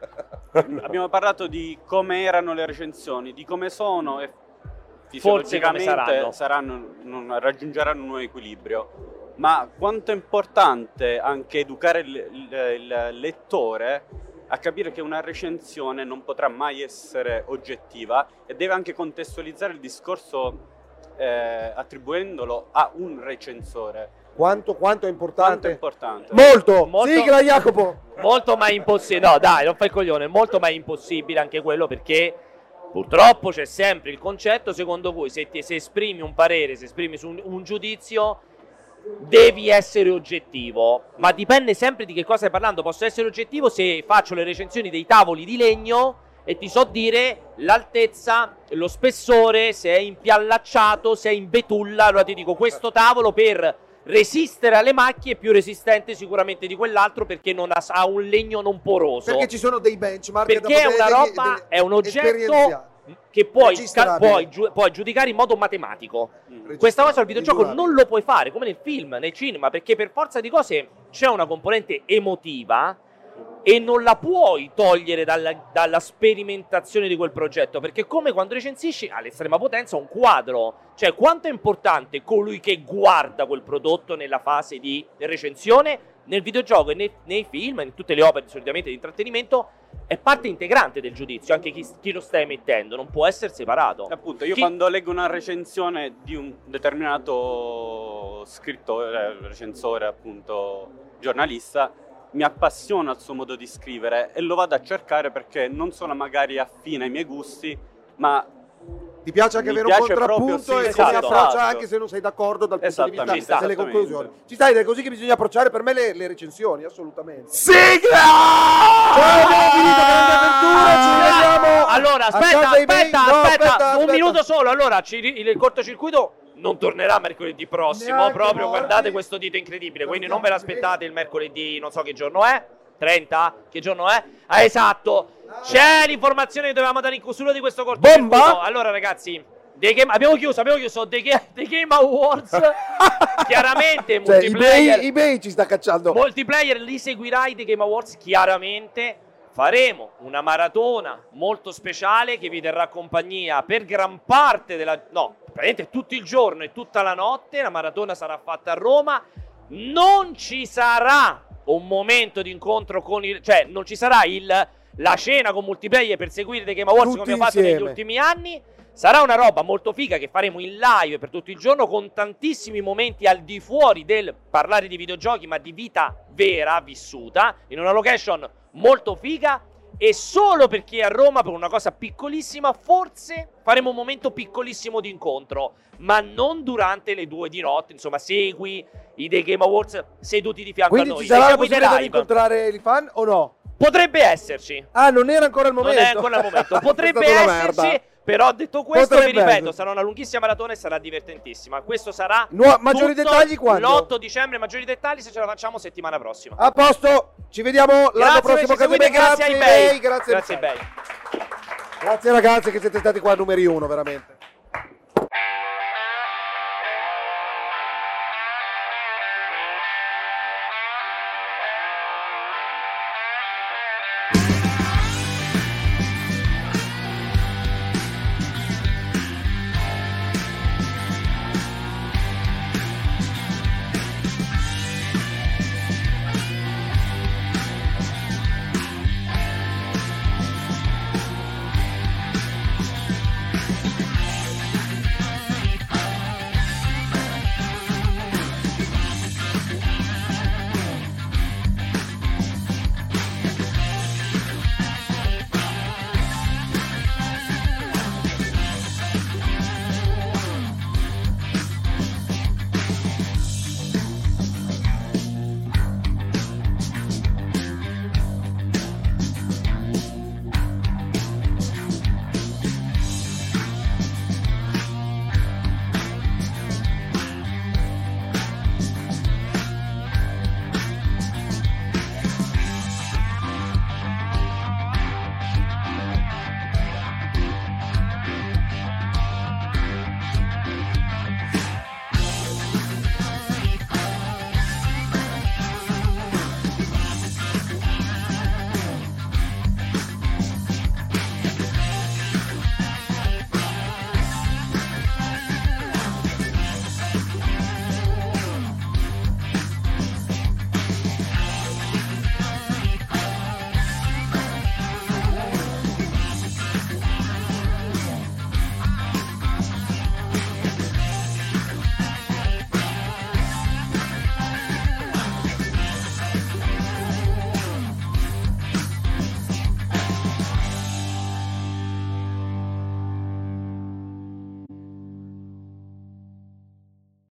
Speaker 8: Abbiamo parlato di come erano le recensioni, di come sono e
Speaker 1: Forse come
Speaker 8: fisiologicamente
Speaker 1: saranno.
Speaker 8: saranno- non- raggiungeranno un nuovo equilibrio. Ma quanto è importante anche educare il, il- il lettore a capire che una recensione non potrà mai essere oggettiva e deve anche contestualizzare il discorso eh, attribuendolo a un recensore.
Speaker 4: Quanto, quanto è
Speaker 8: Quanto
Speaker 4: importante?
Speaker 8: è importante?
Speaker 4: Molto.
Speaker 1: Molto.
Speaker 4: Sigla Jacopo.
Speaker 1: Molto ma impossibile. No, dai, non fai il coglione. Molto ma impossibile anche quello perché purtroppo c'è sempre il concetto secondo cui se, ti- se esprimi un parere, se esprimi su un, un giudizio, devi essere oggettivo. Ma dipende sempre di che cosa stai parlando. Posso essere oggettivo se faccio le recensioni dei tavoli di legno e ti so dire l'altezza, lo spessore, se è impiallacciato, se è in betulla. Allora ti dico questo tavolo per resistere alle macchie è più resistente sicuramente di quell'altro perché non ha, ha un legno non poroso.
Speaker 4: Perché ci sono dei benchmark da
Speaker 1: Perché è
Speaker 4: poter-
Speaker 1: una
Speaker 4: degli-
Speaker 1: roba,
Speaker 4: degli-
Speaker 1: è un oggetto
Speaker 4: esperienziali.
Speaker 1: che puoi,
Speaker 4: Registrabile.
Speaker 1: ca- puoi giu- puoi giudicare in modo matematico. Mm, Questa cosa al videogioco
Speaker 4: Misurabile.
Speaker 1: non lo puoi fare, come nel film, nel cinema, perché per forza di cose c'è una componente emotiva e non la puoi togliere dalla, dalla sperimentazione di quel progetto, perché è come quando recensisci all'estrema potenza un quadro, cioè quanto è importante colui che guarda quel prodotto nella fase di recensione nel videogioco e nei, nei film, in tutte le opere solitamente di intrattenimento, è parte integrante del giudizio, anche chi, chi lo sta emettendo, non può essere separato.
Speaker 8: Appunto, io
Speaker 1: Chi-
Speaker 8: quando leggo una recensione di un determinato scrittore, recensore, appunto, giornalista, mi appassiona il suo modo di scrivere e lo vado a cercare perché non sono magari affine ai miei gusti, ma
Speaker 4: Ti piace anche
Speaker 8: Mi
Speaker 4: avere un
Speaker 8: piace proprio,
Speaker 4: contrappunto
Speaker 8: sì,
Speaker 4: e
Speaker 1: esatto.
Speaker 4: si approccia
Speaker 8: Esatto.
Speaker 4: anche se non sei d'accordo dal punto di
Speaker 8: Esattamente,
Speaker 4: vista delle
Speaker 8: esattamente.
Speaker 4: conclusioni. Ci stai, ed è così che bisogna approcciare per me le, le recensioni, assolutamente.
Speaker 3: Sigla!
Speaker 4: Ciao, abbiamo finito grande avventura, ci vediamo!
Speaker 1: Ah! Allora,
Speaker 4: a
Speaker 1: aspetta,
Speaker 4: casa eBay.
Speaker 1: aspetta,
Speaker 4: No,
Speaker 1: aspetta,
Speaker 4: aspetta,
Speaker 1: un
Speaker 4: aspetta.
Speaker 1: minuto solo. Allora, ci ri- il cortocircuito non tornerà mercoledì prossimo,
Speaker 4: Neanche
Speaker 1: proprio
Speaker 4: morti.
Speaker 1: guardate questo dito incredibile, quindi non ve l'aspettate il mercoledì, non so che giorno è. 30? Che giorno è? Ah, esatto. C'è l'informazione che dovevamo dare in chiusura di questo cortocircuito.
Speaker 7: Bomba?
Speaker 1: Allora, ragazzi, The Game- abbiamo chiuso, abbiamo chiuso The, Ga- The Game Awards. Chiaramente
Speaker 4: Cioè,
Speaker 1: multiplayer
Speaker 4: eBay, eBay ci sta cacciando.
Speaker 1: Multiplayer li seguirai The Game Awards chiaramente. Faremo una maratona molto speciale che vi terrà compagnia per gran parte della no, praticamente tutto il giorno e tutta la notte. La maratona sarà fatta a Roma. Non ci sarà un momento di incontro con il cioè non ci sarà il la cena con multiplayer per seguire The Game Awards
Speaker 4: Tutti
Speaker 1: come abbiamo fatto negli
Speaker 4: insieme.
Speaker 1: ultimi anni. Sarà una roba molto figa che faremo in live per tutto il giorno con tantissimi momenti al di fuori del parlare di videogiochi, ma di vita vera, vissuta, in una location molto figa e solo per chi è a Roma per una cosa piccolissima, forse faremo un momento piccolissimo di incontro, ma non durante le due di notte, insomma segui i The Game Awards seduti di fianco a
Speaker 4: Quindi
Speaker 1: noi.
Speaker 4: ci
Speaker 1: le
Speaker 4: sarà la
Speaker 1: seguite
Speaker 4: possibilità di
Speaker 1: live.
Speaker 4: incontrare i fan o no?
Speaker 1: Potrebbe esserci,
Speaker 4: Ah, non era ancora il momento.
Speaker 1: non è ancora il momento. Potrebbe
Speaker 4: È stata una merda.
Speaker 1: esserci, però detto questo,
Speaker 4: Potrebbe
Speaker 1: vi ripeto,
Speaker 4: essere.
Speaker 1: sarà una lunghissima maratona e sarà divertentissima. Questo sarà
Speaker 4: Nuo- maggiori
Speaker 1: tutto
Speaker 4: dettagli quando?
Speaker 1: L'8 dicembre, maggiori dettagli se ce la facciamo settimana prossima.
Speaker 4: A posto, ci vediamo l'anno
Speaker 1: per
Speaker 4: prossimo.
Speaker 1: averci seguito,
Speaker 4: Casabè,
Speaker 1: grazie,
Speaker 4: grazie,
Speaker 1: a eBay.
Speaker 4: eBay, grazie,
Speaker 1: grazie a eBay.
Speaker 4: grazie ragazzi che siete stati qua numeri uno, veramente.